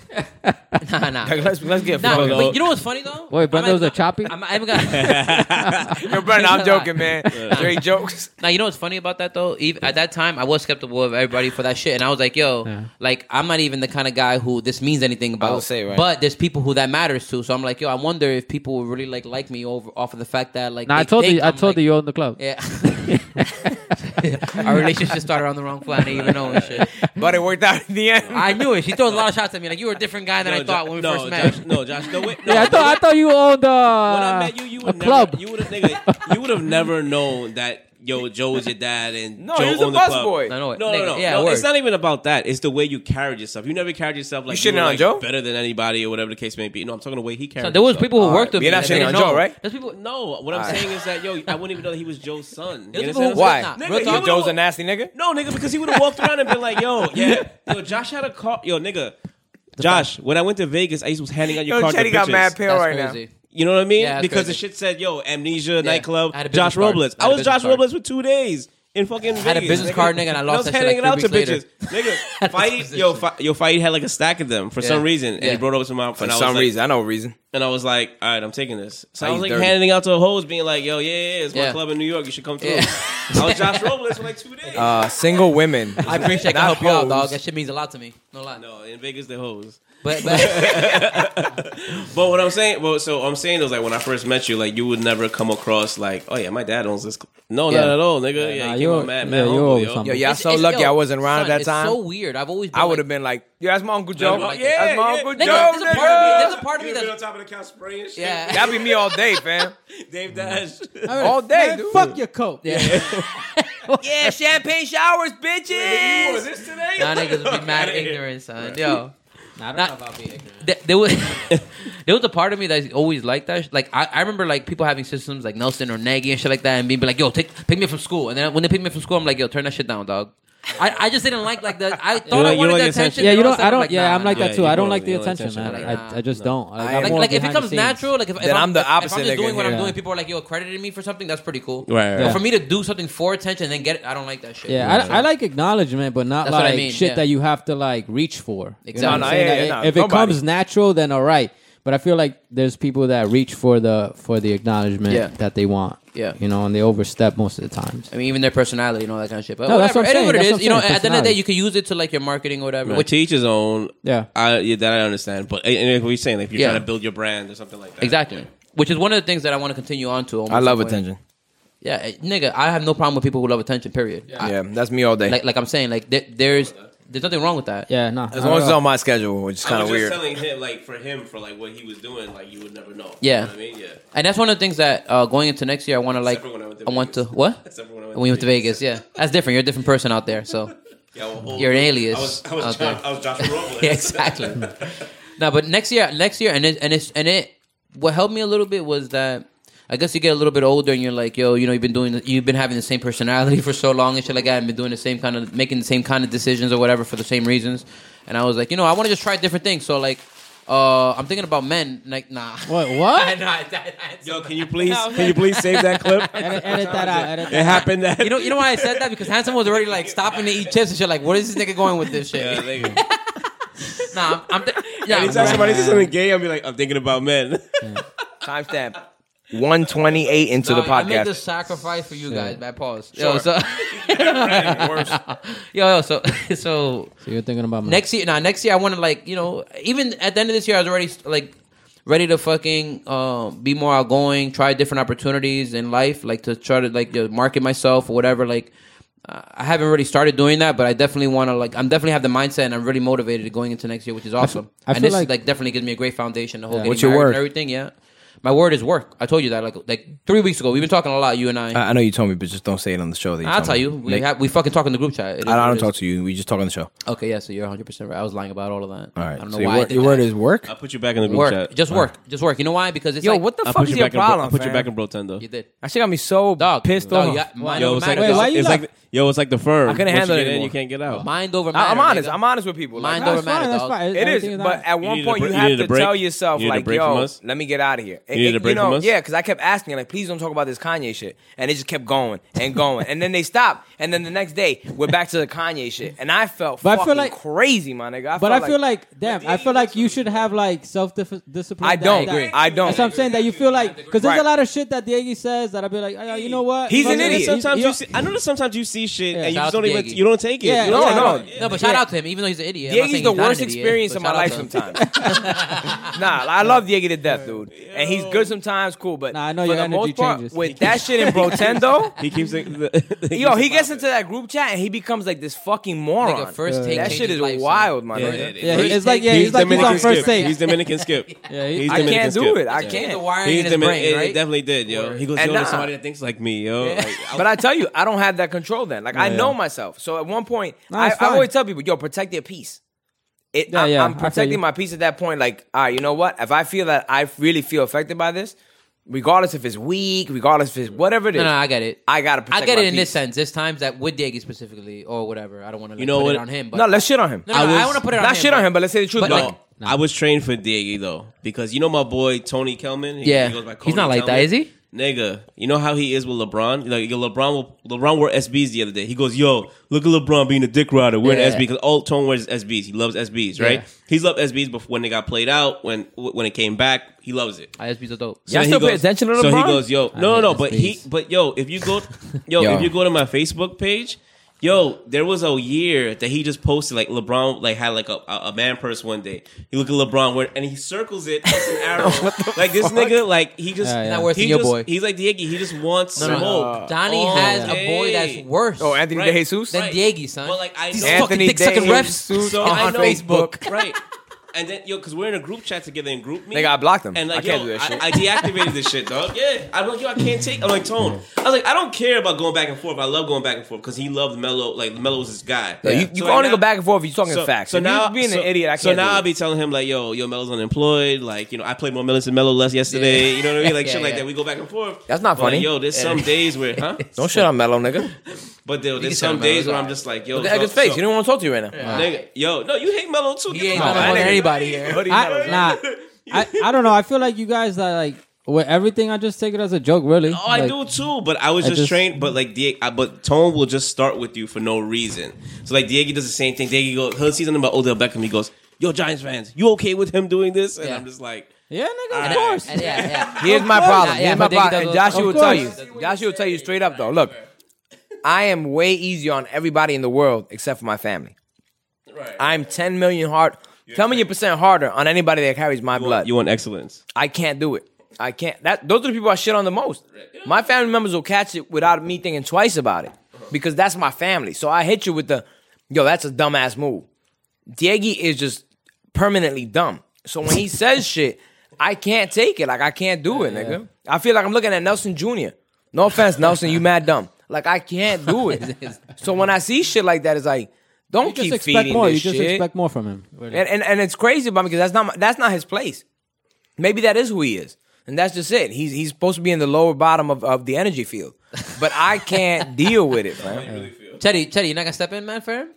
Speaker 2: nah, nah.
Speaker 4: Like, let's let's get
Speaker 2: Nah,
Speaker 4: fucked
Speaker 2: but
Speaker 4: up.
Speaker 2: you know what's funny though?
Speaker 5: Wait,
Speaker 2: I might-
Speaker 5: Brendo's a choppy.
Speaker 2: I'm, I haven't got.
Speaker 4: Yo, Brenda, I'm joking, man. Straight jokes.
Speaker 2: Now you know what's funny about that though. Even at that time, I was skeptical of everybody for that shit, and I was like, "Yo, like I'm not even the kind of guy who this means anything about."
Speaker 4: would say, right.
Speaker 2: But there's people who that matters to, so I'm like, "Yo, I wonder if people will really like like me over off of the fact that like."
Speaker 5: Nah, I
Speaker 2: they
Speaker 5: told
Speaker 2: think
Speaker 5: you. I
Speaker 2: I'm,
Speaker 5: told
Speaker 2: like-
Speaker 5: you you own the club.
Speaker 2: Yeah. Our relationship started on the wrong planet, even knowing shit.
Speaker 4: But it worked out in the end.
Speaker 2: I knew it. She throws a lot of shots at me. Like you were a different guy than
Speaker 3: No,
Speaker 2: I thought
Speaker 3: Jo-
Speaker 2: when we
Speaker 3: no,
Speaker 2: first met.
Speaker 3: Josh, no, Josh, no, wait, no.
Speaker 5: Yeah, I thought I thought you owned
Speaker 3: when
Speaker 2: Ah,
Speaker 3: I
Speaker 5: uh,
Speaker 3: met you, you
Speaker 5: a
Speaker 3: would never,
Speaker 5: club.
Speaker 3: You would have nigga, you would have never known that yo Joe was your dad and
Speaker 4: No,
Speaker 3: Joe
Speaker 4: he was a
Speaker 3: owned the
Speaker 4: bus
Speaker 3: club.
Speaker 4: boy.
Speaker 2: No, no, wait,
Speaker 3: No, no,
Speaker 2: nigga,
Speaker 3: no.
Speaker 2: Yeah,
Speaker 3: no
Speaker 2: word.
Speaker 3: it's not even about that. It's the way you carried yourself. You never carried yourself like
Speaker 4: You shitting
Speaker 3: were,
Speaker 4: on
Speaker 3: like,
Speaker 4: Joe?
Speaker 3: better than anybody or whatever the case may be. No, I'm talking the way he carried.
Speaker 2: So there was
Speaker 3: himself.
Speaker 2: people who
Speaker 4: All
Speaker 2: worked
Speaker 4: right.
Speaker 2: with
Speaker 4: You're
Speaker 2: me.
Speaker 4: not
Speaker 2: that they
Speaker 4: shitting on
Speaker 2: didn't
Speaker 4: Joe,
Speaker 2: know.
Speaker 4: right?
Speaker 2: There's people.
Speaker 3: No, what I'm
Speaker 4: All right.
Speaker 3: saying is that yo, I wouldn't even know that he was Joe's son. You understand
Speaker 2: There's people who
Speaker 3: what I'm
Speaker 4: Why?
Speaker 3: saying?
Speaker 2: Nah,
Speaker 4: Nigga,
Speaker 2: real
Speaker 4: you
Speaker 2: talk.
Speaker 4: know Joe's a nasty nigga.
Speaker 3: No, nigga, because he would have walked around and been like, yo, yeah, yo, Josh had a car. Yo, nigga, Josh, when I went to Vegas, I was handing out your
Speaker 4: Yo,
Speaker 3: card to
Speaker 4: Chetty got
Speaker 3: bitches.
Speaker 4: mad pale
Speaker 2: That's
Speaker 4: right
Speaker 2: crazy.
Speaker 3: You know what I mean?
Speaker 2: Yeah, that's
Speaker 3: because the
Speaker 2: crazy.
Speaker 3: shit said, yo, amnesia, nightclub,
Speaker 2: I had a business
Speaker 3: Josh
Speaker 2: card.
Speaker 3: Robles.
Speaker 2: I
Speaker 3: I
Speaker 2: had a
Speaker 3: was Josh
Speaker 2: business card.
Speaker 3: Robles for two days in fucking Vegas.
Speaker 2: had a business
Speaker 3: nigga.
Speaker 2: card, nigga, and I lost
Speaker 3: I was
Speaker 2: that shit
Speaker 3: handing
Speaker 2: like
Speaker 3: it out
Speaker 2: three
Speaker 3: to
Speaker 2: weeks later.
Speaker 3: bitches. nigga, fight,
Speaker 2: Disposition.
Speaker 3: yo, fi- yo, fight had like a stack of them for
Speaker 2: Yeah.
Speaker 3: some reason. And
Speaker 2: Yeah.
Speaker 3: he brought over to my
Speaker 4: For
Speaker 3: and I was
Speaker 4: some
Speaker 3: like-
Speaker 4: reason, I know a reason.
Speaker 3: And I was like, all right, I'm taking this. So I
Speaker 4: How
Speaker 3: was
Speaker 4: you
Speaker 3: like
Speaker 4: dirty?
Speaker 3: handing out to the hoes, being like, yo, yeah, yeah, it's my
Speaker 2: Yeah.
Speaker 3: club in New York. You should come through.
Speaker 2: Yeah.
Speaker 3: I was Josh Robles for like two days.
Speaker 4: Uh, single women.
Speaker 2: I appreciate I can
Speaker 4: Not
Speaker 2: help you out, dog.
Speaker 4: hoes.
Speaker 2: That shit means a lot to me. No lie.
Speaker 3: no, in Vegas, they hoes.
Speaker 2: But, but
Speaker 3: But what I'm saying, well, so I'm saying is like when I first met you, like you would never come across like, oh yeah, my dad owns this. Cl-. No,
Speaker 2: Yeah.
Speaker 3: not at all, nigga. Yeah,
Speaker 5: nah,
Speaker 3: you
Speaker 5: you're-
Speaker 3: came out mad,
Speaker 5: yeah,
Speaker 3: mad
Speaker 5: you're
Speaker 3: humble,
Speaker 5: always
Speaker 3: yo.
Speaker 5: humble.
Speaker 4: Yo, y'all
Speaker 2: it's-
Speaker 4: so
Speaker 2: it's-
Speaker 4: lucky
Speaker 2: yo,
Speaker 4: I wasn't around
Speaker 2: son,
Speaker 4: at that
Speaker 2: it's
Speaker 4: time.
Speaker 2: so weird. I've always been
Speaker 4: I would have
Speaker 2: like-
Speaker 4: been like, "Yo, that's my uncle
Speaker 3: Yo,
Speaker 4: Joe.
Speaker 3: like,
Speaker 4: that's my uncle
Speaker 2: Nigga,
Speaker 4: Joe.
Speaker 2: there's a
Speaker 4: nigga.
Speaker 2: part of me- there's a part of me
Speaker 3: You'd
Speaker 2: that's-
Speaker 3: be on top of the couch spraying shit.
Speaker 2: Yeah.
Speaker 4: That'd be me all day, fam.
Speaker 3: Dave Dash.
Speaker 4: All day, dude.
Speaker 5: Fuck your coat.
Speaker 4: Yeah, champagne showers, bitches.
Speaker 3: you wore this today?
Speaker 2: Y'all niggas would be mad ignorant, son. Yo.
Speaker 5: I
Speaker 2: Not-
Speaker 5: don't know about being ignorant.
Speaker 2: Th- There was there was a part of me that's always like that. Like I, I remember like people having systems like Nelson or Nagy and shit like that, and being like, "Yo, take pick me up from school." And then when they pick me up from school, I'm like, "Yo, turn that shit down, dog." I, I just didn't like like that. I thought
Speaker 3: don't
Speaker 2: I
Speaker 3: like- you don't
Speaker 2: wanted the
Speaker 3: like
Speaker 2: attention.
Speaker 3: attention.
Speaker 5: Yeah,
Speaker 2: and
Speaker 5: you
Speaker 2: all
Speaker 5: don't.
Speaker 2: of a
Speaker 5: I
Speaker 2: sudden,
Speaker 5: don't. Yeah, I'm like
Speaker 3: nah.
Speaker 5: that
Speaker 3: Yeah,
Speaker 5: too.
Speaker 3: you
Speaker 5: I don't
Speaker 3: don't-
Speaker 5: like the
Speaker 3: you don't like
Speaker 5: attention, man.
Speaker 3: attention,
Speaker 5: I I just
Speaker 4: I
Speaker 5: don't. Like, I'm
Speaker 2: Like,
Speaker 5: more
Speaker 2: like if it
Speaker 5: behind
Speaker 2: comes
Speaker 5: the scenes.
Speaker 2: natural, like if, if
Speaker 4: Then I'm the
Speaker 2: if-
Speaker 4: opposite
Speaker 2: If I'm just
Speaker 4: nigga
Speaker 2: doing what
Speaker 4: here.
Speaker 2: I'm doing,
Speaker 5: Yeah.
Speaker 2: people are like, "Yo, crediting me for something." That's pretty cool.
Speaker 3: Right,
Speaker 2: But
Speaker 3: right.
Speaker 2: for me to do something for attention and then get it, I don't like that shit.
Speaker 5: Yeah, I, I like acknowledgement, but not
Speaker 2: That's what I
Speaker 5: like
Speaker 2: mean,
Speaker 5: shit
Speaker 2: yeah.
Speaker 5: that you have to like reach for. You know what I'm
Speaker 2: Exactly.
Speaker 5: saying?
Speaker 4: No, no, yeah,
Speaker 5: Like,
Speaker 4: yeah, no,
Speaker 5: if it
Speaker 4: nobody.
Speaker 5: comes natural, then all right. But I feel like there's people that reach for the for the acknowledgement
Speaker 2: Yeah.
Speaker 5: that they want.
Speaker 2: Yeah.
Speaker 5: you know, and they overstep most of the times.
Speaker 2: I mean, even their personality and all that kind of shit. But
Speaker 5: No, that's
Speaker 2: whatever. It is
Speaker 5: what I'm saying.
Speaker 2: what it
Speaker 5: That's
Speaker 2: is.
Speaker 5: what I'm
Speaker 2: You know,
Speaker 5: saying.
Speaker 2: at the end of the day,
Speaker 5: Personality.
Speaker 2: you can use it to like your marketing or whatever.
Speaker 3: Which
Speaker 2: Which
Speaker 3: each his own.
Speaker 5: Yeah.
Speaker 3: I, yeah, that I understand. But and, and what you're saying, like, if you're
Speaker 2: Yeah.
Speaker 3: trying to build your brand or something like that,
Speaker 2: exactly. Which is one of the things that I want to continue on to. almost
Speaker 4: I love
Speaker 2: at point.
Speaker 4: attention.
Speaker 2: Yeah, eh, nigga, I have no problem with people who love attention. Period. I-
Speaker 4: Yeah, that's me all day.
Speaker 2: like, like I'm saying, like there, there's there's nothing wrong with that.
Speaker 5: Yeah, no.
Speaker 4: as long as it's on my schedule, which is
Speaker 3: I
Speaker 4: kind
Speaker 3: was
Speaker 4: of
Speaker 3: just
Speaker 4: weird.
Speaker 3: telling him, like, for him, for like what he was doing, like you would never know.
Speaker 2: Yeah.
Speaker 3: You know what I mean, yeah.
Speaker 2: And that's one of the things that uh, going into next year, I want to like,
Speaker 3: Except for when I went to
Speaker 2: I want to
Speaker 3: Vegas.
Speaker 2: what?
Speaker 3: Except for when I went
Speaker 2: When you went
Speaker 3: to
Speaker 2: to Vegas, yeah, that's different. You're a different person out there, so
Speaker 3: Yeah, well, oh,
Speaker 2: you're an alias.
Speaker 3: I was, I was,
Speaker 2: out
Speaker 3: Josh,
Speaker 2: there.
Speaker 3: I was Josh Robles.
Speaker 2: Yeah, exactly. no, but next year, next year, and it, and it's and it. What helped me a little bit was that I guess you get a little bit older, and you're like, yo, you know, you've been doing, you've been having the same personality for so long and shit like that, and been doing the same kind of, making the same kind of decisions or whatever for the same reasons. And I was like, you know, I want to just try different things. So like, uh, I'm thinking about men. Like, nah.
Speaker 5: What? What?
Speaker 2: Nah, that- that's-
Speaker 3: Yo, can you please, can you please save that clip?
Speaker 5: edit, edit that out. Edit that.
Speaker 3: It happened that
Speaker 2: You know, you know why I said that because Handsome was already like stopping to eat chips and shit. Like, what is this nigga going with this shit?
Speaker 3: Yeah, nigga.
Speaker 2: Nah, I'm, I'm thi- yeah,
Speaker 3: Anytime
Speaker 2: I'm-
Speaker 3: somebody says something gay, I'll be like, I'm thinking about men.
Speaker 4: Timestamp. 128 into the
Speaker 2: Nah, I made
Speaker 4: podcast.
Speaker 2: the sacrifice for you guys. Bad pause. Yo,
Speaker 3: Sure.
Speaker 2: so, yo, yo, so, so
Speaker 5: So you're thinking
Speaker 4: Mm.
Speaker 5: about
Speaker 2: next year, nah, next year I want to like you know, even at the end of this year, I was already like ready to fucking uh, be more outgoing, try different opportunities in life, like to try to like you know, market myself or whatever. Like uh, I haven't really started doing that, but I definitely want to like I'm definitely have the mindset and I'm really motivated going into next year, which is awesome.
Speaker 5: I
Speaker 2: and
Speaker 5: feel
Speaker 2: this
Speaker 5: like-
Speaker 2: like definitely gives me a great foundation. The whole getting
Speaker 4: What's your
Speaker 2: married and
Speaker 4: word?
Speaker 2: everything, yeah. My word is work. I told you that like like three weeks ago. We've been talking a lot, you and I.
Speaker 4: I, I know you told me, but just don't say it on the show. That you
Speaker 2: I'll
Speaker 4: told
Speaker 2: tell
Speaker 4: me.
Speaker 2: you. We,
Speaker 4: Uh, Nick,
Speaker 2: have, we fucking talk in the group chat. It is
Speaker 4: I
Speaker 2: what
Speaker 4: don't
Speaker 2: it
Speaker 4: talk
Speaker 2: is.
Speaker 4: to you. We just talk on the show.
Speaker 2: Okay, yeah. So you're 100 percent right. I was lying about all of that.
Speaker 4: All right.
Speaker 2: I don't know
Speaker 4: so
Speaker 2: why.
Speaker 4: your
Speaker 2: I
Speaker 4: word,
Speaker 2: did
Speaker 4: your
Speaker 2: that.
Speaker 4: word is work.
Speaker 3: I'll put you back in the group
Speaker 2: work.
Speaker 3: chat.
Speaker 2: Just work. Just work. You know why? Because it's
Speaker 4: Yo,
Speaker 2: like,
Speaker 4: what the
Speaker 3: I'll put
Speaker 4: fuck is
Speaker 3: you
Speaker 4: your
Speaker 3: back in bro-
Speaker 4: problem?
Speaker 3: I'll put you
Speaker 4: fam?
Speaker 3: back in Brotendo.
Speaker 2: you did.
Speaker 4: That shit got me so
Speaker 2: Dog,
Speaker 4: pissed
Speaker 2: dog,
Speaker 4: off.
Speaker 2: yeah, mine
Speaker 3: Yo,
Speaker 2: over
Speaker 3: it's like,
Speaker 2: matter.
Speaker 5: Wait,
Speaker 2: dog.
Speaker 5: why
Speaker 3: it's,
Speaker 5: you
Speaker 3: it's
Speaker 5: laugh?
Speaker 3: like yo, it's like the firm.
Speaker 4: I couldn't
Speaker 3: Once
Speaker 4: handle
Speaker 3: you
Speaker 4: it
Speaker 3: get in,
Speaker 4: anymore.
Speaker 3: you can't get out.
Speaker 2: Mind over matter.
Speaker 4: I- I'm honest.
Speaker 2: nigga.
Speaker 4: I'm honest with people. Like,
Speaker 2: Mind
Speaker 5: That's
Speaker 2: over
Speaker 5: fine,
Speaker 2: matter,
Speaker 5: that's
Speaker 2: dog.
Speaker 4: It
Speaker 5: fine.
Speaker 4: is,
Speaker 5: Everything is
Speaker 4: but
Speaker 5: not-
Speaker 4: at
Speaker 3: You
Speaker 4: one
Speaker 3: needed a
Speaker 4: point
Speaker 3: break-
Speaker 4: you
Speaker 3: you
Speaker 4: have
Speaker 3: needed
Speaker 4: to
Speaker 3: a break?
Speaker 4: tell yourself,
Speaker 3: You needed a
Speaker 4: like,
Speaker 3: break from
Speaker 4: yo,
Speaker 3: us?
Speaker 4: let me get out of here. And-
Speaker 3: needed
Speaker 4: and,
Speaker 3: a break
Speaker 4: you know,
Speaker 3: from us?
Speaker 4: Yeah, because I kept asking, like, please don't talk about this Kanye shit, and it just kept going and going, and then they stopped, and then the next day we're back to the Kanye shit, and I felt
Speaker 5: But I feel
Speaker 4: fucking
Speaker 5: like-
Speaker 4: crazy, my nigga. I
Speaker 5: But
Speaker 4: felt
Speaker 5: I feel like, damn, I feel like you should have like self discipline.
Speaker 4: I don't. I don't.
Speaker 5: That's what I'm saying. That you feel like because there's a
Speaker 4: Right.
Speaker 5: lot of shit that Diego says that I'll be like, oh, you know what?
Speaker 4: He's an
Speaker 5: Fuck it.
Speaker 4: idiot.
Speaker 5: He's-
Speaker 3: Sometimes
Speaker 5: he-
Speaker 3: you see, I notice sometimes you see shit and you
Speaker 2: shout
Speaker 3: just
Speaker 2: out
Speaker 3: don't
Speaker 2: to
Speaker 3: even
Speaker 2: Diego.
Speaker 3: you don't take it.
Speaker 5: Yeah,
Speaker 3: you don't
Speaker 5: yeah,
Speaker 3: take
Speaker 5: no.
Speaker 3: it.
Speaker 2: No, but shout out to him, even though he's an idiot. I'm not
Speaker 4: Diego's
Speaker 2: saying
Speaker 4: the
Speaker 2: he's not
Speaker 4: worst
Speaker 2: an idiot,
Speaker 4: experience
Speaker 2: but
Speaker 4: of my
Speaker 2: shout out
Speaker 4: life
Speaker 2: to him.
Speaker 4: sometimes. nah, I love Diego to death, dude. And he's good sometimes, cool, but
Speaker 5: Nah, I know
Speaker 4: for
Speaker 5: your
Speaker 4: the
Speaker 5: energy
Speaker 4: most part,
Speaker 5: changes.
Speaker 4: with that shit in Brotendo,
Speaker 3: He keeps it.
Speaker 4: yo, he gets into that group chat and he becomes like this fucking moron.
Speaker 2: Nigga, first take
Speaker 4: that
Speaker 2: changes
Speaker 4: shit is
Speaker 2: life, son.
Speaker 4: wild, my
Speaker 3: Yeah,
Speaker 4: nigga.
Speaker 3: yeah,
Speaker 5: Yeah, it's like yeah,
Speaker 3: He's,
Speaker 5: he's like he's
Speaker 3: Dominican
Speaker 5: on first
Speaker 3: skip.
Speaker 5: take.
Speaker 3: He's Dominican skip.
Speaker 5: Yeah, he-
Speaker 3: he's
Speaker 4: I
Speaker 3: Dominican
Speaker 4: can't
Speaker 3: skip.
Speaker 4: do it. I
Speaker 2: Change the
Speaker 4: can't.
Speaker 2: wiring
Speaker 3: He's
Speaker 2: in his
Speaker 3: Domin-
Speaker 2: brain,
Speaker 3: it
Speaker 2: right?
Speaker 3: definitely did, yo. He goes,
Speaker 4: And
Speaker 3: yo, there's
Speaker 4: nah.
Speaker 3: somebody that thinks like me, yo. Like, I-
Speaker 4: But I tell you, I don't have that control then. Like I know myself. So at one point,
Speaker 5: Nah,
Speaker 4: I,
Speaker 5: it's
Speaker 4: I
Speaker 5: fine.
Speaker 4: always tell people, yo, protect your peace. It,
Speaker 5: Yeah,
Speaker 4: I'm,
Speaker 5: yeah,
Speaker 4: I'm
Speaker 5: I feel you.
Speaker 4: protecting my peace at that point. Like, all right, you know what? If I feel that I really feel affected by this, regardless if it's weak, regardless if it's whatever it is,
Speaker 2: No, no, I get it.
Speaker 4: I gotta protect
Speaker 2: I get
Speaker 4: my
Speaker 2: it in
Speaker 4: peace.
Speaker 2: this sense. There's times that with Diego specifically or whatever. I don't want to like,
Speaker 3: You know
Speaker 2: put it
Speaker 3: what?
Speaker 2: on him. But
Speaker 4: no, let's shit on him.
Speaker 2: No, no,
Speaker 3: I
Speaker 2: no, I
Speaker 3: was-
Speaker 2: want to put it on him.
Speaker 4: Not shit on him, but let's say the truth.
Speaker 2: But,
Speaker 4: like,
Speaker 2: like-
Speaker 3: I was trained for Diggy though, because you know my boy Tony Kelman. He-
Speaker 2: Yeah.
Speaker 3: he goes by
Speaker 2: He's
Speaker 3: Coney
Speaker 2: not like that,
Speaker 3: Kelman.
Speaker 2: is he?
Speaker 3: Nigga, you know how he is with LeBron. Like yo, LeBron, will- LeBron wore SBs the other day. He goes, "Yo, look at LeBron being a dick rider wearing
Speaker 2: Yeah.
Speaker 3: SB." Because all Tone wears SBs. He loves SBs, right?
Speaker 2: Yeah.
Speaker 3: He's loved SBs before when they got played out. When when it came back, he loves it.
Speaker 2: ISB's a dope.
Speaker 4: Y'all
Speaker 3: then
Speaker 4: still
Speaker 3: he
Speaker 4: pay attention to
Speaker 3: So he
Speaker 4: LeBron?
Speaker 3: goes, yo,
Speaker 5: hate
Speaker 3: no, no, no,
Speaker 5: this
Speaker 3: but
Speaker 5: piece.
Speaker 3: he, but yo, if you go, yo,
Speaker 4: Yo.
Speaker 3: if you go to my Facebook page, yo, there was a year that he just posted like LeBron like had like a, a, a man purse one day. You look at LeBron where and he circles it as an arrow. like this nigga, like he just
Speaker 5: Yeah, yeah. Not
Speaker 2: worse
Speaker 3: he
Speaker 2: than your
Speaker 3: just-
Speaker 2: boy.
Speaker 3: He's like Diego. He just wants
Speaker 2: No, no,
Speaker 4: Uh,
Speaker 3: smoke.
Speaker 2: no. Donnie
Speaker 3: all
Speaker 2: has a boy
Speaker 3: day.
Speaker 2: that's worse.
Speaker 4: oh, Anthony
Speaker 3: Right.
Speaker 4: DeJesus?
Speaker 2: Then
Speaker 3: Right.
Speaker 2: Diego, son.
Speaker 3: Well, like I
Speaker 2: These
Speaker 3: know-
Speaker 2: fucking
Speaker 4: Anthony
Speaker 2: dick-sucking
Speaker 4: DeJesus
Speaker 2: refs
Speaker 4: on
Speaker 2: I know.
Speaker 4: Facebook.
Speaker 3: right? And then yo, because we're in a group chat together in group me.
Speaker 4: Nigga, I blocked him.
Speaker 3: And
Speaker 4: I
Speaker 3: like,
Speaker 4: can't
Speaker 3: yo,
Speaker 4: do that shit.
Speaker 3: I, I deactivated this shit, dog. Yeah, I'm like, yo, I can't take. I'm like, Tone. I was like, I don't care about going back and forth. I love going back and forth because he loved Mello. Like Mello was his guy.
Speaker 4: you, you
Speaker 3: So
Speaker 4: can only
Speaker 3: now-
Speaker 4: go back and forth if you're talking
Speaker 3: so,
Speaker 4: facts.
Speaker 3: So
Speaker 4: If you
Speaker 3: now
Speaker 4: being
Speaker 3: so,
Speaker 4: an idiot, I can't.
Speaker 3: So now
Speaker 4: do
Speaker 3: I'll
Speaker 4: it.
Speaker 3: be telling him like, yo, yo, Mello's unemployed. Like, you know, I played more Mello's and Mello less yesterday.
Speaker 2: Yeah.
Speaker 3: You know what I mean? Like
Speaker 2: Yeah,
Speaker 3: shit like
Speaker 2: yeah.
Speaker 3: that. We go back and forth.
Speaker 4: That's not
Speaker 3: But, like,
Speaker 4: funny.
Speaker 3: yo, there's some days where, huh?
Speaker 4: don't shit on Mellow, nigga.
Speaker 3: But there,
Speaker 2: can
Speaker 3: there's
Speaker 2: tell
Speaker 3: some
Speaker 2: Mello's
Speaker 3: days where I'm
Speaker 2: alright.
Speaker 3: just like, yo,
Speaker 4: Look at his
Speaker 3: so-
Speaker 4: face.
Speaker 3: so-
Speaker 4: You don't want to talk to you right now.
Speaker 3: Nigga, yo, no, you hate Mello too.
Speaker 2: He
Speaker 3: Get
Speaker 2: ain't
Speaker 3: the fuck
Speaker 2: Mello
Speaker 3: out
Speaker 2: more
Speaker 3: of
Speaker 2: than
Speaker 3: here.
Speaker 2: anybody here.
Speaker 4: Hoodie Mellow.
Speaker 5: I, nah, I, I don't know. I feel like you guys that like with everything. I just take it as a joke, really.
Speaker 3: Oh, I
Speaker 5: Like,
Speaker 3: do too, but I was
Speaker 5: I
Speaker 3: just,
Speaker 5: just-
Speaker 3: trained. But like, Diego, I, but Tone will just start with you for no reason. So like, Diego does the same thing. Diego goes, he'll see something about Odell Beckham. He goes, "Yo, Giants fans, you okay with him doing this?" And
Speaker 2: Yeah.
Speaker 3: I'm just like,
Speaker 5: Yeah, nigga,
Speaker 3: All
Speaker 5: of
Speaker 3: right.
Speaker 5: course.
Speaker 2: And yeah, yeah.
Speaker 4: Here's my
Speaker 5: course.
Speaker 4: problem.
Speaker 2: Nah, yeah,
Speaker 4: Here's
Speaker 2: but
Speaker 4: my
Speaker 2: Diggy
Speaker 4: problem.
Speaker 2: does
Speaker 4: And
Speaker 2: all-
Speaker 4: Joshua
Speaker 5: Of
Speaker 4: will tell you.
Speaker 5: course.
Speaker 4: Joshua will tell you straight up though. Look, I am way easier on everybody in the world except for my family. I'm 10 million hard. Tell me your percent harder on anybody that carries my
Speaker 3: you
Speaker 4: blood.
Speaker 3: want, you want excellence?
Speaker 4: I can't do it. I can't. That those are the people I shit on the most. My family members will catch it without me thinking twice about it because that's my family. So I hit you with the, yo, that's a dumbass move. Diego is just permanently dumb. So when he says shit, I can't take it. Like I can't do it, nigga. I feel like I'm looking at Nelson Jr. No offense, Nelson, you mad dumb. Like I can't do it. so when I see shit like that, it's like, don't
Speaker 5: You just
Speaker 4: keep
Speaker 5: expect
Speaker 4: feeding
Speaker 5: more.
Speaker 4: this
Speaker 5: You just
Speaker 4: shit.
Speaker 5: expect more from him.
Speaker 4: And, and and it's crazy about me because that's not my, that's not his place. Maybe that is who he is, and that's just it. He's he's supposed to be in the lower bottom of, of the energy field, but I can't deal with it, man.
Speaker 2: Teddy, Teddy, you're not gonna step in, man, for him?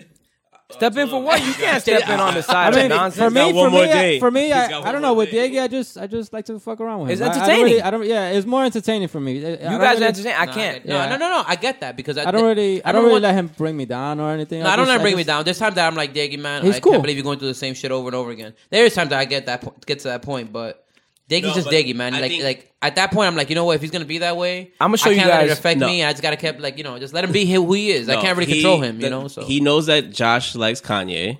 Speaker 4: Step in for what? You can't step in on the side
Speaker 5: I
Speaker 4: of
Speaker 5: mean,
Speaker 4: nonsense.
Speaker 5: for me,
Speaker 3: got one
Speaker 5: for
Speaker 3: more
Speaker 5: me, I,
Speaker 3: day.
Speaker 5: for me,
Speaker 3: He's
Speaker 5: I,
Speaker 3: got
Speaker 5: I
Speaker 3: one
Speaker 5: don't know.
Speaker 3: more
Speaker 5: With
Speaker 3: day.
Speaker 5: Diego, I just, I just like to fuck around with
Speaker 4: It's
Speaker 5: him. I- I don't
Speaker 4: entertaining.
Speaker 5: really- I don't, yeah, it's more entertaining for me. You
Speaker 4: you guys are entertaining. I can't.
Speaker 2: No,
Speaker 5: Yeah.
Speaker 2: no, no, no. I get that because
Speaker 5: I don't really, I
Speaker 2: remember
Speaker 5: don't really
Speaker 2: one-
Speaker 5: let him bring me down or anything.
Speaker 2: No, I don't
Speaker 5: just-
Speaker 2: let him bring me
Speaker 5: just-
Speaker 2: down. There's times that I'm like, Diggy, man,
Speaker 5: He's
Speaker 2: I
Speaker 5: cool.
Speaker 2: can't believe you're going through the same shit over and over again. There is times that I get that po- get to that point, but Diggy's
Speaker 3: No,
Speaker 2: just
Speaker 3: but
Speaker 2: Diggy, man.
Speaker 3: I
Speaker 2: like,
Speaker 3: think-
Speaker 2: like at that point, I'm like, you know what? If he's gonna be that way,
Speaker 4: I'ma show
Speaker 2: I
Speaker 4: you
Speaker 2: can't let it
Speaker 4: guys-
Speaker 2: affect
Speaker 3: No.
Speaker 2: me. I just gotta kept like, you know, just let him be who he is. I
Speaker 3: No,
Speaker 2: can't really
Speaker 3: he-
Speaker 2: control him, you
Speaker 3: the-
Speaker 2: know. So
Speaker 3: he knows that Josh likes Kanye,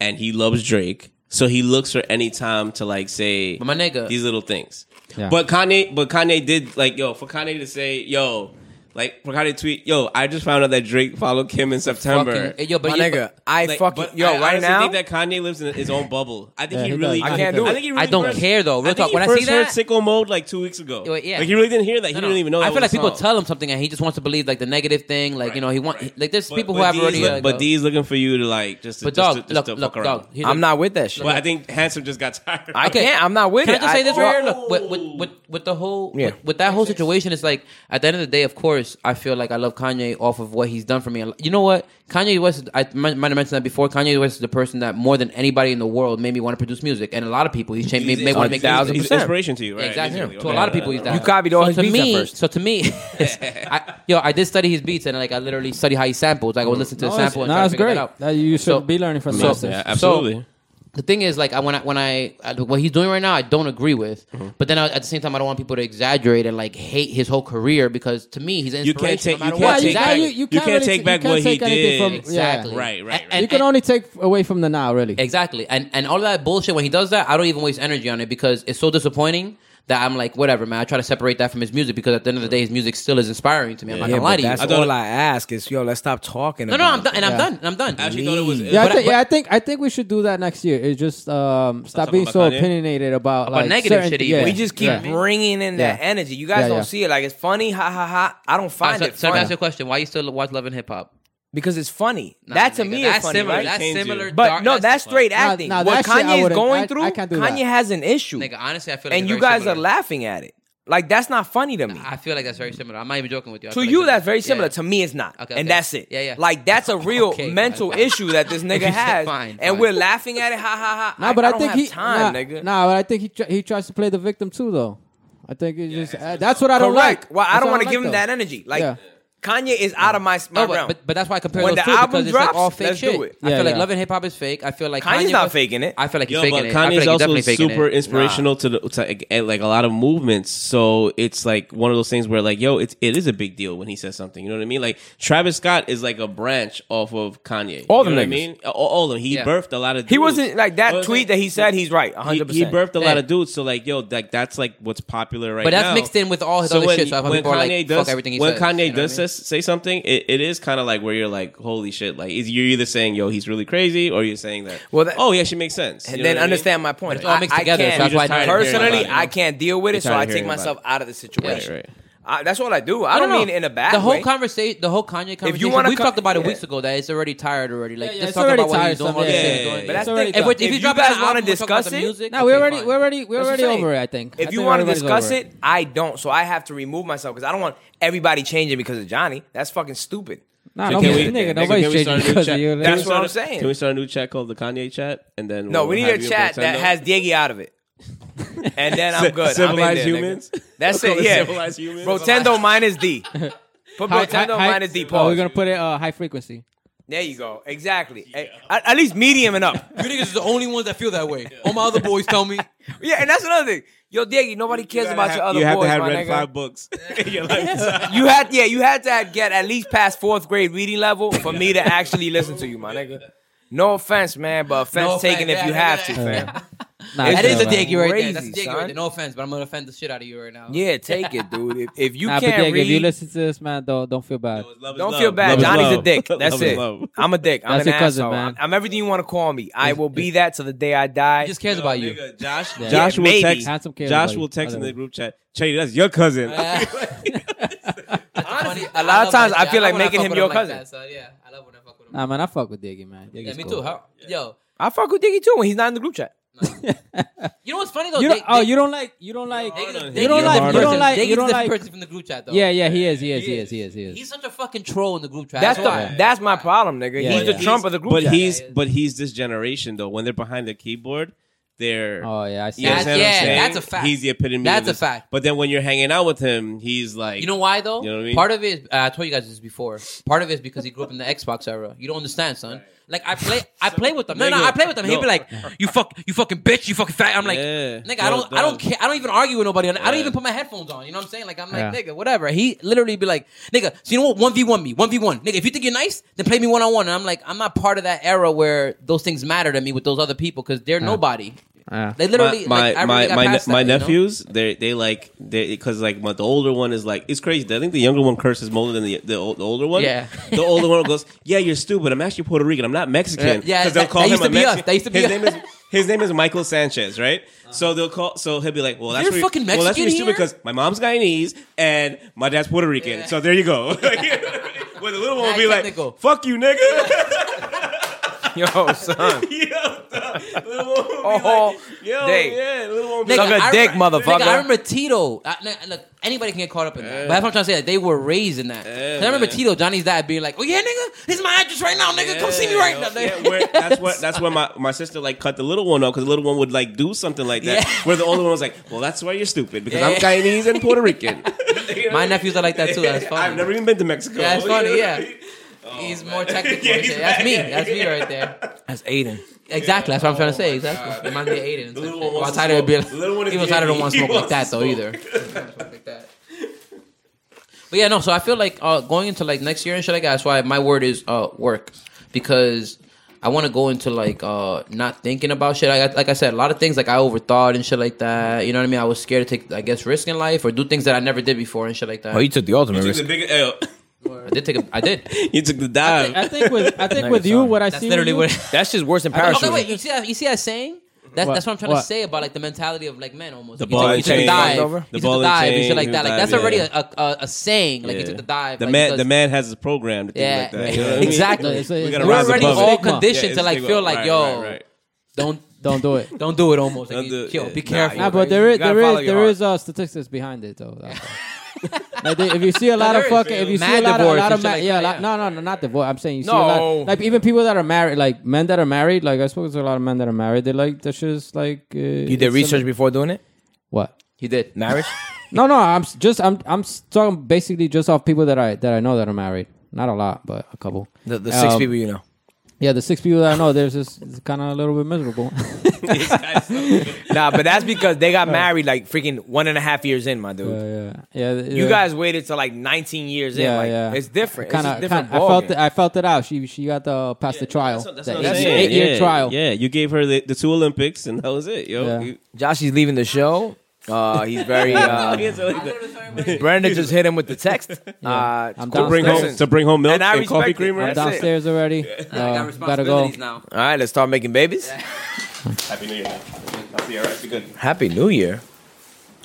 Speaker 3: and he loves Drake, so he looks for any time to like say
Speaker 2: But my nigga.
Speaker 3: these little things.
Speaker 5: Yeah.
Speaker 3: But Kanye, but Kanye did like yo for Kanye to say yo. Like for Kanye to tweet, yo, I just found out that Drake followed Kim in September.
Speaker 2: Fucking- eh, yo, but
Speaker 4: my
Speaker 2: you-
Speaker 4: nigga, I
Speaker 3: Like,
Speaker 4: fucking
Speaker 3: but
Speaker 4: yo
Speaker 3: I
Speaker 4: right
Speaker 3: honestly
Speaker 4: now.
Speaker 3: think that Kanye lives in his own bubble. I think
Speaker 5: Yeah,
Speaker 3: he,
Speaker 5: he
Speaker 3: really.
Speaker 5: does. I
Speaker 4: can't do it.
Speaker 3: think he
Speaker 2: I don't
Speaker 3: first-
Speaker 2: care, though. Real
Speaker 3: I think
Speaker 2: talk.
Speaker 3: he
Speaker 2: When I see
Speaker 3: first heard
Speaker 2: that-
Speaker 3: sicko mode like two weeks ago.
Speaker 2: Wait, yeah.
Speaker 3: like he really didn't hear that. He
Speaker 2: No, no.
Speaker 3: didn't even know. That
Speaker 2: I feel
Speaker 3: was
Speaker 2: like
Speaker 3: a
Speaker 2: people
Speaker 3: song.
Speaker 2: tell him something and he just wants to believe like the negative thing. Like you know, he want like there's people who have
Speaker 3: D's
Speaker 2: already.
Speaker 3: look-
Speaker 2: like,
Speaker 3: but
Speaker 2: uh,
Speaker 3: D's looking for you to like just. To,
Speaker 2: But
Speaker 3: just
Speaker 2: dog,
Speaker 3: to, just
Speaker 2: look,
Speaker 3: to
Speaker 2: look,
Speaker 3: fuck
Speaker 2: dog.
Speaker 3: around.
Speaker 2: here's
Speaker 4: I'm
Speaker 2: the-
Speaker 4: not with that shit.
Speaker 3: Well, I think Handsome just got tired.
Speaker 4: I
Speaker 2: Okay.
Speaker 4: can't. I'm not with
Speaker 2: Can
Speaker 4: it.
Speaker 2: I just say this
Speaker 4: bro,
Speaker 2: right here? Look, with, with, with, with the whole
Speaker 4: Yeah.
Speaker 2: with, with that whole situation, it's like at the end of the day, of course, I feel like I love Kanye off of what he's done for me. You know what? Kanye West, I might might have mentioned that before. Kanye West is the person that more than anybody in the world made me want to produce music, and a lot of people he's changed, made, made want to make music.
Speaker 4: thousand
Speaker 3: He's
Speaker 4: percent.
Speaker 3: inspiration to you, right?
Speaker 2: Exactly.
Speaker 3: Basically.
Speaker 2: To a
Speaker 3: Okay.
Speaker 2: lot of people, he's that.
Speaker 4: You copied all his
Speaker 2: to
Speaker 4: beats at
Speaker 2: me,
Speaker 4: first.
Speaker 2: So to me, I, yo, I did study his beats and like I literally study how he samples. Like I would listen to the
Speaker 5: that's,
Speaker 2: sample. and
Speaker 5: no,
Speaker 2: try to
Speaker 5: that's
Speaker 2: figure
Speaker 5: great.
Speaker 2: That out.
Speaker 5: That you should
Speaker 2: So-
Speaker 5: be learning from the
Speaker 2: so-
Speaker 5: masters.
Speaker 3: Yeah, absolutely.
Speaker 2: the thing is, like, I when I when I, I what he's doing right now, I don't agree with. But then I, at the same time, I don't want people to exaggerate and like hate his whole career because to me, he's an
Speaker 3: You can't take-
Speaker 2: inspiration no
Speaker 3: you
Speaker 2: matter
Speaker 3: can't
Speaker 2: what.
Speaker 3: take
Speaker 2: Exactly.
Speaker 3: back- you can't
Speaker 5: really
Speaker 3: take
Speaker 5: t-
Speaker 3: back
Speaker 5: you can't
Speaker 3: what he
Speaker 5: take anything
Speaker 3: did.
Speaker 5: From,
Speaker 2: Exactly.
Speaker 5: Yeah.
Speaker 3: Right, right,
Speaker 2: And-
Speaker 5: you can
Speaker 2: and-
Speaker 5: only take away from the now, really.
Speaker 2: Exactly. And and all that bullshit when he does that, I don't even waste energy on it because it's so disappointing that I'm like, whatever, man. I try to separate that from his music because at the end of the day, his music still is inspiring to me. I'm not
Speaker 4: Yeah,
Speaker 2: gonna lie
Speaker 4: but
Speaker 2: to you.
Speaker 4: that's
Speaker 3: I thought
Speaker 4: all
Speaker 3: it-
Speaker 4: I ask is yo, let's stop talking.
Speaker 2: No, no,
Speaker 4: about
Speaker 2: I'm done,
Speaker 4: it.
Speaker 2: and I'm
Speaker 5: Yeah.
Speaker 2: done, and I'm done.
Speaker 3: I actually thought it was.
Speaker 5: Yeah,
Speaker 2: But
Speaker 5: I
Speaker 2: I-
Speaker 5: think,
Speaker 2: but-
Speaker 5: yeah, I think I think we should do that next year. It's just um, stop
Speaker 3: talking
Speaker 5: being
Speaker 3: about
Speaker 5: so
Speaker 3: Kanye?
Speaker 5: opinionated about, like
Speaker 2: negative
Speaker 5: certain-
Speaker 2: shit even.
Speaker 5: Yeah,
Speaker 4: We just keep
Speaker 5: yeah.
Speaker 4: bringing in that
Speaker 5: Yeah.
Speaker 4: energy. You guys
Speaker 5: Yeah,
Speaker 4: don't
Speaker 5: yeah.
Speaker 4: see it. Like it's funny, ha ha ha. I don't
Speaker 2: Alright,
Speaker 4: find
Speaker 2: so,
Speaker 4: it
Speaker 2: so let me
Speaker 4: funny
Speaker 2: ask you a question: Why you still watch Love and Hip Hop?
Speaker 4: because it's funny.
Speaker 2: Nah,
Speaker 4: that to
Speaker 2: nigga,
Speaker 4: me
Speaker 2: that's
Speaker 4: is funny,
Speaker 2: similar.
Speaker 4: right?
Speaker 2: That's
Speaker 3: Change you.
Speaker 2: similar.
Speaker 4: But
Speaker 2: dog,
Speaker 4: no,
Speaker 2: that's
Speaker 4: that's
Speaker 2: different.
Speaker 4: straight
Speaker 5: nah,
Speaker 4: acting.
Speaker 5: that
Speaker 4: what
Speaker 5: shit I
Speaker 4: Kanye is
Speaker 5: wouldn't-
Speaker 4: going
Speaker 5: I-
Speaker 4: through,
Speaker 5: I can't do
Speaker 4: Kanye
Speaker 5: that.
Speaker 4: has an issue,
Speaker 2: Nigga, honestly, I feel like
Speaker 4: and
Speaker 2: it's
Speaker 4: you
Speaker 2: very
Speaker 4: guys
Speaker 2: similar.
Speaker 4: are laughing at it. Like that's not funny to me.
Speaker 2: I feel like that's very similar. I'm not even joking with you. I
Speaker 4: to
Speaker 2: feel like
Speaker 4: you, that's very
Speaker 2: yeah.
Speaker 4: similar. To me, it's not.
Speaker 2: Okay, okay.
Speaker 4: And that's it.
Speaker 2: Yeah, yeah.
Speaker 4: Like that's a real
Speaker 2: Okay, fine,
Speaker 4: mental
Speaker 2: fine.
Speaker 4: issue that this nigga has,
Speaker 2: Fine,
Speaker 4: and
Speaker 2: fine.
Speaker 4: we're laughing at it. Ha ha ha.
Speaker 5: Nah, but I,
Speaker 4: don't
Speaker 5: think
Speaker 4: have
Speaker 5: he
Speaker 4: time,
Speaker 5: nah,
Speaker 4: nigga.
Speaker 5: Nah, but I think he tr- he tries to play the victim too, though. I think it's just uh, that's what I don't
Speaker 4: Correct.
Speaker 5: like.
Speaker 4: Well, I
Speaker 5: That's
Speaker 4: don't
Speaker 5: what
Speaker 4: want to
Speaker 5: like,
Speaker 4: give him
Speaker 5: though.
Speaker 4: that energy. Like
Speaker 5: Yeah.
Speaker 4: Kanye is out of my my
Speaker 2: No,
Speaker 4: realm.
Speaker 2: but, but but that's why I compare
Speaker 4: When
Speaker 2: those
Speaker 4: the
Speaker 2: two
Speaker 4: album
Speaker 2: because it's like
Speaker 4: drops,
Speaker 2: all fake
Speaker 4: let's
Speaker 2: shit.
Speaker 4: do it.
Speaker 2: I feel
Speaker 5: Yeah,
Speaker 2: like
Speaker 5: yeah.
Speaker 2: Love and Hip Hop is fake. I feel like
Speaker 4: Kanye's
Speaker 2: Kanye
Speaker 4: not
Speaker 2: West-
Speaker 4: faking it.
Speaker 2: I feel like he's
Speaker 3: Yo,
Speaker 2: faking
Speaker 3: but
Speaker 2: it. I feel
Speaker 3: Kanye's
Speaker 2: like he's
Speaker 3: also
Speaker 2: definitely faking
Speaker 3: super
Speaker 2: it.
Speaker 3: inspirational to, the, to like, eh, like a lot of movements. So it's like one of those things where like, yo, it's it is a big deal when he says something. You know what I mean? Like Travis Scott is like a branch off of Kanye.
Speaker 4: All
Speaker 3: you
Speaker 4: them
Speaker 3: know what I
Speaker 4: niggas.
Speaker 3: mean? All, all of them. He
Speaker 2: Yeah.
Speaker 3: birthed a lot of. Dudes.
Speaker 4: he wasn't like
Speaker 3: You know
Speaker 4: that
Speaker 3: what I'm saying?
Speaker 4: tweet that he said. He's right,
Speaker 3: He,
Speaker 4: 100.
Speaker 3: he
Speaker 4: percent
Speaker 3: birthed a lot
Speaker 2: Yeah.
Speaker 3: of dudes, so like, yo, like that's like what's popular right now.
Speaker 2: But that's mixed in with all his other shit, so I hope people are like, fuck
Speaker 3: does,
Speaker 2: everything he
Speaker 3: when
Speaker 2: says,
Speaker 3: Kanye
Speaker 2: you know what I
Speaker 3: does
Speaker 2: mean?
Speaker 3: say, say something, it, it is kind of like where you're like, holy shit, like is- you're either saying, yo, he's really crazy, or you're saying that,
Speaker 4: Well, that-
Speaker 3: oh, he actually makes sense. You
Speaker 4: And
Speaker 3: know
Speaker 4: then
Speaker 3: what I mean?
Speaker 4: understand my point.
Speaker 2: it's all
Speaker 4: I-
Speaker 2: mixed
Speaker 4: I
Speaker 2: together,
Speaker 4: can't-
Speaker 2: so that's why
Speaker 3: You're
Speaker 2: I
Speaker 3: just
Speaker 2: didn't-
Speaker 3: tired of hearing
Speaker 4: personally,
Speaker 3: about it.
Speaker 4: I can't deal with it, so
Speaker 3: tired of
Speaker 4: I take
Speaker 3: hearing about
Speaker 4: myself
Speaker 3: it.
Speaker 4: out of the situation.
Speaker 3: right.
Speaker 4: I- that's all I do. I, don't,
Speaker 2: know.
Speaker 4: mean in a bad
Speaker 2: The whole
Speaker 4: way.
Speaker 2: conversation, the whole Kanye conversation.
Speaker 4: wanna
Speaker 2: we
Speaker 4: co-
Speaker 2: talked about it
Speaker 4: yeah.
Speaker 2: weeks ago. That it's already tired already. Like
Speaker 5: Yeah, yeah,
Speaker 2: just
Speaker 5: it's
Speaker 2: talking
Speaker 5: already
Speaker 2: about what
Speaker 5: tired.
Speaker 2: he's doing.
Speaker 5: some-
Speaker 2: all the
Speaker 5: yeah,
Speaker 2: shit
Speaker 5: yeah,
Speaker 2: he's doing.
Speaker 5: yeah.
Speaker 4: But
Speaker 5: It's
Speaker 4: that's the-
Speaker 5: already
Speaker 2: If,
Speaker 5: done.
Speaker 2: we're- if,
Speaker 4: If
Speaker 2: you
Speaker 4: you
Speaker 2: drop
Speaker 4: guys
Speaker 2: an album,
Speaker 4: wanna
Speaker 2: we'll talk about
Speaker 4: discuss
Speaker 2: the
Speaker 4: it,
Speaker 2: music.
Speaker 5: No, we
Speaker 2: Okay,
Speaker 5: already,
Speaker 2: fine.
Speaker 5: we already, we
Speaker 4: That's
Speaker 5: already
Speaker 4: what I'm
Speaker 5: over it.
Speaker 4: saying.
Speaker 5: I think. I
Speaker 4: If you
Speaker 5: think
Speaker 4: want to
Speaker 5: everybody's
Speaker 4: discuss
Speaker 5: over
Speaker 4: it, I don't. So I have to remove myself because I don't want everybody changing because of Johnny. That's fucking stupid.
Speaker 5: nah,
Speaker 3: So can
Speaker 5: nobody's,
Speaker 3: we-
Speaker 5: nigga,
Speaker 3: nigga, can
Speaker 5: nobody's
Speaker 3: we start a
Speaker 5: changing
Speaker 3: new
Speaker 5: because of
Speaker 3: chat?
Speaker 5: you.
Speaker 3: Can we
Speaker 5: nigga.
Speaker 4: That's what
Speaker 3: start
Speaker 4: I'm
Speaker 3: a-
Speaker 4: saying.
Speaker 3: Can we start a new chat called the Kanye chat? And then
Speaker 4: No,
Speaker 3: we'll
Speaker 4: we need
Speaker 3: have
Speaker 4: a
Speaker 3: you
Speaker 4: chat that
Speaker 3: pretend-
Speaker 4: has Diggy out of it. And then I'm good. I'm in
Speaker 3: Civilized
Speaker 4: there, nigga.
Speaker 3: humans.
Speaker 4: That's
Speaker 3: We'll
Speaker 4: it.
Speaker 3: call
Speaker 4: Yeah.
Speaker 3: civilized humans.
Speaker 4: Rotendo minus D. Put
Speaker 5: Hi-
Speaker 4: Rotendo
Speaker 5: hi-
Speaker 4: minus D.
Speaker 5: Oh, we're
Speaker 4: Pause.
Speaker 5: gonna put it uh, high frequency.
Speaker 4: There you go. Exactly. At, at least medium and up.
Speaker 2: You niggas is the only ones that feel that way. All my other boys tell me.
Speaker 4: Yeah, and that's another thing. Yo, Diggy, nobody cares
Speaker 3: You
Speaker 4: about
Speaker 3: gotta
Speaker 4: your
Speaker 3: have-
Speaker 4: other
Speaker 3: You have
Speaker 4: boys,
Speaker 3: to have
Speaker 4: my
Speaker 3: read
Speaker 4: nigga.
Speaker 3: five books in your lifetime.
Speaker 4: You had, yeah, you had to get at least past fourth grade reading level for me to actually listen to you, my nigga. No offense, man, but offense
Speaker 2: No offense,
Speaker 4: taken if
Speaker 2: yeah,
Speaker 4: you
Speaker 2: yeah,
Speaker 4: have to,
Speaker 2: yeah.
Speaker 4: fam.
Speaker 5: Nah,
Speaker 4: It
Speaker 5: it's
Speaker 2: That is a
Speaker 5: not bad.
Speaker 2: diggy right there.
Speaker 4: Crazy,
Speaker 2: That's a diggy
Speaker 4: son.
Speaker 2: right there. No offense, but I'm gonna offend the shit out of you right now.
Speaker 4: Yeah, take it, dude. If, if you
Speaker 5: Nah, but
Speaker 4: can't
Speaker 5: Diego,
Speaker 4: read,
Speaker 5: if you listen to this, man, don't don't feel bad.
Speaker 3: Love is
Speaker 4: don't
Speaker 3: love.
Speaker 4: feel bad.
Speaker 3: Love is
Speaker 4: Johnny's a
Speaker 3: love.
Speaker 4: dick. That's
Speaker 3: Love is
Speaker 4: it.
Speaker 3: love.
Speaker 4: I'm a dick. I'm
Speaker 5: That's
Speaker 4: an
Speaker 5: your cousin,
Speaker 4: asshole.
Speaker 5: man.
Speaker 4: I'm everything you want to call me. I will be that to the day I die.
Speaker 2: He just cares about you.
Speaker 3: Nigga, Josh,
Speaker 5: Yeah.
Speaker 3: Josh
Speaker 4: Yeah,
Speaker 3: will
Speaker 4: maybe.
Speaker 3: text.
Speaker 5: Handsome kid,
Speaker 3: Josh
Speaker 5: buddy.
Speaker 3: will text in
Speaker 5: Whatever.
Speaker 3: the group chat. Chay, that's your cousin.
Speaker 2: Honestly,
Speaker 4: a lot of times I feel like making him your cousin.
Speaker 2: so yeah, I love when I fuck with him.
Speaker 5: Nah, man, I fuck with Diggy, man.
Speaker 2: yeah,
Speaker 5: Diggy's
Speaker 2: me
Speaker 5: cool.
Speaker 2: too. Huh? Yo,
Speaker 4: I fuck with Diggy too when he's not in the group chat.
Speaker 2: you know what's funny though?
Speaker 5: You
Speaker 2: They-
Speaker 5: don't, oh,
Speaker 2: they-
Speaker 5: you don't like, you don't like,
Speaker 2: they-
Speaker 3: don't-
Speaker 2: they-
Speaker 5: you don't
Speaker 2: they-
Speaker 5: like,
Speaker 2: they-
Speaker 5: you
Speaker 2: they-
Speaker 5: don't like,
Speaker 2: they-
Speaker 5: you
Speaker 2: they-
Speaker 5: don't
Speaker 2: the
Speaker 5: like.
Speaker 2: person from the group chat though.
Speaker 5: Yeah, yeah, he is, he is, he is, he is, he is.
Speaker 2: he's such a fucking troll in the group chat.
Speaker 4: That's
Speaker 2: That's
Speaker 4: the,
Speaker 2: why.
Speaker 4: that's my problem, nigga.
Speaker 5: Yeah,
Speaker 4: he's the
Speaker 5: yeah.
Speaker 4: Trump of the group
Speaker 3: but
Speaker 4: chat.
Speaker 3: he's
Speaker 2: Yeah, yeah.
Speaker 3: but he's this generation though. When they're behind the keyboard, they're
Speaker 5: Oh yeah, I see.
Speaker 3: You understand
Speaker 2: That's-
Speaker 3: what I'm
Speaker 2: yeah,
Speaker 3: saying?
Speaker 2: that's a fact.
Speaker 3: He's the epitome. of
Speaker 2: That's a
Speaker 3: this.
Speaker 2: fact.
Speaker 3: But then when you're hanging out with him, he's like,
Speaker 2: You know why though?
Speaker 3: You know what I mean?
Speaker 2: Part of it, is, uh, I told you guys this before. Part of it is because he grew up in the Xbox era. You don't understand, son. Like I play, I play with them. No, no,
Speaker 3: Nigga,
Speaker 2: I play with them. He'd
Speaker 3: no.
Speaker 2: be like, "You fuck, you fucking bitch, you fucking fat." I'm like,
Speaker 3: Yeah.
Speaker 2: "Nigga, I
Speaker 3: No,
Speaker 2: don't, I don't
Speaker 3: dog.
Speaker 2: care. I don't even argue with nobody. I don't
Speaker 3: Yeah.
Speaker 2: even put my headphones on. You know what I'm saying? Like I'm like,
Speaker 5: Yeah.
Speaker 2: nigga, whatever." He literally be like, "Nigga, so you know what? One v one me, one v one, nigga. If you think you're nice, then play me one on one." And I'm like, I'm not part of that era where those things matter to me with those other people because they're nobody.
Speaker 5: Yeah.
Speaker 2: They literally,
Speaker 3: my
Speaker 2: like, I
Speaker 3: my
Speaker 2: really got
Speaker 3: my,
Speaker 2: past
Speaker 3: ne- my
Speaker 2: that, you know?
Speaker 3: nephews they they like they because like my, the older one is like it's crazy. I think the younger one curses more than the the, ol- the older one.
Speaker 2: Yeah.
Speaker 3: the older one goes, "Yeah, you're stupid. I'm actually Puerto Rican. I'm not Mexican."
Speaker 2: Yeah, yeah,
Speaker 3: 'Cause they'll
Speaker 2: that-
Speaker 3: call
Speaker 2: that
Speaker 3: him
Speaker 2: used
Speaker 3: a
Speaker 2: to be us.
Speaker 3: Mexican.
Speaker 2: That used to be
Speaker 3: his
Speaker 2: us. Uh-huh.
Speaker 3: name is his name is Michael Sanchez, right? So they'll call. So he'll be like, "Well, that's
Speaker 2: You're
Speaker 3: where
Speaker 2: fucking
Speaker 3: well, that's where
Speaker 2: Mexican
Speaker 3: you're stupid
Speaker 2: here?
Speaker 3: because my mom's Guyanese and my dad's Puerto Rican." So there you go. Where the little one will
Speaker 2: Mad
Speaker 3: be
Speaker 2: technical.
Speaker 3: like, "Fuck you, nigga."
Speaker 4: Yo, son.
Speaker 3: Yo, the little one will be
Speaker 4: Oh,
Speaker 3: like, "Yo,
Speaker 4: day.
Speaker 3: yeah." the Little one will be
Speaker 2: Nigga,
Speaker 3: like,
Speaker 4: Suck a
Speaker 2: I
Speaker 4: dick,
Speaker 2: rem- Nigga, I
Speaker 4: motherfucker.
Speaker 2: remember Tito. I, n- look, anybody can get caught up in that. But that's what I'm trying to say. That they were raised in that. 'Cause I remember
Speaker 3: man.
Speaker 2: Tito, Johnny's dad, being like, "Oh yeah, nigga, this is my address right now, nigga. Come see me right
Speaker 3: Yeah,
Speaker 2: now."
Speaker 3: yeah,
Speaker 2: nigga."
Speaker 3: where- that's what that's where my, my sister like cut the little one up because the little one would like do something like that.
Speaker 2: Yeah.
Speaker 3: Where the older one was like, "Well, that's why you're stupid because I'm
Speaker 2: Yeah.
Speaker 3: Guyanese and Puerto Rican." You know?
Speaker 2: My nephews are like that too. That's funny.
Speaker 3: I've never even been to Mexico.
Speaker 2: Yeah, that's funny.
Speaker 3: You know?
Speaker 2: Yeah. he's more technical.
Speaker 3: Oh, Yeah,
Speaker 2: and
Speaker 3: he's
Speaker 2: shit. That's me.
Speaker 3: mad.
Speaker 2: That's me right there.
Speaker 4: That's Aiden.
Speaker 2: Exactly. That's what I'm trying to say. Exactly. Reminds me of Aiden. and
Speaker 3: Oh, The
Speaker 2: some
Speaker 3: little
Speaker 2: shit.
Speaker 3: one wants
Speaker 2: While
Speaker 3: to
Speaker 2: Tyler would be
Speaker 3: smoke.
Speaker 2: like,
Speaker 3: The little one is
Speaker 2: even Tyler don't
Speaker 3: gay.
Speaker 2: want
Speaker 3: He
Speaker 2: to smoke like
Speaker 3: wants to
Speaker 2: that though either. Like that. But yeah, no. So I feel like uh, going into like next year and shit like that. That's why my word is uh, work because I want to go into like uh, not thinking about shit. Like I, like I said, a lot of things like I overthought and shit like that. You know what I mean? I was scared to take, I guess, risk in life or do things that I never did before and shit like that.
Speaker 4: Oh, you took the ultimate
Speaker 3: You
Speaker 4: risk.
Speaker 3: took the big L.
Speaker 2: I did take. A, I did.
Speaker 3: You took the
Speaker 5: I
Speaker 3: dive.
Speaker 5: think, I think with I think
Speaker 4: Nigga,
Speaker 5: with you,
Speaker 4: son.
Speaker 5: what I
Speaker 2: That's
Speaker 5: see.
Speaker 2: literally
Speaker 5: you,
Speaker 2: what.
Speaker 4: That's just worse than
Speaker 2: Okay,
Speaker 4: parachuting.
Speaker 2: wait, you see that? You see that saying? That's,
Speaker 5: What?
Speaker 2: that's what I'm trying
Speaker 5: What?
Speaker 2: to say about like the mentality of like men almost.
Speaker 3: The
Speaker 2: Like,
Speaker 3: ball
Speaker 2: you
Speaker 3: and
Speaker 2: took, you
Speaker 3: chain.
Speaker 2: took the dive,
Speaker 4: Over.
Speaker 2: you
Speaker 3: The
Speaker 2: took
Speaker 3: ball
Speaker 2: the
Speaker 3: and
Speaker 2: dive and
Speaker 3: chain,
Speaker 2: shit like that. Like
Speaker 3: dive,
Speaker 2: that's already
Speaker 3: yeah.
Speaker 2: a, a, a, a saying. Like you took the dive.
Speaker 3: The
Speaker 2: like,
Speaker 3: man,
Speaker 2: because-
Speaker 3: the man has his program. To think
Speaker 2: Yeah,
Speaker 3: like that. You know what I mean?
Speaker 2: exactly.
Speaker 5: No, it's a-
Speaker 3: We
Speaker 5: it's
Speaker 3: gotta
Speaker 5: a-
Speaker 2: We're
Speaker 3: rise
Speaker 2: already
Speaker 3: above it.
Speaker 2: all
Speaker 5: Yeah,
Speaker 2: conditioned
Speaker 3: it's
Speaker 2: to like
Speaker 3: stigma.
Speaker 2: feel like
Speaker 3: Right,
Speaker 2: yo,
Speaker 3: right, right.
Speaker 2: don't
Speaker 5: Don't do it.
Speaker 2: don't do it almost. Like,
Speaker 3: Don't do it,
Speaker 2: yo,
Speaker 3: yeah.
Speaker 2: be
Speaker 3: Nah,
Speaker 2: careful.
Speaker 5: Nah, but
Speaker 2: right?
Speaker 5: there is
Speaker 4: gotta
Speaker 5: there
Speaker 4: follow
Speaker 5: is
Speaker 4: your
Speaker 5: there
Speaker 4: heart.
Speaker 5: is uh, statistics behind it though. that's all. like they, if you see a lot of
Speaker 2: there is.
Speaker 5: fucking, if you see a
Speaker 2: Mad
Speaker 5: lot of, a
Speaker 2: divorce
Speaker 5: lot
Speaker 2: and
Speaker 5: of
Speaker 2: shit
Speaker 5: ma-
Speaker 2: like
Speaker 5: yeah,
Speaker 2: that,
Speaker 5: lot-
Speaker 2: yeah.
Speaker 5: no, no, no, not divorce. I'm saying you see a
Speaker 4: No.
Speaker 5: lot, like even people that are married, like men that are married. Like I spoke to a lot of men that are married. They like that shit's like uh,
Speaker 4: You did research before doing it?
Speaker 5: What?
Speaker 2: He did.
Speaker 4: Marriage?
Speaker 5: No, no. I'm s- just I'm I'm s- talking basically just off people that I that I know that are married. Not a lot, but a couple.
Speaker 4: The, the six
Speaker 5: Um,
Speaker 4: people you know.
Speaker 5: Yeah, the six people that I know, there's just kind of a little bit miserable.
Speaker 4: Nah, but that's because they got married like freaking one and a half years in, my dude.
Speaker 5: yeah, yeah, yeah.
Speaker 4: You guys waited till like 19 years in. Like, It's different.
Speaker 5: Kind
Speaker 4: it's a
Speaker 5: of.
Speaker 4: different
Speaker 5: I felt.
Speaker 4: ballgame.
Speaker 5: It, I felt it out. She she got the past the trial,
Speaker 3: That's
Speaker 5: the
Speaker 3: what I'm
Speaker 5: eight,
Speaker 3: saying.
Speaker 5: eight year
Speaker 3: Yeah,
Speaker 5: trial.
Speaker 3: Yeah, you gave her the, the two Olympics, and that was it. Yo,
Speaker 5: Yeah.
Speaker 3: You-
Speaker 4: Josh is leaving the show. Uh, he's very. Uh, Brenda just hit him with the text. Uh,
Speaker 5: I'm
Speaker 3: to
Speaker 5: down.
Speaker 3: bring home
Speaker 5: Listen,
Speaker 3: to bring home milk
Speaker 4: and
Speaker 3: and,
Speaker 4: I
Speaker 3: coffee
Speaker 4: respect it.
Speaker 3: creamer.
Speaker 5: I'm
Speaker 4: That's it.
Speaker 5: downstairs already. Uh, gotta go.
Speaker 2: now.
Speaker 4: All right, let's start making babies.
Speaker 3: Happy New Year. I'll see you. All right, be good.
Speaker 4: Happy New Year.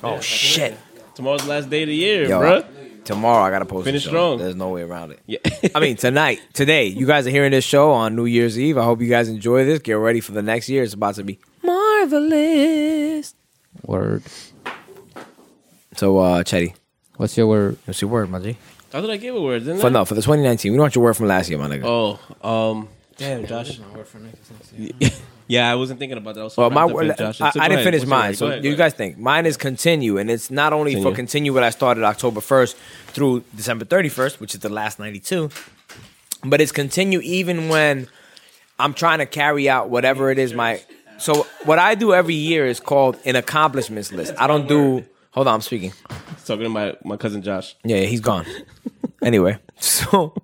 Speaker 4: Oh, shit.
Speaker 3: Tomorrow's the last day of the year,
Speaker 4: Yo,
Speaker 3: bro.
Speaker 4: I- tomorrow I gotta post.
Speaker 3: Finish
Speaker 4: the show.
Speaker 3: strong.
Speaker 4: There's no way around it.
Speaker 3: Yeah.
Speaker 4: I mean, tonight, today, you guys are hearing this show on New Year's Eve. I hope you guys enjoy this. Get ready for the next year. It's about to be marvelous.
Speaker 5: Word.
Speaker 4: So, uh, Chetty,
Speaker 5: What's your word?
Speaker 4: what's your word, my G?
Speaker 3: I thought I gave a word, didn't
Speaker 4: For
Speaker 3: I?
Speaker 4: no, for the 2019, we don't want your word from last year, my nigga.
Speaker 3: Oh, um, damn, Josh. Yeah, I wasn't thinking about that. I was so
Speaker 4: Well, my
Speaker 3: wrapped up in
Speaker 4: word,
Speaker 3: Josh.
Speaker 4: I,
Speaker 3: So go
Speaker 4: I didn't
Speaker 3: ahead.
Speaker 4: finish
Speaker 3: What's your
Speaker 4: mine.
Speaker 3: word?
Speaker 4: So
Speaker 3: Go ahead,
Speaker 4: you
Speaker 3: go ahead.
Speaker 4: guys think mine is continue, and it's not only for
Speaker 3: Continue.
Speaker 4: continue what I started October first through December thirty first, which is the last ninety two, but it's continue even when I'm trying to carry out whatever it is my. So what I do every year is called an accomplishments list. I don't do. Hold on, I'm speaking.
Speaker 3: talking to my, my cousin Josh.
Speaker 4: Yeah, he's gone. anyway, so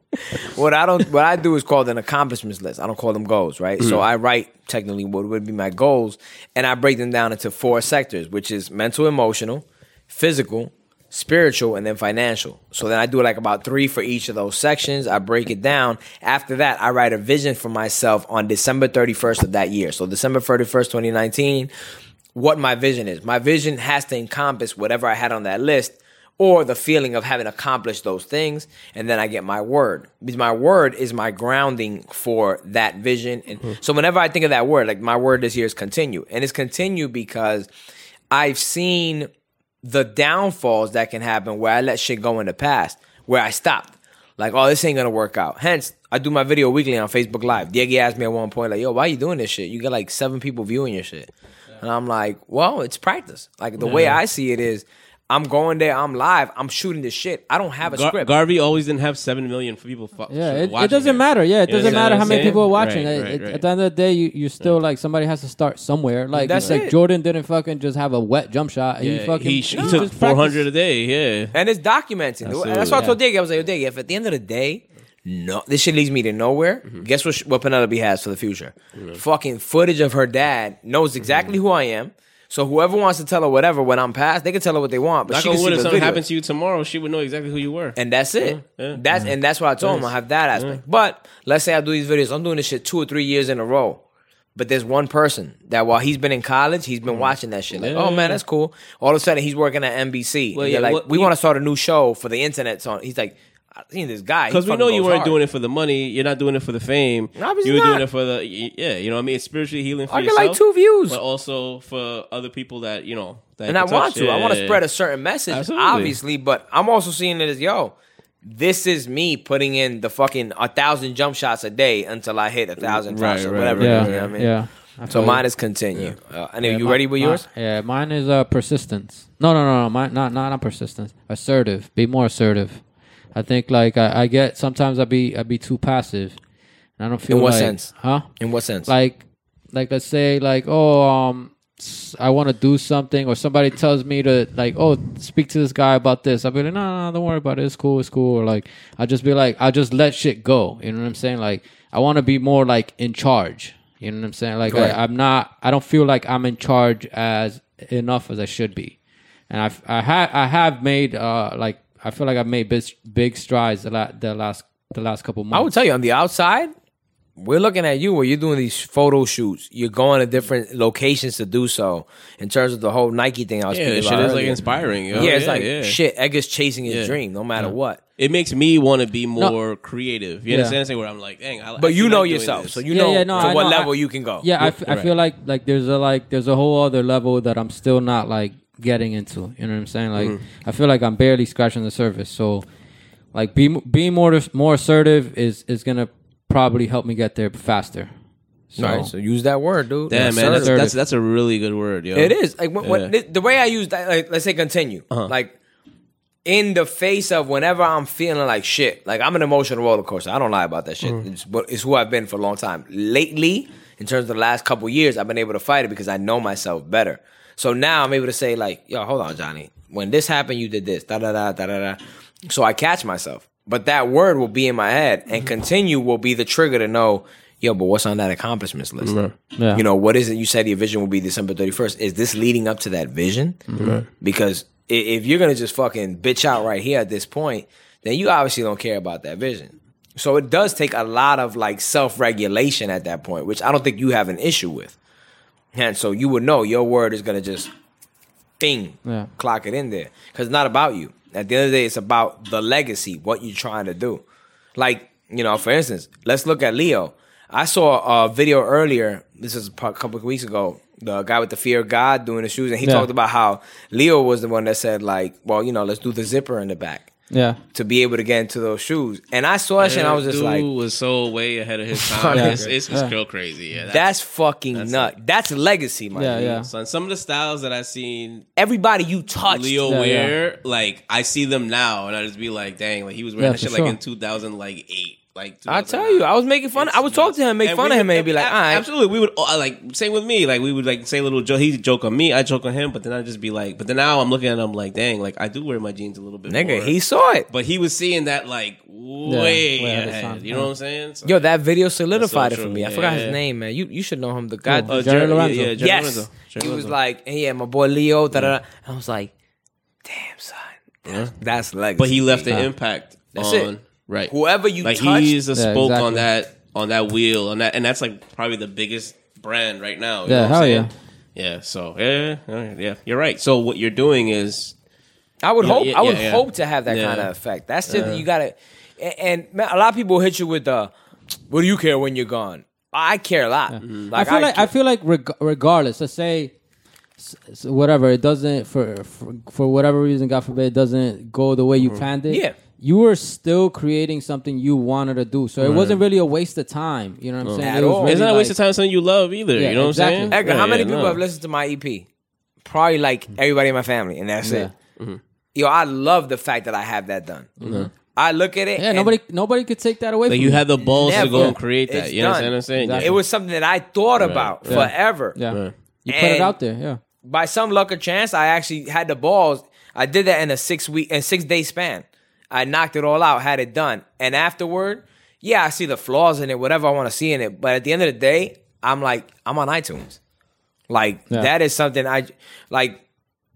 Speaker 4: what I don't what I do is called an accomplishments list. I don't call them goals, right? So I write technically what would be my goals, and I break them down into four sectors, which is mental, emotional, physical, spiritual, and then financial. So then I do like about three for each of those sections. I break it down. After that, I write a vision for myself on December thirty first of that year. So December thirty first, twenty nineteen. What my vision is. My vision has to encompass whatever I had on that list or the feeling of having accomplished those things and then i get my word because my word is my grounding for that vision and so whenever i think of that word like my word this year is continue and it's continue because i've seen the downfalls that can happen where i let shit go in the past where i stopped like oh this ain't gonna work out hence i do my video weekly on facebook live diego asked me at one point like yo why you doing this shit you got like seven people viewing your shit and i'm like well it's practice like the way i see it is I'm going there. I'm live. I'm shooting this shit. I don't have a
Speaker 3: Gar-
Speaker 4: script.
Speaker 3: Garvey always didn't have seven million for people. Fu-
Speaker 5: Yeah, it,
Speaker 3: watching
Speaker 5: it doesn't matter. Yeah, it
Speaker 3: You know
Speaker 5: doesn't
Speaker 3: what I'm
Speaker 5: matter how many
Speaker 3: saying?
Speaker 5: people are watching.
Speaker 3: Right,
Speaker 5: It-
Speaker 3: right,
Speaker 5: it-
Speaker 3: right.
Speaker 5: At the end of the day, you you still like somebody has to start somewhere. Like
Speaker 4: That's
Speaker 5: like
Speaker 4: it.
Speaker 5: Jordan didn't fucking just have a wet jump shot. and
Speaker 3: Yeah,
Speaker 5: he fucking
Speaker 3: he, sh- he
Speaker 5: just
Speaker 3: took
Speaker 5: practiced.
Speaker 3: four hundred a day. Yeah,
Speaker 4: and it's documented.
Speaker 3: Absolutely.
Speaker 4: That's why I told
Speaker 5: Yeah.
Speaker 4: Diggy, I was like, Diggy, if at the end of the day, no, this shit leads me to nowhere.
Speaker 3: Mm-hmm.
Speaker 4: Guess what? sh- What Penelope has for the future? Fucking footage of her dad knows exactly
Speaker 3: Mm-hmm.
Speaker 4: who I am. So whoever wants to tell her whatever when I'm past, they can tell her what they want. But
Speaker 3: knock
Speaker 4: she can
Speaker 3: on
Speaker 4: see
Speaker 3: wood.
Speaker 4: the
Speaker 3: If something
Speaker 4: video.
Speaker 3: happened to you tomorrow, she would know exactly who you were.
Speaker 4: and that's it.
Speaker 3: Mm, Yeah, Mm. yeah.
Speaker 4: That's and that's why I told him I have that aspect. But let's say I do these videos. I'm doing this shit two or three years in a row. But there's one person that while he's been in college, he's been watching that shit. Like,
Speaker 3: Mm. Yeah,
Speaker 4: oh
Speaker 3: yeah,
Speaker 4: man,
Speaker 3: yeah.
Speaker 4: that's cool. All of a sudden, he's working at NBC.
Speaker 3: Well,
Speaker 4: They're
Speaker 3: yeah,
Speaker 4: like,
Speaker 3: what-
Speaker 4: we
Speaker 3: we-
Speaker 4: want to start a new show for the internet. So he's like, I seen this guy
Speaker 3: Because we know you weren't doing it for the money. You're not doing it for the fame.
Speaker 4: Obviously
Speaker 3: you were
Speaker 4: not.
Speaker 3: doing it for the y- yeah. You know what I mean? It's spiritually healing for
Speaker 4: I get
Speaker 3: yourself.
Speaker 4: like two views.
Speaker 3: but also for other people that you know. That
Speaker 4: and I
Speaker 3: can touch
Speaker 4: want to.
Speaker 3: it.
Speaker 4: I want to spread a certain message,
Speaker 3: Absolutely.
Speaker 4: obviously, but I'm also seeing it as yo, this is me putting in the fucking a thousand jump shots a day until I hit a thousand
Speaker 3: Right,
Speaker 4: shots or
Speaker 3: Mm, right,
Speaker 4: whatever.
Speaker 3: right,
Speaker 4: it is,
Speaker 5: Yeah,
Speaker 4: you know what I mean?
Speaker 5: yeah.
Speaker 4: So
Speaker 5: Okay.
Speaker 4: mine is continue. Uh, and are you
Speaker 5: mi-
Speaker 4: ready with
Speaker 5: mi-
Speaker 4: yours?
Speaker 5: Yeah, mine is uh, persistence. No, no, no, no. Mine, not, not, not persistence. Assertive. Be more assertive. I think like I, I get sometimes I be I be too passive, and I don't feel
Speaker 4: In what
Speaker 5: like-
Speaker 4: sense?
Speaker 5: Huh?
Speaker 4: In what sense?
Speaker 5: Like, like let's say like oh um, s- I want to do something, or somebody tells me to like oh speak to this guy about this. I'll be like no, no, no, don't worry about it. It's cool, it's cool. Or like I just be like I just let shit go. You know what I'm saying? Like I want to be more like in charge. You know what I'm saying? Like
Speaker 4: Correct.
Speaker 5: I, I'm not. I don't feel like I'm in charge as enough as I should be, and I've I have I have made uh like I feel like I've made big big strides the last the last the last couple months.
Speaker 4: I would tell you on the outside, we're looking at you where you're doing these photo shoots. You're going to different locations to do so. In terms of the whole Nike thing, I was
Speaker 3: Yeah,
Speaker 4: speaking
Speaker 3: that
Speaker 4: about
Speaker 3: shit is like
Speaker 4: earlier.
Speaker 3: inspiring. yo.
Speaker 4: yeah, it's like
Speaker 3: yeah.
Speaker 4: shit. Edgar's chasing his dream, no matter what.
Speaker 3: It makes me want to be more creative. You
Speaker 5: Yeah.
Speaker 3: understand? Say where I'm like, dang. I, I
Speaker 4: But you
Speaker 3: feel
Speaker 4: know
Speaker 3: like doing
Speaker 4: yourself,
Speaker 3: this.
Speaker 4: so you know to
Speaker 5: I
Speaker 4: what
Speaker 5: know.
Speaker 4: level
Speaker 5: I-
Speaker 4: you can go.
Speaker 5: Yeah, I, f- I
Speaker 3: Oh, Right.
Speaker 5: feel like like there's a like there's a whole other level that I'm still not like getting into. You know what I'm saying? Like
Speaker 3: Mm-hmm.
Speaker 5: I feel like I'm barely scratching the surface. So like be being more more assertive is is gonna probably help me get there faster. So,
Speaker 4: All right, so use that word, dude.
Speaker 3: Damn, man, that's,
Speaker 4: Assertive.
Speaker 3: that's that's a really good word, yo.
Speaker 4: It is like when, when,
Speaker 3: Yeah. Uh-huh.
Speaker 4: the way I use that. Like, let's say continue. Like in the face of whenever I'm feeling like shit. Like I'm an emotional roller coaster. I don't lie about that
Speaker 3: Mm.
Speaker 4: shit. It's, but it's who I've been for a long time. Lately, in terms of the last couple years, I've been able to fight it because I know myself better. So now I'm able to say like, yo, hold on, Johnny. When this happened, you did this. Da da da da da da. So I catch myself. But that word will be in my head, and continue will be the trigger to know, yo. But what's on that accomplishments list?
Speaker 5: Yeah.
Speaker 4: You know, what is it you said your vision will be December 31st? Is this leading up to that vision? Because i- if you're going to just fucking bitch out right here at this point, then you obviously don't care about that vision. So it does take a lot of like self regulation at that point, which I don't think you have an issue with. And so you would know your word is going to just thing,
Speaker 5: Yeah.
Speaker 4: clock it in there. Because it's not about you. At the end of the day, it's about the legacy, what you're trying to do. Like, you know, for instance, let's look at Leo. I saw a video earlier, this is a pu- couple of weeks ago, the guy with the fear of God doing the shoes, and he
Speaker 5: Yeah.
Speaker 4: talked about how Leo was the one that said, like, well, you know, let's do the zipper in the back
Speaker 5: yeah.
Speaker 4: to be able to get into those shoes. And I saw that shit and I was just
Speaker 3: dude
Speaker 4: like,
Speaker 3: was so way ahead of his
Speaker 4: Fuck
Speaker 3: time.
Speaker 4: yeah.
Speaker 3: It's, it's, it's
Speaker 5: Yeah.
Speaker 3: real crazy. Yeah, that's,
Speaker 4: that's fucking nut. That's legacy, man.
Speaker 5: Yeah, yeah.
Speaker 3: son. Some of the styles that I've seen
Speaker 4: Everybody you touched.
Speaker 3: Leo
Speaker 5: Yeah,
Speaker 3: wear, like I see them now, and I just be like, dang, like he was wearing
Speaker 5: Yeah,
Speaker 3: that shit
Speaker 5: for
Speaker 3: like in
Speaker 5: sure.
Speaker 3: 2000, like eight, like
Speaker 4: I tell you, I was making fun. I would talk to him, make
Speaker 3: And
Speaker 4: fun
Speaker 3: we
Speaker 4: of him,
Speaker 3: would-
Speaker 4: and be like, all
Speaker 3: ab-
Speaker 4: right.
Speaker 3: absolutely. We would uh, like same with me. Like we would like say a little joke. He joke on me, I joke on him. But then I just be like, but then now I'm looking at him like, dang, like I do wear my jeans a little bit.
Speaker 4: Nigga,
Speaker 3: more.
Speaker 4: he saw it.
Speaker 3: But he was seeing that like way
Speaker 5: way ahead of
Speaker 3: ahead.
Speaker 5: time.
Speaker 3: You know what I'm saying? So,
Speaker 4: Yo, that video solidified
Speaker 3: That's so
Speaker 4: it for
Speaker 3: true.
Speaker 4: me. I
Speaker 3: Yeah,
Speaker 4: forgot
Speaker 3: yeah,
Speaker 4: his
Speaker 3: yeah.
Speaker 4: name, man. You you should know him. The guy.
Speaker 5: Cool.
Speaker 3: uh,
Speaker 5: Jerry
Speaker 3: Jerry
Speaker 5: Lorenzo.
Speaker 3: Yeah, yeah, Jerry
Speaker 4: yes,
Speaker 3: Lorenzo. Jerry Mm.
Speaker 4: he was
Speaker 3: Lorenzo.
Speaker 4: like, hey, yeah, my boy Leo. Da, da, da. I was like, damn son, that's, that's legacy.
Speaker 3: but he left an impact.
Speaker 4: That's
Speaker 3: on,
Speaker 4: it.
Speaker 3: Right.
Speaker 4: Whoever you
Speaker 3: like
Speaker 4: touched-
Speaker 3: he's a
Speaker 5: Yeah,
Speaker 3: spoke on
Speaker 5: exactly.
Speaker 3: that on that wheel on that, and that's like probably the biggest brand right now. you
Speaker 5: Yeah,
Speaker 3: know what I'm
Speaker 5: hell
Speaker 3: saying? Yeah, so yeah, yeah, yeah, you're right. So what you're doing is
Speaker 4: I would
Speaker 3: Yeah,
Speaker 4: hope.
Speaker 3: yeah,
Speaker 4: I would
Speaker 3: yeah, yeah.
Speaker 4: hope to have that
Speaker 3: Yeah.
Speaker 4: kind of effect. That's just you gotta. And, and man, a lot of people hit you with the, "What do you care when you're gone?" I care a lot.
Speaker 5: I
Speaker 4: Like,
Speaker 5: feel like
Speaker 4: care.
Speaker 5: I feel like reg- regardless, let's say s- s- whatever it doesn't for, for for whatever reason, God forbid, it doesn't go the way you planned it.
Speaker 4: Yeah.
Speaker 5: you were still creating something you wanted to do, so it wasn't really a waste of time. You know what I'm saying?
Speaker 4: At
Speaker 5: It was
Speaker 4: all.
Speaker 5: really
Speaker 3: it's not a waste
Speaker 5: like-
Speaker 3: of time. Something you love either.
Speaker 5: Yeah,
Speaker 3: you know
Speaker 5: exactly.
Speaker 3: what I'm saying?
Speaker 4: Edgar,
Speaker 3: Yeah,
Speaker 4: how many
Speaker 3: yeah,
Speaker 4: people
Speaker 3: no.
Speaker 4: have listened to my EP? Probably like everybody in my family, and that's
Speaker 5: Yeah.
Speaker 4: it.
Speaker 3: Mm-hmm.
Speaker 4: yo, I love the fact that I have that done. I look at it.
Speaker 5: Yeah,
Speaker 4: and
Speaker 5: nobody nobody could take that away
Speaker 3: Like
Speaker 5: from
Speaker 3: you had the balls to go
Speaker 4: Never.
Speaker 3: and create that.
Speaker 4: It's
Speaker 3: you understand
Speaker 4: done.
Speaker 3: what I'm saying?
Speaker 5: Exactly.
Speaker 4: It was something that I thought about
Speaker 3: Yeah.
Speaker 4: forever.
Speaker 5: Yeah.
Speaker 3: Right.
Speaker 5: You put it
Speaker 4: And-
Speaker 5: out there. Yeah.
Speaker 4: by some luck or chance, I actually had the balls. I did that in a six week and six day span. I knocked it all out, had it done, and afterward, yeah, I see the flaws in it, whatever I want to see in it. But at the end of the day, I'm like, I'm on iTunes. Like
Speaker 5: Yeah.
Speaker 4: that is something I like.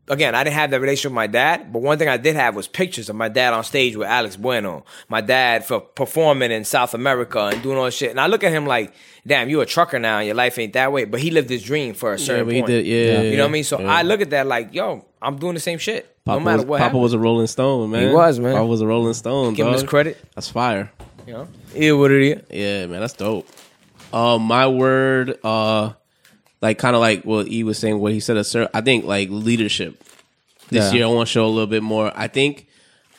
Speaker 4: Again, I didn't have that relationship with my dad, but one thing I did have was pictures of my dad on stage with Alex Bueno, my dad for performing in South America and doing all this shit. And I look at him like, damn, you a trucker now and your life ain't that way. But he lived his dream for a certain
Speaker 3: but he
Speaker 4: point.
Speaker 3: did- yeah,
Speaker 4: You know what I mean? So
Speaker 3: yeah.
Speaker 4: I look at that like, yo, I'm doing the same shit.
Speaker 3: Papa
Speaker 4: no matter
Speaker 3: was,
Speaker 4: what.
Speaker 3: Papa was a Rolling Stone, man.
Speaker 4: He was, man.
Speaker 3: Papa was a Rolling Stone.
Speaker 4: Give him his
Speaker 3: dog.
Speaker 4: credit.
Speaker 3: That's fire.
Speaker 4: you know? Yeah, what it is.
Speaker 3: Yeah, man, that's dope. Uh, my word, uh, like kind of like what E was saying, what he said. Sir, I think like leadership. This
Speaker 5: Yeah.
Speaker 3: year, I want to show a little bit more. I think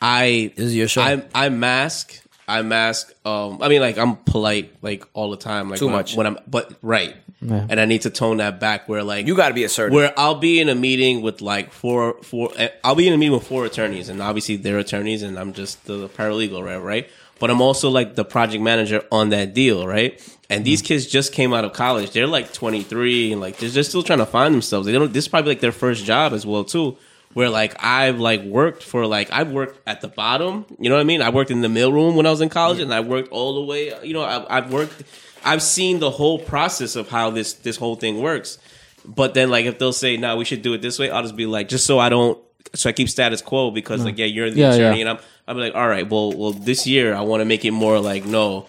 Speaker 3: I
Speaker 2: This is your show.
Speaker 3: I, I mask. I mask. Um, I mean, like I'm polite, like all the time, like
Speaker 4: Too
Speaker 3: when I-
Speaker 4: much.
Speaker 3: when I'm, but right, and I need to tone that back. Where like
Speaker 4: You got to be assertive.
Speaker 3: where I'll be in a meeting with like four, four. eh, I'll be in a meeting with four attorneys, and obviously they're attorneys, and I'm just the paralegal, right? Right. But I'm also like the project manager on that deal, right? And these kids just came out of college. They're like 23, and like they're just still trying to find themselves. They don't. This is probably like their first job as well too. Where like I've like worked for like I've worked at the bottom. You know what I mean? I worked in the mailroom when I was in college, and I worked all the way. You know, I, I've worked. I've seen the whole process of how this this whole thing works. But then, like, if they'll say, "No, we should do it this way," I'll just be like, "Just so I don't, so I keep status quo." Because, like, yeah, you're the
Speaker 5: Yeah,
Speaker 3: attorney,
Speaker 5: yeah.
Speaker 3: and I'm, I'll be like, "All right, well, well, this year I want to make it more like, no,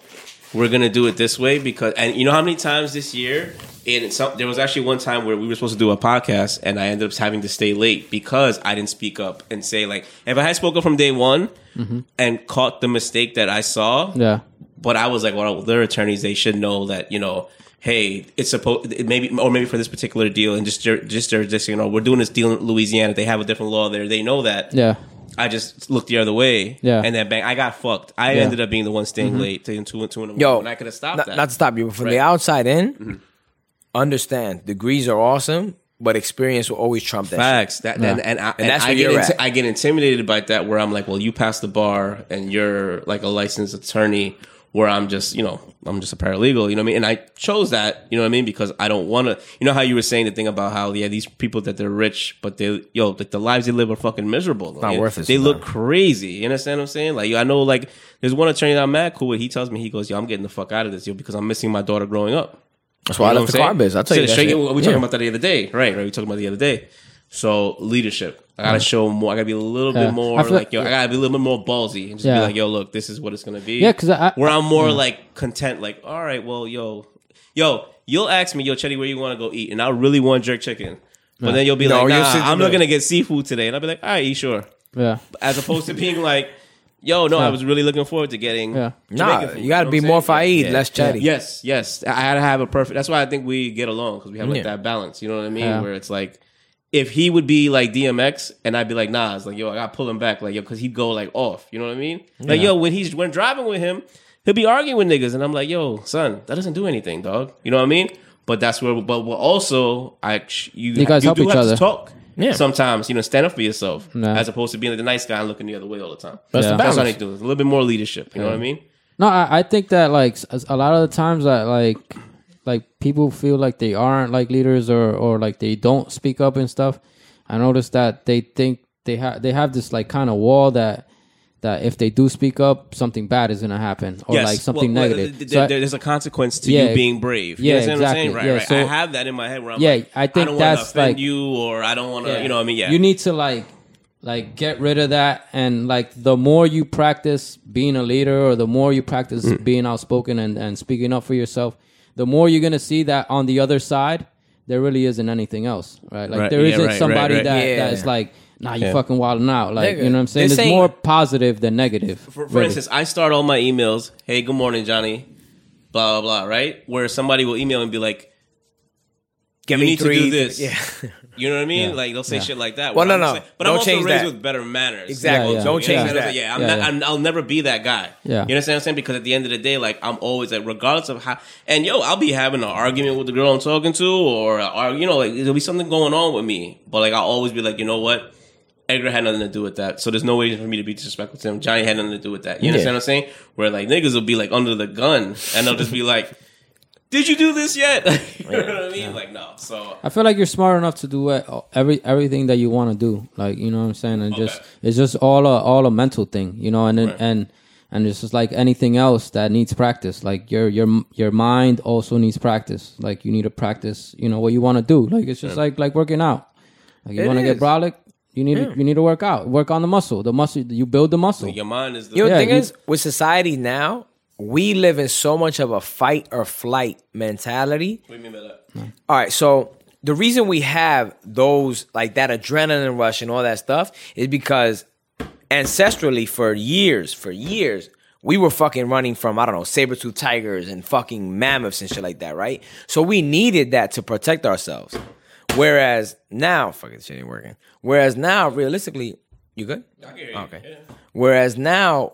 Speaker 3: we're gonna do it this way because." And you know how many times this year, and some, there was actually one time where we were supposed to do a podcast, and I ended up having to stay late because I didn't speak up and say, like, if I had spoken from day one and caught the mistake that I saw,
Speaker 5: Mm-hmm. Yeah.
Speaker 3: but I was like, well, their attorneys, they should know that, you know, hey, it's supposed it maybe or maybe for this particular deal and just jur- just jurisdiction, you know, we're doing this deal in Louisiana. They have a different law there. They know that.
Speaker 5: Yeah.
Speaker 3: I just looked the other way.
Speaker 5: Yeah.
Speaker 3: And then bang, I got fucked. I
Speaker 5: Yeah. Mm-hmm.
Speaker 3: ended up being the one staying late to two two in the morning.
Speaker 4: Yo,
Speaker 3: and I could have stopped
Speaker 4: not,
Speaker 3: that. Mm-hmm.
Speaker 4: not to stop you, but from the outside in, understand degrees are awesome, but experience will always trump that. shit.
Speaker 3: Facts. That and, and, I, and
Speaker 4: that's
Speaker 3: I
Speaker 4: where
Speaker 3: get
Speaker 4: you're
Speaker 3: inti-
Speaker 4: at.
Speaker 3: I get intimidated by that where I'm like, well, you passed the bar and you're like a licensed attorney where I'm just, you know, I'm just a paralegal, you know what I mean? And I chose that, you know what I mean? Because I don't want to, you know how you were saying the thing about how, yeah, these people that they're rich, but they, yo, like the lives they live are fucking miserable. Not
Speaker 4: worth it
Speaker 3: They look
Speaker 4: sometimes.
Speaker 3: crazy. You understand what I'm saying? Like, yo, I know like there's one attorney that I'm at, cool, with, he tells me, he goes, yo, I'm getting the fuck out of this, yo, because I'm missing my daughter growing up.
Speaker 4: That's why I
Speaker 3: You know
Speaker 4: left the
Speaker 3: what I'm
Speaker 4: car
Speaker 3: saying?
Speaker 4: biz. I'll tell
Speaker 3: So
Speaker 4: you that
Speaker 3: straight-
Speaker 4: shit.
Speaker 3: We were talking
Speaker 4: Yeah.
Speaker 3: about that the other day, right? Right. We were talking about the other day. So leadership. I gotta show more. I gotta be a little
Speaker 5: Yeah.
Speaker 3: bit more
Speaker 5: I feel-
Speaker 3: like yo. I gotta be a little bit more ballsy and just
Speaker 5: Yeah.
Speaker 3: be like yo. Look, this is what it's gonna be.
Speaker 5: Yeah, 'cause I-
Speaker 3: where I'm more like content. Like all right, well, yo, yo, you'll ask me, yo, Chetty, where you want to go eat, and I really want jerk chicken. But then you'll be
Speaker 4: No,
Speaker 3: like,
Speaker 4: you'll
Speaker 3: nah,
Speaker 4: sit
Speaker 3: I'm
Speaker 4: there.
Speaker 3: not gonna get seafood today, and I'll be like, all right, sure.
Speaker 5: Yeah.
Speaker 3: As opposed to being like, yo, no, I was really looking forward to getting.
Speaker 5: Yeah.
Speaker 3: Jamaican
Speaker 4: Nah,
Speaker 3: food,
Speaker 4: you got to
Speaker 3: know
Speaker 4: be
Speaker 3: what I'm
Speaker 4: more
Speaker 3: saying?
Speaker 4: faid,
Speaker 3: Yeah.
Speaker 4: less chatty.
Speaker 3: Yes, yes. I had to have a perfect. That's why I think we get along because we have like that balance. You know what I mean?
Speaker 5: Yeah.
Speaker 3: Where it's like, if he would be like DMX and I'd be like Nah, it's like yo, I got to pull him back, like yo, because he'd go like off. You know what I mean? Like yo, when he's when driving with him, he'll be arguing with niggas, and I'm like, yo, son, that doesn't do anything, dog. You know what I mean? But that's where. But we're also, I you,
Speaker 5: You guys help
Speaker 3: do
Speaker 5: each
Speaker 3: have
Speaker 5: other.
Speaker 3: to talk.
Speaker 4: Yeah.
Speaker 3: Sometimes you know, stand up for yourself
Speaker 5: Yeah.
Speaker 3: as opposed to being like the nice guy and looking the other way all the time.
Speaker 5: That's the
Speaker 3: That's what I
Speaker 4: balance.
Speaker 3: need to do. A little bit more leadership. You know what I mean?
Speaker 5: No, I, I think that like s- a lot of the times that like like people feel like they aren't like leaders or or like they don't speak up and stuff. I noticed that they think they have they have this like kind of wall that that if they do speak up, something bad is gonna happen or like something
Speaker 3: Well, well, th-
Speaker 5: negative.
Speaker 3: th-
Speaker 5: So I-
Speaker 3: there's a consequence to
Speaker 5: Yeah,
Speaker 3: you being brave. You
Speaker 5: yeah,
Speaker 3: understand what I'm saying?
Speaker 5: exactly.
Speaker 3: Right,
Speaker 5: Yeah,
Speaker 3: right.
Speaker 5: so-
Speaker 3: I have that in my head where I'm
Speaker 5: Yeah,
Speaker 3: like,
Speaker 5: I think
Speaker 3: don't wanna
Speaker 5: that's,
Speaker 3: offend
Speaker 5: like-
Speaker 3: you or I don't want to, you know what I mean? Yeah.
Speaker 5: You need to like like get rid of that and like the more you practice being a leader or the more you practice
Speaker 3: Mm.
Speaker 5: being outspoken and, and speaking up for yourself, the more you're gonna see that on the other side there really isn't anything else. Right. Like
Speaker 3: Right,
Speaker 5: there
Speaker 3: yeah,
Speaker 5: isn't
Speaker 3: right, right,
Speaker 5: somebody
Speaker 3: right.
Speaker 5: that
Speaker 4: Yeah.
Speaker 5: that is like, nah, you fucking wilding out. Like
Speaker 4: Nigga,
Speaker 5: you know what I'm saying?
Speaker 4: this
Speaker 5: It's
Speaker 4: ain't-
Speaker 5: more positive than negative.
Speaker 3: for, for
Speaker 5: really.
Speaker 3: instance, I start all my emails, hey, good morning, Johnny, blah, blah, blah, right? Where somebody will email and be like,
Speaker 4: Give
Speaker 3: you
Speaker 4: me
Speaker 3: need
Speaker 4: three.
Speaker 3: to do this.
Speaker 4: Yeah.
Speaker 3: You know what I mean? Like they'll say shit like that.
Speaker 4: Well,
Speaker 3: where
Speaker 4: no,
Speaker 3: I'm
Speaker 4: no.
Speaker 3: saying- But
Speaker 4: Don't
Speaker 3: I'm also
Speaker 4: change
Speaker 3: raised
Speaker 4: that.
Speaker 3: with better manners.
Speaker 4: Exactly.
Speaker 5: Yeah, yeah.
Speaker 4: Don't
Speaker 3: You
Speaker 4: change
Speaker 3: know what I'm
Speaker 4: that.
Speaker 3: saying? Yeah, I'm
Speaker 5: Yeah,
Speaker 3: not.
Speaker 5: yeah.
Speaker 3: I'm, I'll never be that guy.
Speaker 5: Yeah.
Speaker 3: You understand what I'm saying? Because at the end of the day, like I'm always like, regardless of how, and yo, I'll be having an argument with the girl I'm talking to, or, or you know, like there'll be something going on with me, but like I'll always be like, you know what? Edgar had nothing to do with that. So there's no way for me to be disrespectful to him. Johnny had nothing to do with that. You understand what I'm saying? Where like niggas will be like under the gun and they'll just be like, Did you do this yet? you know what I mean? Like, no. So
Speaker 5: I feel like you're smart enough to do what- every everything that you want to do. Like you know what I'm saying, and just it's just all a all a mental thing, you know. And and and it's just like anything else that needs practice. Like your your your mind also needs practice. Like you need to practice, you know, what you want to do. Like it's just like like working out. Like you
Speaker 4: It
Speaker 5: want to get
Speaker 4: is.
Speaker 5: brolic, you need to, you need to work out, work on the muscle. The muscle you build the muscle.
Speaker 3: your mind is the
Speaker 4: You know, the
Speaker 5: Yeah,
Speaker 4: thing
Speaker 5: you-
Speaker 4: is, with society now, we live in so much of a fight or flight mentality.
Speaker 3: what do you mean by that?
Speaker 4: All right, so the reason we have those like that adrenaline rush and all that stuff is because ancestrally for years, for years, we were fucking running from I don't know saber-tooth tigers and fucking mammoths and shit like that, right? So we needed that to protect ourselves. Whereas now, fucking this shit ain't working. Whereas now, realistically, you good? okay. Whereas now,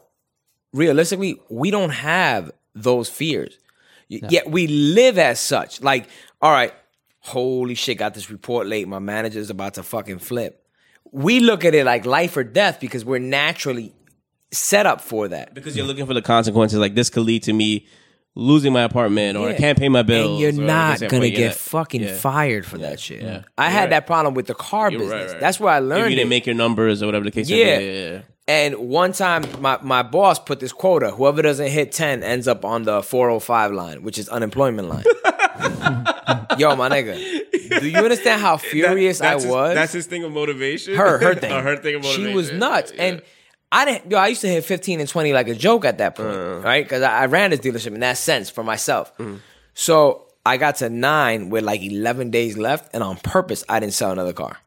Speaker 4: realistically, we don't have those fears. Y- Yet we live as such. Like, all right, holy shit, got this report late. My manager's about to fucking flip. We look at it like life or death because we're naturally set up for that.
Speaker 3: Because you're looking for the consequences. Like this could lead to me losing my apartment or I
Speaker 4: Yeah.
Speaker 3: can't pay my bills.
Speaker 4: And you're
Speaker 3: or this,
Speaker 4: not
Speaker 3: that,
Speaker 4: going to
Speaker 3: but
Speaker 4: get
Speaker 3: you're not-
Speaker 4: fucking
Speaker 3: yeah.
Speaker 4: fired for that shit. I had
Speaker 3: right.
Speaker 4: that problem with the car
Speaker 3: You're right,
Speaker 4: business.
Speaker 3: right.
Speaker 4: That's where I learned
Speaker 3: If you
Speaker 4: it.
Speaker 3: didn't make your numbers or whatever the case may be,
Speaker 4: Yeah.
Speaker 3: yeah, yeah.
Speaker 4: And one time, my, my boss put this quota: whoever doesn't hit ten ends up on the four hundred five line, which is unemployment line. Yo, my nigga, do you understand how furious
Speaker 6: That- that's
Speaker 4: I
Speaker 6: his-
Speaker 4: was?
Speaker 6: that's his thing of motivation.
Speaker 4: her, her thing.
Speaker 6: Oh, her thing of motivation.
Speaker 4: She was nuts, and I didn't. Yo, I used to hit fifteen and twenty like a joke at that point,
Speaker 3: Uh.
Speaker 4: right? Because I, I ran this dealership in that sense for myself.
Speaker 3: Mm.
Speaker 4: So I got to nine with like eleven days left, and on purpose, I didn't sell another car.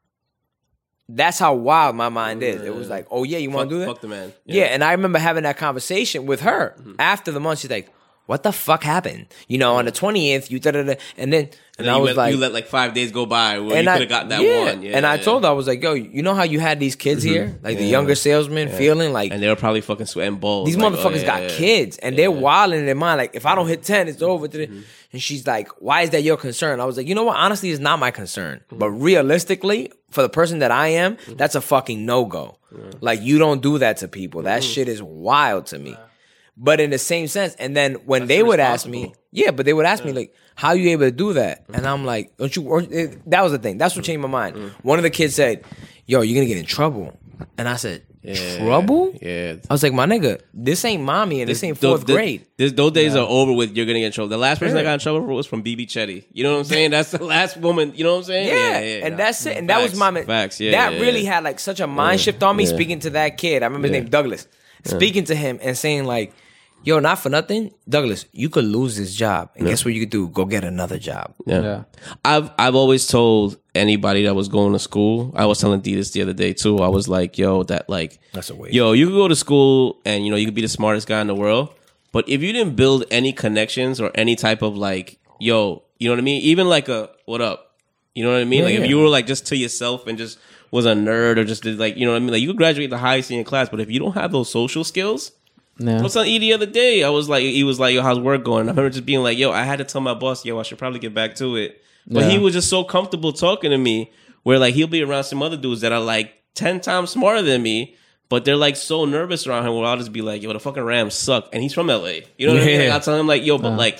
Speaker 4: That's how wild my mind is. It was like, oh yeah, you want to do that?
Speaker 3: Fuck the man. Mm-hmm.
Speaker 4: Yeah. and I remember having that conversation with her after the month. She's like, "What the fuck happened?" You know, on the twentieth, you da da da, and then
Speaker 3: And,
Speaker 4: and, I
Speaker 3: then you,
Speaker 4: was
Speaker 3: let,
Speaker 4: like,
Speaker 3: you let like five days go by where you could
Speaker 4: and I
Speaker 3: have got that
Speaker 4: yeah.
Speaker 3: one. Yeah,
Speaker 4: and I
Speaker 3: yeah. Mm-hmm.
Speaker 4: told her I was like, "Yo, you know how you had these kids here, like the younger salesmen feeling like."
Speaker 3: and they were probably fucking sweating balls.
Speaker 4: these
Speaker 3: Like,
Speaker 4: motherfuckers
Speaker 3: oh, yeah,
Speaker 4: got
Speaker 3: yeah. Mm-hmm.
Speaker 4: kids and they're wilding in their mind. Like, if I don't hit 10, it's over. And she's like, Why is that your concern? I was like, You know what? Honestly, it's not my concern.
Speaker 3: Mm-hmm.
Speaker 4: But realistically, for the person that I am, that's a fucking no go. Like, you don't do that to people. That
Speaker 3: Mm-hmm.
Speaker 4: shit is wild to me. But in the same sense, and then when they would ask me, yeah, but they would ask me like, "How you able to do that?"
Speaker 3: Mm-hmm.
Speaker 4: And I'm like, "Don't you?" Or, it, that was the thing. That's what changed my mind.
Speaker 3: Mm-hmm.
Speaker 4: One of the kids said, "Yo, you're gonna get in trouble," and I said, "Trouble?"
Speaker 3: Yeah.
Speaker 4: I was like, my nigga, this ain't mommy and this, ain't
Speaker 3: Those-
Speaker 4: fourth
Speaker 3: th-
Speaker 4: grade.
Speaker 3: This, those days are over with. You're gonna get in trouble. The last person
Speaker 4: Yeah.
Speaker 3: that got in trouble for was from BB Chetty. You know what I'm saying? That's the last woman. You know what I'm saying?
Speaker 4: Yeah. and that's it. And that was
Speaker 3: Facts,
Speaker 4: my man.
Speaker 3: facts. Yeah,
Speaker 4: that
Speaker 3: yeah,
Speaker 4: really
Speaker 3: yeah.
Speaker 4: had like such a mind shift on me. Speaking to that kid, I remember his name Douglas. Speaking to him and saying like, "Yo, not for nothing, Douglas, you could lose this job, and guess what you could do? Go get another job."
Speaker 3: Yeah.
Speaker 5: Yeah.
Speaker 3: I've I've always told anybody that was going to school. I was telling D this the other day too. I was like, yo, that like
Speaker 4: That's a waste.
Speaker 3: Yo, you could go to school and you know you could be the smartest guy in the world, but if you didn't build any connections or any type of like, yo, you know what I mean? Even like a what up? You know what I mean? like if you were like just to yourself and just was a nerd or just did like you know what I mean? Like you could graduate the highest in your class, but if you don't have those social skills,
Speaker 5: Yeah.
Speaker 3: I was telling E the other day. I was like, he was like, yo, how's work going? And I remember just being like, yo, I had to tell my boss, yo, I should probably get back to it. But
Speaker 5: Yeah.
Speaker 3: he was just so comfortable talking to me, where like he'll be around some other dudes that are like ten times smarter than me, but they're like so nervous around him. Where I'll just be like, yo, the fucking Rams suck, and he's from LA. You know what I mean?
Speaker 4: Yeah.
Speaker 3: Like, I'll tell him like, yo, but like.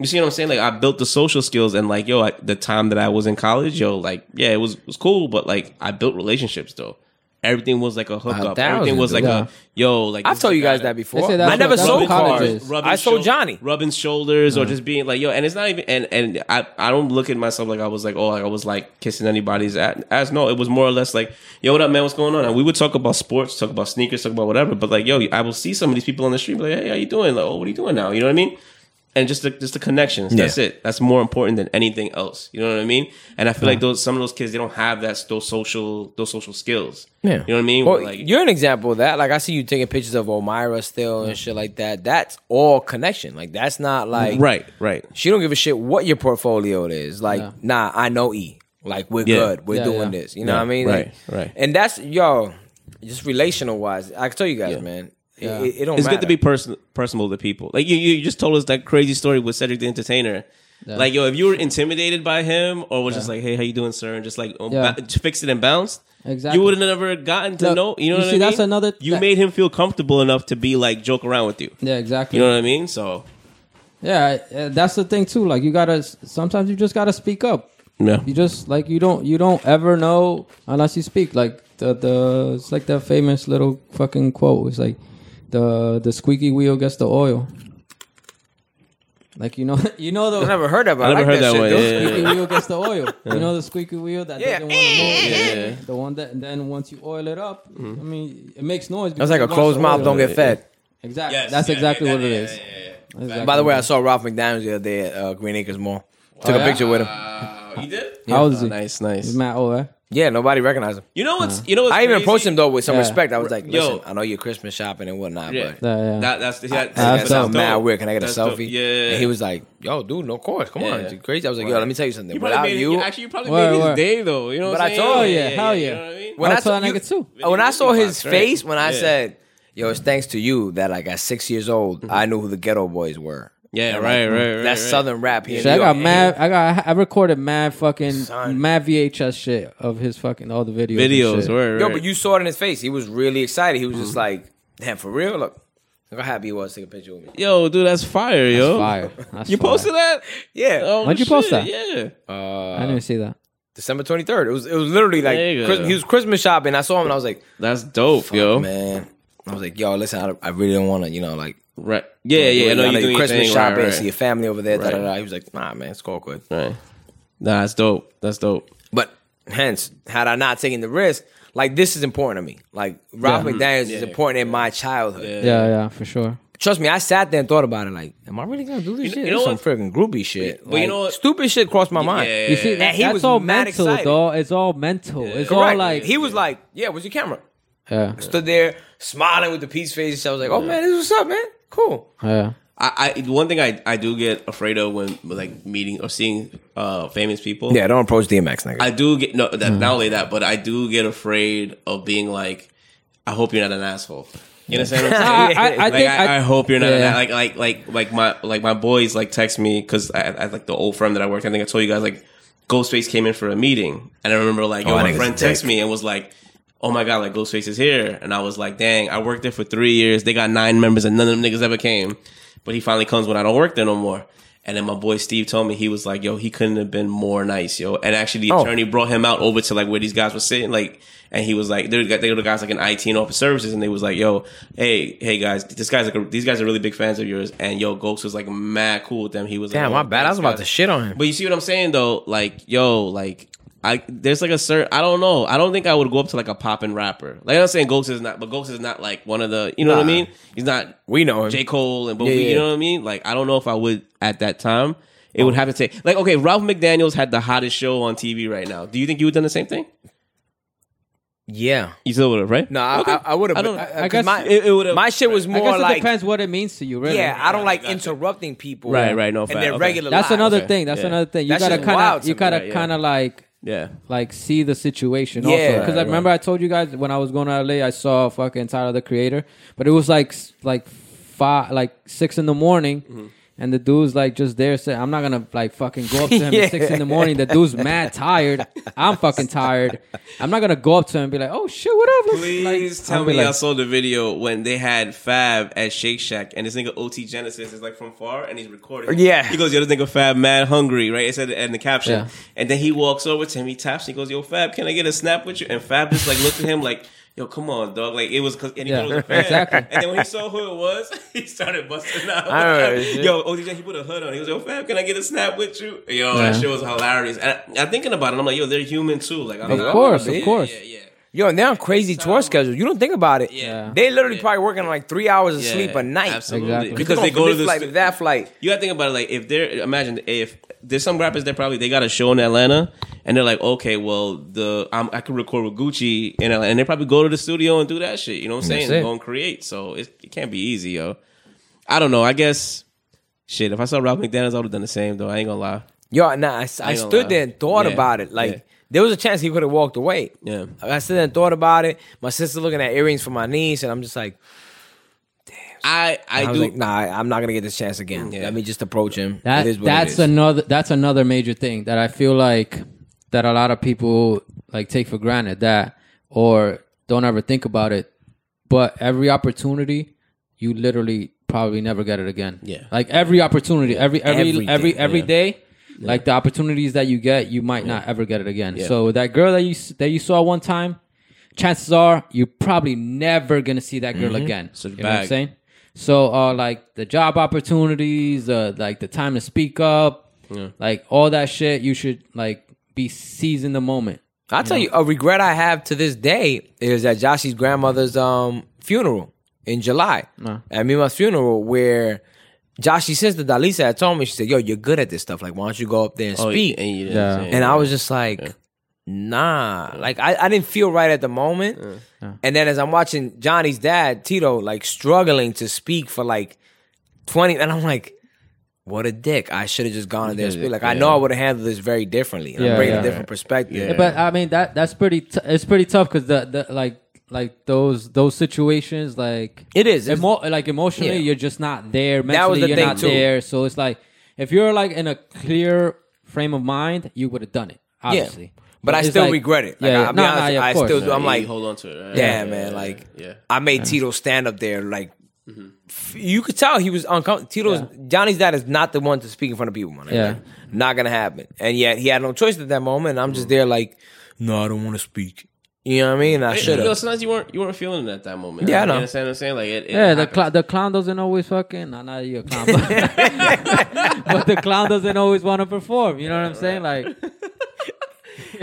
Speaker 3: You see what I'm saying? Like I built the social skills and like yo, I, the time that I was in college, yo, like yeah, it was it was cool, but like I built relationships though. Everything was like a hookup. Everything
Speaker 4: thousand,
Speaker 3: was like
Speaker 5: dude.
Speaker 3: a yo, like
Speaker 4: I've
Speaker 3: this is
Speaker 4: told
Speaker 3: the
Speaker 4: you
Speaker 3: guy
Speaker 4: guys that before.
Speaker 5: They say that's
Speaker 4: I
Speaker 5: what-
Speaker 4: never
Speaker 5: that's
Speaker 4: sold
Speaker 5: what
Speaker 4: cars.
Speaker 5: college is.
Speaker 3: rubbing
Speaker 4: I sold
Speaker 3: shou-
Speaker 4: Johnny. Mm.
Speaker 3: rubbing shoulders or just being like yo and it's not even and and i i don't look at myself like i was like oh like i was like kissing anybody's ass As no it was more or less like yo what up man what's going on and we would talk about sports talk about sneakers talk about whatever but like yo i will see some of these people on the street be like hey how you doing like oh what are you doing now you know what i mean and just the, just the connections. That's
Speaker 4: Yeah.
Speaker 3: it. That's more important than anything else. You know what I mean? And I feel like those some of those kids they don't have that those social those social skills. you know what I mean.
Speaker 4: Well,
Speaker 3: Where, like,
Speaker 4: you're an example of that. Like I see you taking pictures of Omira still and shit like that. That's all connection. Like that's not like
Speaker 3: right, right.
Speaker 4: She don't give a shit what your portfolio it is. Like, nah, I know E. Like we're good. We're
Speaker 5: Yeah,
Speaker 4: doing
Speaker 5: yeah.
Speaker 4: this. You know what I mean?
Speaker 3: right,
Speaker 4: Like,
Speaker 3: right.
Speaker 4: And that's yo, just relational wise. I can tell you guys, man. it- It, it don't
Speaker 3: it's
Speaker 4: matter.
Speaker 3: good to be person personable to people. Like you, you you just told us that crazy story with Cedric the Entertainer, Like, yo, if you were intimidated by him or was just like, hey, how you doing, sir? And just like oh,
Speaker 5: Yeah.
Speaker 3: ba- fixed it and bounced.
Speaker 5: Exactly.
Speaker 3: You would have never gotten to
Speaker 5: Look,
Speaker 3: know. You know what
Speaker 5: you
Speaker 3: I
Speaker 5: see,
Speaker 3: mean?
Speaker 5: that's another-
Speaker 3: You
Speaker 5: that-
Speaker 3: made him feel comfortable enough to be like joke around with you.
Speaker 5: Yeah, exactly.
Speaker 3: You know what I mean? So
Speaker 5: yeah, uh, that's the thing too. Like you gotta sometimes you just gotta speak up.
Speaker 3: yeah,
Speaker 5: You just like you don't you don't ever know unless you speak. Like the the it's like that famous little fucking quote. It's like the the squeaky wheel gets the oil. Like you know you know the
Speaker 4: I never heard of it. I,
Speaker 3: I never
Speaker 4: like
Speaker 3: heard that,
Speaker 4: shit,
Speaker 3: one.
Speaker 4: dude.
Speaker 3: Yeah, yeah,
Speaker 5: squeaky
Speaker 3: yeah.
Speaker 5: wheel gets the oil. You know the squeaky wheel that
Speaker 4: Yeah. Mm-hmm.
Speaker 5: doesn't want to move. The one that then once you oil it up, I mean it makes noise.
Speaker 4: That's like a closed mouth, don't get fed.
Speaker 5: Exactly.
Speaker 3: Yes,
Speaker 5: That's
Speaker 3: yeah,
Speaker 5: exactly
Speaker 3: yeah,
Speaker 5: what it
Speaker 3: yeah,
Speaker 5: is.
Speaker 3: yeah,
Speaker 5: Exactly.
Speaker 4: By the way, I saw Ralph McDaniels the other day at uh, Green Acres Mall. Took a
Speaker 5: Oh, yeah?
Speaker 4: picture with him. Uh,
Speaker 3: Wow, you did?
Speaker 5: How old is he?
Speaker 3: Uh, Nice,
Speaker 5: He's Uh.
Speaker 3: nice.
Speaker 5: Matt Owe.
Speaker 4: Yeah, nobody recognized him.
Speaker 3: You know what's? You know what's
Speaker 4: I even
Speaker 3: crazy?
Speaker 4: approached him though with some
Speaker 5: Yeah.
Speaker 4: respect. I was like,
Speaker 3: Yo.
Speaker 4: "Listen, I know you're Christmas shopping and whatnot,
Speaker 3: Yeah.
Speaker 4: but."
Speaker 5: Yeah, yeah.
Speaker 3: That, that's, yeah,
Speaker 4: That's,
Speaker 5: Ah, that's
Speaker 4: that's
Speaker 5: dope.
Speaker 4: mad weird. Can I get
Speaker 3: That's
Speaker 4: a
Speaker 3: dope.
Speaker 4: selfie?
Speaker 3: Yeah.
Speaker 4: And he was like, "Yo, dude, no course. Come on,
Speaker 3: Yeah.
Speaker 4: you crazy." I was like, "Yo, let me tell you something.
Speaker 3: You
Speaker 4: Without
Speaker 3: probably made
Speaker 4: you,
Speaker 3: It, actually, you probably
Speaker 5: Word,
Speaker 3: made his
Speaker 5: word.
Speaker 3: day though. You know what
Speaker 4: But
Speaker 3: I'm
Speaker 4: I
Speaker 3: saying?
Speaker 4: told
Speaker 5: you, hell
Speaker 3: You
Speaker 5: yeah.
Speaker 3: know what I mean?
Speaker 4: when
Speaker 5: I
Speaker 4: I
Speaker 5: saw
Speaker 4: saw
Speaker 5: that nigga too.
Speaker 4: When I saw his
Speaker 3: Box, right.
Speaker 4: face, when I
Speaker 3: Yeah.
Speaker 4: said, "Yo, it's thanks to you that like at six years old, I knew who the Ghetto Boys were."
Speaker 3: Mm-hmm. Yeah,
Speaker 4: And,
Speaker 3: right,
Speaker 4: like,
Speaker 3: right, right,
Speaker 4: That
Speaker 3: right.
Speaker 4: Southern rap here. in
Speaker 5: Shit, I
Speaker 4: New
Speaker 5: got
Speaker 4: York.
Speaker 5: mad. I got. I recorded mad fucking
Speaker 4: Son.
Speaker 5: mad VHS shit of his fucking all the videos. and
Speaker 3: videos
Speaker 5: shit.
Speaker 3: were
Speaker 4: Yo, but you saw it in his face. He was really excited. He was just
Speaker 3: Mm-hmm.
Speaker 4: like, "Damn, for real? Look, look how happy he was taking a picture with me."
Speaker 3: yo, dude, that's fire,
Speaker 5: That's
Speaker 3: yo.
Speaker 5: fire.
Speaker 4: Oh.
Speaker 5: That's
Speaker 3: You
Speaker 5: fire.
Speaker 3: posted that?
Speaker 4: Yeah,
Speaker 3: Oh,
Speaker 5: When'd you
Speaker 3: shit,
Speaker 5: post that?
Speaker 3: Yeah.
Speaker 5: I didn't see that.
Speaker 4: December twenty third. It was it was literally like
Speaker 3: There you
Speaker 4: Chris,
Speaker 3: go.
Speaker 4: he was Christmas shopping. I saw him and I was like,
Speaker 3: That's dope, yo.
Speaker 4: "Man," I was like, "Yo, listen, I, I really don't want to, you know, like."
Speaker 3: Right. Yeah, yeah. I know you're doing your
Speaker 4: Christmas
Speaker 3: thing, right,
Speaker 4: shopping,
Speaker 3: right.
Speaker 4: see your family over there. Da, da,
Speaker 3: Right.
Speaker 4: da. He was like, nah, man, it's all good.
Speaker 3: Right. Nah, that's dope. That's dope.
Speaker 4: But hence, had I not taken the risk, like this is important to me. Like Ralph McDaniels is important in my childhood.
Speaker 5: Yeah, yeah, for sure.
Speaker 4: Trust me, I sat there and thought about it. Like, am I really gonna do this shit?
Speaker 3: you know
Speaker 4: This some freaking groupie shit. But
Speaker 3: you know what-
Speaker 4: Stupid shit crossed my mind.
Speaker 3: Yeah.
Speaker 5: You see,
Speaker 4: And
Speaker 5: that,
Speaker 4: he
Speaker 5: that's
Speaker 4: was
Speaker 5: all
Speaker 4: mad
Speaker 5: mental,
Speaker 4: excited.
Speaker 5: though. It's all mental. It's all
Speaker 4: Correct.
Speaker 5: like,
Speaker 4: he was like, yeah, where's your camera?
Speaker 5: yeah,
Speaker 4: Stood there smiling with the peace face. I was like, oh man, this is what's up, man. Cool.
Speaker 5: yeah,
Speaker 3: I, I one thing I, I do get afraid of when like meeting or seeing uh famous people.
Speaker 4: don't approach DMX, nigga.
Speaker 3: I do get no. That, Not only that, but I do get afraid of being like, I hope you're not an asshole. You understand what I'm saying?
Speaker 5: I, I, I
Speaker 3: like,
Speaker 5: think
Speaker 3: I, I,
Speaker 5: I,
Speaker 3: hope you're not
Speaker 5: Yeah.
Speaker 3: like like like like my like my boys like text me because I, I like the old firm that I worked. I think I told you guys like Ghostface came in for a meeting, and I remember like yo,
Speaker 4: that
Speaker 3: my
Speaker 4: nigga's
Speaker 3: friend
Speaker 4: a dick.
Speaker 3: texted me and was like, "Oh my god, like Ghostface is here," and I was like, "Dang, I worked there for three years. They got nine members, and none of them niggas ever came." But he finally comes when I don't work there no more. And then my boy Steve told me he was like, "Yo, he couldn't have been more nice, yo." And actually, the
Speaker 4: Oh.
Speaker 3: attorney brought him out over to like where these guys were sitting, like, and he was like, "They were they were the guys like in IT and office services," and they was like, "Yo, hey, hey guys, this guy's like a, these guys are really big fans of yours." And yo, Ghost was like mad cool with them. He was
Speaker 4: Damn,
Speaker 3: like,
Speaker 4: my bad. I was about to shit on him.
Speaker 3: But you see what I'm saying though? Like, yo, like I there's like a certain I don't know. I don't think I would go up to like a poppin' rapper. Like I'm not saying Ghost is not but Ghost is not like one of the you know what I
Speaker 4: Nah.
Speaker 3: mean? He's not
Speaker 4: We know him.
Speaker 3: J. Cole and but
Speaker 4: Yeah,
Speaker 3: we-
Speaker 4: yeah, Oh.
Speaker 3: you know
Speaker 4: yeah.
Speaker 3: what I mean? Like I don't know if I would at that time. It would have to take like okay, Ralph McDaniels had the hottest show on TV right now. Do you think you would have done the same thing?
Speaker 4: Yeah.
Speaker 3: You still would have, right?
Speaker 4: No, I,
Speaker 3: Okay.
Speaker 4: I, I would have.
Speaker 3: I don't-
Speaker 5: I guess
Speaker 4: my,
Speaker 3: it- it would've-
Speaker 4: my shit was
Speaker 5: I
Speaker 4: more
Speaker 5: guess it
Speaker 4: like
Speaker 5: depends what it means to you, really.
Speaker 4: yeah. I don't like interrupting people.
Speaker 3: Right, right, no,
Speaker 4: and
Speaker 3: fact,
Speaker 4: their
Speaker 3: okay.
Speaker 4: regular.
Speaker 5: That's
Speaker 4: lives.
Speaker 5: another thing. That's
Speaker 3: Yeah.
Speaker 5: another thing. You
Speaker 4: That
Speaker 5: gotta
Speaker 4: shit's wild
Speaker 5: kind of,
Speaker 4: to
Speaker 5: you
Speaker 4: me,
Speaker 5: gotta
Speaker 3: right, yeah.
Speaker 5: kind of like
Speaker 3: yeah.
Speaker 5: like see the situation also. 'Cause
Speaker 4: Yeah.
Speaker 5: also because I remember I told you guys when I was going to LA I saw fucking Tyler the Creator but it was like s- like five like six in the morning
Speaker 4: Mm-hmm.
Speaker 5: and the dude's like just there saying I'm not gonna like fucking go up to him
Speaker 4: Yeah.
Speaker 5: at six in the morning the dude's mad tired I'm fucking tired I'm not gonna go up to him and be like oh shit what up Let's-
Speaker 3: Please
Speaker 5: like,
Speaker 3: tell
Speaker 5: I'll be
Speaker 3: me I
Speaker 5: like,
Speaker 3: saw the video when they had Fab at Shake Shack and this nigga OT Genesis is like from far and he's recording.
Speaker 4: Yeah.
Speaker 3: He goes, Yo, this nigga Fab mad hungry, right? It said in the caption.
Speaker 5: Yeah.
Speaker 3: And then he walks over to him, he taps, he goes, Yo, Fab, can I get a snap with you? And Fab just like looked at him like, Yo, come on, dog. Like it was cause and he
Speaker 5: Yeah,
Speaker 3: thought it was a fan.
Speaker 5: exactly.
Speaker 3: And then when he saw who it was, he started busting out.
Speaker 4: I remember that shit.
Speaker 3: Yo, OT Gen- he put a hood on. He was like, Yo, Fab, can I get a snap with you? Yo,
Speaker 5: Yeah.
Speaker 3: that shit was hilarious. And I, I'm thinking about it, I'm like, yo, they're human too. Like I'm
Speaker 5: Of
Speaker 3: like, "Oh,
Speaker 5: course,
Speaker 3: yeah,
Speaker 5: of course.
Speaker 3: Yeah, yeah.
Speaker 4: Yo, and they're on crazy tour schedules. You don't think about it.
Speaker 3: Yeah.
Speaker 4: They literally probably working like three hours of
Speaker 3: Yeah,
Speaker 4: sleep a night.
Speaker 3: Absolutely.
Speaker 5: Exactly.
Speaker 3: Because they
Speaker 4: Going
Speaker 3: go
Speaker 4: from
Speaker 3: to
Speaker 4: this
Speaker 3: the
Speaker 4: flight
Speaker 3: stu-
Speaker 4: to that flight.
Speaker 3: You gotta think about it, like if they're imagine if there's some rappers that probably they got a show in Atlanta and they're like, okay, well the I'm, I could record with Gucci in Atlanta, and they probably go to the studio and do that shit. You know what I'm saying?
Speaker 4: That's it.
Speaker 3: And go and create. So it, it can't be easy, yo. I don't know. I guess shit. If I saw Rob McDaniels, I would have done the same though. I ain't gonna lie.
Speaker 4: Yo, nah, I, s- I
Speaker 3: ain't gonna
Speaker 4: stood
Speaker 3: lie.
Speaker 4: there and thought
Speaker 3: Yeah,
Speaker 4: about it. Like
Speaker 3: yeah.
Speaker 4: there was a chance he could have walked away.
Speaker 3: Yeah.
Speaker 4: I stood there and thought about it. My sister looking at earrings for my niece, and I'm just like,
Speaker 3: I I,
Speaker 4: I was
Speaker 3: do.
Speaker 4: like, nah, I- I'm not gonna get this chance again. Let me just approach him.
Speaker 5: That,
Speaker 4: it is what
Speaker 5: that's
Speaker 4: it is.
Speaker 5: another that's another major thing that I feel like that a lot of people like take for granted that or don't ever think about it. But every opportunity, you literally probably never get it again.
Speaker 3: Yeah.
Speaker 5: Like every opportunity, every every
Speaker 4: Every
Speaker 5: every every
Speaker 4: day,
Speaker 5: day, like the opportunities that you get, you might not ever get it again. So that girl that you s- that you saw one time, chances are you're probably never gonna see that girl again. So you know what I'm
Speaker 3: bag.
Speaker 5: saying? So uh, like the job opportunities, uh, like the time to speak up, like all that shit, you should like be seizing the moment.
Speaker 4: I'll tell you a regret I have to this day is at Joshy's grandmother's um funeral in July. At Mima's funeral where Joshy's sister Dalisa had told me, she said, Yo, you're good at this stuff. Like, why don't you go up there and
Speaker 3: Oh,
Speaker 4: speak?
Speaker 3: and you didn't
Speaker 5: Yeah.
Speaker 3: say
Speaker 4: And I was just like, nah. Like I, I didn't feel right at the moment. And then as I'm watching Johnny's dad, Tito, like struggling to speak for like 20, and I'm like, what a dick. I should have just gone in there and speak. Like I know I would have handled this very differently. And I'm
Speaker 5: Yeah,
Speaker 4: bringing
Speaker 5: yeah.
Speaker 4: a different perspective.
Speaker 5: But I mean that that's pretty. T- it's pretty tough because the, the like like those those situations like
Speaker 4: It is. It's-
Speaker 5: emo- like emotionally
Speaker 4: Yeah.
Speaker 5: you're just not there. Mentally,
Speaker 4: That was the
Speaker 5: you're
Speaker 4: thing,
Speaker 5: not
Speaker 4: too.
Speaker 5: there. So it's like if you're like in a clear frame of mind, you would have done it. Obviously,
Speaker 4: But I
Speaker 5: it's
Speaker 4: still
Speaker 5: like-
Speaker 4: regret it. Like,
Speaker 5: yeah,
Speaker 4: I'll be
Speaker 5: no, no,
Speaker 4: honest,
Speaker 5: yeah, of
Speaker 4: I
Speaker 5: course.
Speaker 4: still do.
Speaker 3: Yeah,
Speaker 4: I'm
Speaker 3: you
Speaker 4: like,
Speaker 3: hold on to it. right?
Speaker 4: yeah, man. Like,
Speaker 3: yeah. Mm-hmm.
Speaker 4: I made Tito stand up there. Like, f- you could tell he was uncomfortable. Tito's Johnny's dad is not the one to speak in front of people, man. Like,
Speaker 5: Yeah.
Speaker 4: not gonna happen. And yet he had no choice at that moment. And I'm
Speaker 3: Mm.
Speaker 4: just there, like, no, I don't want to speak. You know what I mean? I should
Speaker 3: You know,
Speaker 4: have.
Speaker 3: sometimes you weren't you weren't feeling it at that moment.
Speaker 4: Yeah, I know.
Speaker 3: You understand what I'm saying? Like, it, it
Speaker 5: Yeah, the
Speaker 3: happens.
Speaker 5: clown the clown doesn't always fucking. Nah, not you a clown, but, but the clown doesn't always want to perform. You know what I'm saying? Like,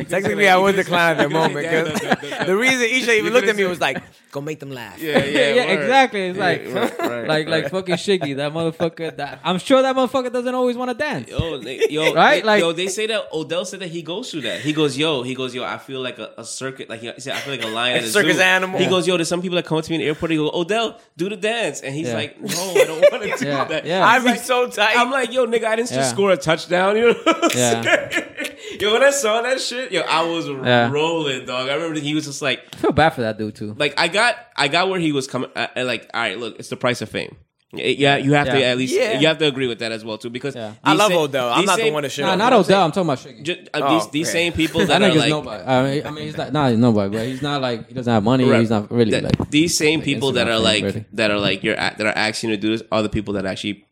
Speaker 4: Technically, I was declined at that moment. 'cause the reason Isha even looked at me was like, go make them laugh.
Speaker 3: Yeah, yeah,
Speaker 5: yeah,
Speaker 3: word.
Speaker 5: exactly. It's like,
Speaker 3: right, right,
Speaker 5: like, like fucking Shiggy. That motherfucker. That I'm sure that motherfucker doesn't always want to dance.
Speaker 3: Yo, they, yo,
Speaker 5: Right?
Speaker 3: right?
Speaker 5: Like-
Speaker 3: like, yo, they say that Odell said that he goes through that. He goes, yo, he goes, yo. I feel like a, a circuit, like he said, I feel like a lion,
Speaker 4: A
Speaker 3: at a
Speaker 4: circus
Speaker 3: zoo.
Speaker 4: animal.
Speaker 3: He goes, yo. There's some people that come up to me in the airport. They go, Odell, do the dance, and he's
Speaker 5: Yeah.
Speaker 3: like, no, I don't want to do
Speaker 5: Yeah,
Speaker 3: that.
Speaker 5: yeah.
Speaker 4: I'd be so tight.
Speaker 3: I'm like, yo, nigga, I didn't
Speaker 5: Yeah.
Speaker 3: just score a touchdown. You know what I'm
Speaker 5: Yeah.
Speaker 3: saying? Yo, when I saw that shit, yo, I was
Speaker 5: Yeah.
Speaker 3: rolling, dog. I remember he was just like,
Speaker 5: I feel bad for that dude too.
Speaker 3: like I got I got where he was coming. I, I like, all right, look, it's the price of fame. Yeah, you have to
Speaker 5: Yeah.
Speaker 3: at least
Speaker 4: Yeah.
Speaker 3: you have to agree with that as well too. Because
Speaker 5: Yeah.
Speaker 4: I
Speaker 3: these
Speaker 4: love
Speaker 3: same-
Speaker 4: Odell. I'm
Speaker 3: these
Speaker 4: not the
Speaker 3: same-
Speaker 4: one to shit
Speaker 5: Nah,
Speaker 4: on.
Speaker 5: not
Speaker 4: him.
Speaker 5: Odell. I'm talking about Shiggy.
Speaker 3: ju- uh,
Speaker 4: Oh,
Speaker 3: these these
Speaker 4: man.
Speaker 3: same people
Speaker 5: That
Speaker 3: that are
Speaker 5: nigga's
Speaker 3: like
Speaker 5: nobody. I mean, I mean, he's not, nah, he's nobody, but he's not like he doesn't have money.
Speaker 3: Right.
Speaker 5: He's not really
Speaker 3: that-
Speaker 5: like
Speaker 3: these same people that
Speaker 5: Instagram
Speaker 3: are
Speaker 5: fame,
Speaker 3: like
Speaker 5: really.
Speaker 3: that are like you're at, that are asking you to do this are the people that actually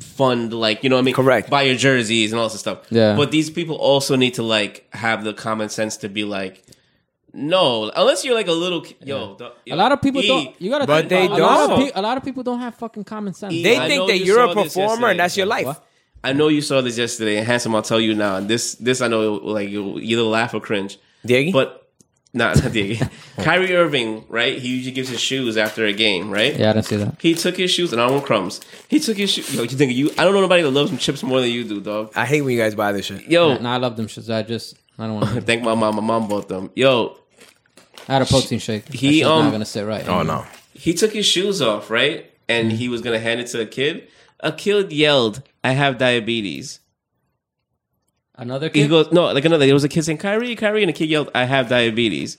Speaker 3: fund like you know what I mean
Speaker 4: Correct.
Speaker 3: buy your jerseys and all this stuff
Speaker 5: Yeah.
Speaker 3: but these people also need to like have the common sense to be like no unless you're like a little ki- yo the- yo,
Speaker 5: a lot of people
Speaker 3: E,
Speaker 5: don't. You gotta,
Speaker 4: But
Speaker 5: think,
Speaker 4: they
Speaker 5: a Lot of
Speaker 4: don't.
Speaker 5: pe- a lot of people don't have fucking common sense.
Speaker 3: E,
Speaker 4: They
Speaker 3: I know
Speaker 4: think that
Speaker 3: you
Speaker 4: you're a
Speaker 3: saw this
Speaker 4: performer
Speaker 3: yesterday.
Speaker 4: and that's your life.
Speaker 5: What?
Speaker 3: I know you saw this yesterday and handsome I'll tell you now and this this I know like you either laugh or cringe
Speaker 4: Diggy?
Speaker 3: but nah, not Diggy Kyrie Irving right he usually gives his shoes after a game right
Speaker 5: yeah, I didn't see that.
Speaker 3: He took his shoes, and I don't want crumbs. He took his shoes. Yo, you think you? I don't know nobody that loves some chips more than you do, dog.
Speaker 4: I hate when you guys buy this shit.
Speaker 3: Yo,
Speaker 5: Nah, I love them shits. I just I don't want. to.
Speaker 3: thank my mom. My mom bought them. Yo,
Speaker 5: I had a protein shake. That
Speaker 3: He,
Speaker 5: shit's not
Speaker 3: um,
Speaker 5: gonna sit right.
Speaker 4: Oh, no.
Speaker 3: he took his shoes off, right? And
Speaker 5: Mm-hmm.
Speaker 3: he was gonna hand it to a kid. A kid yelled, "I have diabetes."
Speaker 5: Another
Speaker 3: He
Speaker 5: kid.
Speaker 3: goes, "No, like another." There was a kid saying, "Kyrie, Kyrie," and a kid yelled, "I have diabetes."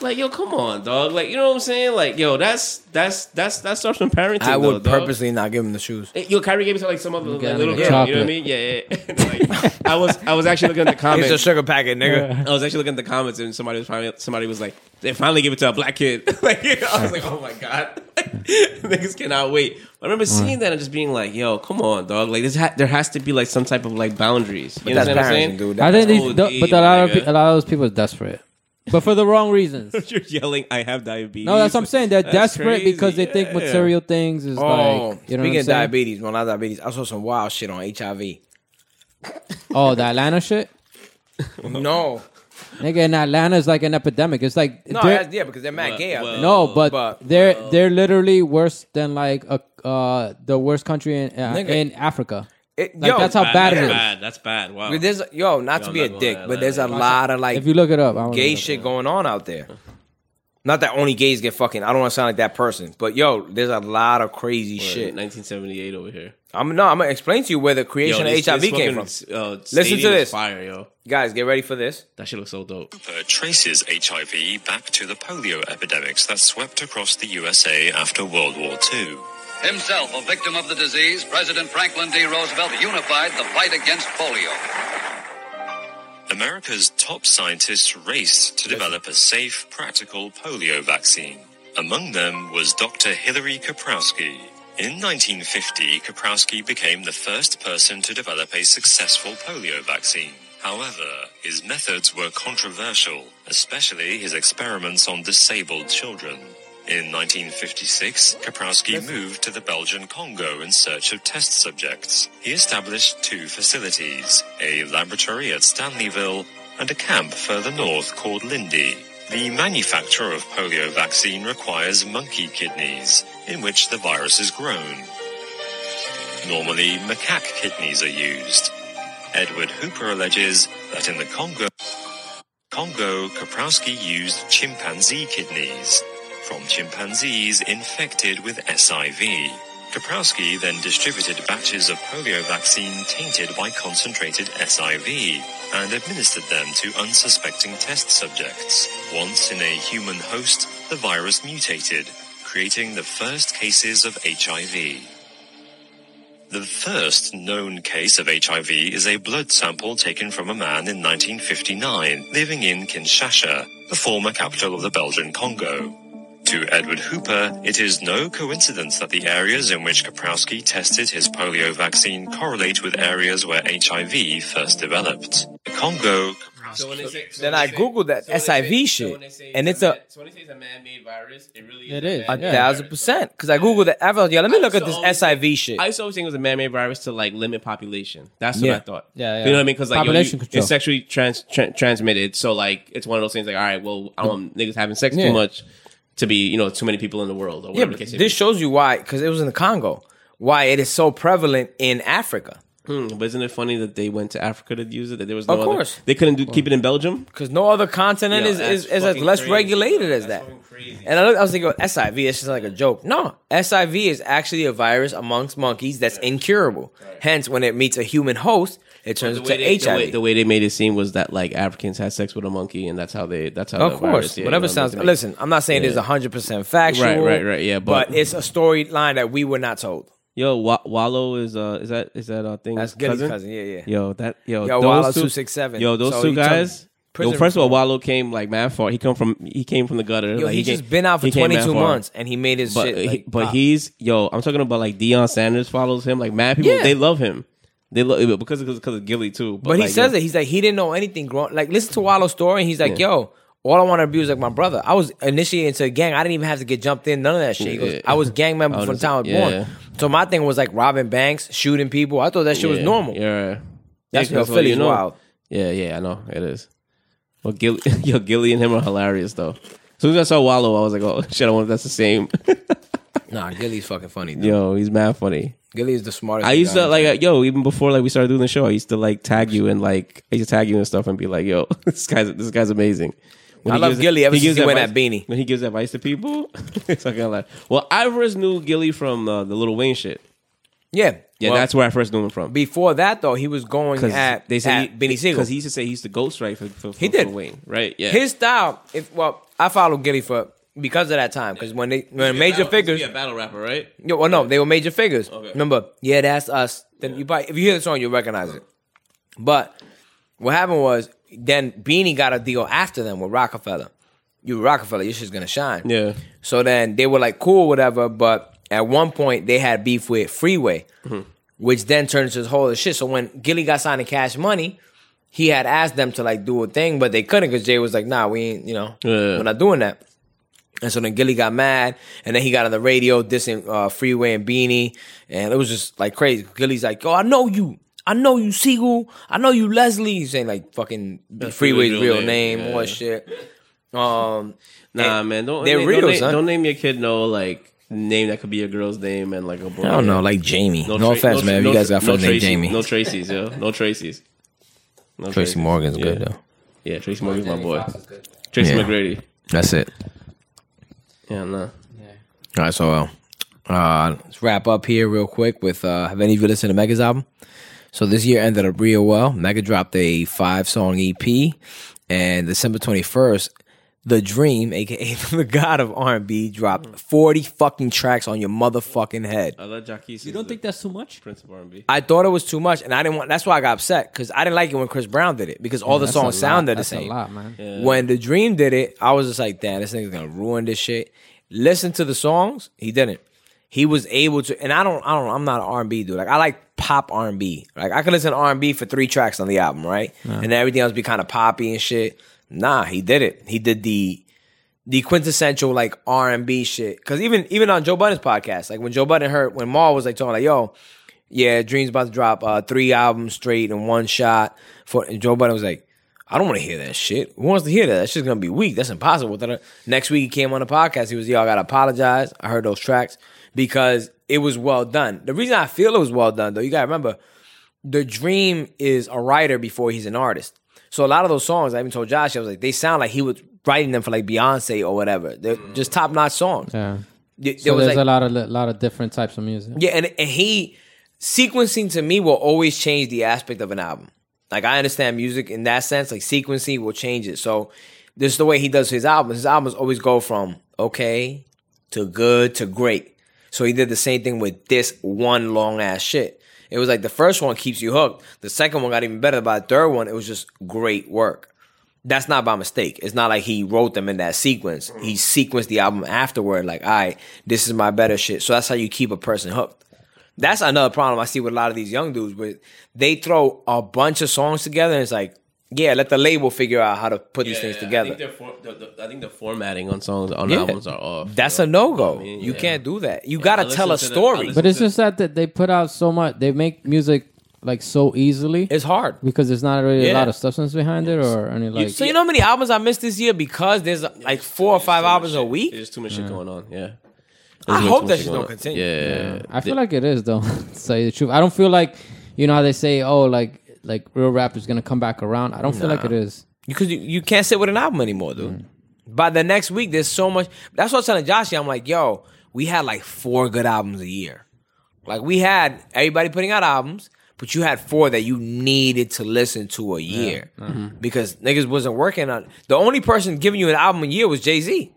Speaker 3: Like, yo, come on, dog. Like, you know what I'm saying? Like, yo, that's that's that's that starts from parenting.
Speaker 4: I would
Speaker 3: though, dog.
Speaker 4: purposely not give him the shoes.
Speaker 3: Hey, Yo, Kyrie gave it to like some other like,
Speaker 5: at
Speaker 3: little
Speaker 5: him,
Speaker 3: girl. You know what I
Speaker 5: chocolate.
Speaker 3: mean? Yeah, yeah. like, I was I was actually looking at the
Speaker 4: It's a
Speaker 3: comments.
Speaker 4: sugar packet, nigga.
Speaker 3: I was actually looking at the comments, and somebody was finally somebody was like, "They finally gave it to a black kid." like, you know, I was like, "Oh my god, niggas cannot wait." I remember
Speaker 4: Mm.
Speaker 3: seeing that and just being like, "Yo, come on, dog! Like, this ha- there has to be like some type of like boundaries." You
Speaker 4: That's
Speaker 3: understand what I'm
Speaker 4: parenting,
Speaker 3: saying?
Speaker 4: dude.
Speaker 5: I think these,
Speaker 3: OD,
Speaker 5: th- but a lot of
Speaker 3: nigga.
Speaker 5: pe- a lot of those people are desperate, but for the wrong reasons.
Speaker 3: You're yelling, "I have diabetes."
Speaker 5: No, that's what I'm saying. They're
Speaker 3: That's
Speaker 5: desperate because they
Speaker 3: crazy.
Speaker 5: think
Speaker 3: Yeah.
Speaker 5: material things is
Speaker 4: Oh,
Speaker 5: like you know
Speaker 4: speaking
Speaker 5: what I'm
Speaker 4: of
Speaker 5: saying.
Speaker 4: diabetes, well not diabetes, I saw some wild shit on HIV.
Speaker 5: Oh, the Atlanta shit,
Speaker 4: no,
Speaker 5: nigga. In Atlanta is like an epidemic. It's like
Speaker 4: no,
Speaker 5: they're-
Speaker 4: that's, yeah, because they're mad
Speaker 3: Well,
Speaker 4: gay out
Speaker 3: well,
Speaker 4: there.
Speaker 5: no, but,
Speaker 4: Um, but- uh,
Speaker 5: they're they're literally worse than like a, uh, the worst country in uh,
Speaker 4: Nigga.
Speaker 5: in Africa.
Speaker 4: It-
Speaker 5: Like,
Speaker 4: yo,
Speaker 5: that's how bad it
Speaker 3: that's
Speaker 5: is.
Speaker 3: bad. That's bad. Wow.
Speaker 4: but there's yo, not to
Speaker 3: Yo,
Speaker 4: be
Speaker 3: I'm
Speaker 4: a
Speaker 3: not
Speaker 4: dick,
Speaker 3: gonna
Speaker 4: but
Speaker 3: lie,
Speaker 4: there's a
Speaker 3: like-
Speaker 4: lot of like
Speaker 5: If you look it up, I wanna
Speaker 4: gay
Speaker 5: look it
Speaker 4: shit going on out there. Not that only gays get fucking. I don't want to sound like that person, but yo, there's a lot of crazy shit.
Speaker 3: 1978 over here.
Speaker 4: I'm no, I'm gonna explain to you where the creation
Speaker 3: this-
Speaker 4: of
Speaker 3: this
Speaker 4: HIV came from.
Speaker 3: fucking, Uh, Listen to this.
Speaker 4: this.
Speaker 3: Fire, yo.
Speaker 4: Guys, get ready for this.
Speaker 3: That shit looks so dope.
Speaker 7: paper uh, traces HIV back to the polio epidemics that swept across the USA after World War II.
Speaker 8: Himself a victim of the disease, President Franklin D. Roosevelt unified the fight against polio.
Speaker 7: America's top scientists raced to develop a safe, practical polio vaccine. Among them was Dr. Hilary Kaprowski. In 1950, Kaprowski became the first person to develop a successful polio vaccine. However, his methods were controversial, especially his experiments on disabled children. In 1956, Kaprowski moved to the Belgian Congo in search of test subjects. He established two facilities, a laboratory at Stanleyville and a camp further north called Lindy. The manufacture of polio vaccine requires monkey kidneys, in which the virus is grown. Normally, macaque kidneys are used. Edward Hooper alleges that in the Congo, Congo, Kaprowski used chimpanzee kidneys from chimpanzees infected with SIV. Kaprowski then distributed batches of polio vaccine tainted by concentrated SIV and administered them to unsuspecting test subjects. Once in a human host, the virus mutated, creating the first cases of HIV. The first known case of HIV is a blood sample taken from a man in 1959 living in Kinshasa, the former capital of the Belgian Congo. To Edward Hooper, it is no coincidence that the areas in which Kaprowski tested his polio vaccine correlate with areas where HIV first developed. The Congo,
Speaker 3: So when they say, so
Speaker 4: Then
Speaker 3: when
Speaker 4: I
Speaker 3: they say-
Speaker 4: googled that
Speaker 3: so when they
Speaker 4: SIV
Speaker 3: say-
Speaker 4: shit,
Speaker 3: when they say
Speaker 4: and it's
Speaker 3: man-
Speaker 4: a-
Speaker 3: So when they say it's a man-made virus, it really
Speaker 2: It
Speaker 3: is.
Speaker 2: is.
Speaker 3: a
Speaker 4: A
Speaker 2: Yeah.
Speaker 3: man-made
Speaker 4: thousand
Speaker 3: virus.
Speaker 4: percent. Because I googled it. I was like, yo, let me look at this
Speaker 3: So always-
Speaker 4: SIV shit.
Speaker 3: I used to always think it was a man-made virus to like limit population. That's what
Speaker 4: Yeah.
Speaker 3: I thought.
Speaker 2: Yeah, yeah.
Speaker 3: You know what I mean? Because like yo,
Speaker 2: Population
Speaker 3: you-
Speaker 2: control.
Speaker 3: it's sexually trans- tra- transmitted, so like it's one of those things. Like, all right, well, I don't want niggas having sex
Speaker 4: Yeah.
Speaker 3: too much to be, you know, too many people in the world. Or
Speaker 4: Yeah,
Speaker 3: whatever
Speaker 4: but
Speaker 3: the case may
Speaker 4: this shows you why, because it was in the Congo, why it is so prevalent in Africa.
Speaker 3: be. Hmm, but isn't it funny that they went to Africa to use it? That there was no
Speaker 4: Of
Speaker 3: other-
Speaker 4: course. Oh.
Speaker 3: they couldn't do, keep it in Belgium.
Speaker 4: Because no other continent
Speaker 3: Yo,
Speaker 4: is,
Speaker 3: that's
Speaker 4: is, is as
Speaker 3: fucking
Speaker 4: less
Speaker 3: crazy,
Speaker 4: regulated
Speaker 3: bro.
Speaker 4: as
Speaker 3: That's
Speaker 4: that.
Speaker 3: fucking crazy.
Speaker 4: And I, looked, I was thinking, SIV, it's just like a joke. No, SIV is actually a virus amongst monkeys that's incurable. Hence, when it meets a human host, it turns
Speaker 3: The
Speaker 4: into
Speaker 3: way, they,
Speaker 4: HIV.
Speaker 3: the, way, the way they made it seem was that like Africans had sex with a monkey, and that's how they. That's how.
Speaker 4: of
Speaker 3: the
Speaker 4: course,
Speaker 3: virus, yeah,
Speaker 4: whatever
Speaker 3: you know,
Speaker 4: sounds.
Speaker 3: to make-
Speaker 4: Listen, I'm not saying it's
Speaker 3: Yeah.
Speaker 4: 100 percent factual.
Speaker 3: Right, right, right, yeah, but-
Speaker 4: it's a storyline that we were not told.
Speaker 3: Yo, Wa- Wallow is uh, is that is that uh thing?
Speaker 4: That's Gilly's cousin, yeah, yeah.
Speaker 3: Yo, that yo,
Speaker 4: Yo,
Speaker 3: those
Speaker 4: Wallow
Speaker 3: two-
Speaker 4: 267.
Speaker 3: Yo, those
Speaker 4: So
Speaker 3: two
Speaker 4: he told-
Speaker 3: guys. Yo,
Speaker 4: prison
Speaker 3: first of all,
Speaker 4: reform.
Speaker 3: Wallow came like mad far. He come from he came from the gutter.
Speaker 4: Yo,
Speaker 3: like,
Speaker 4: he,
Speaker 3: came-
Speaker 4: just been out for
Speaker 3: he came mad
Speaker 4: 22
Speaker 3: far.
Speaker 4: months, and he made his
Speaker 3: But
Speaker 4: shit.
Speaker 3: he-
Speaker 4: like,
Speaker 3: but
Speaker 4: pop.
Speaker 3: he's yo. I'm talking about like Deion Sanders follows him. Like mad people,
Speaker 4: Yeah.
Speaker 3: they love him. They love because because because of Gilly too.
Speaker 4: But he
Speaker 3: like,
Speaker 4: says
Speaker 3: yo,
Speaker 4: it. He's like he didn't know anything growing. Like listen to Wallow's story, and he's like, "Yo, all I want to be was like my brother. I was initiated into a gang. I didn't even have to get jumped in. None of that shit. He goes,
Speaker 3: Yeah.
Speaker 4: I was gang member
Speaker 3: I
Speaker 4: from
Speaker 3: was-
Speaker 4: the time I was
Speaker 3: yeah.
Speaker 4: born. So my thing was like robbing banks, shooting people. I thought that shit was
Speaker 3: yeah,
Speaker 4: normal.
Speaker 3: Yeah, Yeah, 'cause
Speaker 4: That's what
Speaker 3: what do
Speaker 4: Philly's
Speaker 3: you know.
Speaker 4: wild.
Speaker 3: Yeah, yeah, I know it is. Well, Gilly, yo, Gilly and him are hilarious though. As soon as I saw Wallow, I was like, oh shit, I wonder if that's the same.
Speaker 4: Nah, Gilly's fucking funny. Dude.
Speaker 3: yo, he's mad funny.
Speaker 4: Gilly is the smartest.
Speaker 3: I used
Speaker 4: guy.
Speaker 3: to like uh, yo even before like we started doing the show. I used to like tag you and like I used to tag you and stuff and be like, yo, this guy's this guy's amazing. When
Speaker 4: I
Speaker 3: he
Speaker 4: love
Speaker 3: gives-
Speaker 4: Gilly ever since
Speaker 3: gives
Speaker 4: he went
Speaker 3: advice-
Speaker 4: that beanie.
Speaker 3: When he gives advice to people, it's not gonna lie. Well, I first knew Gilly from uh, the Little Wayne shit.
Speaker 4: yeah,
Speaker 3: Yeah,
Speaker 4: Well,
Speaker 3: that's where I first knew him from.
Speaker 4: before that though. He was going at they
Speaker 3: said
Speaker 4: at Benny Siegel.
Speaker 3: because he used to say he used to ghostwrite for, for, for
Speaker 4: He did.
Speaker 3: for Wayne, right? Yeah,
Speaker 4: His style, if well, I followed Gilly for because of that time. Because when they when major figures,
Speaker 3: a battle rapper, right?
Speaker 4: Yo, well, no, they were major figures.
Speaker 3: Okay.
Speaker 4: Remember, yeah, that's us. Then you probably, if you hear the song, you'll recognize it. But what happened was then Beanie got a deal after them with Rockefeller. You Rockefeller, your shit's gonna shine.
Speaker 3: Yeah.
Speaker 4: So then they were like cool, whatever. But at one point they had beef with Freeway,
Speaker 3: Mm-hmm.
Speaker 4: which then turned into this whole other shit. So when Gilly got signed to Cash Money, he had asked them to like do a thing, but they couldn't because Jay was like, "Nah, we ain't, you know,
Speaker 3: Yeah.
Speaker 4: we're not doing that." And so then Gilly got mad, and then he got on the radio dissing uh, Freeway and Beanie, and it was just like crazy. Gilly's like, "Yo, I know you, I know you, Siegel, I know you, Leslie." He's saying like fucking Freeway's real name, or shit. Um,
Speaker 3: Nah,
Speaker 4: and
Speaker 3: man, don't
Speaker 4: they're
Speaker 3: name,
Speaker 4: real,
Speaker 3: don't, name,
Speaker 4: son.
Speaker 3: don't name your kid no like name that could be a girl's name and like a boy.
Speaker 4: I don't know, like Jamie. No,
Speaker 3: Tra-
Speaker 4: offense,
Speaker 3: Tra-
Speaker 4: man. if you guys got
Speaker 3: Tra-
Speaker 4: friends named
Speaker 3: Tracy-
Speaker 4: Jamie.
Speaker 3: No Tracy's, yo. No Tracy's. No
Speaker 4: Tracy Morgan's
Speaker 3: yeah.
Speaker 4: good though.
Speaker 3: Yeah, Tracy Morgan's my boy. Tracy
Speaker 4: Yeah.
Speaker 3: McGrady.
Speaker 4: That's it.
Speaker 3: Yeah, nah.
Speaker 4: All right, so uh, uh, let's wrap up here real quick with uh, have any of you listened to Mega's album? So this year ended up E real well. Mega dropped a five song EP, and December twenty first, the Dream, aka the God of R and B, dropped forty fucking tracks on your motherfucking head.
Speaker 3: I love Jackie's.
Speaker 5: You don't think that's too much?
Speaker 3: Prince of R&B?
Speaker 4: I thought it was too much, and I didn't want. That's why I got upset because I didn't like it when Chris Brown did it because all the
Speaker 5: That's a
Speaker 4: songs sounded the
Speaker 5: lot. That's
Speaker 4: same.
Speaker 5: A lot, man.
Speaker 4: When the Dream did it, I was just like, "Damn, this nigga's gonna ruin this shit." Listen to the songs, he didn't. He was able to, and I don't, I don't, I'm not an R&B dude. Like I like pop R&B. Like I could listen to R&B for three tracks on the album, right? And everything else be kind of poppy and shit. Nah, he did it. He did the the quintessential like R and B shit. Because even even on Joe Budden's podcast, like when Joe Budden heard when Maul was like talking like, "Yo, yeah, Dream's about to drop uh, three albums straight in one shot," for and Joe Budden was like, "I don't want to hear that shit. Who wants to hear that? That shit's gonna be weak. That's impossible." Da-da. Next week he came on the podcast. He was, "Yo, I gotta apologize. I heard those tracks because it was well done. The reason I feel it was well done though, you gotta remember." the dream is a writer before he's an artist. So a lot of those songs, I even told Josh, I was like, they sound like he was writing them for like Beyonce or whatever. They're just top notch songs.
Speaker 5: Mm. Yeah.
Speaker 4: Y-
Speaker 5: So
Speaker 4: there was
Speaker 5: there's
Speaker 4: like-
Speaker 5: a lot of a lot of different types of music.
Speaker 4: yeah, and, and he sequencing to me will always change the aspect of an album. Like I understand music in that sense, like sequencing will change it. So this is the way he does his albums. His albums always go from okay to good to great. So he did the same thing with this one long ass shit. It was like the first one keeps you hooked. The second one got even better. By the third one, it was just great work that's not by mistake. It's not like he wrote them in that sequence. He sequenced the album afterward, like, all right, this is my better shit. So that's how you keep a person hooked. That's another problem I see with a lot of these young dudes, but they throw a bunch of songs together and it's like, yeah, let the label figure out how to put these things
Speaker 3: I think,
Speaker 4: together.
Speaker 3: they're for, the, the, I think the formatting on songs on
Speaker 4: Yeah.
Speaker 3: albums are off.
Speaker 4: That's
Speaker 3: you
Speaker 4: a no go.
Speaker 3: I mean,
Speaker 4: you
Speaker 3: yeah.
Speaker 4: can't do that. You gotta
Speaker 3: listen
Speaker 4: tell a
Speaker 3: to the- I
Speaker 4: story.
Speaker 3: listen-
Speaker 5: But it's just that that they put out so much. They make music like so easily
Speaker 4: it's hard.
Speaker 5: because there's not really a
Speaker 4: Yeah.
Speaker 5: lot of substance behind it or any like.
Speaker 4: So you know how many albums I missed this year because there's like four or five albums a week?
Speaker 3: There's too much shit going on. Yeah.
Speaker 4: I
Speaker 3: There's way
Speaker 4: hope
Speaker 3: too
Speaker 4: that
Speaker 3: much
Speaker 4: shit
Speaker 3: going
Speaker 4: don't
Speaker 3: on.
Speaker 4: continue.
Speaker 3: Yeah.
Speaker 5: I feel like it is though. to tell you the truth, I don't feel like you know how they say, oh, like like real rap is gonna come back around. I don't feel like it is.
Speaker 4: because you, you can't sit with an album anymore, dude.
Speaker 3: Mm.
Speaker 4: By the next week, there's so much. That's what I was telling Joshy. I'm like, yo, we had like four good albums a year. Like we had everybody putting out albums, but you had four that you needed to listen to a year
Speaker 3: Uh-huh.
Speaker 4: because niggas wasn't working on. The only person giving you an album a year was Jay Z.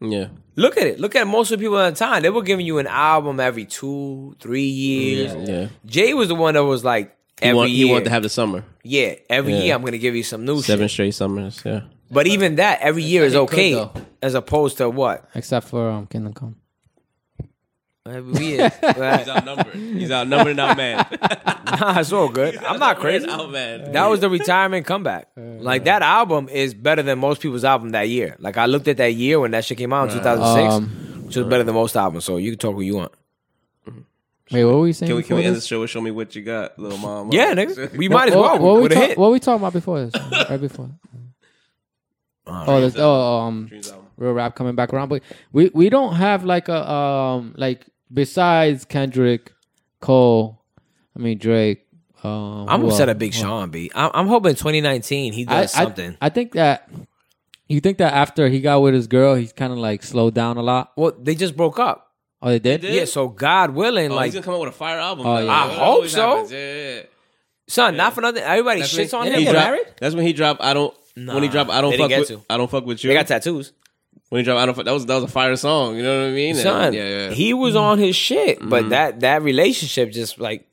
Speaker 3: Yeah.
Speaker 4: Look at it. Look at most of the people at the time. They were giving you an album every two, three years.
Speaker 3: Yeah.
Speaker 4: Jay was the one that was like every
Speaker 3: He want,
Speaker 4: year.
Speaker 3: he want to have the summer.
Speaker 4: yeah, every
Speaker 3: Yeah.
Speaker 4: year I'm gonna give you some new shit.
Speaker 3: Seven straight summers. Yeah.
Speaker 4: But even that, every year is
Speaker 5: how he could,
Speaker 4: okay,
Speaker 5: though.
Speaker 4: as opposed to what
Speaker 5: Except for um, Kingdom Come.
Speaker 4: every year. nah,
Speaker 3: outnumbered. He's outnumbered and outmanned.
Speaker 4: it's all good. I'm not crazy.
Speaker 3: outmanned.
Speaker 4: That was the retirement comeback. Like that album is better than most people's album that year. Like I looked at that year when that shit came out in 2006,
Speaker 5: Um,
Speaker 4: which was better than most albums. So you can talk what you want.
Speaker 5: Wait, what were we saying?
Speaker 3: Can we, can we
Speaker 5: before
Speaker 3: end
Speaker 5: this?
Speaker 3: the show with Show Me What You Got, Little Mom?
Speaker 4: Yeah, nigga, we might as well.
Speaker 5: What, what we
Speaker 4: with a
Speaker 5: talk-
Speaker 4: hit.
Speaker 5: what we talking about before this? right before. Oh, there's, oh, um, real rap coming back around, but we we don't have like a um like besides Kendrick, Cole, I mean Drake. Um,
Speaker 4: I'm
Speaker 5: who
Speaker 4: upset
Speaker 5: else?
Speaker 4: at Big Sean B. I'm, I'm hoping 2019 he
Speaker 5: I,
Speaker 4: does
Speaker 5: I-
Speaker 4: something.
Speaker 5: I think that you think that after he got with his girl, he's kind of like slowed down a lot.
Speaker 4: well, they just broke up.
Speaker 5: Oh, they did.
Speaker 4: Yeah, so God willing,
Speaker 3: Oh,
Speaker 4: like
Speaker 3: he's gonna come out with a fire album.
Speaker 5: Oh,
Speaker 3: Like,
Speaker 5: yeah.
Speaker 4: I
Speaker 3: that
Speaker 4: hope
Speaker 3: always
Speaker 4: so.
Speaker 3: happens. Yeah, yeah.
Speaker 4: son, not for nothing. Everybody
Speaker 3: That's
Speaker 4: shits
Speaker 3: when-
Speaker 4: on
Speaker 3: yeah,
Speaker 4: him.
Speaker 3: he
Speaker 4: but-
Speaker 3: dropped- That's when he dropped. I don't. when he dropped, I don't
Speaker 4: they didn't
Speaker 3: fuck
Speaker 4: get
Speaker 3: with.
Speaker 4: to.
Speaker 3: I don't fuck with you.
Speaker 4: They got tattoos.
Speaker 3: when he dropped, I don't. Fuck, that was that was a fire song. You know what I mean? And,
Speaker 4: son.
Speaker 3: yeah, yeah.
Speaker 4: He was on his shit, but that that relationship just like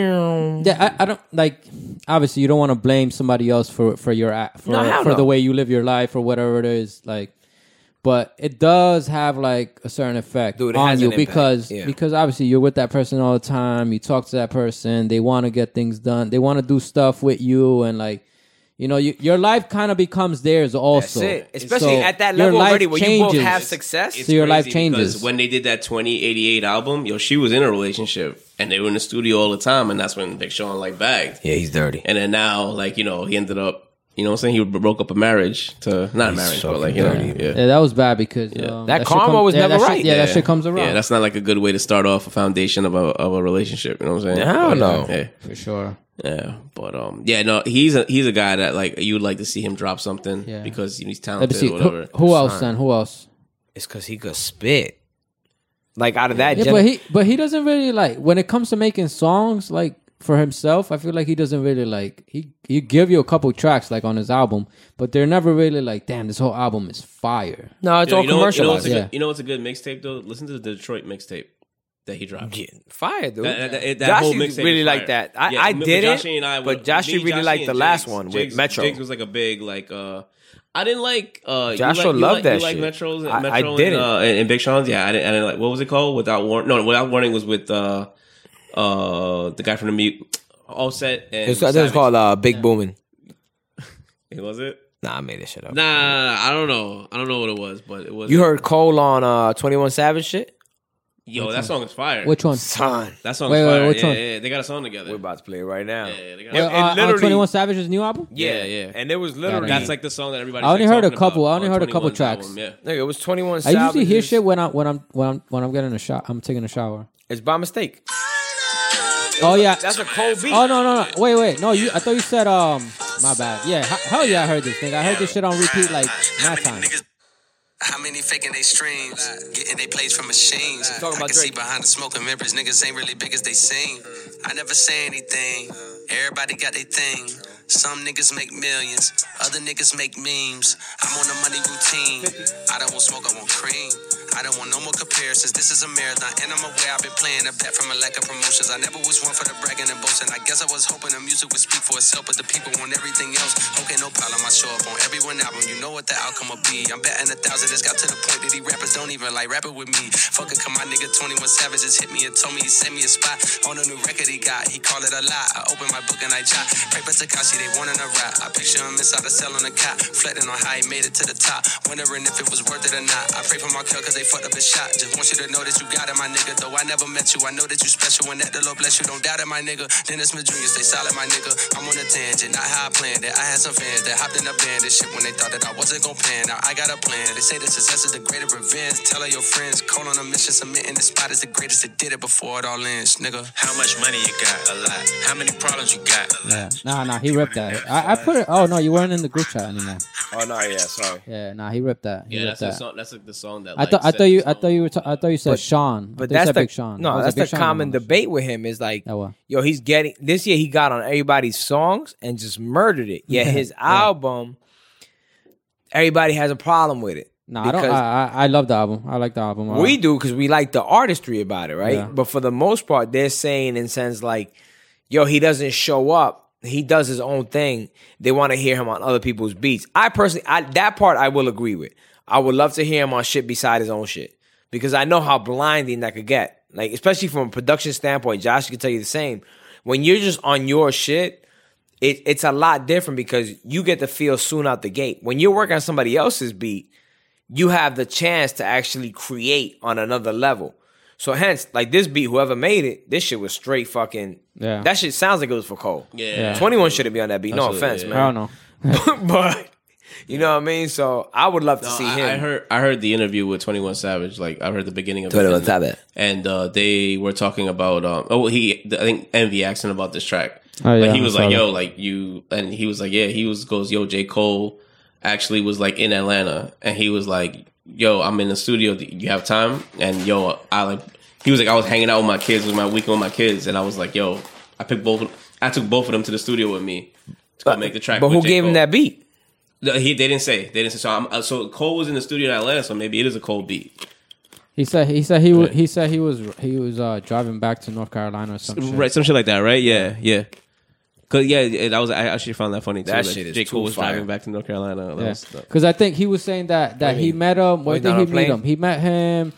Speaker 5: Yeah, I, I don't like. Obviously, you don't want to blame somebody else for for your act for
Speaker 4: No, hell
Speaker 5: for
Speaker 4: no.
Speaker 5: the way you live your life or whatever it is. Like, but it does have like a certain effect
Speaker 4: Dude, it
Speaker 5: on
Speaker 4: has
Speaker 5: you
Speaker 4: an impact.
Speaker 5: because
Speaker 4: Yeah.
Speaker 5: because obviously you're with that person all the time. You talk to that person. They want to get things done. They want to do stuff with you and like. You know, you, your life kind of becomes theirs also.
Speaker 4: it. Especially at that
Speaker 5: your
Speaker 4: level
Speaker 5: life
Speaker 4: already where you both
Speaker 5: changes.
Speaker 4: have success.
Speaker 5: so your life
Speaker 3: crazy because
Speaker 5: changes.
Speaker 3: When they did that 2088 album, yo, she was in a relationship and they were in the studio all the time, and that's when Big Sean like bagged.
Speaker 4: Yeah, he's dirty.
Speaker 3: And then now, like you know, he ended up, you know, what I'm saying he broke up a marriage to not a marriage, but like you know, yeah.
Speaker 5: yeah, that was bad because um,
Speaker 4: That
Speaker 5: shit
Speaker 4: karma
Speaker 5: come-
Speaker 4: was
Speaker 5: yeah, that
Speaker 4: never
Speaker 5: shit-
Speaker 4: right.
Speaker 5: Yeah, that shit comes around.
Speaker 3: Yeah, that's not like a good way to start off a foundation of a of a relationship. You know what I'm saying?
Speaker 4: Hell
Speaker 3: But,
Speaker 4: no.
Speaker 3: Yeah,
Speaker 5: for sure.
Speaker 3: yeah, but um, yeah, no, he's a he's a guy that like you would like to see him drop something
Speaker 5: Yeah.
Speaker 3: because he's
Speaker 5: Let me
Speaker 3: talented,
Speaker 5: see.
Speaker 3: or whatever.
Speaker 5: Who, who else then? Who else?
Speaker 4: It's because he could spit. Like out of that,
Speaker 5: Yeah,
Speaker 4: gen-
Speaker 5: but he but he doesn't really like when it comes to making songs. Like for himself, I feel like he doesn't really like he he give you a couple tracks like on his album, but they're never really like, damn, this whole album is fire.
Speaker 4: No, it's
Speaker 3: Yo,
Speaker 4: all
Speaker 3: you know, what- you know what's
Speaker 4: commercialized.
Speaker 3: a
Speaker 5: Yeah.
Speaker 3: good, you know what's a good mixtape though? Listen to the Detroit mixtape that he dropped.
Speaker 4: Yeah, Fire, dude.
Speaker 3: That- that- that- that
Speaker 4: Josh
Speaker 3: whole
Speaker 4: used to
Speaker 3: mixtape
Speaker 4: really
Speaker 3: is fire.
Speaker 4: like that. I,
Speaker 3: Yeah,
Speaker 4: I
Speaker 3: me-
Speaker 4: did
Speaker 3: Joshi
Speaker 4: it,
Speaker 3: and I were-
Speaker 4: but Josh
Speaker 3: me,
Speaker 4: really
Speaker 3: Joshi
Speaker 4: liked
Speaker 3: and
Speaker 4: the last
Speaker 3: Jigs.
Speaker 4: one with
Speaker 3: Jigs-
Speaker 4: Metro.
Speaker 3: Jigs was like a big like. uh I didn't like. uh you
Speaker 4: Josh
Speaker 3: like-
Speaker 4: will
Speaker 3: you
Speaker 4: love
Speaker 3: like,
Speaker 4: that
Speaker 3: You like
Speaker 4: shit.
Speaker 3: Metro's
Speaker 4: I- I
Speaker 3: Metro and,
Speaker 4: didn't.
Speaker 3: uh, and, and Big Sean's. Yeah, I didn't, I didn't like. What was it called? Without warning. No, without warning was with uh uh the guy from the mute. Offset and
Speaker 4: It's- I think it's
Speaker 3: Savage.
Speaker 4: called uh, Big Boomin.
Speaker 3: Was it?
Speaker 4: Nah, I made this shit up.
Speaker 3: Nah, nah, nah, I don't know. I don't know what it was, but it was.
Speaker 4: You heard Cole on uh, Twenty One Savage shit?
Speaker 3: Yo, that song is fire.
Speaker 5: Which one?
Speaker 4: Son,
Speaker 3: That song
Speaker 5: Wait,
Speaker 3: is
Speaker 5: wait,
Speaker 3: fire.
Speaker 5: which
Speaker 3: yeah,
Speaker 5: one?
Speaker 3: yeah, yeah, they got a song together.
Speaker 4: we're about to play it right now.
Speaker 3: yeah, they got a
Speaker 5: Uh,
Speaker 3: song.
Speaker 4: Yeah, and
Speaker 5: uh,
Speaker 4: literally-
Speaker 5: Twenty One Savage's new album?
Speaker 3: Yeah, yeah.
Speaker 4: And it was literally
Speaker 3: That's like the song that everybody.
Speaker 5: I only heard a couple. I only heard a couple tracks.
Speaker 3: Yeah.
Speaker 4: nigga, it was Twenty One.
Speaker 5: I usually hear shit when I when I'm when I'm when I'm getting a shot. I'm taking a shower.
Speaker 4: It's by mistake.
Speaker 5: Oh yeah.
Speaker 4: That's a cold beat.
Speaker 5: Oh no no no! Wait wait no! You, I thought you said um. My bad. Yeah, he- hell yeah! I heard this thing. I heard this shit on repeat like nine times.
Speaker 8: How many faking they streams? Getting they plays from machines. I
Speaker 4: Talking about
Speaker 8: can see
Speaker 4: Drake.
Speaker 8: behind the smoke and mirrors, niggas ain't really big as they seem. I never say anything. Everybody got their thing. Some niggas make millions, other niggas make memes. I'm on a money routine. I don't want smoke, I want cream. I don't want no more comparisons. This is a marathon, and I'm aware I've been playing a bet from a lack of promotions. I never was one for the bragging and boasting. I guess I was hoping the music would speak for itself, but the people want everything else. Okay, no problem. I show up on everyone album. You know what the outcome will be. I'm betting a thousand. It's got to the point that these rappers don't even like rapping with me. Fuck it, come my nigga 21 Savage just hit me and told me he sent me a spot on a new record he got. He called it a lot. I open my book and I jot. Pray for Takashi, they wanting a rap. I picture him inside a cell on a cot, reflecting on how he made it to the top, wondering if it was worth it or not. I pray for my kill cause they fucked up his shot. Just want you to know that you got it, my nigga. Though I never met you, I know that you special. When that the Lord bless you, don't doubt it, my nigga. Dennis Madrid, stay solid, my nigga. I'm on a tangent, not how I planned it. I had some fans that hopped in a band and shit when they thought that I wasn't gonna pan. Now I got a plan. They say the success is the greatest revenge. Tell all your friends, call on a mission, submitting the spot is the greatest that did it before it all ends, nigga.
Speaker 7: How much money you got? A lot. How many problems you got? A lot.
Speaker 5: Yeah. Nah nah, he ripped that. I, I put it. Oh no, you weren't in the group chat anymore.
Speaker 4: Oh no, yeah, sorry.
Speaker 5: Yeah, nah, he ripped that. He
Speaker 3: Yeah, that's
Speaker 5: ripped
Speaker 3: the
Speaker 5: that.
Speaker 3: song. That's like the song that.
Speaker 5: I
Speaker 3: like,
Speaker 5: thought I
Speaker 3: set
Speaker 5: thought you I
Speaker 3: tone.
Speaker 5: thought you were ta- I thought you said
Speaker 4: But-
Speaker 5: Sean. I
Speaker 4: But
Speaker 5: thought you
Speaker 4: that's
Speaker 5: said
Speaker 4: the
Speaker 5: Big Sean.
Speaker 4: no,
Speaker 5: Was it
Speaker 4: that's
Speaker 5: Big
Speaker 4: the
Speaker 5: Sean or
Speaker 4: common
Speaker 5: Mama's?
Speaker 4: debate with him is like,
Speaker 5: Oh, wow.
Speaker 4: yo, he's getting this year. He got on everybody's songs and just murdered it. Yeah, his album, everybody has a problem with it.
Speaker 5: No, I don't.
Speaker 4: Because-
Speaker 5: I, I I love the album. I like the album. a
Speaker 4: We
Speaker 5: lot.
Speaker 4: do because we like the artistry about it, right?
Speaker 5: Uh-huh. Yeah.
Speaker 4: But for the most part, they're saying in sense like, yo, he doesn't show up. He does his own thing. They want to hear him on other people's beats. I personally, I, that part I will agree with. I would love to hear him on shit beside his own shit because I know how blinding that could get. Like, especially from a production standpoint, Josh can tell you the same. When you're just on your shit, it, it's a lot different because you get to feel soon out the gate. When you're working on somebody else's beat, you have the chance to actually create on another level. So hence, like this beat, whoever made it, this shit was straight fucking.
Speaker 5: Yeah.
Speaker 4: That shit sounds like it was for Cole.
Speaker 3: Yeah.
Speaker 4: Twenty one shouldn't be on that beat. No
Speaker 3: Absolutely,
Speaker 4: offense,
Speaker 3: yeah.
Speaker 5: I don't
Speaker 4: man.
Speaker 5: know.
Speaker 4: but you know what I mean. So I would love to see
Speaker 3: I,
Speaker 4: him.
Speaker 3: I heard. I heard the interview with Twenty One Savage. Like I heard the beginning of
Speaker 4: 21
Speaker 3: it,
Speaker 4: Savage.
Speaker 3: and uh, they were talking about. Um, oh, he. I think Envy asked him about this track.
Speaker 5: Oh, yeah,
Speaker 3: like, he was
Speaker 5: I saw
Speaker 3: like,
Speaker 5: that.
Speaker 3: "Yo, like you," and he was like, "Yeah." He was goes, "Yo, J Cole actually was like in Atlanta, and he was like, "Yo, I'm in the studio. Do You have time?" And yo, I like. He was like, I was hanging out with my kids. It was my weekend with my kids, and I was like, "Yo, I picked both. I took both of them to the studio with me to go make the track."
Speaker 4: But
Speaker 3: with
Speaker 4: who
Speaker 3: J.
Speaker 4: gave him
Speaker 3: Cole."
Speaker 4: that beat?
Speaker 3: No, he they didn't say they didn't say so. I'm, uh, so Cole was in the studio in Atlanta, so maybe it is a cold beat.
Speaker 5: He said he said he wa- he said he was he was uh, driving back to North Carolina or something.
Speaker 3: Right, some shit like that, right? Yeah, yeah. Cause yeah, yeah, that was I actually found that funny too.
Speaker 4: That
Speaker 3: like,
Speaker 4: shit is
Speaker 3: J Cole
Speaker 4: too
Speaker 3: was
Speaker 4: fire.
Speaker 3: driving back to North Carolina. That was- that-
Speaker 5: Because I think he was saying that that he met him. Where
Speaker 4: Wait,
Speaker 5: did
Speaker 4: not on
Speaker 5: he
Speaker 4: a
Speaker 5: meet
Speaker 4: plane?
Speaker 5: him? He met him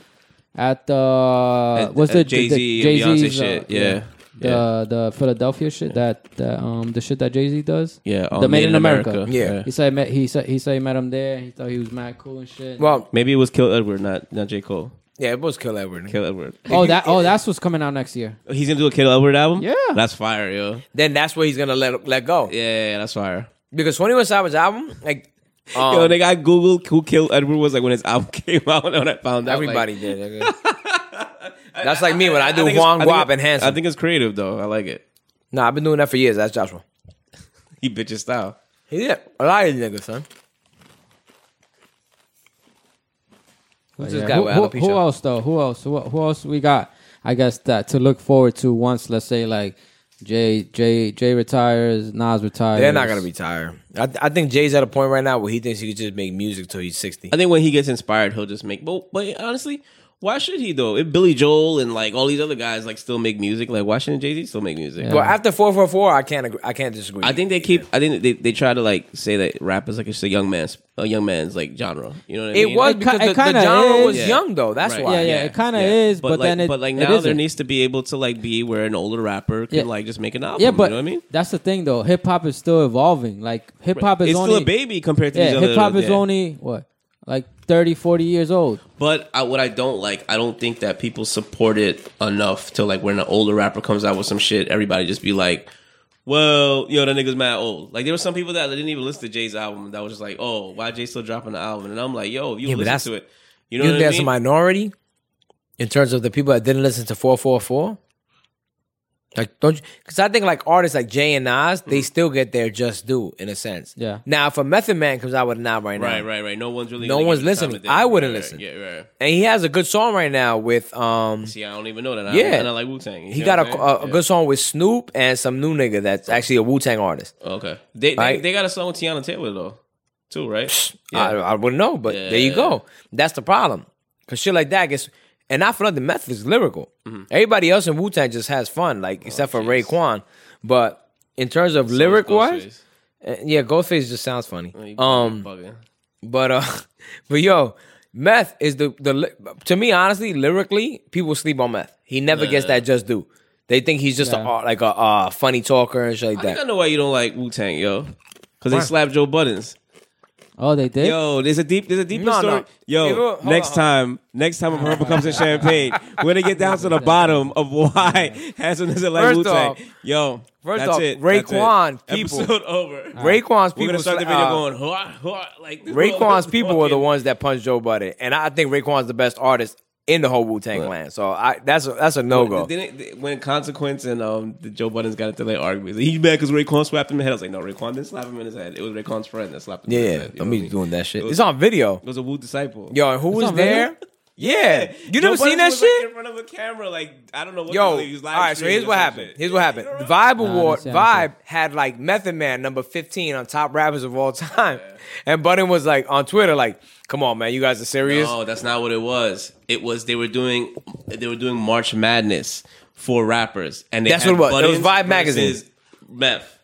Speaker 5: at the
Speaker 3: at-
Speaker 5: what's
Speaker 3: at
Speaker 5: the
Speaker 3: Jay-Z
Speaker 5: the-
Speaker 3: and
Speaker 5: Jay-Z's, uh,
Speaker 3: Beyonce shit, yeah.
Speaker 5: The, the Philadelphia shit that, that um the shit that Jay Z does
Speaker 3: Yeah,
Speaker 5: the
Speaker 3: um,
Speaker 5: Made in America,
Speaker 4: Yeah.
Speaker 5: he said he met, he said he said he met him there he thought he was mad cool and shit
Speaker 4: Well,
Speaker 3: Maybe it was Kill Edward, not not J Cole.
Speaker 4: yeah, it was Kill Edward.
Speaker 3: Kill Edward.
Speaker 5: oh that oh that's what's coming out next year
Speaker 3: He's gonna do a Kill Edward album.
Speaker 5: Yeah.
Speaker 3: that's fire, yo.
Speaker 4: Then that's where he's gonna let let go
Speaker 3: Yeah, yeah, yeah, that's fire.
Speaker 4: because Twenty One Savage album, like, um,
Speaker 3: yo, nigga, I googled who Kill Edward was like when his album came out, and I found out like-
Speaker 4: everybody did. nigga. that's like me when I do
Speaker 3: think it's-
Speaker 4: Juan
Speaker 3: I think
Speaker 4: Guap
Speaker 3: it-
Speaker 4: and
Speaker 3: I
Speaker 4: Hanson.
Speaker 3: think it's creative though. I like it.
Speaker 4: Nah, I've been doing that for years. That's Joshua.
Speaker 3: He bitches style.
Speaker 4: He did a lot of these niggas, son. Who's this
Speaker 5: Yeah.
Speaker 4: guy
Speaker 5: who,
Speaker 4: with
Speaker 5: who-
Speaker 4: alopecia?
Speaker 5: who else though? Who else? Who, who else we got? I guess that to look forward to once, let's say like Jay Jay Jay retires. Nas retires.
Speaker 4: They're not gonna retire. I, I think Jay's at a point right now where he thinks he could just make music till he's sixty.
Speaker 3: I think when he gets inspired, he'll just make. But but honestly, why should he though? If Billy Joel and like all these other guys like still make music, like why shouldn't Jay Z still make music?
Speaker 4: Well, after four four four, I can't agree, I can't disagree.
Speaker 3: I think they keep. I think they, they try to like say that rap is like it's a young man's a young man's like genre. You know what I
Speaker 4: it
Speaker 3: mean?
Speaker 4: was
Speaker 5: It ki-
Speaker 4: because
Speaker 5: it
Speaker 4: the, the
Speaker 5: kinda
Speaker 4: genre
Speaker 5: is.
Speaker 4: was
Speaker 5: Yeah.
Speaker 4: young though. That's
Speaker 3: Right.
Speaker 4: why.
Speaker 5: Yeah, yeah, it kind of is, but
Speaker 3: like,
Speaker 5: then it,
Speaker 3: but like
Speaker 5: it
Speaker 3: now there
Speaker 5: isn't.
Speaker 3: needs to be able to like be where an older rapper can
Speaker 5: Yeah.
Speaker 3: like just make an album.
Speaker 5: yeah,
Speaker 3: you
Speaker 5: but
Speaker 3: know what I mean,
Speaker 5: that's the thing though. Hip hop is still evolving. Like hip hop is
Speaker 3: it's
Speaker 5: only
Speaker 3: still a baby compared to these
Speaker 5: yeah,
Speaker 3: other.
Speaker 5: hip hop is
Speaker 3: yeah.
Speaker 5: only what like 30, 40 years old.
Speaker 3: But I, what I don't like, I don't think that people support it enough to like when an older rapper comes out with some shit, everybody just be like, "Well, yo, that nigga's mad old." Like there were some people that didn't even listen to Jay's album that was just like, "Oh, why Jay still dropping the album?" And I'm like, "Yo, if you
Speaker 4: Yeah, but
Speaker 3: listen
Speaker 4: that's-
Speaker 3: to it, you
Speaker 4: You
Speaker 3: know
Speaker 4: think
Speaker 3: what I
Speaker 4: there's
Speaker 3: mean?"
Speaker 4: a minority in terms of the people that didn't listen to four four four. Like don't because I think like artists like Jay and Nas,
Speaker 3: Mm.
Speaker 4: they still get their just due in a sense.
Speaker 5: Yeah.
Speaker 4: Now if a Method Man comes out with an album right now,
Speaker 3: right, right, right. No one's really.
Speaker 4: No
Speaker 3: gonna
Speaker 4: one's
Speaker 3: give it the time
Speaker 4: listening.
Speaker 3: of day.
Speaker 4: I wouldn't
Speaker 3: Right,
Speaker 4: listen.
Speaker 3: Right, yeah, right.
Speaker 4: and he has a good song right now with um,
Speaker 3: See, I don't even know that.
Speaker 4: Yeah.
Speaker 3: I, and I like Wu Tang.
Speaker 4: he got a, a, a good song with Snoop and some new nigga that's actually a Wu Tang artist.
Speaker 3: Okay, they they,
Speaker 4: Right.
Speaker 3: they got a song with Tiana Taylor though, too, right?
Speaker 4: I, I wouldn't know, but there you
Speaker 3: Yeah.
Speaker 4: go. That's the problem. Cause shit like that gets, and not for nothing, Method is lyrical. Everybody else in Wu Tang just has fun, like except for Raekwon. But in terms of lyric wise, uh, yeah, Ghostface just sounds funny. Um,
Speaker 3: Bugging.
Speaker 4: but uh, but yo, meth is the the li- to me honestly lyrically people sleep on meth. He never gets that just do. They think he's just a,
Speaker 5: Yeah.
Speaker 4: like a uh, funny talker and shit like
Speaker 3: I think I
Speaker 4: that.
Speaker 3: know why you don't like Wu Tang, yo. Because they slapped Joe Buttons.
Speaker 5: Oh, they did.
Speaker 3: Yo, there's a deep, there's a deeper
Speaker 4: No, no.
Speaker 3: story. Yo,
Speaker 4: Wait, wait, hold
Speaker 3: next
Speaker 4: on,
Speaker 3: time,
Speaker 4: hold
Speaker 3: next time a purple comes in champagne, we're gonna get down to the bottom of why Hanson isn't like
Speaker 4: First
Speaker 3: Wu Tang.
Speaker 4: off-
Speaker 3: Yo,
Speaker 4: first
Speaker 3: that's
Speaker 4: off,
Speaker 3: it.
Speaker 4: Raekwon,
Speaker 3: that's it.
Speaker 4: people.
Speaker 3: Episode over.
Speaker 4: Raekwon's
Speaker 3: We're
Speaker 4: people,
Speaker 3: gonna start the
Speaker 4: sla-
Speaker 3: video
Speaker 4: uh,
Speaker 3: going hua, hua, like this
Speaker 4: Raekwon's
Speaker 3: motherfucker
Speaker 4: people are the
Speaker 3: talking.
Speaker 4: ones that punched Joe Budden, and I think Raekwon's the best artist in the whole Wu Tang Clan. So I that's a, that's a no go.
Speaker 3: Didn't it- when consequence and um the Joe Buttons got into their argument. He mad because Raekwon slapped him in the head. I was like, no, Raekwon didn't slap him in his head. It was Raekwon's friend that slapped him.
Speaker 4: Yeah,
Speaker 3: in
Speaker 4: yeah,
Speaker 3: his head. You know
Speaker 4: I'm
Speaker 3: what I mean?
Speaker 4: doing that shit.
Speaker 3: It was-
Speaker 4: It's on video.
Speaker 3: It was a Wu disciple.
Speaker 4: Yo, and who was
Speaker 5: on video?
Speaker 4: there? Yeah,
Speaker 3: Joe
Speaker 4: you never seen that
Speaker 3: Budden's was, like,
Speaker 4: shit?
Speaker 3: in front of a camera. Like I don't know what.
Speaker 4: Yo,
Speaker 3: the hell he was live
Speaker 4: all right. So
Speaker 3: streaming
Speaker 4: here's
Speaker 3: or
Speaker 4: what
Speaker 3: some
Speaker 4: happened.
Speaker 3: shit.
Speaker 4: Here's what happened. The Vibe Award,
Speaker 5: understand,
Speaker 4: Vibe had like Method Man number 15 on top rappers of all time, and Budden was like on Twitter, like, "Come on, man, you guys are serious."
Speaker 3: No, that's not what it was. It was they were doing they were doing March Madness for rappers, and they
Speaker 4: That's
Speaker 3: had
Speaker 4: what it was. It was
Speaker 3: Buttons
Speaker 4: Vibe Magazine.
Speaker 3: versus Meth.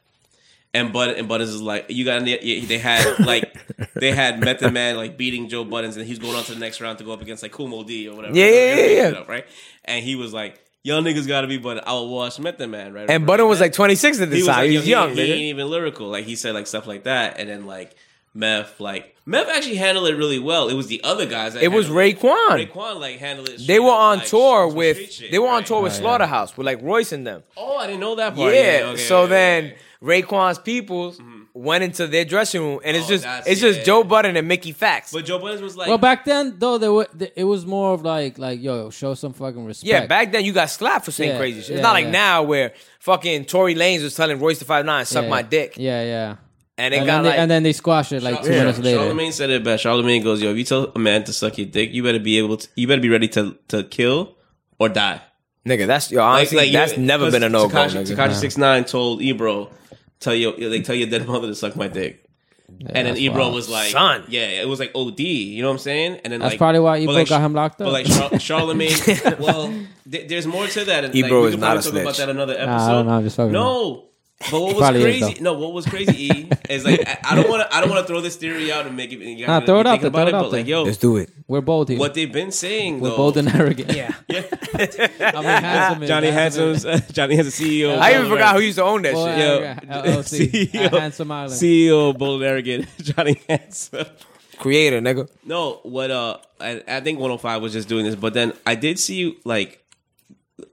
Speaker 3: And Bud and Buttons is like you got they had like they had Method Man like beating Joe Buttons and he's going on to the next round to go up against like Kumo D or whatever
Speaker 4: Yeah, yeah, yeah, yeah.
Speaker 3: right and he was like y'all niggas gotta be but I'll watch Method Man right
Speaker 4: And
Speaker 3: Right.
Speaker 4: Budden was like 26 at
Speaker 3: he
Speaker 4: this
Speaker 3: was
Speaker 4: time.
Speaker 3: like,
Speaker 4: he
Speaker 3: yo,
Speaker 4: was young,
Speaker 3: he,
Speaker 4: nigga.
Speaker 3: ain't even lyrical. Like he said like stuff like that, and then like Meth, like Meth actually handled it really well. It was the other guys. That
Speaker 4: it was
Speaker 3: handled
Speaker 4: Raekwon.
Speaker 3: Raekwon like handled it.
Speaker 4: They
Speaker 3: straight
Speaker 4: were
Speaker 3: up,
Speaker 4: on
Speaker 3: like,
Speaker 4: tour
Speaker 3: some
Speaker 4: with
Speaker 3: street shit,
Speaker 4: they were on
Speaker 3: right?
Speaker 4: tour with Slaughterhouse with like Royce and them.
Speaker 3: Oh, I didn't know that
Speaker 4: Yeah.
Speaker 3: part. okay,
Speaker 4: so
Speaker 3: yeah,
Speaker 4: then
Speaker 3: yeah.
Speaker 4: Raekwon's peoples went into their dressing room, and it's
Speaker 3: Oh,
Speaker 4: just
Speaker 3: that's-
Speaker 4: it's
Speaker 3: yeah,
Speaker 4: just
Speaker 3: yeah,
Speaker 4: Joe
Speaker 3: yeah.
Speaker 4: Budden and Mickey Facts.
Speaker 3: but Joe Budden was like,
Speaker 5: Well, back then though, there were th- it was more of like like yo, show some fucking respect.
Speaker 4: Yeah, back then you got slapped for saying
Speaker 5: Yeah,
Speaker 4: crazy shit. it's
Speaker 5: yeah,
Speaker 4: not like
Speaker 5: yeah.
Speaker 4: now where fucking Tory Lanez was telling Royce the Five Nine suck
Speaker 5: Yeah,
Speaker 4: my
Speaker 5: yeah.
Speaker 4: dick,
Speaker 5: Yeah, yeah.
Speaker 4: and it
Speaker 5: And,
Speaker 4: got
Speaker 5: then they,
Speaker 4: like
Speaker 5: and then they squash it like two
Speaker 3: Yeah.
Speaker 5: minutes later.
Speaker 3: Charlemagne said it best. Charlemagne goes, "Yo, if you tell a man to suck your dick, you better be able to. You better be ready to to kill or die."
Speaker 4: nigga, that's yo, honestly,
Speaker 3: you-
Speaker 4: that's never been a no go.
Speaker 3: Tekashi- Tekashi six nine told Ebro, tell your they tell your dead mother to suck my dick. and then
Speaker 5: that's
Speaker 3: Ebro
Speaker 5: wild.
Speaker 3: was like,
Speaker 4: Son.
Speaker 3: yeah, it was like OD. You know what I'm saying? And then
Speaker 5: That's
Speaker 3: like,
Speaker 5: probably why
Speaker 3: but
Speaker 5: Ebro
Speaker 3: like,
Speaker 5: got him locked up.
Speaker 3: But like Char- Charlemagne, well, th- there's more to that. And,
Speaker 4: Ebro
Speaker 3: like, we
Speaker 4: is
Speaker 3: could
Speaker 4: not
Speaker 3: probably
Speaker 4: a
Speaker 3: talk
Speaker 4: snitch.
Speaker 3: About that another episode.
Speaker 5: Nah, I don't know, I'm just fucking
Speaker 3: no. But what was
Speaker 5: probably is,
Speaker 3: crazy?
Speaker 5: though.
Speaker 3: no, what was crazy? E is like I, I don't want to. I don't want to throw this theory out and make it. You
Speaker 5: Nah,
Speaker 3: gotta
Speaker 5: throw
Speaker 3: be
Speaker 5: it out
Speaker 3: thinking about
Speaker 5: there, throw it out
Speaker 3: but like,
Speaker 5: there.
Speaker 3: yo,
Speaker 4: Let's do it.
Speaker 5: we're bold here.
Speaker 3: what they've been saying
Speaker 5: we're
Speaker 3: though,
Speaker 5: bold and arrogant.
Speaker 4: Yeah,
Speaker 5: I mean, handsome is-
Speaker 3: Johnny
Speaker 5: handsome is-
Speaker 3: Handsom's Johnny Handsom's CEO.
Speaker 4: I even
Speaker 3: Right.
Speaker 4: forgot who used to own that
Speaker 5: Boy,
Speaker 4: shit.
Speaker 3: Yo,
Speaker 5: arrogant, LLC,
Speaker 3: CEO.
Speaker 5: handsome island.
Speaker 3: CEO of Bold and Arrogant, Johnny Handsome.
Speaker 4: Creator, nigga.
Speaker 3: No, what uh I, I think 105 was just doing this, but then I did see like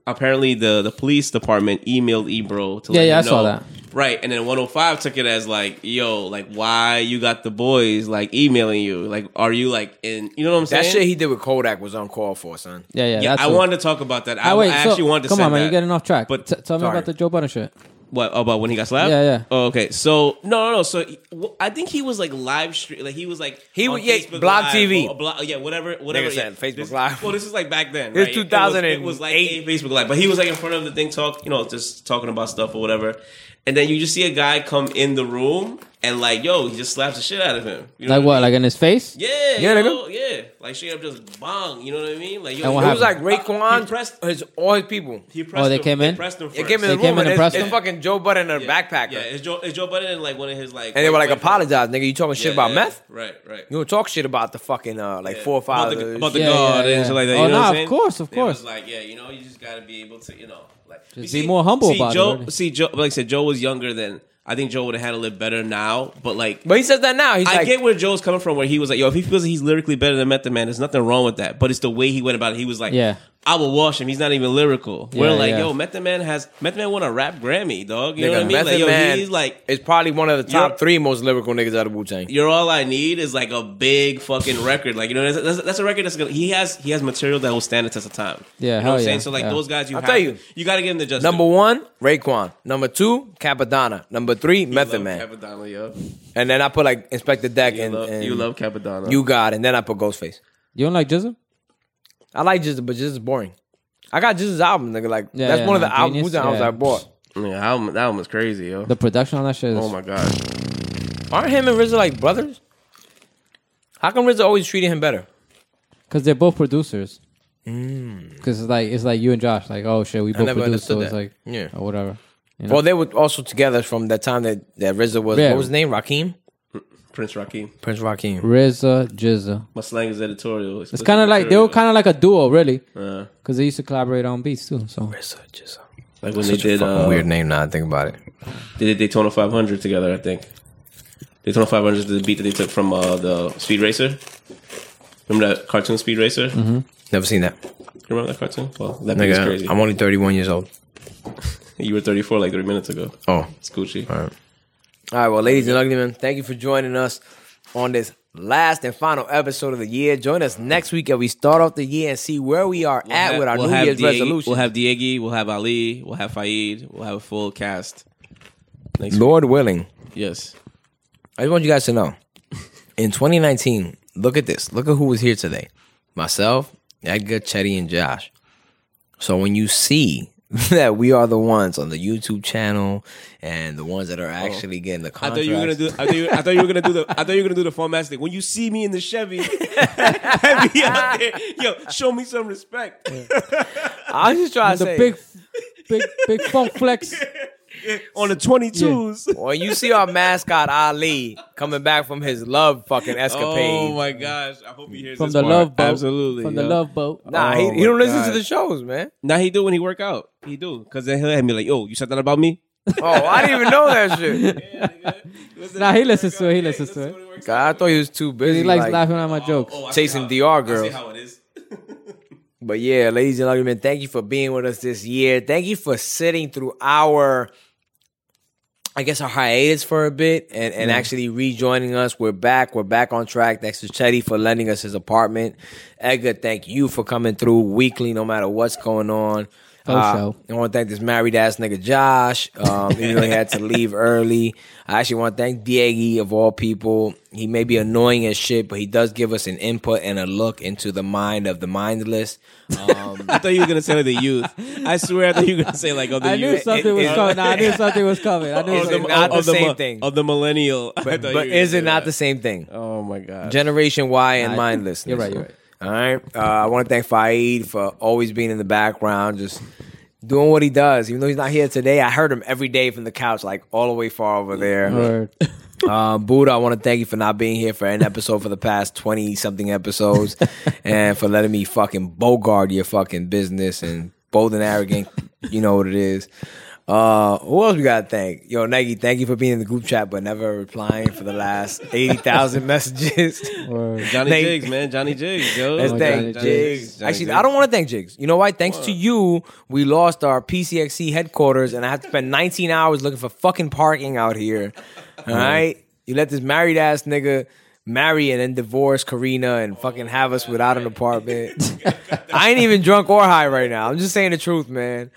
Speaker 3: apparently the the police department emailed Ebro to
Speaker 5: Yeah,
Speaker 3: let
Speaker 5: yeah,
Speaker 3: him
Speaker 5: I saw
Speaker 3: know.
Speaker 5: that.
Speaker 3: Right, and then 105 took it as like, yo, like why you got the boys like emailing you? Like are you like in you know what I'm
Speaker 4: That
Speaker 3: saying?
Speaker 4: shit he did with Kodak was uncalled for, son.
Speaker 5: Yeah, yeah.
Speaker 3: yeah,
Speaker 5: that's
Speaker 3: I
Speaker 5: it.
Speaker 3: wanted to talk about that. I,
Speaker 5: Ah, wait,
Speaker 3: I
Speaker 5: so-
Speaker 3: actually wanted to
Speaker 5: come
Speaker 3: send
Speaker 5: on, man.
Speaker 3: that.
Speaker 5: You're getting off track.
Speaker 3: But-
Speaker 5: But tell me
Speaker 4: sorry.
Speaker 5: about the Joe Budden shit.
Speaker 3: What about when he got slapped?
Speaker 5: Yeah, yeah.
Speaker 3: Oh, okay. So no, no, no. So he- well, I think he was like live stream. Like he was like
Speaker 4: He
Speaker 3: on
Speaker 4: was- yeah,
Speaker 3: Facebook
Speaker 4: Blog
Speaker 3: Live
Speaker 4: TV.
Speaker 3: or Blog- yeah, whatever, whatever.
Speaker 4: Nigga
Speaker 3: yeah.
Speaker 4: said Facebook
Speaker 3: This-
Speaker 4: Live.
Speaker 3: Well, this is like back then.
Speaker 4: This
Speaker 3: right? was-
Speaker 4: 2008.
Speaker 3: It was like a Facebook Live, but he was like in front of the thing, talk, you know, just talking about stuff or whatever. And then you just see a guy come in the room and like, yo, he just slaps the shit out of him. You know
Speaker 5: Like what? Like in his face?
Speaker 3: Yeah,
Speaker 4: Yeah,
Speaker 3: yeah,
Speaker 4: nigga.
Speaker 3: yeah. Like straight up, just bong. You know what I mean? Like yo,
Speaker 5: And what
Speaker 3: he
Speaker 4: It
Speaker 3: was
Speaker 4: was like
Speaker 5: happened?
Speaker 4: Raekwon
Speaker 3: He pressed-
Speaker 4: his all his people.
Speaker 3: He pressed
Speaker 5: Oh, they
Speaker 3: him-
Speaker 5: came in?
Speaker 3: pressed him
Speaker 4: They
Speaker 3: first.
Speaker 4: came in
Speaker 5: They
Speaker 4: the
Speaker 5: came
Speaker 4: room
Speaker 5: in
Speaker 4: and
Speaker 5: and
Speaker 4: it's,
Speaker 5: pressed
Speaker 4: it's
Speaker 5: him?
Speaker 4: fucking Joe Budden and a backpacker.
Speaker 3: Yeah, it's Joe, it's Joe Budden and like one of his like.
Speaker 4: and they were like,
Speaker 3: white friends.
Speaker 4: apologize, nigga. You talking shit
Speaker 3: Yeah,
Speaker 4: about
Speaker 3: yeah,
Speaker 4: meth?
Speaker 3: Right, right.
Speaker 4: You don't talk shit about the fucking uh, like
Speaker 3: Yeah.
Speaker 4: four or
Speaker 3: About
Speaker 4: five.
Speaker 3: the-
Speaker 4: of
Speaker 3: about
Speaker 4: those-
Speaker 3: the God and shit like that, you know
Speaker 5: oh,
Speaker 3: what
Speaker 5: nah,
Speaker 3: I'm
Speaker 5: of
Speaker 3: saying?
Speaker 5: course, of
Speaker 3: They was
Speaker 5: course.
Speaker 3: like, yeah, you know, you just got to be able to, you know, like
Speaker 5: Just
Speaker 3: You
Speaker 5: be more humble
Speaker 3: see,
Speaker 5: about it
Speaker 3: Joe,
Speaker 5: already.
Speaker 3: See, Joe, like I said, Joe was younger then. I think Joe would have handled it better now, but like.
Speaker 4: but he says that now. He's
Speaker 3: I
Speaker 4: like,
Speaker 3: get where Joe's coming from, where he was like, "Yo, if he feels he's lyrically better than Method Man, there's nothing wrong with that." But it's the way he went about it. He was like,
Speaker 5: Yeah.
Speaker 3: I will wash him. He's not even lyrical." We're
Speaker 5: Yeah,
Speaker 3: like,
Speaker 5: yeah.
Speaker 3: "Yo, Method Man has Method Man won a rap Grammy, dog." You
Speaker 4: nigga,
Speaker 3: know what I mean?
Speaker 4: Method
Speaker 3: like, yo,
Speaker 4: Man
Speaker 3: he's like
Speaker 4: is probably one of the top
Speaker 3: You're-
Speaker 4: three most lyrical niggas out of Wu Tang.
Speaker 3: "You're All I Need" is like a big fucking record. Like you know, that's, that's, that's a record that's gonna, he has he has material that will stand the test of time.
Speaker 5: Yeah,
Speaker 3: you know what
Speaker 5: hell
Speaker 3: I'm
Speaker 5: yeah,
Speaker 3: saying. So like
Speaker 5: yeah.
Speaker 3: those guys, you
Speaker 4: I'll
Speaker 3: have
Speaker 4: tell
Speaker 3: to-
Speaker 4: you.
Speaker 3: you got to give them the justice.
Speaker 4: Number one, Raekwon. Number two, Capadonna. Number three,
Speaker 3: you love
Speaker 4: Method Man.
Speaker 3: Capadonna, yo.
Speaker 4: and then I put like Inspector Deck
Speaker 3: You
Speaker 4: and,
Speaker 3: love,
Speaker 4: and
Speaker 3: you love Capadonna.
Speaker 4: You God. And then I put Ghostface.
Speaker 5: You don't like Jizzle?
Speaker 4: I like Jizzle, but Jizzle's boring. I got Jizzle's album, nigga. Like
Speaker 5: Yeah,
Speaker 4: that's
Speaker 5: yeah,
Speaker 4: one of the
Speaker 5: no,
Speaker 4: albums,
Speaker 5: Genius,
Speaker 4: Wu-Tang albums
Speaker 5: yeah.
Speaker 4: I bought.
Speaker 3: yeah, that album, that album was crazy, yo.
Speaker 5: The production on that shit is.
Speaker 3: oh my god.
Speaker 4: Aren't him and RZA like brothers? How come RZA always treated him better?
Speaker 5: Because they're both producers. Because it's like it's like you and Josh, like oh shit, we both
Speaker 4: Mm. never
Speaker 5: produced, so
Speaker 4: understood
Speaker 5: it's
Speaker 4: that.
Speaker 5: like
Speaker 4: Yeah.
Speaker 5: or whatever. You know?
Speaker 4: Well, they were also together from that time that that RZA was.
Speaker 5: Yeah.
Speaker 4: What was his name? Rakim.
Speaker 3: Prince Rakim.
Speaker 4: Prince Rakim.
Speaker 5: RZA, Jizza.
Speaker 3: My slang is editorial. Uh, It's
Speaker 5: It's kind of like they were kind of like a duo, really, because they used to collaborate on beats too. So
Speaker 4: RZA, Jizzle.
Speaker 3: like when they
Speaker 4: Such a
Speaker 3: did
Speaker 4: fucking
Speaker 3: uh,
Speaker 4: weird name. Now I think about it.
Speaker 3: they did Daytona 500 together. I think Daytona 500 is the beat that they took from uh, the Speed Racer. Remember that cartoon Speed Racer? Mm-hmm.
Speaker 4: Never seen that.
Speaker 3: You remember that cartoon? Well, that beat is crazy.
Speaker 4: Nigga, I'm only 31 years old.
Speaker 3: You were 34 like three minutes ago.
Speaker 4: Oh.
Speaker 3: It's Gucci.
Speaker 4: All right, well, ladies and gentlemen, thank you for joining us on this last and final episode of the year. Join us next week as we start off the year and see where we are at
Speaker 3: ha-
Speaker 4: with our
Speaker 3: we'll
Speaker 4: New
Speaker 3: have E.
Speaker 4: Year's
Speaker 3: Dieg-
Speaker 4: resolution.
Speaker 3: We'll have Diegi, we'll have Ali, we'll have Faid, we'll have a full cast. Next week.
Speaker 4: Lord willing,
Speaker 3: Yes.
Speaker 4: I just want you guys to know in 2019, look at this. Look at who was here today myself, Edgar, Chetty, and Josh. So when you see that we are the ones on the YouTube channel and the ones that are actually getting the
Speaker 3: Oh. I
Speaker 4: contracts.
Speaker 3: thought you were gonna do. I thought you, I thought you were gonna do the. I thought you were gonna do the format thing. When you see me in the Chevy, have me out there. Yo, show me some respect.
Speaker 4: I'm just trying to
Speaker 5: the
Speaker 4: say.
Speaker 5: big, big, big funk flex.
Speaker 3: on the 22s.
Speaker 4: When you see our mascot Ali coming back from his love fucking escapade.
Speaker 3: Oh my gosh! I hope he hears
Speaker 5: From
Speaker 3: this
Speaker 5: the
Speaker 3: part.
Speaker 5: love boat.
Speaker 3: Absolutely.
Speaker 5: From the
Speaker 3: yo.
Speaker 5: love boat.
Speaker 4: Nah,
Speaker 3: Oh
Speaker 4: he, he
Speaker 3: my
Speaker 4: don't listen to
Speaker 3: God.
Speaker 4: the shows, man.
Speaker 3: Now he do when he work out. He do because then he'll have me like, "Yo, you said that about me."
Speaker 4: Oh, I didn't even know that shit.
Speaker 5: Nah, he listens to it. He listens to it.
Speaker 4: God, I thought he was too busy.
Speaker 5: He likes
Speaker 4: like,
Speaker 5: laughing at my jokes.
Speaker 3: Oh, I see
Speaker 4: Chasing
Speaker 3: how- I
Speaker 4: DR
Speaker 3: see
Speaker 4: girls.
Speaker 3: how it is.
Speaker 4: But yeah, ladies and gentlemen, thank you for being with us this year. Thank you for sitting through our, I guess, our hiatus for a bit and, and actually rejoining us. We're back. We're back on track. Thanks to Chetty for lending us his apartment. Edgar, thank you for coming through weekly, no matter what's going on.
Speaker 5: Go
Speaker 4: Uh,
Speaker 5: show.
Speaker 4: I want to thank this married ass nigga Josh, um, even though he had to leave early. I actually want to thank Diego of all people. He may be annoying as shit, but he does give us an input and a look into the mind of the mindless.
Speaker 3: I thought you were gonna say like, the youth. I swear, I thought you were gonna say like, "Oh, the
Speaker 5: I knew
Speaker 3: youth."
Speaker 5: something was
Speaker 4: it-
Speaker 5: coming. Nah, I knew something was coming. I knew
Speaker 4: Is
Speaker 3: Of
Speaker 4: it
Speaker 5: something.
Speaker 3: the, of-
Speaker 4: not
Speaker 3: of
Speaker 4: Oh, the
Speaker 3: the
Speaker 4: same
Speaker 3: mu-
Speaker 4: thing?
Speaker 3: of the millennial. I thought
Speaker 4: But
Speaker 3: you were
Speaker 4: is it
Speaker 3: gonna
Speaker 4: not
Speaker 3: say
Speaker 4: the same thing?
Speaker 3: that. Oh my god!
Speaker 4: Generation Y and
Speaker 5: I-
Speaker 4: mindlessness.
Speaker 5: you're right, you're right.
Speaker 4: All right. Uh, I want to thank Faid for always being in the background, just doing what he does. Even though he's not here today, I heard him every day from the couch, like all the way far over there.
Speaker 5: Word.
Speaker 4: Uh, Buddha, I want to thank you for not being here for an episode for the past 20 something episodes and for letting me fucking bogard your fucking business and bold and arrogant. You know what it is. Uh, who else we got to thank? Yo, Nike, thank you for being in the group chat but never replying for the last 80,000 messages.
Speaker 5: Word.
Speaker 3: Johnny
Speaker 4: They-
Speaker 3: Jiggs, man, Johnny Jiggs, yo.
Speaker 4: Let's
Speaker 5: Oh,
Speaker 4: thank
Speaker 5: Johnny
Speaker 4: Jigs.
Speaker 3: Johnny
Speaker 4: Actually,
Speaker 3: Jiggs.
Speaker 4: I don't want to thank Jigs. You know why? Thanks to you, we lost our PCXC headquarters, and I had to spend 19 hours looking for fucking parking out here. All right, you let this married ass nigga marry and then divorce Karina and fucking have us without an apartment. I ain't even drunk or high right now. I'm just saying the truth, man.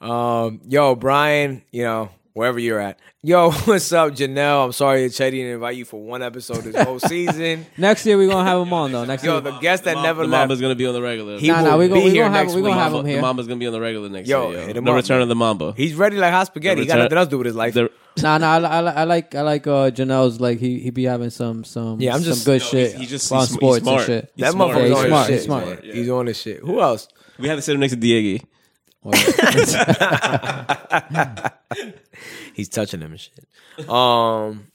Speaker 4: Um, yo, Brian, you know wherever you're at. Yo, what's up, Janelle? I'm sorry that Chetty didn't invite you for one episode this whole season.
Speaker 5: Next year we're gonna have him on though. Next
Speaker 4: Yo,
Speaker 5: year,
Speaker 4: the guest that
Speaker 9: Mom-
Speaker 4: never
Speaker 9: the
Speaker 4: left.
Speaker 9: Mamba's gonna be on the regular.
Speaker 4: He
Speaker 5: Nah, nah,
Speaker 4: will
Speaker 5: we gon-
Speaker 4: be
Speaker 5: we
Speaker 4: here
Speaker 5: gonna have-
Speaker 4: next
Speaker 5: we gonna
Speaker 4: week.
Speaker 5: have him
Speaker 9: the
Speaker 5: here.
Speaker 9: Mamba's gonna be on the regular next
Speaker 4: Yo,
Speaker 9: year.
Speaker 4: hit
Speaker 9: Yo.
Speaker 4: him
Speaker 9: The
Speaker 4: up,
Speaker 9: return
Speaker 4: man.
Speaker 9: of the Mamba.
Speaker 4: He's ready like hot spaghetti. He got
Speaker 9: return-
Speaker 4: nothing else to do with his life.
Speaker 9: The-
Speaker 5: nah, nah. I, li- I, li- I like, I like uh, Janelle's. Like he, he be having some, some,
Speaker 4: Yeah, I'm
Speaker 5: some
Speaker 4: just-
Speaker 5: good
Speaker 9: No,
Speaker 5: shit.
Speaker 9: he's- he's just-
Speaker 5: on
Speaker 9: he's sm- he's
Speaker 5: sports
Speaker 9: smart.
Speaker 5: and shit.
Speaker 9: He's
Speaker 4: that
Speaker 9: smart.
Speaker 4: motherfucker's
Speaker 5: Yeah, he's
Speaker 4: on
Speaker 5: smart,
Speaker 4: his
Speaker 5: he's
Speaker 4: shit.
Speaker 5: smart.
Speaker 4: He's on his shit. Who else?
Speaker 9: we had to sit him next to Diego.
Speaker 4: He's touching him and shit. Um,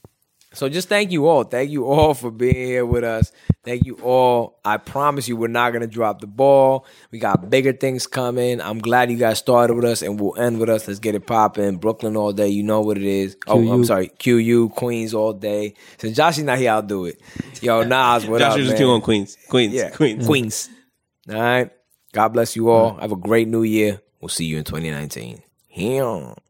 Speaker 4: so just thank you all. Thank you all for being here with us. Thank you all. I promise you, we're not gonna drop the ball. We got bigger things coming. I'm glad you guys started with us, and we'll end with us. Let's get it popping. Brooklyn all day. You know what it is. Oh, I'm
Speaker 5: QU.
Speaker 4: sorry. QU Queens all day. Since Josh is not here, I'll do it. Yo, Nas, what
Speaker 9: Josh
Speaker 4: up,
Speaker 9: was
Speaker 4: man?
Speaker 9: just killing Queens. Queens.
Speaker 4: Yeah,
Speaker 9: Queens.
Speaker 4: Queens. All right. God bless you all. Have a great new year. We'll see you in 2019. Yeah.